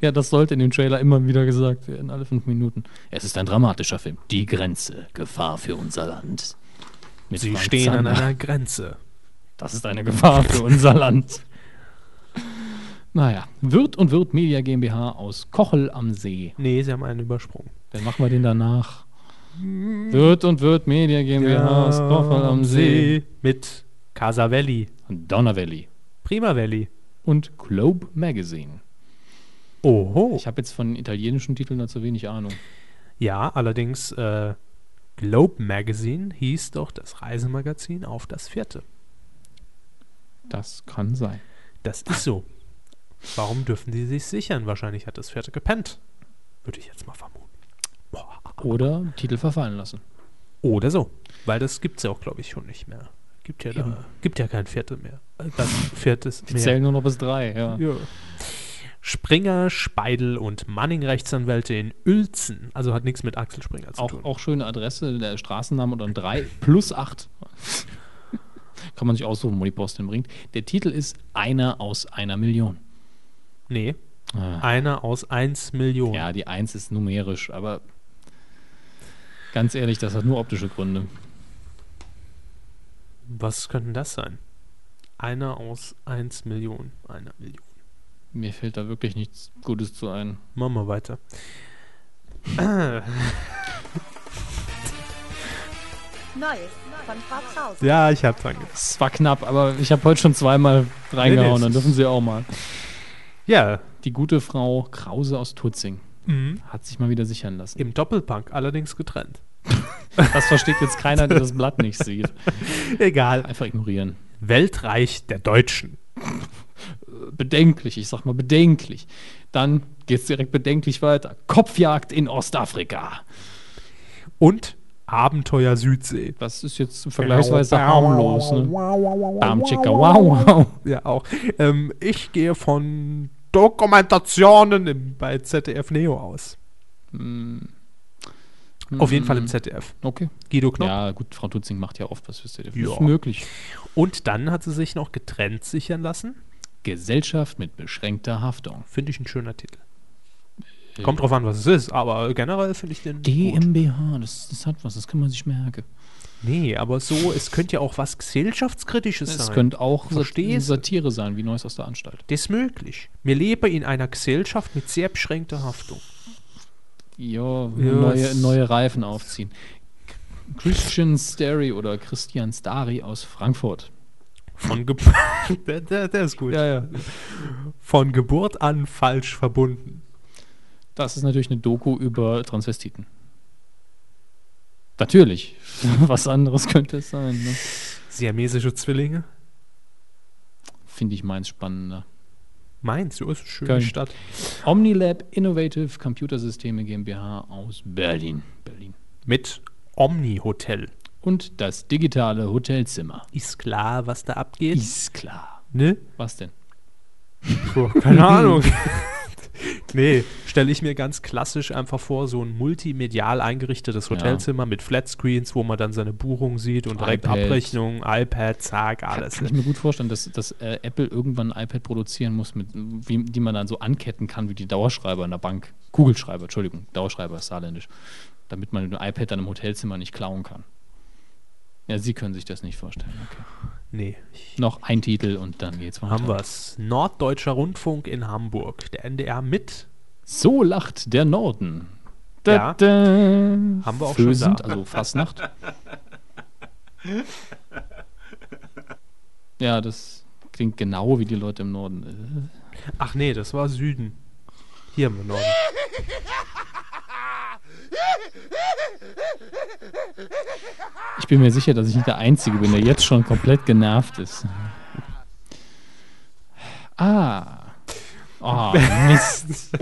[SPEAKER 1] Ja, das sollte in dem Trailer immer wieder gesagt werden, alle fünf Minuten. Es ist ein dramatischer Film. Die Grenze. Gefahr für unser Land. Mit
[SPEAKER 2] Sie
[SPEAKER 1] Frank
[SPEAKER 2] stehen an
[SPEAKER 1] Zander.
[SPEAKER 2] einer Grenze.
[SPEAKER 1] Das ist eine Gefahr für unser Land. Naja, Wirt und Wirt Media GmbH aus Kochel am See.
[SPEAKER 2] Nee, sie haben einen übersprungen.
[SPEAKER 1] Dann machen wir den danach. Wirt und Wirt Media GmbH aus Kochel am See.
[SPEAKER 2] Mit Casavelli,
[SPEAKER 1] Donna Valley
[SPEAKER 2] Prima Valley.
[SPEAKER 1] und Globe Magazine.
[SPEAKER 2] Oho.
[SPEAKER 1] Ich habe jetzt von italienischen Titeln dazu wenig Ahnung.
[SPEAKER 2] Ja, allerdings äh, Globe Magazine hieß doch das Reisemagazin auf das vierte.
[SPEAKER 1] Das kann sein.
[SPEAKER 2] Das ist so. Warum dürfen die sich sichern? Wahrscheinlich hat das vierte gepennt. Würde ich jetzt mal vermuten. Boah.
[SPEAKER 1] Oder Titel verfallen lassen.
[SPEAKER 2] Oder so. Weil das gibt's ja auch, glaube ich, schon nicht mehr. Gibt ja, da, gibt ja kein Vierte mehr. Das Viertes
[SPEAKER 1] Wir zählen nur noch bis drei, ja.
[SPEAKER 2] Ja. Springer, Speidel und Manning Rechtsanwälte in Uelzen. Also hat nichts mit Axel Springer zu
[SPEAKER 1] Auch,
[SPEAKER 2] tun.
[SPEAKER 1] auch schöne Adresse, der Straßenname und dann 3 plus 8. Kann man sich aussuchen, wo die Post hinbringt. Der Titel ist Einer aus einer Million.
[SPEAKER 2] Nee,
[SPEAKER 1] Ah.
[SPEAKER 2] einer aus 1 Million.
[SPEAKER 1] Ja, die 1 ist numerisch, aber ganz ehrlich, das hat nur optische Gründe.
[SPEAKER 2] Was könnten das sein? Einer aus 1 Million. Einer Million.
[SPEAKER 1] Mir fällt da wirklich nichts Gutes zu ein.
[SPEAKER 2] Machen wir weiter.
[SPEAKER 5] Neues von Fox Haus.
[SPEAKER 2] Ja, ich hab's angefangen.
[SPEAKER 1] Es war knapp, aber ich habe heute schon zweimal
[SPEAKER 2] Nee, nee,
[SPEAKER 1] reingehauen,
[SPEAKER 2] es
[SPEAKER 1] dann
[SPEAKER 2] ist-
[SPEAKER 1] dürfen sie auch mal.
[SPEAKER 2] Ja,
[SPEAKER 1] Die gute Frau Krause aus Tutzing
[SPEAKER 2] Mhm.
[SPEAKER 1] hat sich mal wieder sichern lassen.
[SPEAKER 2] im Doppelpunk, allerdings getrennt.
[SPEAKER 1] Das versteht jetzt keiner, der das Blatt nicht sieht.
[SPEAKER 2] Egal.
[SPEAKER 1] Einfach ignorieren.
[SPEAKER 2] Weltreich der Deutschen.
[SPEAKER 1] bedenklich, ich sag mal bedenklich. Dann geht's direkt bedenklich weiter. Kopfjagd in Ostafrika.
[SPEAKER 2] Und Abenteuer Südsee.
[SPEAKER 1] Das ist jetzt vergleichsweise harmlos, ne? Bam, chicka, Genau. wow, wow.
[SPEAKER 2] Ja, auch. Ähm, ich gehe von Dokumentationen im, bei ZDF Neo aus. Auf jeden Fall im ZDF.
[SPEAKER 1] Hm, Okay.
[SPEAKER 2] Guido Knopp.
[SPEAKER 1] Ja, gut, Frau Tutzing macht ja oft was fürs ZDF.
[SPEAKER 2] Ja.
[SPEAKER 1] Ist möglich.
[SPEAKER 2] Und dann hat sie sich noch getrennt sichern lassen.
[SPEAKER 1] Gesellschaft mit beschränkter Haftung.
[SPEAKER 2] Finde ich ein schöner Titel.
[SPEAKER 1] Äh,
[SPEAKER 2] Kommt drauf an, was es ist, aber generell finde ich den. Gut.
[SPEAKER 1] DMBH, das, das hat was, das kann man sich merken.
[SPEAKER 2] Nee, aber so, es könnte ja auch was Gesellschaftskritisches sein.
[SPEAKER 1] Es könnte auch Sat
[SPEAKER 2] Verstehst du?
[SPEAKER 1] Satire sein, wie Neues aus der Anstalt.
[SPEAKER 2] Das ist möglich. Wir leben in einer Gesellschaft mit sehr beschränkter Haftung.
[SPEAKER 1] Ja,
[SPEAKER 2] es-
[SPEAKER 1] neue, neue Reifen aufziehen. Christian Stary oder Christian Stary aus Frankfurt.
[SPEAKER 2] Von Geburt. der, der, der ist gut.
[SPEAKER 1] Ja, ja.
[SPEAKER 2] Von Geburt an falsch verbunden.
[SPEAKER 1] Das ist natürlich eine Doku über Transvestiten. Natürlich. Was anderes könnte es sein. Ne?
[SPEAKER 2] Siamesische Zwillinge.
[SPEAKER 1] Finde ich meins spannender.
[SPEAKER 2] Mainz, ja, ist eine schöne
[SPEAKER 1] Köln.
[SPEAKER 2] Stadt.
[SPEAKER 1] Omnilab Innovative Computersysteme GmbH aus Berlin. Berlin.
[SPEAKER 2] Mit Omni-Hotel.
[SPEAKER 1] Und das digitale Hotelzimmer.
[SPEAKER 2] Ist klar, was da abgeht.
[SPEAKER 1] Ist klar.
[SPEAKER 2] ne?
[SPEAKER 1] Was denn?
[SPEAKER 2] Puh, keine Ahnung. nee, stelle ich mir ganz klassisch einfach vor, so ein multimedial eingerichtetes Hotelzimmer mit Flatscreens, wo man dann seine Buchung sieht und direkt
[SPEAKER 1] iPad.
[SPEAKER 2] Abrechnung, iPad, zack, alles.
[SPEAKER 1] Kann ich mir gut vorstellen, dass, dass äh, Apple irgendwann ein iPad produzieren muss, mit, wie, die man dann so anketten kann wie die Dauerschreiber in der Bank. Kugelschreiber, Entschuldigung, Dauerschreiber ist saarländisch. Damit man ein iPad dann im Hotelzimmer nicht klauen kann. Ja, Sie können sich das nicht vorstellen. Okay.
[SPEAKER 2] Nee, ich
[SPEAKER 1] Noch ein Titel und dann geht's weiter.
[SPEAKER 2] haben wir's. Norddeutscher Rundfunk in Hamburg, der NDR mit.
[SPEAKER 1] So lacht der Norden.
[SPEAKER 2] Ja.
[SPEAKER 1] da.
[SPEAKER 2] Haben wir auch schon
[SPEAKER 1] Fösend,
[SPEAKER 2] da.
[SPEAKER 1] also Fastnacht. ja, das klingt genau wie die Leute im Norden.
[SPEAKER 2] Ach nee, das war Süden. Hier im Norden.
[SPEAKER 1] Ich bin mir sicher, dass ich nicht der Einzige bin, der jetzt schon komplett genervt ist. Ah. Oh, Mist.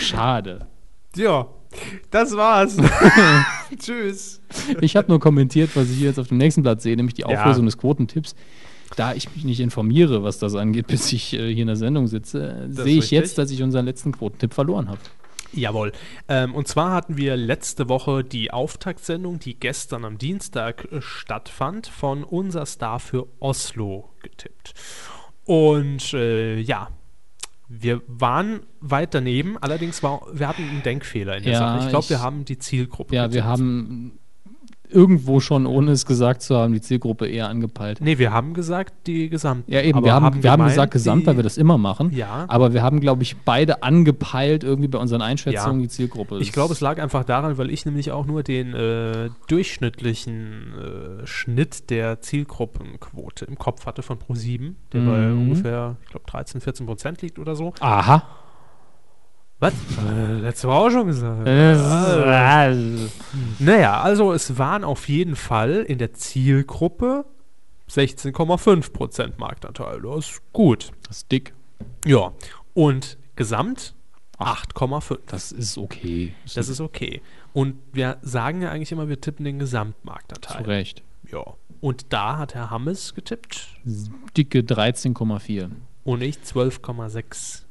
[SPEAKER 1] Schade.
[SPEAKER 2] Ja. Das war's. Tschüss.
[SPEAKER 1] Ich habe nur kommentiert, was ich hier jetzt auf dem nächsten Blatt sehe, nämlich die
[SPEAKER 2] Ja.
[SPEAKER 1] Auflösung des Quotentipps. Da ich mich nicht informiere, was das angeht, bis ich äh, hier in der Sendung sitze, äh,
[SPEAKER 2] Das ist
[SPEAKER 1] sehe ich
[SPEAKER 2] richtig.
[SPEAKER 1] jetzt, dass ich unseren letzten Quotentipp verloren habe.
[SPEAKER 2] Jawohl. Ähm, und zwar hatten wir letzte Woche die Auftaktsendung, die gestern am Dienstag äh, stattfand, von unser Star für Oslo getippt. Und äh, ja, wir waren weit daneben, allerdings war, wir hatten einen Denkfehler in der
[SPEAKER 1] Ja,
[SPEAKER 2] Sache. Ich glaube,
[SPEAKER 1] ich-
[SPEAKER 2] wir haben die Zielgruppe.
[SPEAKER 1] Ja, wir
[SPEAKER 2] getippt.
[SPEAKER 1] haben irgendwo schon, ohne es gesagt zu haben, die Zielgruppe eher angepeilt.
[SPEAKER 2] Nee, wir haben gesagt, die gesamten.
[SPEAKER 1] Ja, eben,
[SPEAKER 2] Aber
[SPEAKER 1] wir haben, wir haben
[SPEAKER 2] gemeint,
[SPEAKER 1] gesagt gesamt,
[SPEAKER 2] die-
[SPEAKER 1] weil wir das immer machen.
[SPEAKER 2] Ja.
[SPEAKER 1] Aber wir haben, glaube ich, beide angepeilt irgendwie bei unseren Einschätzungen
[SPEAKER 2] Ja.
[SPEAKER 1] die Zielgruppe.
[SPEAKER 2] Ich glaube, es lag einfach daran, weil ich nämlich auch nur den äh, durchschnittlichen äh, Schnitt der Zielgruppenquote im Kopf hatte von Pro7, der bei
[SPEAKER 1] Mhm.
[SPEAKER 2] ungefähr, ich glaube, 13, 14 Prozent liegt oder so.
[SPEAKER 1] Aha.
[SPEAKER 2] Was? äh, letzte Woche auch schon gesagt.
[SPEAKER 1] Äh. Ja,
[SPEAKER 2] Naja, also es waren auf jeden Fall in der Zielgruppe 16,5 Prozent Marktanteil. Das ist gut.
[SPEAKER 1] Das ist dick.
[SPEAKER 2] Ja. Und gesamt 8,5.
[SPEAKER 1] Das ist okay.
[SPEAKER 2] Das ist okay. Und wir sagen ja eigentlich immer, wir tippen den Gesamtmarktanteil.
[SPEAKER 1] zu Recht.
[SPEAKER 2] Ja. Und da hat Herr Hammes getippt
[SPEAKER 1] Dicke 13,4.
[SPEAKER 2] und ich 12,6.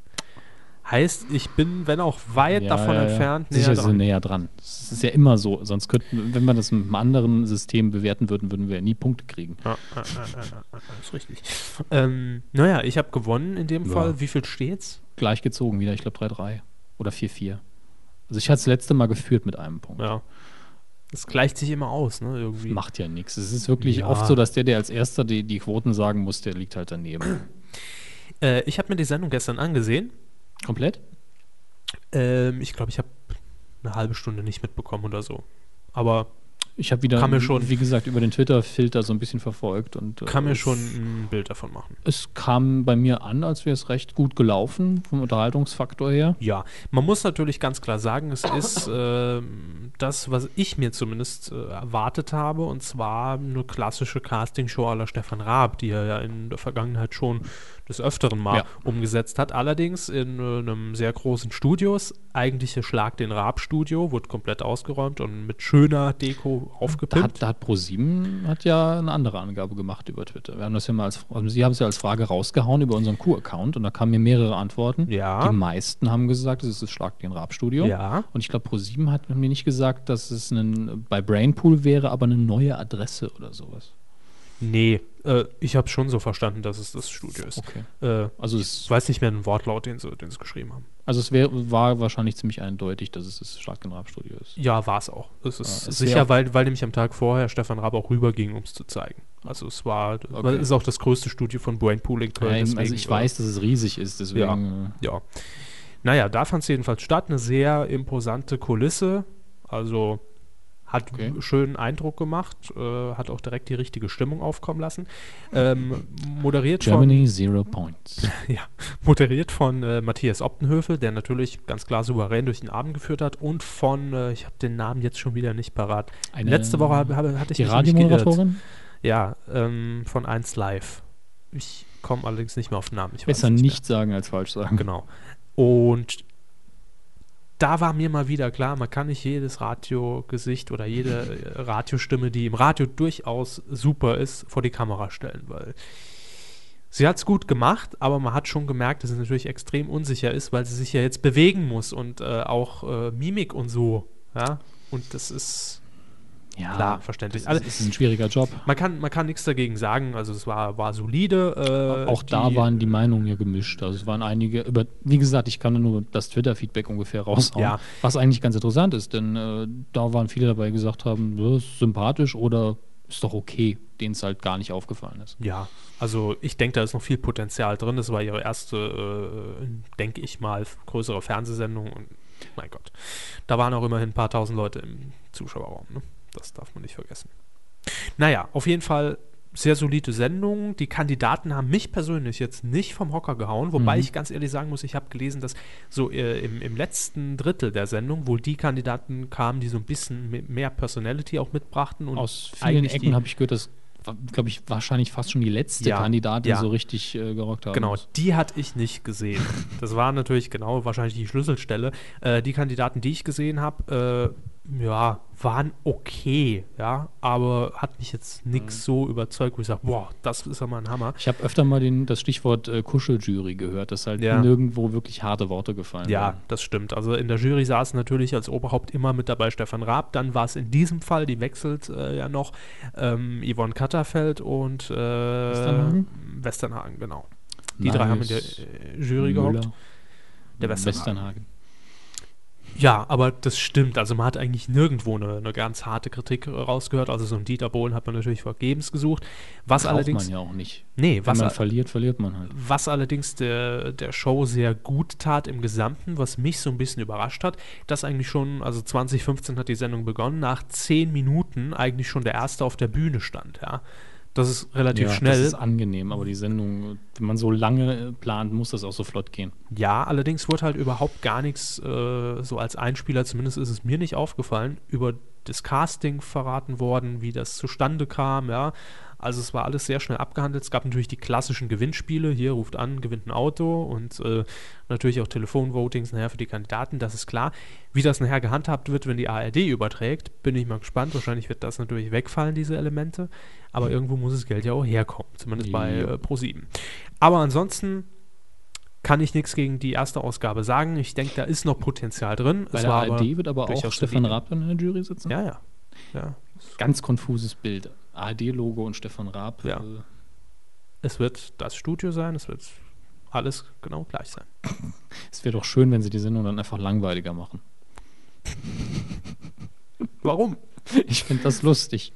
[SPEAKER 2] Heißt, ich bin, wenn auch weit davon entfernt,
[SPEAKER 1] Sicher
[SPEAKER 2] näher
[SPEAKER 1] sind wir
[SPEAKER 2] dran.
[SPEAKER 1] näher dran. Das ist ja immer so. Sonst könnten, wenn wir das mit einem anderen System bewerten würden, würden wir ja nie Punkte kriegen.
[SPEAKER 2] Ja, ja, ja, ja, ja, ja, ah, ist richtig. Ähm, naja, ich habe gewonnen in dem
[SPEAKER 1] Ja.
[SPEAKER 2] Fall. Wie viel steht's?
[SPEAKER 1] Gleich gezogen wieder, ich glaube 3-3 oder 4-4. Also ich hatte das letzte Mal geführt mit einem Punkt.
[SPEAKER 2] Ja. Das gleicht sich immer aus, ne? Irgendwie.
[SPEAKER 1] Macht ja nichts. Es ist wirklich
[SPEAKER 2] Ja.
[SPEAKER 1] oft so, dass der, der als erster die, die Quoten sagen muss, der liegt halt daneben.
[SPEAKER 2] Äh, ich habe mir die Sendung gestern angesehen.
[SPEAKER 1] Komplett?
[SPEAKER 2] Ähm, ich glaube, ich habe eine halbe Stunde nicht mitbekommen oder so. Aber
[SPEAKER 1] Ich habe wieder,
[SPEAKER 2] Kann mir schon-
[SPEAKER 1] wie gesagt, über den Twitter-Filter so ein bisschen verfolgt. und äh,
[SPEAKER 2] kann mir
[SPEAKER 1] es-
[SPEAKER 2] schon ein Bild davon machen.
[SPEAKER 1] Es kam bei mir an, als wäre es recht gut gelaufen, vom Unterhaltungsfaktor her.
[SPEAKER 2] Ja, man muss natürlich ganz klar sagen, es ist ähm, das, was ich mir zumindest äh, erwartet habe, und zwar eine klassische Castingshow à la Stefan Raab, die er ja in der Vergangenheit schon des Öfteren mal
[SPEAKER 1] Ja.
[SPEAKER 2] umgesetzt hat. Allerdings in äh, einem sehr großen Studio. Das eigentliche Schlag den Raab-Studio wurde komplett ausgeräumt und mit schöner Deko
[SPEAKER 1] Da
[SPEAKER 2] aufgepimpt.
[SPEAKER 1] hat, da hat ProSieben hat ja eine andere Angabe gemacht über Twitter. Wir haben das ja mal als, also Sie haben es ja als Frage rausgehauen über unseren Q-Account und da kamen mir mehrere Antworten.
[SPEAKER 2] Ja.
[SPEAKER 1] Die meisten haben gesagt, es ist das Schlag den Raab-Studio.
[SPEAKER 2] Ja.
[SPEAKER 1] Und ich glaube, ProSieben hat mir nicht gesagt, dass es ein, bei Brainpool wäre, aber eine neue Adresse oder sowas.
[SPEAKER 2] nee, äh, ich habe schon so verstanden, dass es das Studio ist.
[SPEAKER 1] Okay.
[SPEAKER 2] Äh,
[SPEAKER 1] Also
[SPEAKER 2] ich
[SPEAKER 1] es,
[SPEAKER 2] weiß nicht mehr den Wortlaut, den sie, den sie geschrieben haben.
[SPEAKER 1] also es wär, war wahrscheinlich ziemlich eindeutig, dass es das Schlag den Raab-Studio ist.
[SPEAKER 2] Ja, war es auch. Es ist
[SPEAKER 1] Ja, es wär
[SPEAKER 2] sicher,
[SPEAKER 1] auch-
[SPEAKER 2] weil, weil nämlich am Tag vorher Stefan Raab auch rüberging, um es zu zeigen. Also es war, weil es ist auch das größte Studio von Brain Pool in Köln.
[SPEAKER 1] Nein, also
[SPEAKER 2] deswegen,
[SPEAKER 1] ich weiß, dass es riesig ist, deswegen. äh,
[SPEAKER 2] Äh, ja. Naja, da fand es jedenfalls statt. Eine sehr imposante Kulisse. Also hat
[SPEAKER 1] Okay.
[SPEAKER 2] einen schönen Eindruck gemacht. Äh, hat auch direkt die richtige Stimmung aufkommen lassen. Ähm, moderiert von...
[SPEAKER 1] Germany Zero Points.
[SPEAKER 2] Ja, moderiert von äh, Matthias Optenhöfel, der natürlich ganz klar souverän durch den Abend geführt hat und von, äh, ich habe den Namen jetzt schon wieder nicht parat.
[SPEAKER 1] Eine-
[SPEAKER 2] Letzte Woche hab, hab, hatte ich
[SPEAKER 1] Die
[SPEAKER 2] mich nämlich geirrt.
[SPEAKER 1] Radiomoderatorin?
[SPEAKER 2] Ja, ähm, von 1 Live. Ich komme allerdings nicht mehr auf den Namen. Ich weiß
[SPEAKER 1] Besser
[SPEAKER 2] es
[SPEAKER 1] nicht,
[SPEAKER 2] mehr.
[SPEAKER 1] sagen als falsch sagen.
[SPEAKER 2] Genau. Und da war mir mal wieder klar, man kann nicht jedes Radiogesicht oder jede äh, Radiostimme, die im Radio durchaus super ist, vor die Kamera stellen, weil sie hat es gut gemacht, aber man hat schon gemerkt, dass es natürlich extrem unsicher ist, weil sie sich ja jetzt bewegen muss und äh, auch äh, Mimik und so. Ja, und das ist
[SPEAKER 1] Ja,
[SPEAKER 2] klar, verständlich.
[SPEAKER 1] Das
[SPEAKER 2] Also,
[SPEAKER 1] ist, ist ein schwieriger Job.
[SPEAKER 2] man kann, man kann nichts dagegen sagen. Also es war, war solide. Äh,
[SPEAKER 1] Auch da waren die Meinungen ja gemischt. Also es waren einige, über, wie gesagt, ich kann nur das Twitter-Feedback ungefähr raushauen.
[SPEAKER 2] Ja.
[SPEAKER 1] Was eigentlich ganz interessant ist, denn äh, da waren viele dabei, die gesagt haben, das ist sympathisch oder ist doch okay, denen es halt gar nicht aufgefallen ist.
[SPEAKER 2] Ja, also ich denke, da ist noch viel Potenzial drin. Das war ihre erste, äh, denke ich mal, f- größere Fernsehsendung. Und mein Gott, da waren auch immerhin ein paar tausend Leute im Zuschauerraum. Ne? Das darf man nicht vergessen. Naja, auf jeden Fall sehr solide Sendung. Die Kandidaten haben mich persönlich jetzt nicht vom Hocker gehauen,
[SPEAKER 1] Mhm.
[SPEAKER 2] wobei ich ganz ehrlich sagen muss, ich habe gelesen, dass so äh, im, im letzten Drittel der Sendung wohl die Kandidaten kamen, die so ein bisschen me- mehr Personality auch mitbrachten. Und
[SPEAKER 1] Aus vielen
[SPEAKER 2] eigentlich die-
[SPEAKER 1] Ecken habe ich gehört, das glaube ich, wahrscheinlich fast schon die letzte
[SPEAKER 2] Ja,
[SPEAKER 1] Kandidatin
[SPEAKER 2] ja.
[SPEAKER 1] so richtig äh, gerockt haben
[SPEAKER 2] Genau,
[SPEAKER 1] muss.
[SPEAKER 2] die hatte ich nicht gesehen. Das war natürlich genau wahrscheinlich die Schlüsselstelle. Äh, die Kandidaten, die ich gesehen habe, äh, ja, waren okay, ja, aber hat mich jetzt nichts so überzeugt, wo ich sage, boah, das ist ja mal ein Hammer.
[SPEAKER 1] Ich habe öfter mal den, das Stichwort äh, Kuscheljury gehört, dass halt
[SPEAKER 2] Ja.
[SPEAKER 1] nirgendwo wirklich harte Worte gefallen
[SPEAKER 2] Ja,
[SPEAKER 1] werden.
[SPEAKER 2] das stimmt. Also in der Jury saß natürlich als Oberhaupt immer mit dabei Stefan Raab. Dann war es in diesem Fall, die wechselt äh, ja noch, ähm, Yvonne Katterfeld und äh, Westernhagen?
[SPEAKER 1] Westernhagen?
[SPEAKER 2] genau. Die drei haben in der
[SPEAKER 1] Nice.
[SPEAKER 2] äh, Jury gehockt.
[SPEAKER 1] Müller,
[SPEAKER 2] Der Westernhagen.
[SPEAKER 1] Westernhagen.
[SPEAKER 2] Ja, aber das stimmt. Also man hat eigentlich nirgendwo eine, eine ganz harte Kritik äh, rausgehört. Also so einen Dieter Bohlen hat man natürlich vergebens gesucht. Was
[SPEAKER 1] Braucht
[SPEAKER 2] allerdings,
[SPEAKER 1] man ja auch nicht.
[SPEAKER 2] nee,
[SPEAKER 1] Wenn
[SPEAKER 2] was,
[SPEAKER 1] man
[SPEAKER 2] a-
[SPEAKER 1] verliert, verliert man halt.
[SPEAKER 2] was allerdings der, der Show sehr gut tat im Gesamten, was mich so ein bisschen überrascht hat, dass eigentlich schon, also 2015 hat die Sendung begonnen, nach 10 Minuten eigentlich schon der Erste auf der Bühne stand, ja. Das ist relativ
[SPEAKER 1] ja,
[SPEAKER 2] schnell.
[SPEAKER 1] Das ist angenehm, aber die Sendung, wenn man so lange äh, plant, muss das auch so flott gehen.
[SPEAKER 2] Ja, allerdings wurde halt überhaupt gar nichts äh, so als Einspieler, zumindest ist es mir nicht aufgefallen, über das Casting verraten worden, wie das zustande kam, ja. Also es war alles sehr schnell abgehandelt. Es gab natürlich die klassischen Gewinnspiele, hier ruft an, gewinnt ein Auto und äh, natürlich auch Telefonvotings nachher für die Kandidaten, das ist klar. Wie das nachher gehandhabt wird, wenn die ARD überträgt, bin ich mal gespannt. Wahrscheinlich wird das natürlich wegfallen, diese Elemente. Aber irgendwo muss das Geld ja auch herkommen, zumindest bei
[SPEAKER 1] Jo.
[SPEAKER 2] äh, ProSieben. Aber ansonsten kann ich nichts gegen die erste Ausgabe sagen. Ich denke, da ist noch Potenzial drin.
[SPEAKER 1] Bei der ARD wird aber auch
[SPEAKER 2] durchaus
[SPEAKER 1] Stefan
[SPEAKER 2] solide.
[SPEAKER 1] Raab dann in der Jury sitzen.
[SPEAKER 2] Ja, ja. ja.
[SPEAKER 1] Ganz konfuses Bild. ARD-Logo und Stefan Raab.
[SPEAKER 2] Ja.
[SPEAKER 1] äh,
[SPEAKER 2] Es wird das Studio sein, es wird alles genau gleich sein.
[SPEAKER 1] Es wäre doch schön, wenn sie die Sendung dann einfach langweiliger machen.
[SPEAKER 2] Warum?
[SPEAKER 1] Ich finde das lustig.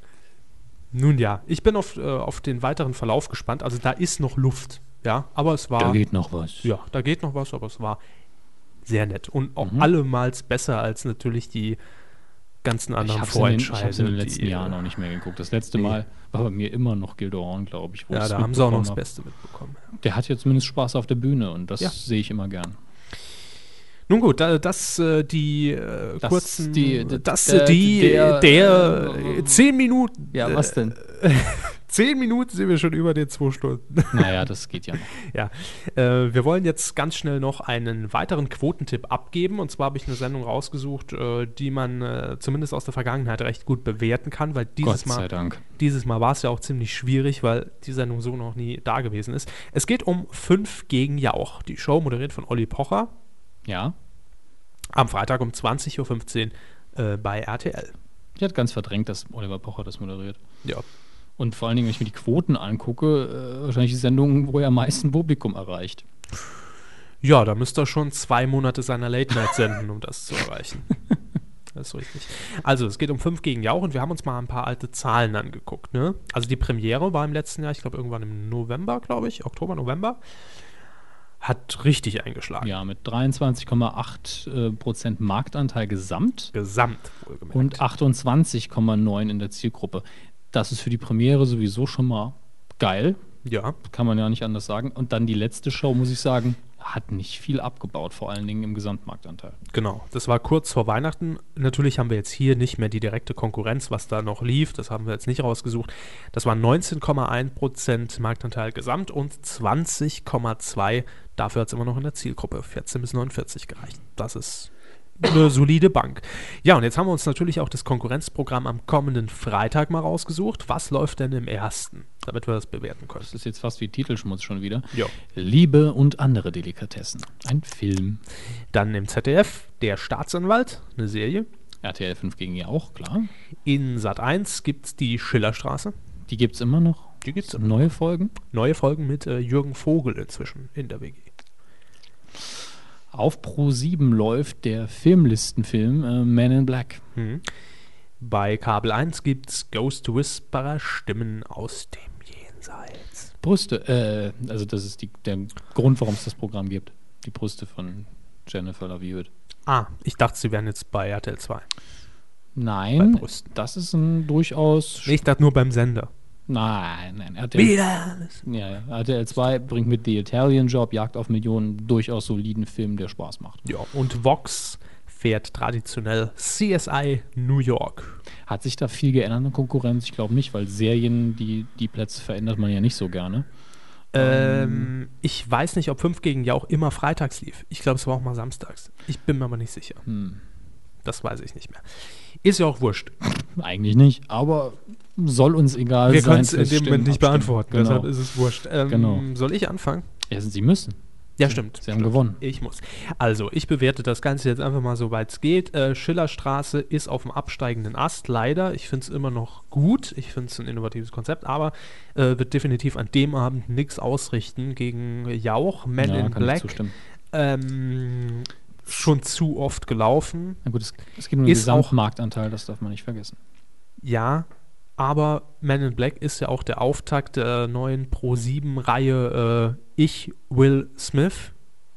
[SPEAKER 2] Nun ja, ich bin auf, äh, auf den weiteren Verlauf gespannt. Also da ist noch Luft. Ja, aber es war.
[SPEAKER 1] noch was.
[SPEAKER 2] ja, da geht noch was, aber es war sehr nett. Und auch
[SPEAKER 1] Mhm.
[SPEAKER 2] allemals besser als natürlich die ganzen
[SPEAKER 1] Ich
[SPEAKER 2] anderen
[SPEAKER 1] habe es in, den- ich
[SPEAKER 2] Vorentscheide.
[SPEAKER 1] hab's in den letzten
[SPEAKER 2] die,
[SPEAKER 1] Jahren auch nicht mehr geguckt. Das letzte
[SPEAKER 2] nee.
[SPEAKER 1] Mal war bei mir immer noch Gildo Horn, glaube ich. wo
[SPEAKER 2] Ja,
[SPEAKER 1] ich's
[SPEAKER 2] da haben sie auch noch das
[SPEAKER 1] mitbekommen
[SPEAKER 2] Beste mitbekommen.
[SPEAKER 1] hab. Der hat ja zumindest Spaß auf der Bühne und das
[SPEAKER 2] Ja.
[SPEAKER 1] sehe ich immer gern.
[SPEAKER 2] Nun gut, da- das äh, die äh,
[SPEAKER 1] Das
[SPEAKER 2] kurzen,
[SPEAKER 1] die-
[SPEAKER 2] das
[SPEAKER 1] der-
[SPEAKER 2] die, der,
[SPEAKER 1] der-
[SPEAKER 2] äh, zehn Minuten,
[SPEAKER 1] denn?
[SPEAKER 2] zehn Minuten sind wir schon über den zwei Stunden.
[SPEAKER 1] Naja, das geht ja noch.
[SPEAKER 2] ja, äh, wir wollen jetzt ganz schnell noch einen weiteren Quotentipp abgeben. Und zwar habe ich eine Sendung rausgesucht, äh, die man äh, zumindest aus der Vergangenheit recht gut bewerten kann, weil dieses
[SPEAKER 1] Gott sei
[SPEAKER 2] Mal
[SPEAKER 1] Dank.
[SPEAKER 2] dieses Mal war es ja auch ziemlich schwierig, weil die Sendung so noch nie da gewesen ist. Es geht um 5 gegen Jauch. Die Show moderiert von Olli Pocher
[SPEAKER 1] Ja,
[SPEAKER 2] am Freitag um 20.15 Uhr äh, bei RTL.
[SPEAKER 1] ich hatte ganz verdrängt, dass Oliver Pocher das moderiert.
[SPEAKER 2] Ja.
[SPEAKER 1] Und vor allen Dingen, wenn ich mir die Quoten angucke, äh, wahrscheinlich die Sendung, wo er am meisten Publikum erreicht.
[SPEAKER 2] Ja, da müsste er schon zwei Monate seiner Late Night senden, um das zu erreichen. Das ist richtig. Also, es geht um 5 gegen Jauch und wir haben uns mal ein paar alte Zahlen angeguckt. Ne? Also, die Premiere war im letzten Jahr, ich glaube, irgendwann im November, glaube ich, Oktober, November. Hat richtig eingeschlagen.
[SPEAKER 1] Ja, mit 23,8 äh, Prozent Marktanteil gesamt
[SPEAKER 2] Gesamt, wohlgemerkt.
[SPEAKER 1] und 28,9 in der Zielgruppe. Das ist für die Premiere sowieso schon mal geil,
[SPEAKER 2] ja,
[SPEAKER 1] kann man ja nicht anders sagen. Und dann die letzte Show, muss ich sagen, hat nicht viel abgebaut, vor allen Dingen im Gesamtmarktanteil.
[SPEAKER 2] Genau, das war kurz vor Weihnachten. Natürlich haben wir jetzt hier nicht mehr die direkte Konkurrenz, was da noch lief. Das haben wir jetzt nicht rausgesucht. Das waren 19,1% Marktanteil gesamt und 20,2%. Dafür hat es immer noch in der Zielgruppe 14 bis 49 gereicht. Das ist eine solide Bank. Ja, und jetzt haben wir uns natürlich auch das Konkurrenzprogramm am kommenden Freitag mal rausgesucht. Was läuft denn im ersten, damit wir das bewerten können?
[SPEAKER 1] Das ist jetzt fast wie Titelschmutz schon wieder.
[SPEAKER 2] Ja.
[SPEAKER 1] Liebe und andere Delikatessen. Ein Film.
[SPEAKER 2] Dann im ZDF der Staatsanwalt, eine Serie.
[SPEAKER 1] RTL 5 gegen ihr auch, klar.
[SPEAKER 2] In Sat 1 gibt es die Schillerstraße.
[SPEAKER 1] Die gibt es immer noch.
[SPEAKER 2] Die gibt's immer
[SPEAKER 1] Neue Folgen.
[SPEAKER 2] Neue Folgen mit äh, Jürgen Vogel inzwischen in der WG.
[SPEAKER 1] Auf Pro 7 läuft der Filmlistenfilm äh, Man in Black.
[SPEAKER 2] Bei Kabel 1 gibt's Ghost Whisperer Stimmen aus dem Jenseits.
[SPEAKER 1] Brüste, äh, also das ist die, der Grund, warum es das Programm gibt. Die Brüste von Jennifer Love Hewitt.
[SPEAKER 2] Ah, ich dachte, sie wären jetzt bei RTL 2. Bei
[SPEAKER 1] Nein,
[SPEAKER 2] Brüsten.
[SPEAKER 1] das ist ein durchaus.
[SPEAKER 2] Nee, ich dachte nur beim Sender.
[SPEAKER 1] Nein, nein. RTL,
[SPEAKER 2] Wieder alles.
[SPEAKER 1] ja, ja. RTL 2 bringt mit The Italian Job, Jagd auf Millionen, durchaus soliden Film, der Spaß macht.
[SPEAKER 2] Ja, und Vox fährt traditionell CSI New York.
[SPEAKER 1] Hat sich da viel geändert in der Konkurrenz? Ich glaube nicht, weil Serien, die, die Plätze verändert man ja nicht so gerne.
[SPEAKER 2] Ähm, ich weiß nicht, ob 5 gegen ja auch immer freitags lief. Ich glaube, es war auch mal samstags. Ich bin mir aber nicht sicher. Das weiß ich nicht mehr. Ist ja auch wurscht.
[SPEAKER 1] Eigentlich nicht, aber soll uns egal
[SPEAKER 2] Wir können
[SPEAKER 1] sein.
[SPEAKER 2] es in dem Moment nicht beantworten,
[SPEAKER 1] Genau.
[SPEAKER 2] deshalb ist es wurscht. Ähm,
[SPEAKER 1] Genau.
[SPEAKER 2] Soll ich anfangen?
[SPEAKER 1] ja, sie müssen.
[SPEAKER 2] Ja, stimmt.
[SPEAKER 1] Sie haben gewonnen.
[SPEAKER 2] Ich muss. Also, ich bewerte das Ganze jetzt einfach mal so weit es geht. Äh, Schillerstraße ist auf dem absteigenden Ast, leider. Ich finde es immer noch gut. Ich finde es ein innovatives Konzept, aber äh, wird definitiv an dem Abend nichts ausrichten gegen Jauch, Men
[SPEAKER 1] ja,
[SPEAKER 2] in
[SPEAKER 1] kann ich
[SPEAKER 2] Black.
[SPEAKER 1] zustimmen.
[SPEAKER 2] Ähm, schon zu oft gelaufen.
[SPEAKER 1] Na gut, es, es geht nur um den
[SPEAKER 2] Ist auch-
[SPEAKER 1] Gesamtmarktanteil, das darf man nicht vergessen.
[SPEAKER 2] Ja, aber Men in Black ist ja auch der Auftakt der neuen Pro-7-Reihe äh, Ich, Will Smith.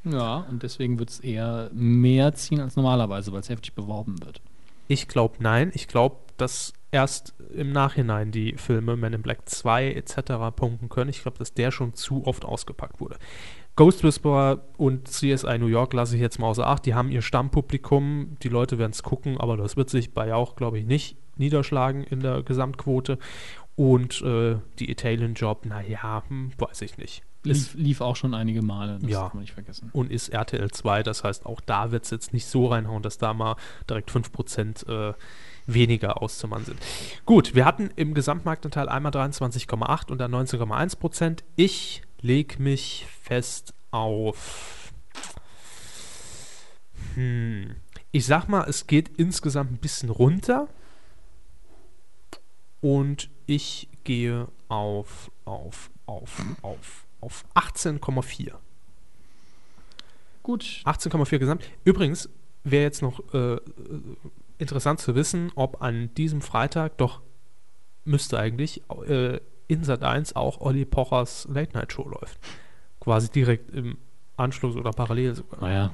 [SPEAKER 1] Ja, und deswegen wird es eher mehr ziehen als normalerweise, weil es heftig beworben wird.
[SPEAKER 2] Ich glaube nein. Ich glaube, dass erst im Nachhinein die Filme Men in Black 2 etc. punkten können. Ich glaube, dass der schon zu oft ausgepackt wurde. Ghost Whisperer und CSI New York lasse ich jetzt mal außer Acht. Die haben ihr Stammpublikum. Die Leute werden es gucken, aber das wird sich bei auch, glaube ich, nicht niederschlagen in der Gesamtquote. Und äh, die Italian Job, naja, hm, weiß ich nicht.
[SPEAKER 1] Lief,
[SPEAKER 2] Ist,
[SPEAKER 1] lief auch schon einige Male, das
[SPEAKER 2] Ja.
[SPEAKER 1] darf man nicht vergessen.
[SPEAKER 2] und ist RTL 2. Das heißt, auch da wird es jetzt nicht so reinhauen, dass da mal direkt 5% äh, weniger auszumachen sind. Gut, wir hatten im Gesamtmarktanteil einmal 23,8 und dann 19,1%. Ich lege mich fest auf. Hm. Ich sag mal, es geht insgesamt ein bisschen runter. Und ich gehe auf, auf, auf, auf, auf 18,4.
[SPEAKER 1] Gut.
[SPEAKER 2] 18,4 gesamt. Übrigens wäre jetzt noch äh, äh, interessant zu wissen, ob an diesem Freitag doch müsste eigentlich äh, in Sat 1 auch Olli Pochers Late Night Show läuft. Quasi direkt im Anschluss oder parallel sogar.
[SPEAKER 1] Naja,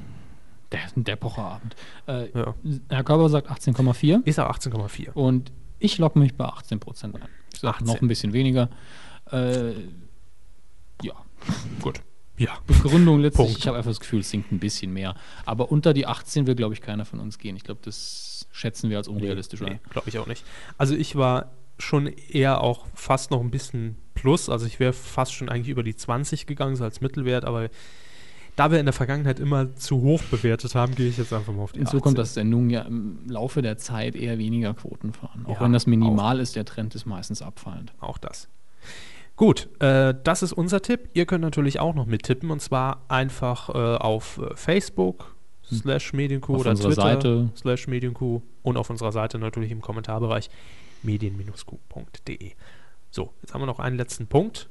[SPEAKER 1] der, der Pocherabend. Äh,
[SPEAKER 2] Ja.
[SPEAKER 1] Herr Körber sagt 18,4.
[SPEAKER 2] Ist auch 18,4.
[SPEAKER 1] Und ich logge mich bei 18 Prozent ein. Ich sag
[SPEAKER 2] 18.
[SPEAKER 1] noch ein bisschen weniger. Äh, ja,
[SPEAKER 2] Gut. Ja.
[SPEAKER 1] Begründung letztlich.
[SPEAKER 2] Punkt.
[SPEAKER 1] Ich habe einfach das Gefühl, es sinkt ein bisschen mehr. Aber unter die 18 will, glaube ich, keiner von uns gehen. Ich glaube, das schätzen wir als unrealistisch ein.
[SPEAKER 2] Glaube ich auch nicht. Also ich war schon eher auch fast noch ein bisschen plus. Also ich wäre fast schon eigentlich über die 20 gegangen, so als Mittelwert, aber da wir in der Vergangenheit immer zu hoch bewertet haben, gehe ich jetzt einfach mal auf die
[SPEAKER 1] Hinzu kommt,
[SPEAKER 2] 18.
[SPEAKER 1] dass Sendungen ja im Laufe der Zeit eher weniger Quoten fahren. Auch
[SPEAKER 2] Ja,
[SPEAKER 1] wenn das minimal ist, der Trend ist meistens abfallend.
[SPEAKER 2] Auch das. Gut, äh, das ist unser Tipp. Ihr könnt natürlich auch noch mittippen und zwar einfach äh, auf äh, Facebook slash Medienkuh
[SPEAKER 1] Auf
[SPEAKER 2] oder
[SPEAKER 1] unserer
[SPEAKER 2] Twitter
[SPEAKER 1] Seite.
[SPEAKER 2] slash Medienkuh und auf unserer Seite natürlich im Kommentarbereich medien-q.de. So, jetzt haben wir noch einen letzten Punkt.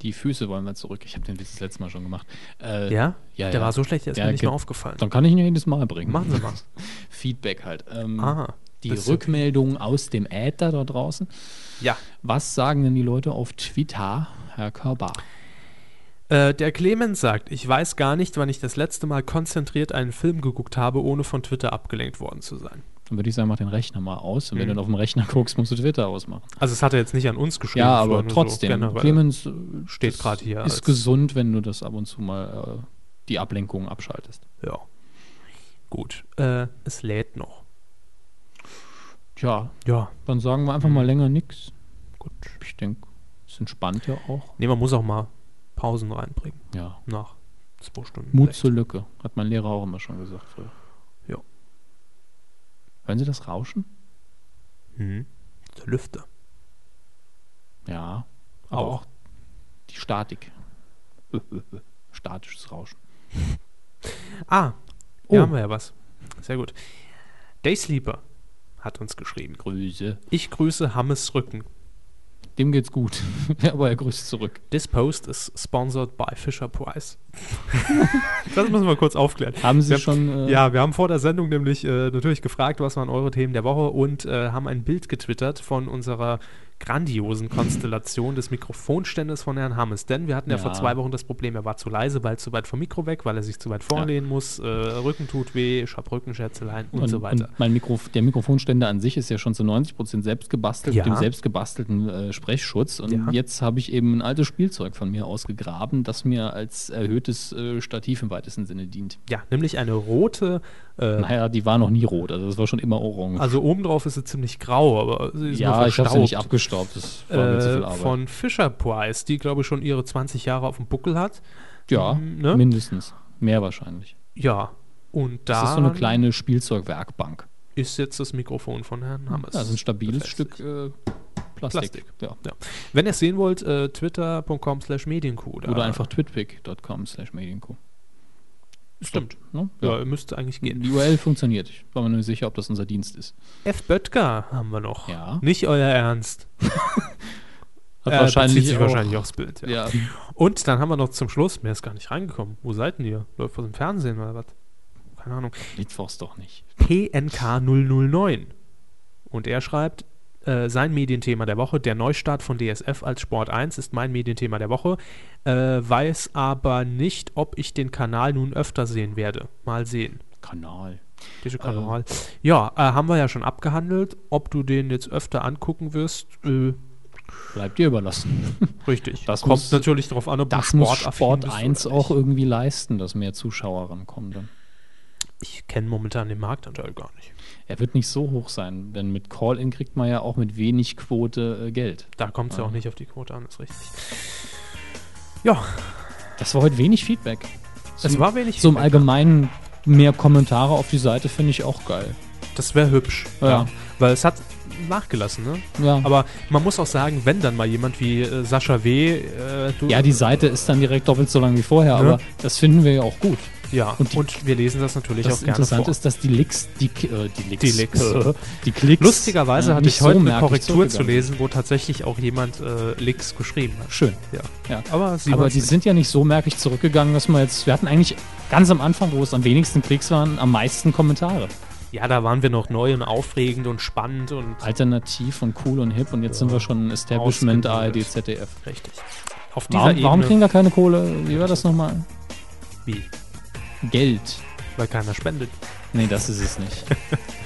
[SPEAKER 1] Die Füße wollen wir zurück. Ich habe den Witz das letzte Mal schon gemacht. Äh,
[SPEAKER 2] Ja?
[SPEAKER 1] ja,
[SPEAKER 2] Der
[SPEAKER 1] ja.
[SPEAKER 2] war so schlecht, der ist
[SPEAKER 1] Der
[SPEAKER 2] mir nicht
[SPEAKER 1] geht-
[SPEAKER 2] mehr aufgefallen.
[SPEAKER 1] Dann kann ich ihn ja jedes Mal bringen.
[SPEAKER 2] Machen Sie mal.
[SPEAKER 1] Feedback halt. Ähm,
[SPEAKER 2] Ah,
[SPEAKER 1] die
[SPEAKER 2] bisschen.
[SPEAKER 1] Rückmeldungen aus dem Äther da draußen.
[SPEAKER 2] Ja.
[SPEAKER 1] Was sagen denn die Leute auf Twitter, Herr Körber?
[SPEAKER 2] Äh, der Clemens sagt, ich weiß gar nicht, wann ich das letzte Mal konzentriert einen Film geguckt habe, ohne von Twitter abgelenkt worden zu sein.
[SPEAKER 1] Dann würde ich sagen, mach den Rechner mal aus. Und wenn du
[SPEAKER 2] Mhm.
[SPEAKER 1] dann auf dem Rechner guckst, musst du Twitter ausmachen.
[SPEAKER 2] Also es hat er jetzt nicht an uns geschrieben.
[SPEAKER 1] Ja,
[SPEAKER 2] es war
[SPEAKER 1] aber
[SPEAKER 2] nur so
[SPEAKER 1] trotzdem.
[SPEAKER 2] generell.
[SPEAKER 1] Clemens äh,
[SPEAKER 2] Steht
[SPEAKER 1] das
[SPEAKER 2] grad hier als-
[SPEAKER 1] Ist gesund, wenn du das ab und zu mal äh, die Ablenkung abschaltest.
[SPEAKER 2] Ja. Gut. Äh, es lädt noch.
[SPEAKER 1] Tja,
[SPEAKER 2] Ja.
[SPEAKER 1] dann sagen wir einfach mal länger nichts.
[SPEAKER 2] Mhm. Gut.
[SPEAKER 1] Ich denke, es entspannt ja auch.
[SPEAKER 2] Nee, man muss auch mal Pausen reinbringen.
[SPEAKER 1] Ja.
[SPEAKER 2] Nach zwei Stunden.
[SPEAKER 1] Mut
[SPEAKER 2] vielleicht.
[SPEAKER 1] zur Lücke, hat mein Lehrer auch immer schon gesagt früher.
[SPEAKER 2] Ja.
[SPEAKER 1] Hören Sie das Rauschen?
[SPEAKER 2] Mhm. Der Lüfter.
[SPEAKER 1] Ja. Aber
[SPEAKER 2] Auch.
[SPEAKER 1] auch, die Statik. Statisches Rauschen.
[SPEAKER 2] Ah, hier
[SPEAKER 1] Oh.
[SPEAKER 2] haben wir ja was. Sehr gut. Daysleeper hat uns geschrieben.
[SPEAKER 1] Grüße.
[SPEAKER 2] Ich grüße Hammes Rücken.
[SPEAKER 1] Dem geht's gut. Aber er grüßt zurück.
[SPEAKER 2] This post is sponsored by Fisher Price. das müssen wir kurz aufklären.
[SPEAKER 1] Haben Sie
[SPEAKER 2] Wir-
[SPEAKER 1] schon. äh,
[SPEAKER 2] Ja, wir haben vor der Sendung nämlich äh, natürlich gefragt, was waren eure Themen der Woche und äh, haben ein Bild getwittert von unserer grandiosen Konstellation des Mikrofonständes von Herrn Hammes. Denn wir hatten ja,
[SPEAKER 1] Ja.
[SPEAKER 2] vor zwei Wochen das Problem, er war zu leise, bald zu weit vom Mikro weg, weil er sich zu weit vorlehnen muss, äh, Rücken tut weh, ich hab Rückenschätzeleien und,
[SPEAKER 1] Und,
[SPEAKER 2] so weiter.
[SPEAKER 1] Und mein Mikro, der Mikrofonständer an sich ist ja schon zu 90 Prozent selbst gebastelt,
[SPEAKER 2] Ja.
[SPEAKER 1] mit dem selbst gebastelten äh, Sprechschutz. Und
[SPEAKER 2] Ja.
[SPEAKER 1] jetzt habe ich eben ein altes Spielzeug von mir ausgegraben, das mir als erhöhte gutes äh, Stativ im weitesten Sinne dient.
[SPEAKER 2] Ja, nämlich eine rote, äh,
[SPEAKER 1] Naja, die war noch nie rot, also das war schon immer orange.
[SPEAKER 2] also obendrauf ist sie ziemlich grau, aber sie ist
[SPEAKER 1] ja,
[SPEAKER 2] nur
[SPEAKER 1] ich habe sie nicht
[SPEAKER 2] verstaubt.
[SPEAKER 1] abgestaubt, das war mir zu viel
[SPEAKER 2] äh,
[SPEAKER 1] Arbeit.
[SPEAKER 2] von Fisher Price, die glaube ich schon ihre 20 Jahre auf dem Buckel hat.
[SPEAKER 1] ja,
[SPEAKER 2] ne?
[SPEAKER 1] mindestens. Mehr wahrscheinlich.
[SPEAKER 2] Ja, und
[SPEAKER 1] Das
[SPEAKER 2] da
[SPEAKER 1] ist so eine kleine Spielzeugwerkbank.
[SPEAKER 2] ist jetzt das Mikrofon von Herrn Hammers.
[SPEAKER 1] Das ist ein stabiles
[SPEAKER 2] befestigt.
[SPEAKER 1] Stück äh, Plastik.
[SPEAKER 2] Plastik.
[SPEAKER 1] Ja.
[SPEAKER 2] Ja. Wenn ihr es sehen wollt, äh, twitter.com slash medienkuh.
[SPEAKER 1] Oder einfach twitpic.com slash medienco.
[SPEAKER 2] Stimmt.
[SPEAKER 1] Ne?
[SPEAKER 2] Ja, müsste eigentlich gehen.
[SPEAKER 1] Die URL funktioniert. Ich war mir nur nicht sicher, ob das unser Dienst ist.
[SPEAKER 2] F. Böttger haben wir noch.
[SPEAKER 1] Ja.
[SPEAKER 2] Nicht euer Ernst.
[SPEAKER 1] Hat
[SPEAKER 2] Äh, bezieht sich
[SPEAKER 1] auch-
[SPEAKER 2] wahrscheinlich aufs Bild. Ja.
[SPEAKER 1] Ja,
[SPEAKER 2] Und dann haben wir noch zum Schluss, mir ist gar nicht reingekommen. Wo seid denn ihr? Läuft was im Fernsehen oder was? Keine Ahnung.
[SPEAKER 1] Mittwochs doch nicht.
[SPEAKER 2] PNK 009. Und er schreibt, äh, sein Medienthema der Woche, der Neustart von DSF als Sport 1 ist mein Medienthema der Woche, äh, weiß aber nicht, ob ich den Kanal nun öfter sehen werde. Mal sehen.
[SPEAKER 1] Kanal. Ähm.
[SPEAKER 2] Digital Kanal. Ja, äh, haben wir ja schon abgehandelt. Ob du den jetzt öfter angucken wirst, äh,
[SPEAKER 1] Bleibt dir überlassen.
[SPEAKER 2] richtig.
[SPEAKER 1] Das
[SPEAKER 2] kommt
[SPEAKER 1] muss-
[SPEAKER 2] natürlich darauf an, ob
[SPEAKER 1] Das
[SPEAKER 2] du
[SPEAKER 1] muss
[SPEAKER 2] sportaffin
[SPEAKER 1] Sport
[SPEAKER 2] bist oder
[SPEAKER 1] 1
[SPEAKER 2] nicht.
[SPEAKER 1] auch irgendwie leisten, dass mehr Zuschauer rankommen dann.
[SPEAKER 2] Ich kenne momentan den Marktanteil gar nicht.
[SPEAKER 1] Er wird nicht so hoch sein, denn mit Call-In kriegt man ja auch mit wenig Quote äh, Geld.
[SPEAKER 2] Da kommt es ja auch nicht auf die Quote an, ist richtig. Ja,
[SPEAKER 1] Das war heute wenig Feedback.
[SPEAKER 2] es war wenig.
[SPEAKER 1] So im
[SPEAKER 2] Feedback.
[SPEAKER 1] Allgemeinen mehr Kommentare auf die Seite finde ich auch geil.
[SPEAKER 2] Das wäre hübsch.
[SPEAKER 1] Ja.
[SPEAKER 2] Weil es hat nachgelassen, ne?
[SPEAKER 1] Ja.
[SPEAKER 2] Aber man muss auch sagen, wenn dann mal jemand wie äh, Sascha W. Äh, du,
[SPEAKER 1] Ja, die Seite ist dann direkt doppelt so lang wie vorher,
[SPEAKER 2] Ne?
[SPEAKER 1] aber das finden wir ja auch gut.
[SPEAKER 2] Ja,
[SPEAKER 1] und
[SPEAKER 2] und,
[SPEAKER 1] die-
[SPEAKER 2] wir lesen das natürlich
[SPEAKER 1] Das
[SPEAKER 2] auch gerne
[SPEAKER 1] Interessante
[SPEAKER 2] vor.
[SPEAKER 1] ist, dass die Licks, die, K- äh, die Licks,
[SPEAKER 2] Die Licks.
[SPEAKER 1] Äh, die Klicks,
[SPEAKER 2] Lustigerweise
[SPEAKER 1] äh,
[SPEAKER 2] hatte
[SPEAKER 1] nicht
[SPEAKER 2] ich heute
[SPEAKER 1] so
[SPEAKER 2] eine
[SPEAKER 1] merklich
[SPEAKER 2] Korrektur zu
[SPEAKER 1] zurückgegangen
[SPEAKER 2] lesen, wo tatsächlich auch jemand äh, Licks geschrieben hat.
[SPEAKER 1] Schön.
[SPEAKER 2] Ja.
[SPEAKER 1] Ja.
[SPEAKER 2] Aber sie
[SPEAKER 1] aber
[SPEAKER 2] waren's
[SPEAKER 1] die
[SPEAKER 2] nicht.
[SPEAKER 1] sind ja nicht so merklich zurückgegangen, dass man jetzt, wir hatten eigentlich ganz am Anfang, wo es am wenigsten Klicks waren, am meisten Kommentare.
[SPEAKER 2] Ja, da waren wir noch neu und aufregend und spannend und
[SPEAKER 1] Alternativ und cool und hip und jetzt sind wir schon Establishment E ARD,
[SPEAKER 2] Ausgebildet.
[SPEAKER 1] ZDF.
[SPEAKER 2] richtig. Auf dieser
[SPEAKER 1] Warum,
[SPEAKER 2] Ebene.
[SPEAKER 1] warum kriegen wir keine Kohle? Wie war das nochmal?
[SPEAKER 2] wie?
[SPEAKER 1] Geld.
[SPEAKER 2] Weil keiner spendet.
[SPEAKER 1] Nee, das ist es nicht.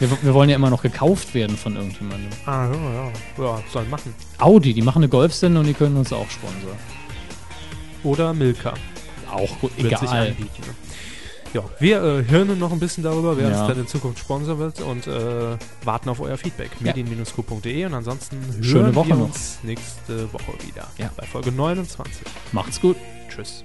[SPEAKER 1] wir, wir wollen ja immer noch gekauft werden von irgendjemandem.
[SPEAKER 2] Ah, ja, ja. Ja, soll machen.
[SPEAKER 1] Audi, die machen eine Golfsendung und die können uns auch sponsern.
[SPEAKER 2] Oder Milka.
[SPEAKER 1] Auch gut,
[SPEAKER 2] wird sich
[SPEAKER 1] egal.
[SPEAKER 2] anbieten. Ne? Ja, wir äh, hirnen noch ein bisschen darüber, wer
[SPEAKER 1] Ja.
[SPEAKER 2] uns dann in Zukunft sponsern wird und äh, warten auf euer Feedback.
[SPEAKER 1] Ja.
[SPEAKER 2] Medien-q.de E und ansonsten
[SPEAKER 1] Schöne
[SPEAKER 2] hören
[SPEAKER 1] Woche
[SPEAKER 2] wir
[SPEAKER 1] noch.
[SPEAKER 2] uns nächste Woche wieder
[SPEAKER 1] Ja.
[SPEAKER 2] bei Folge 29.
[SPEAKER 1] Macht's gut.
[SPEAKER 2] Tschüss.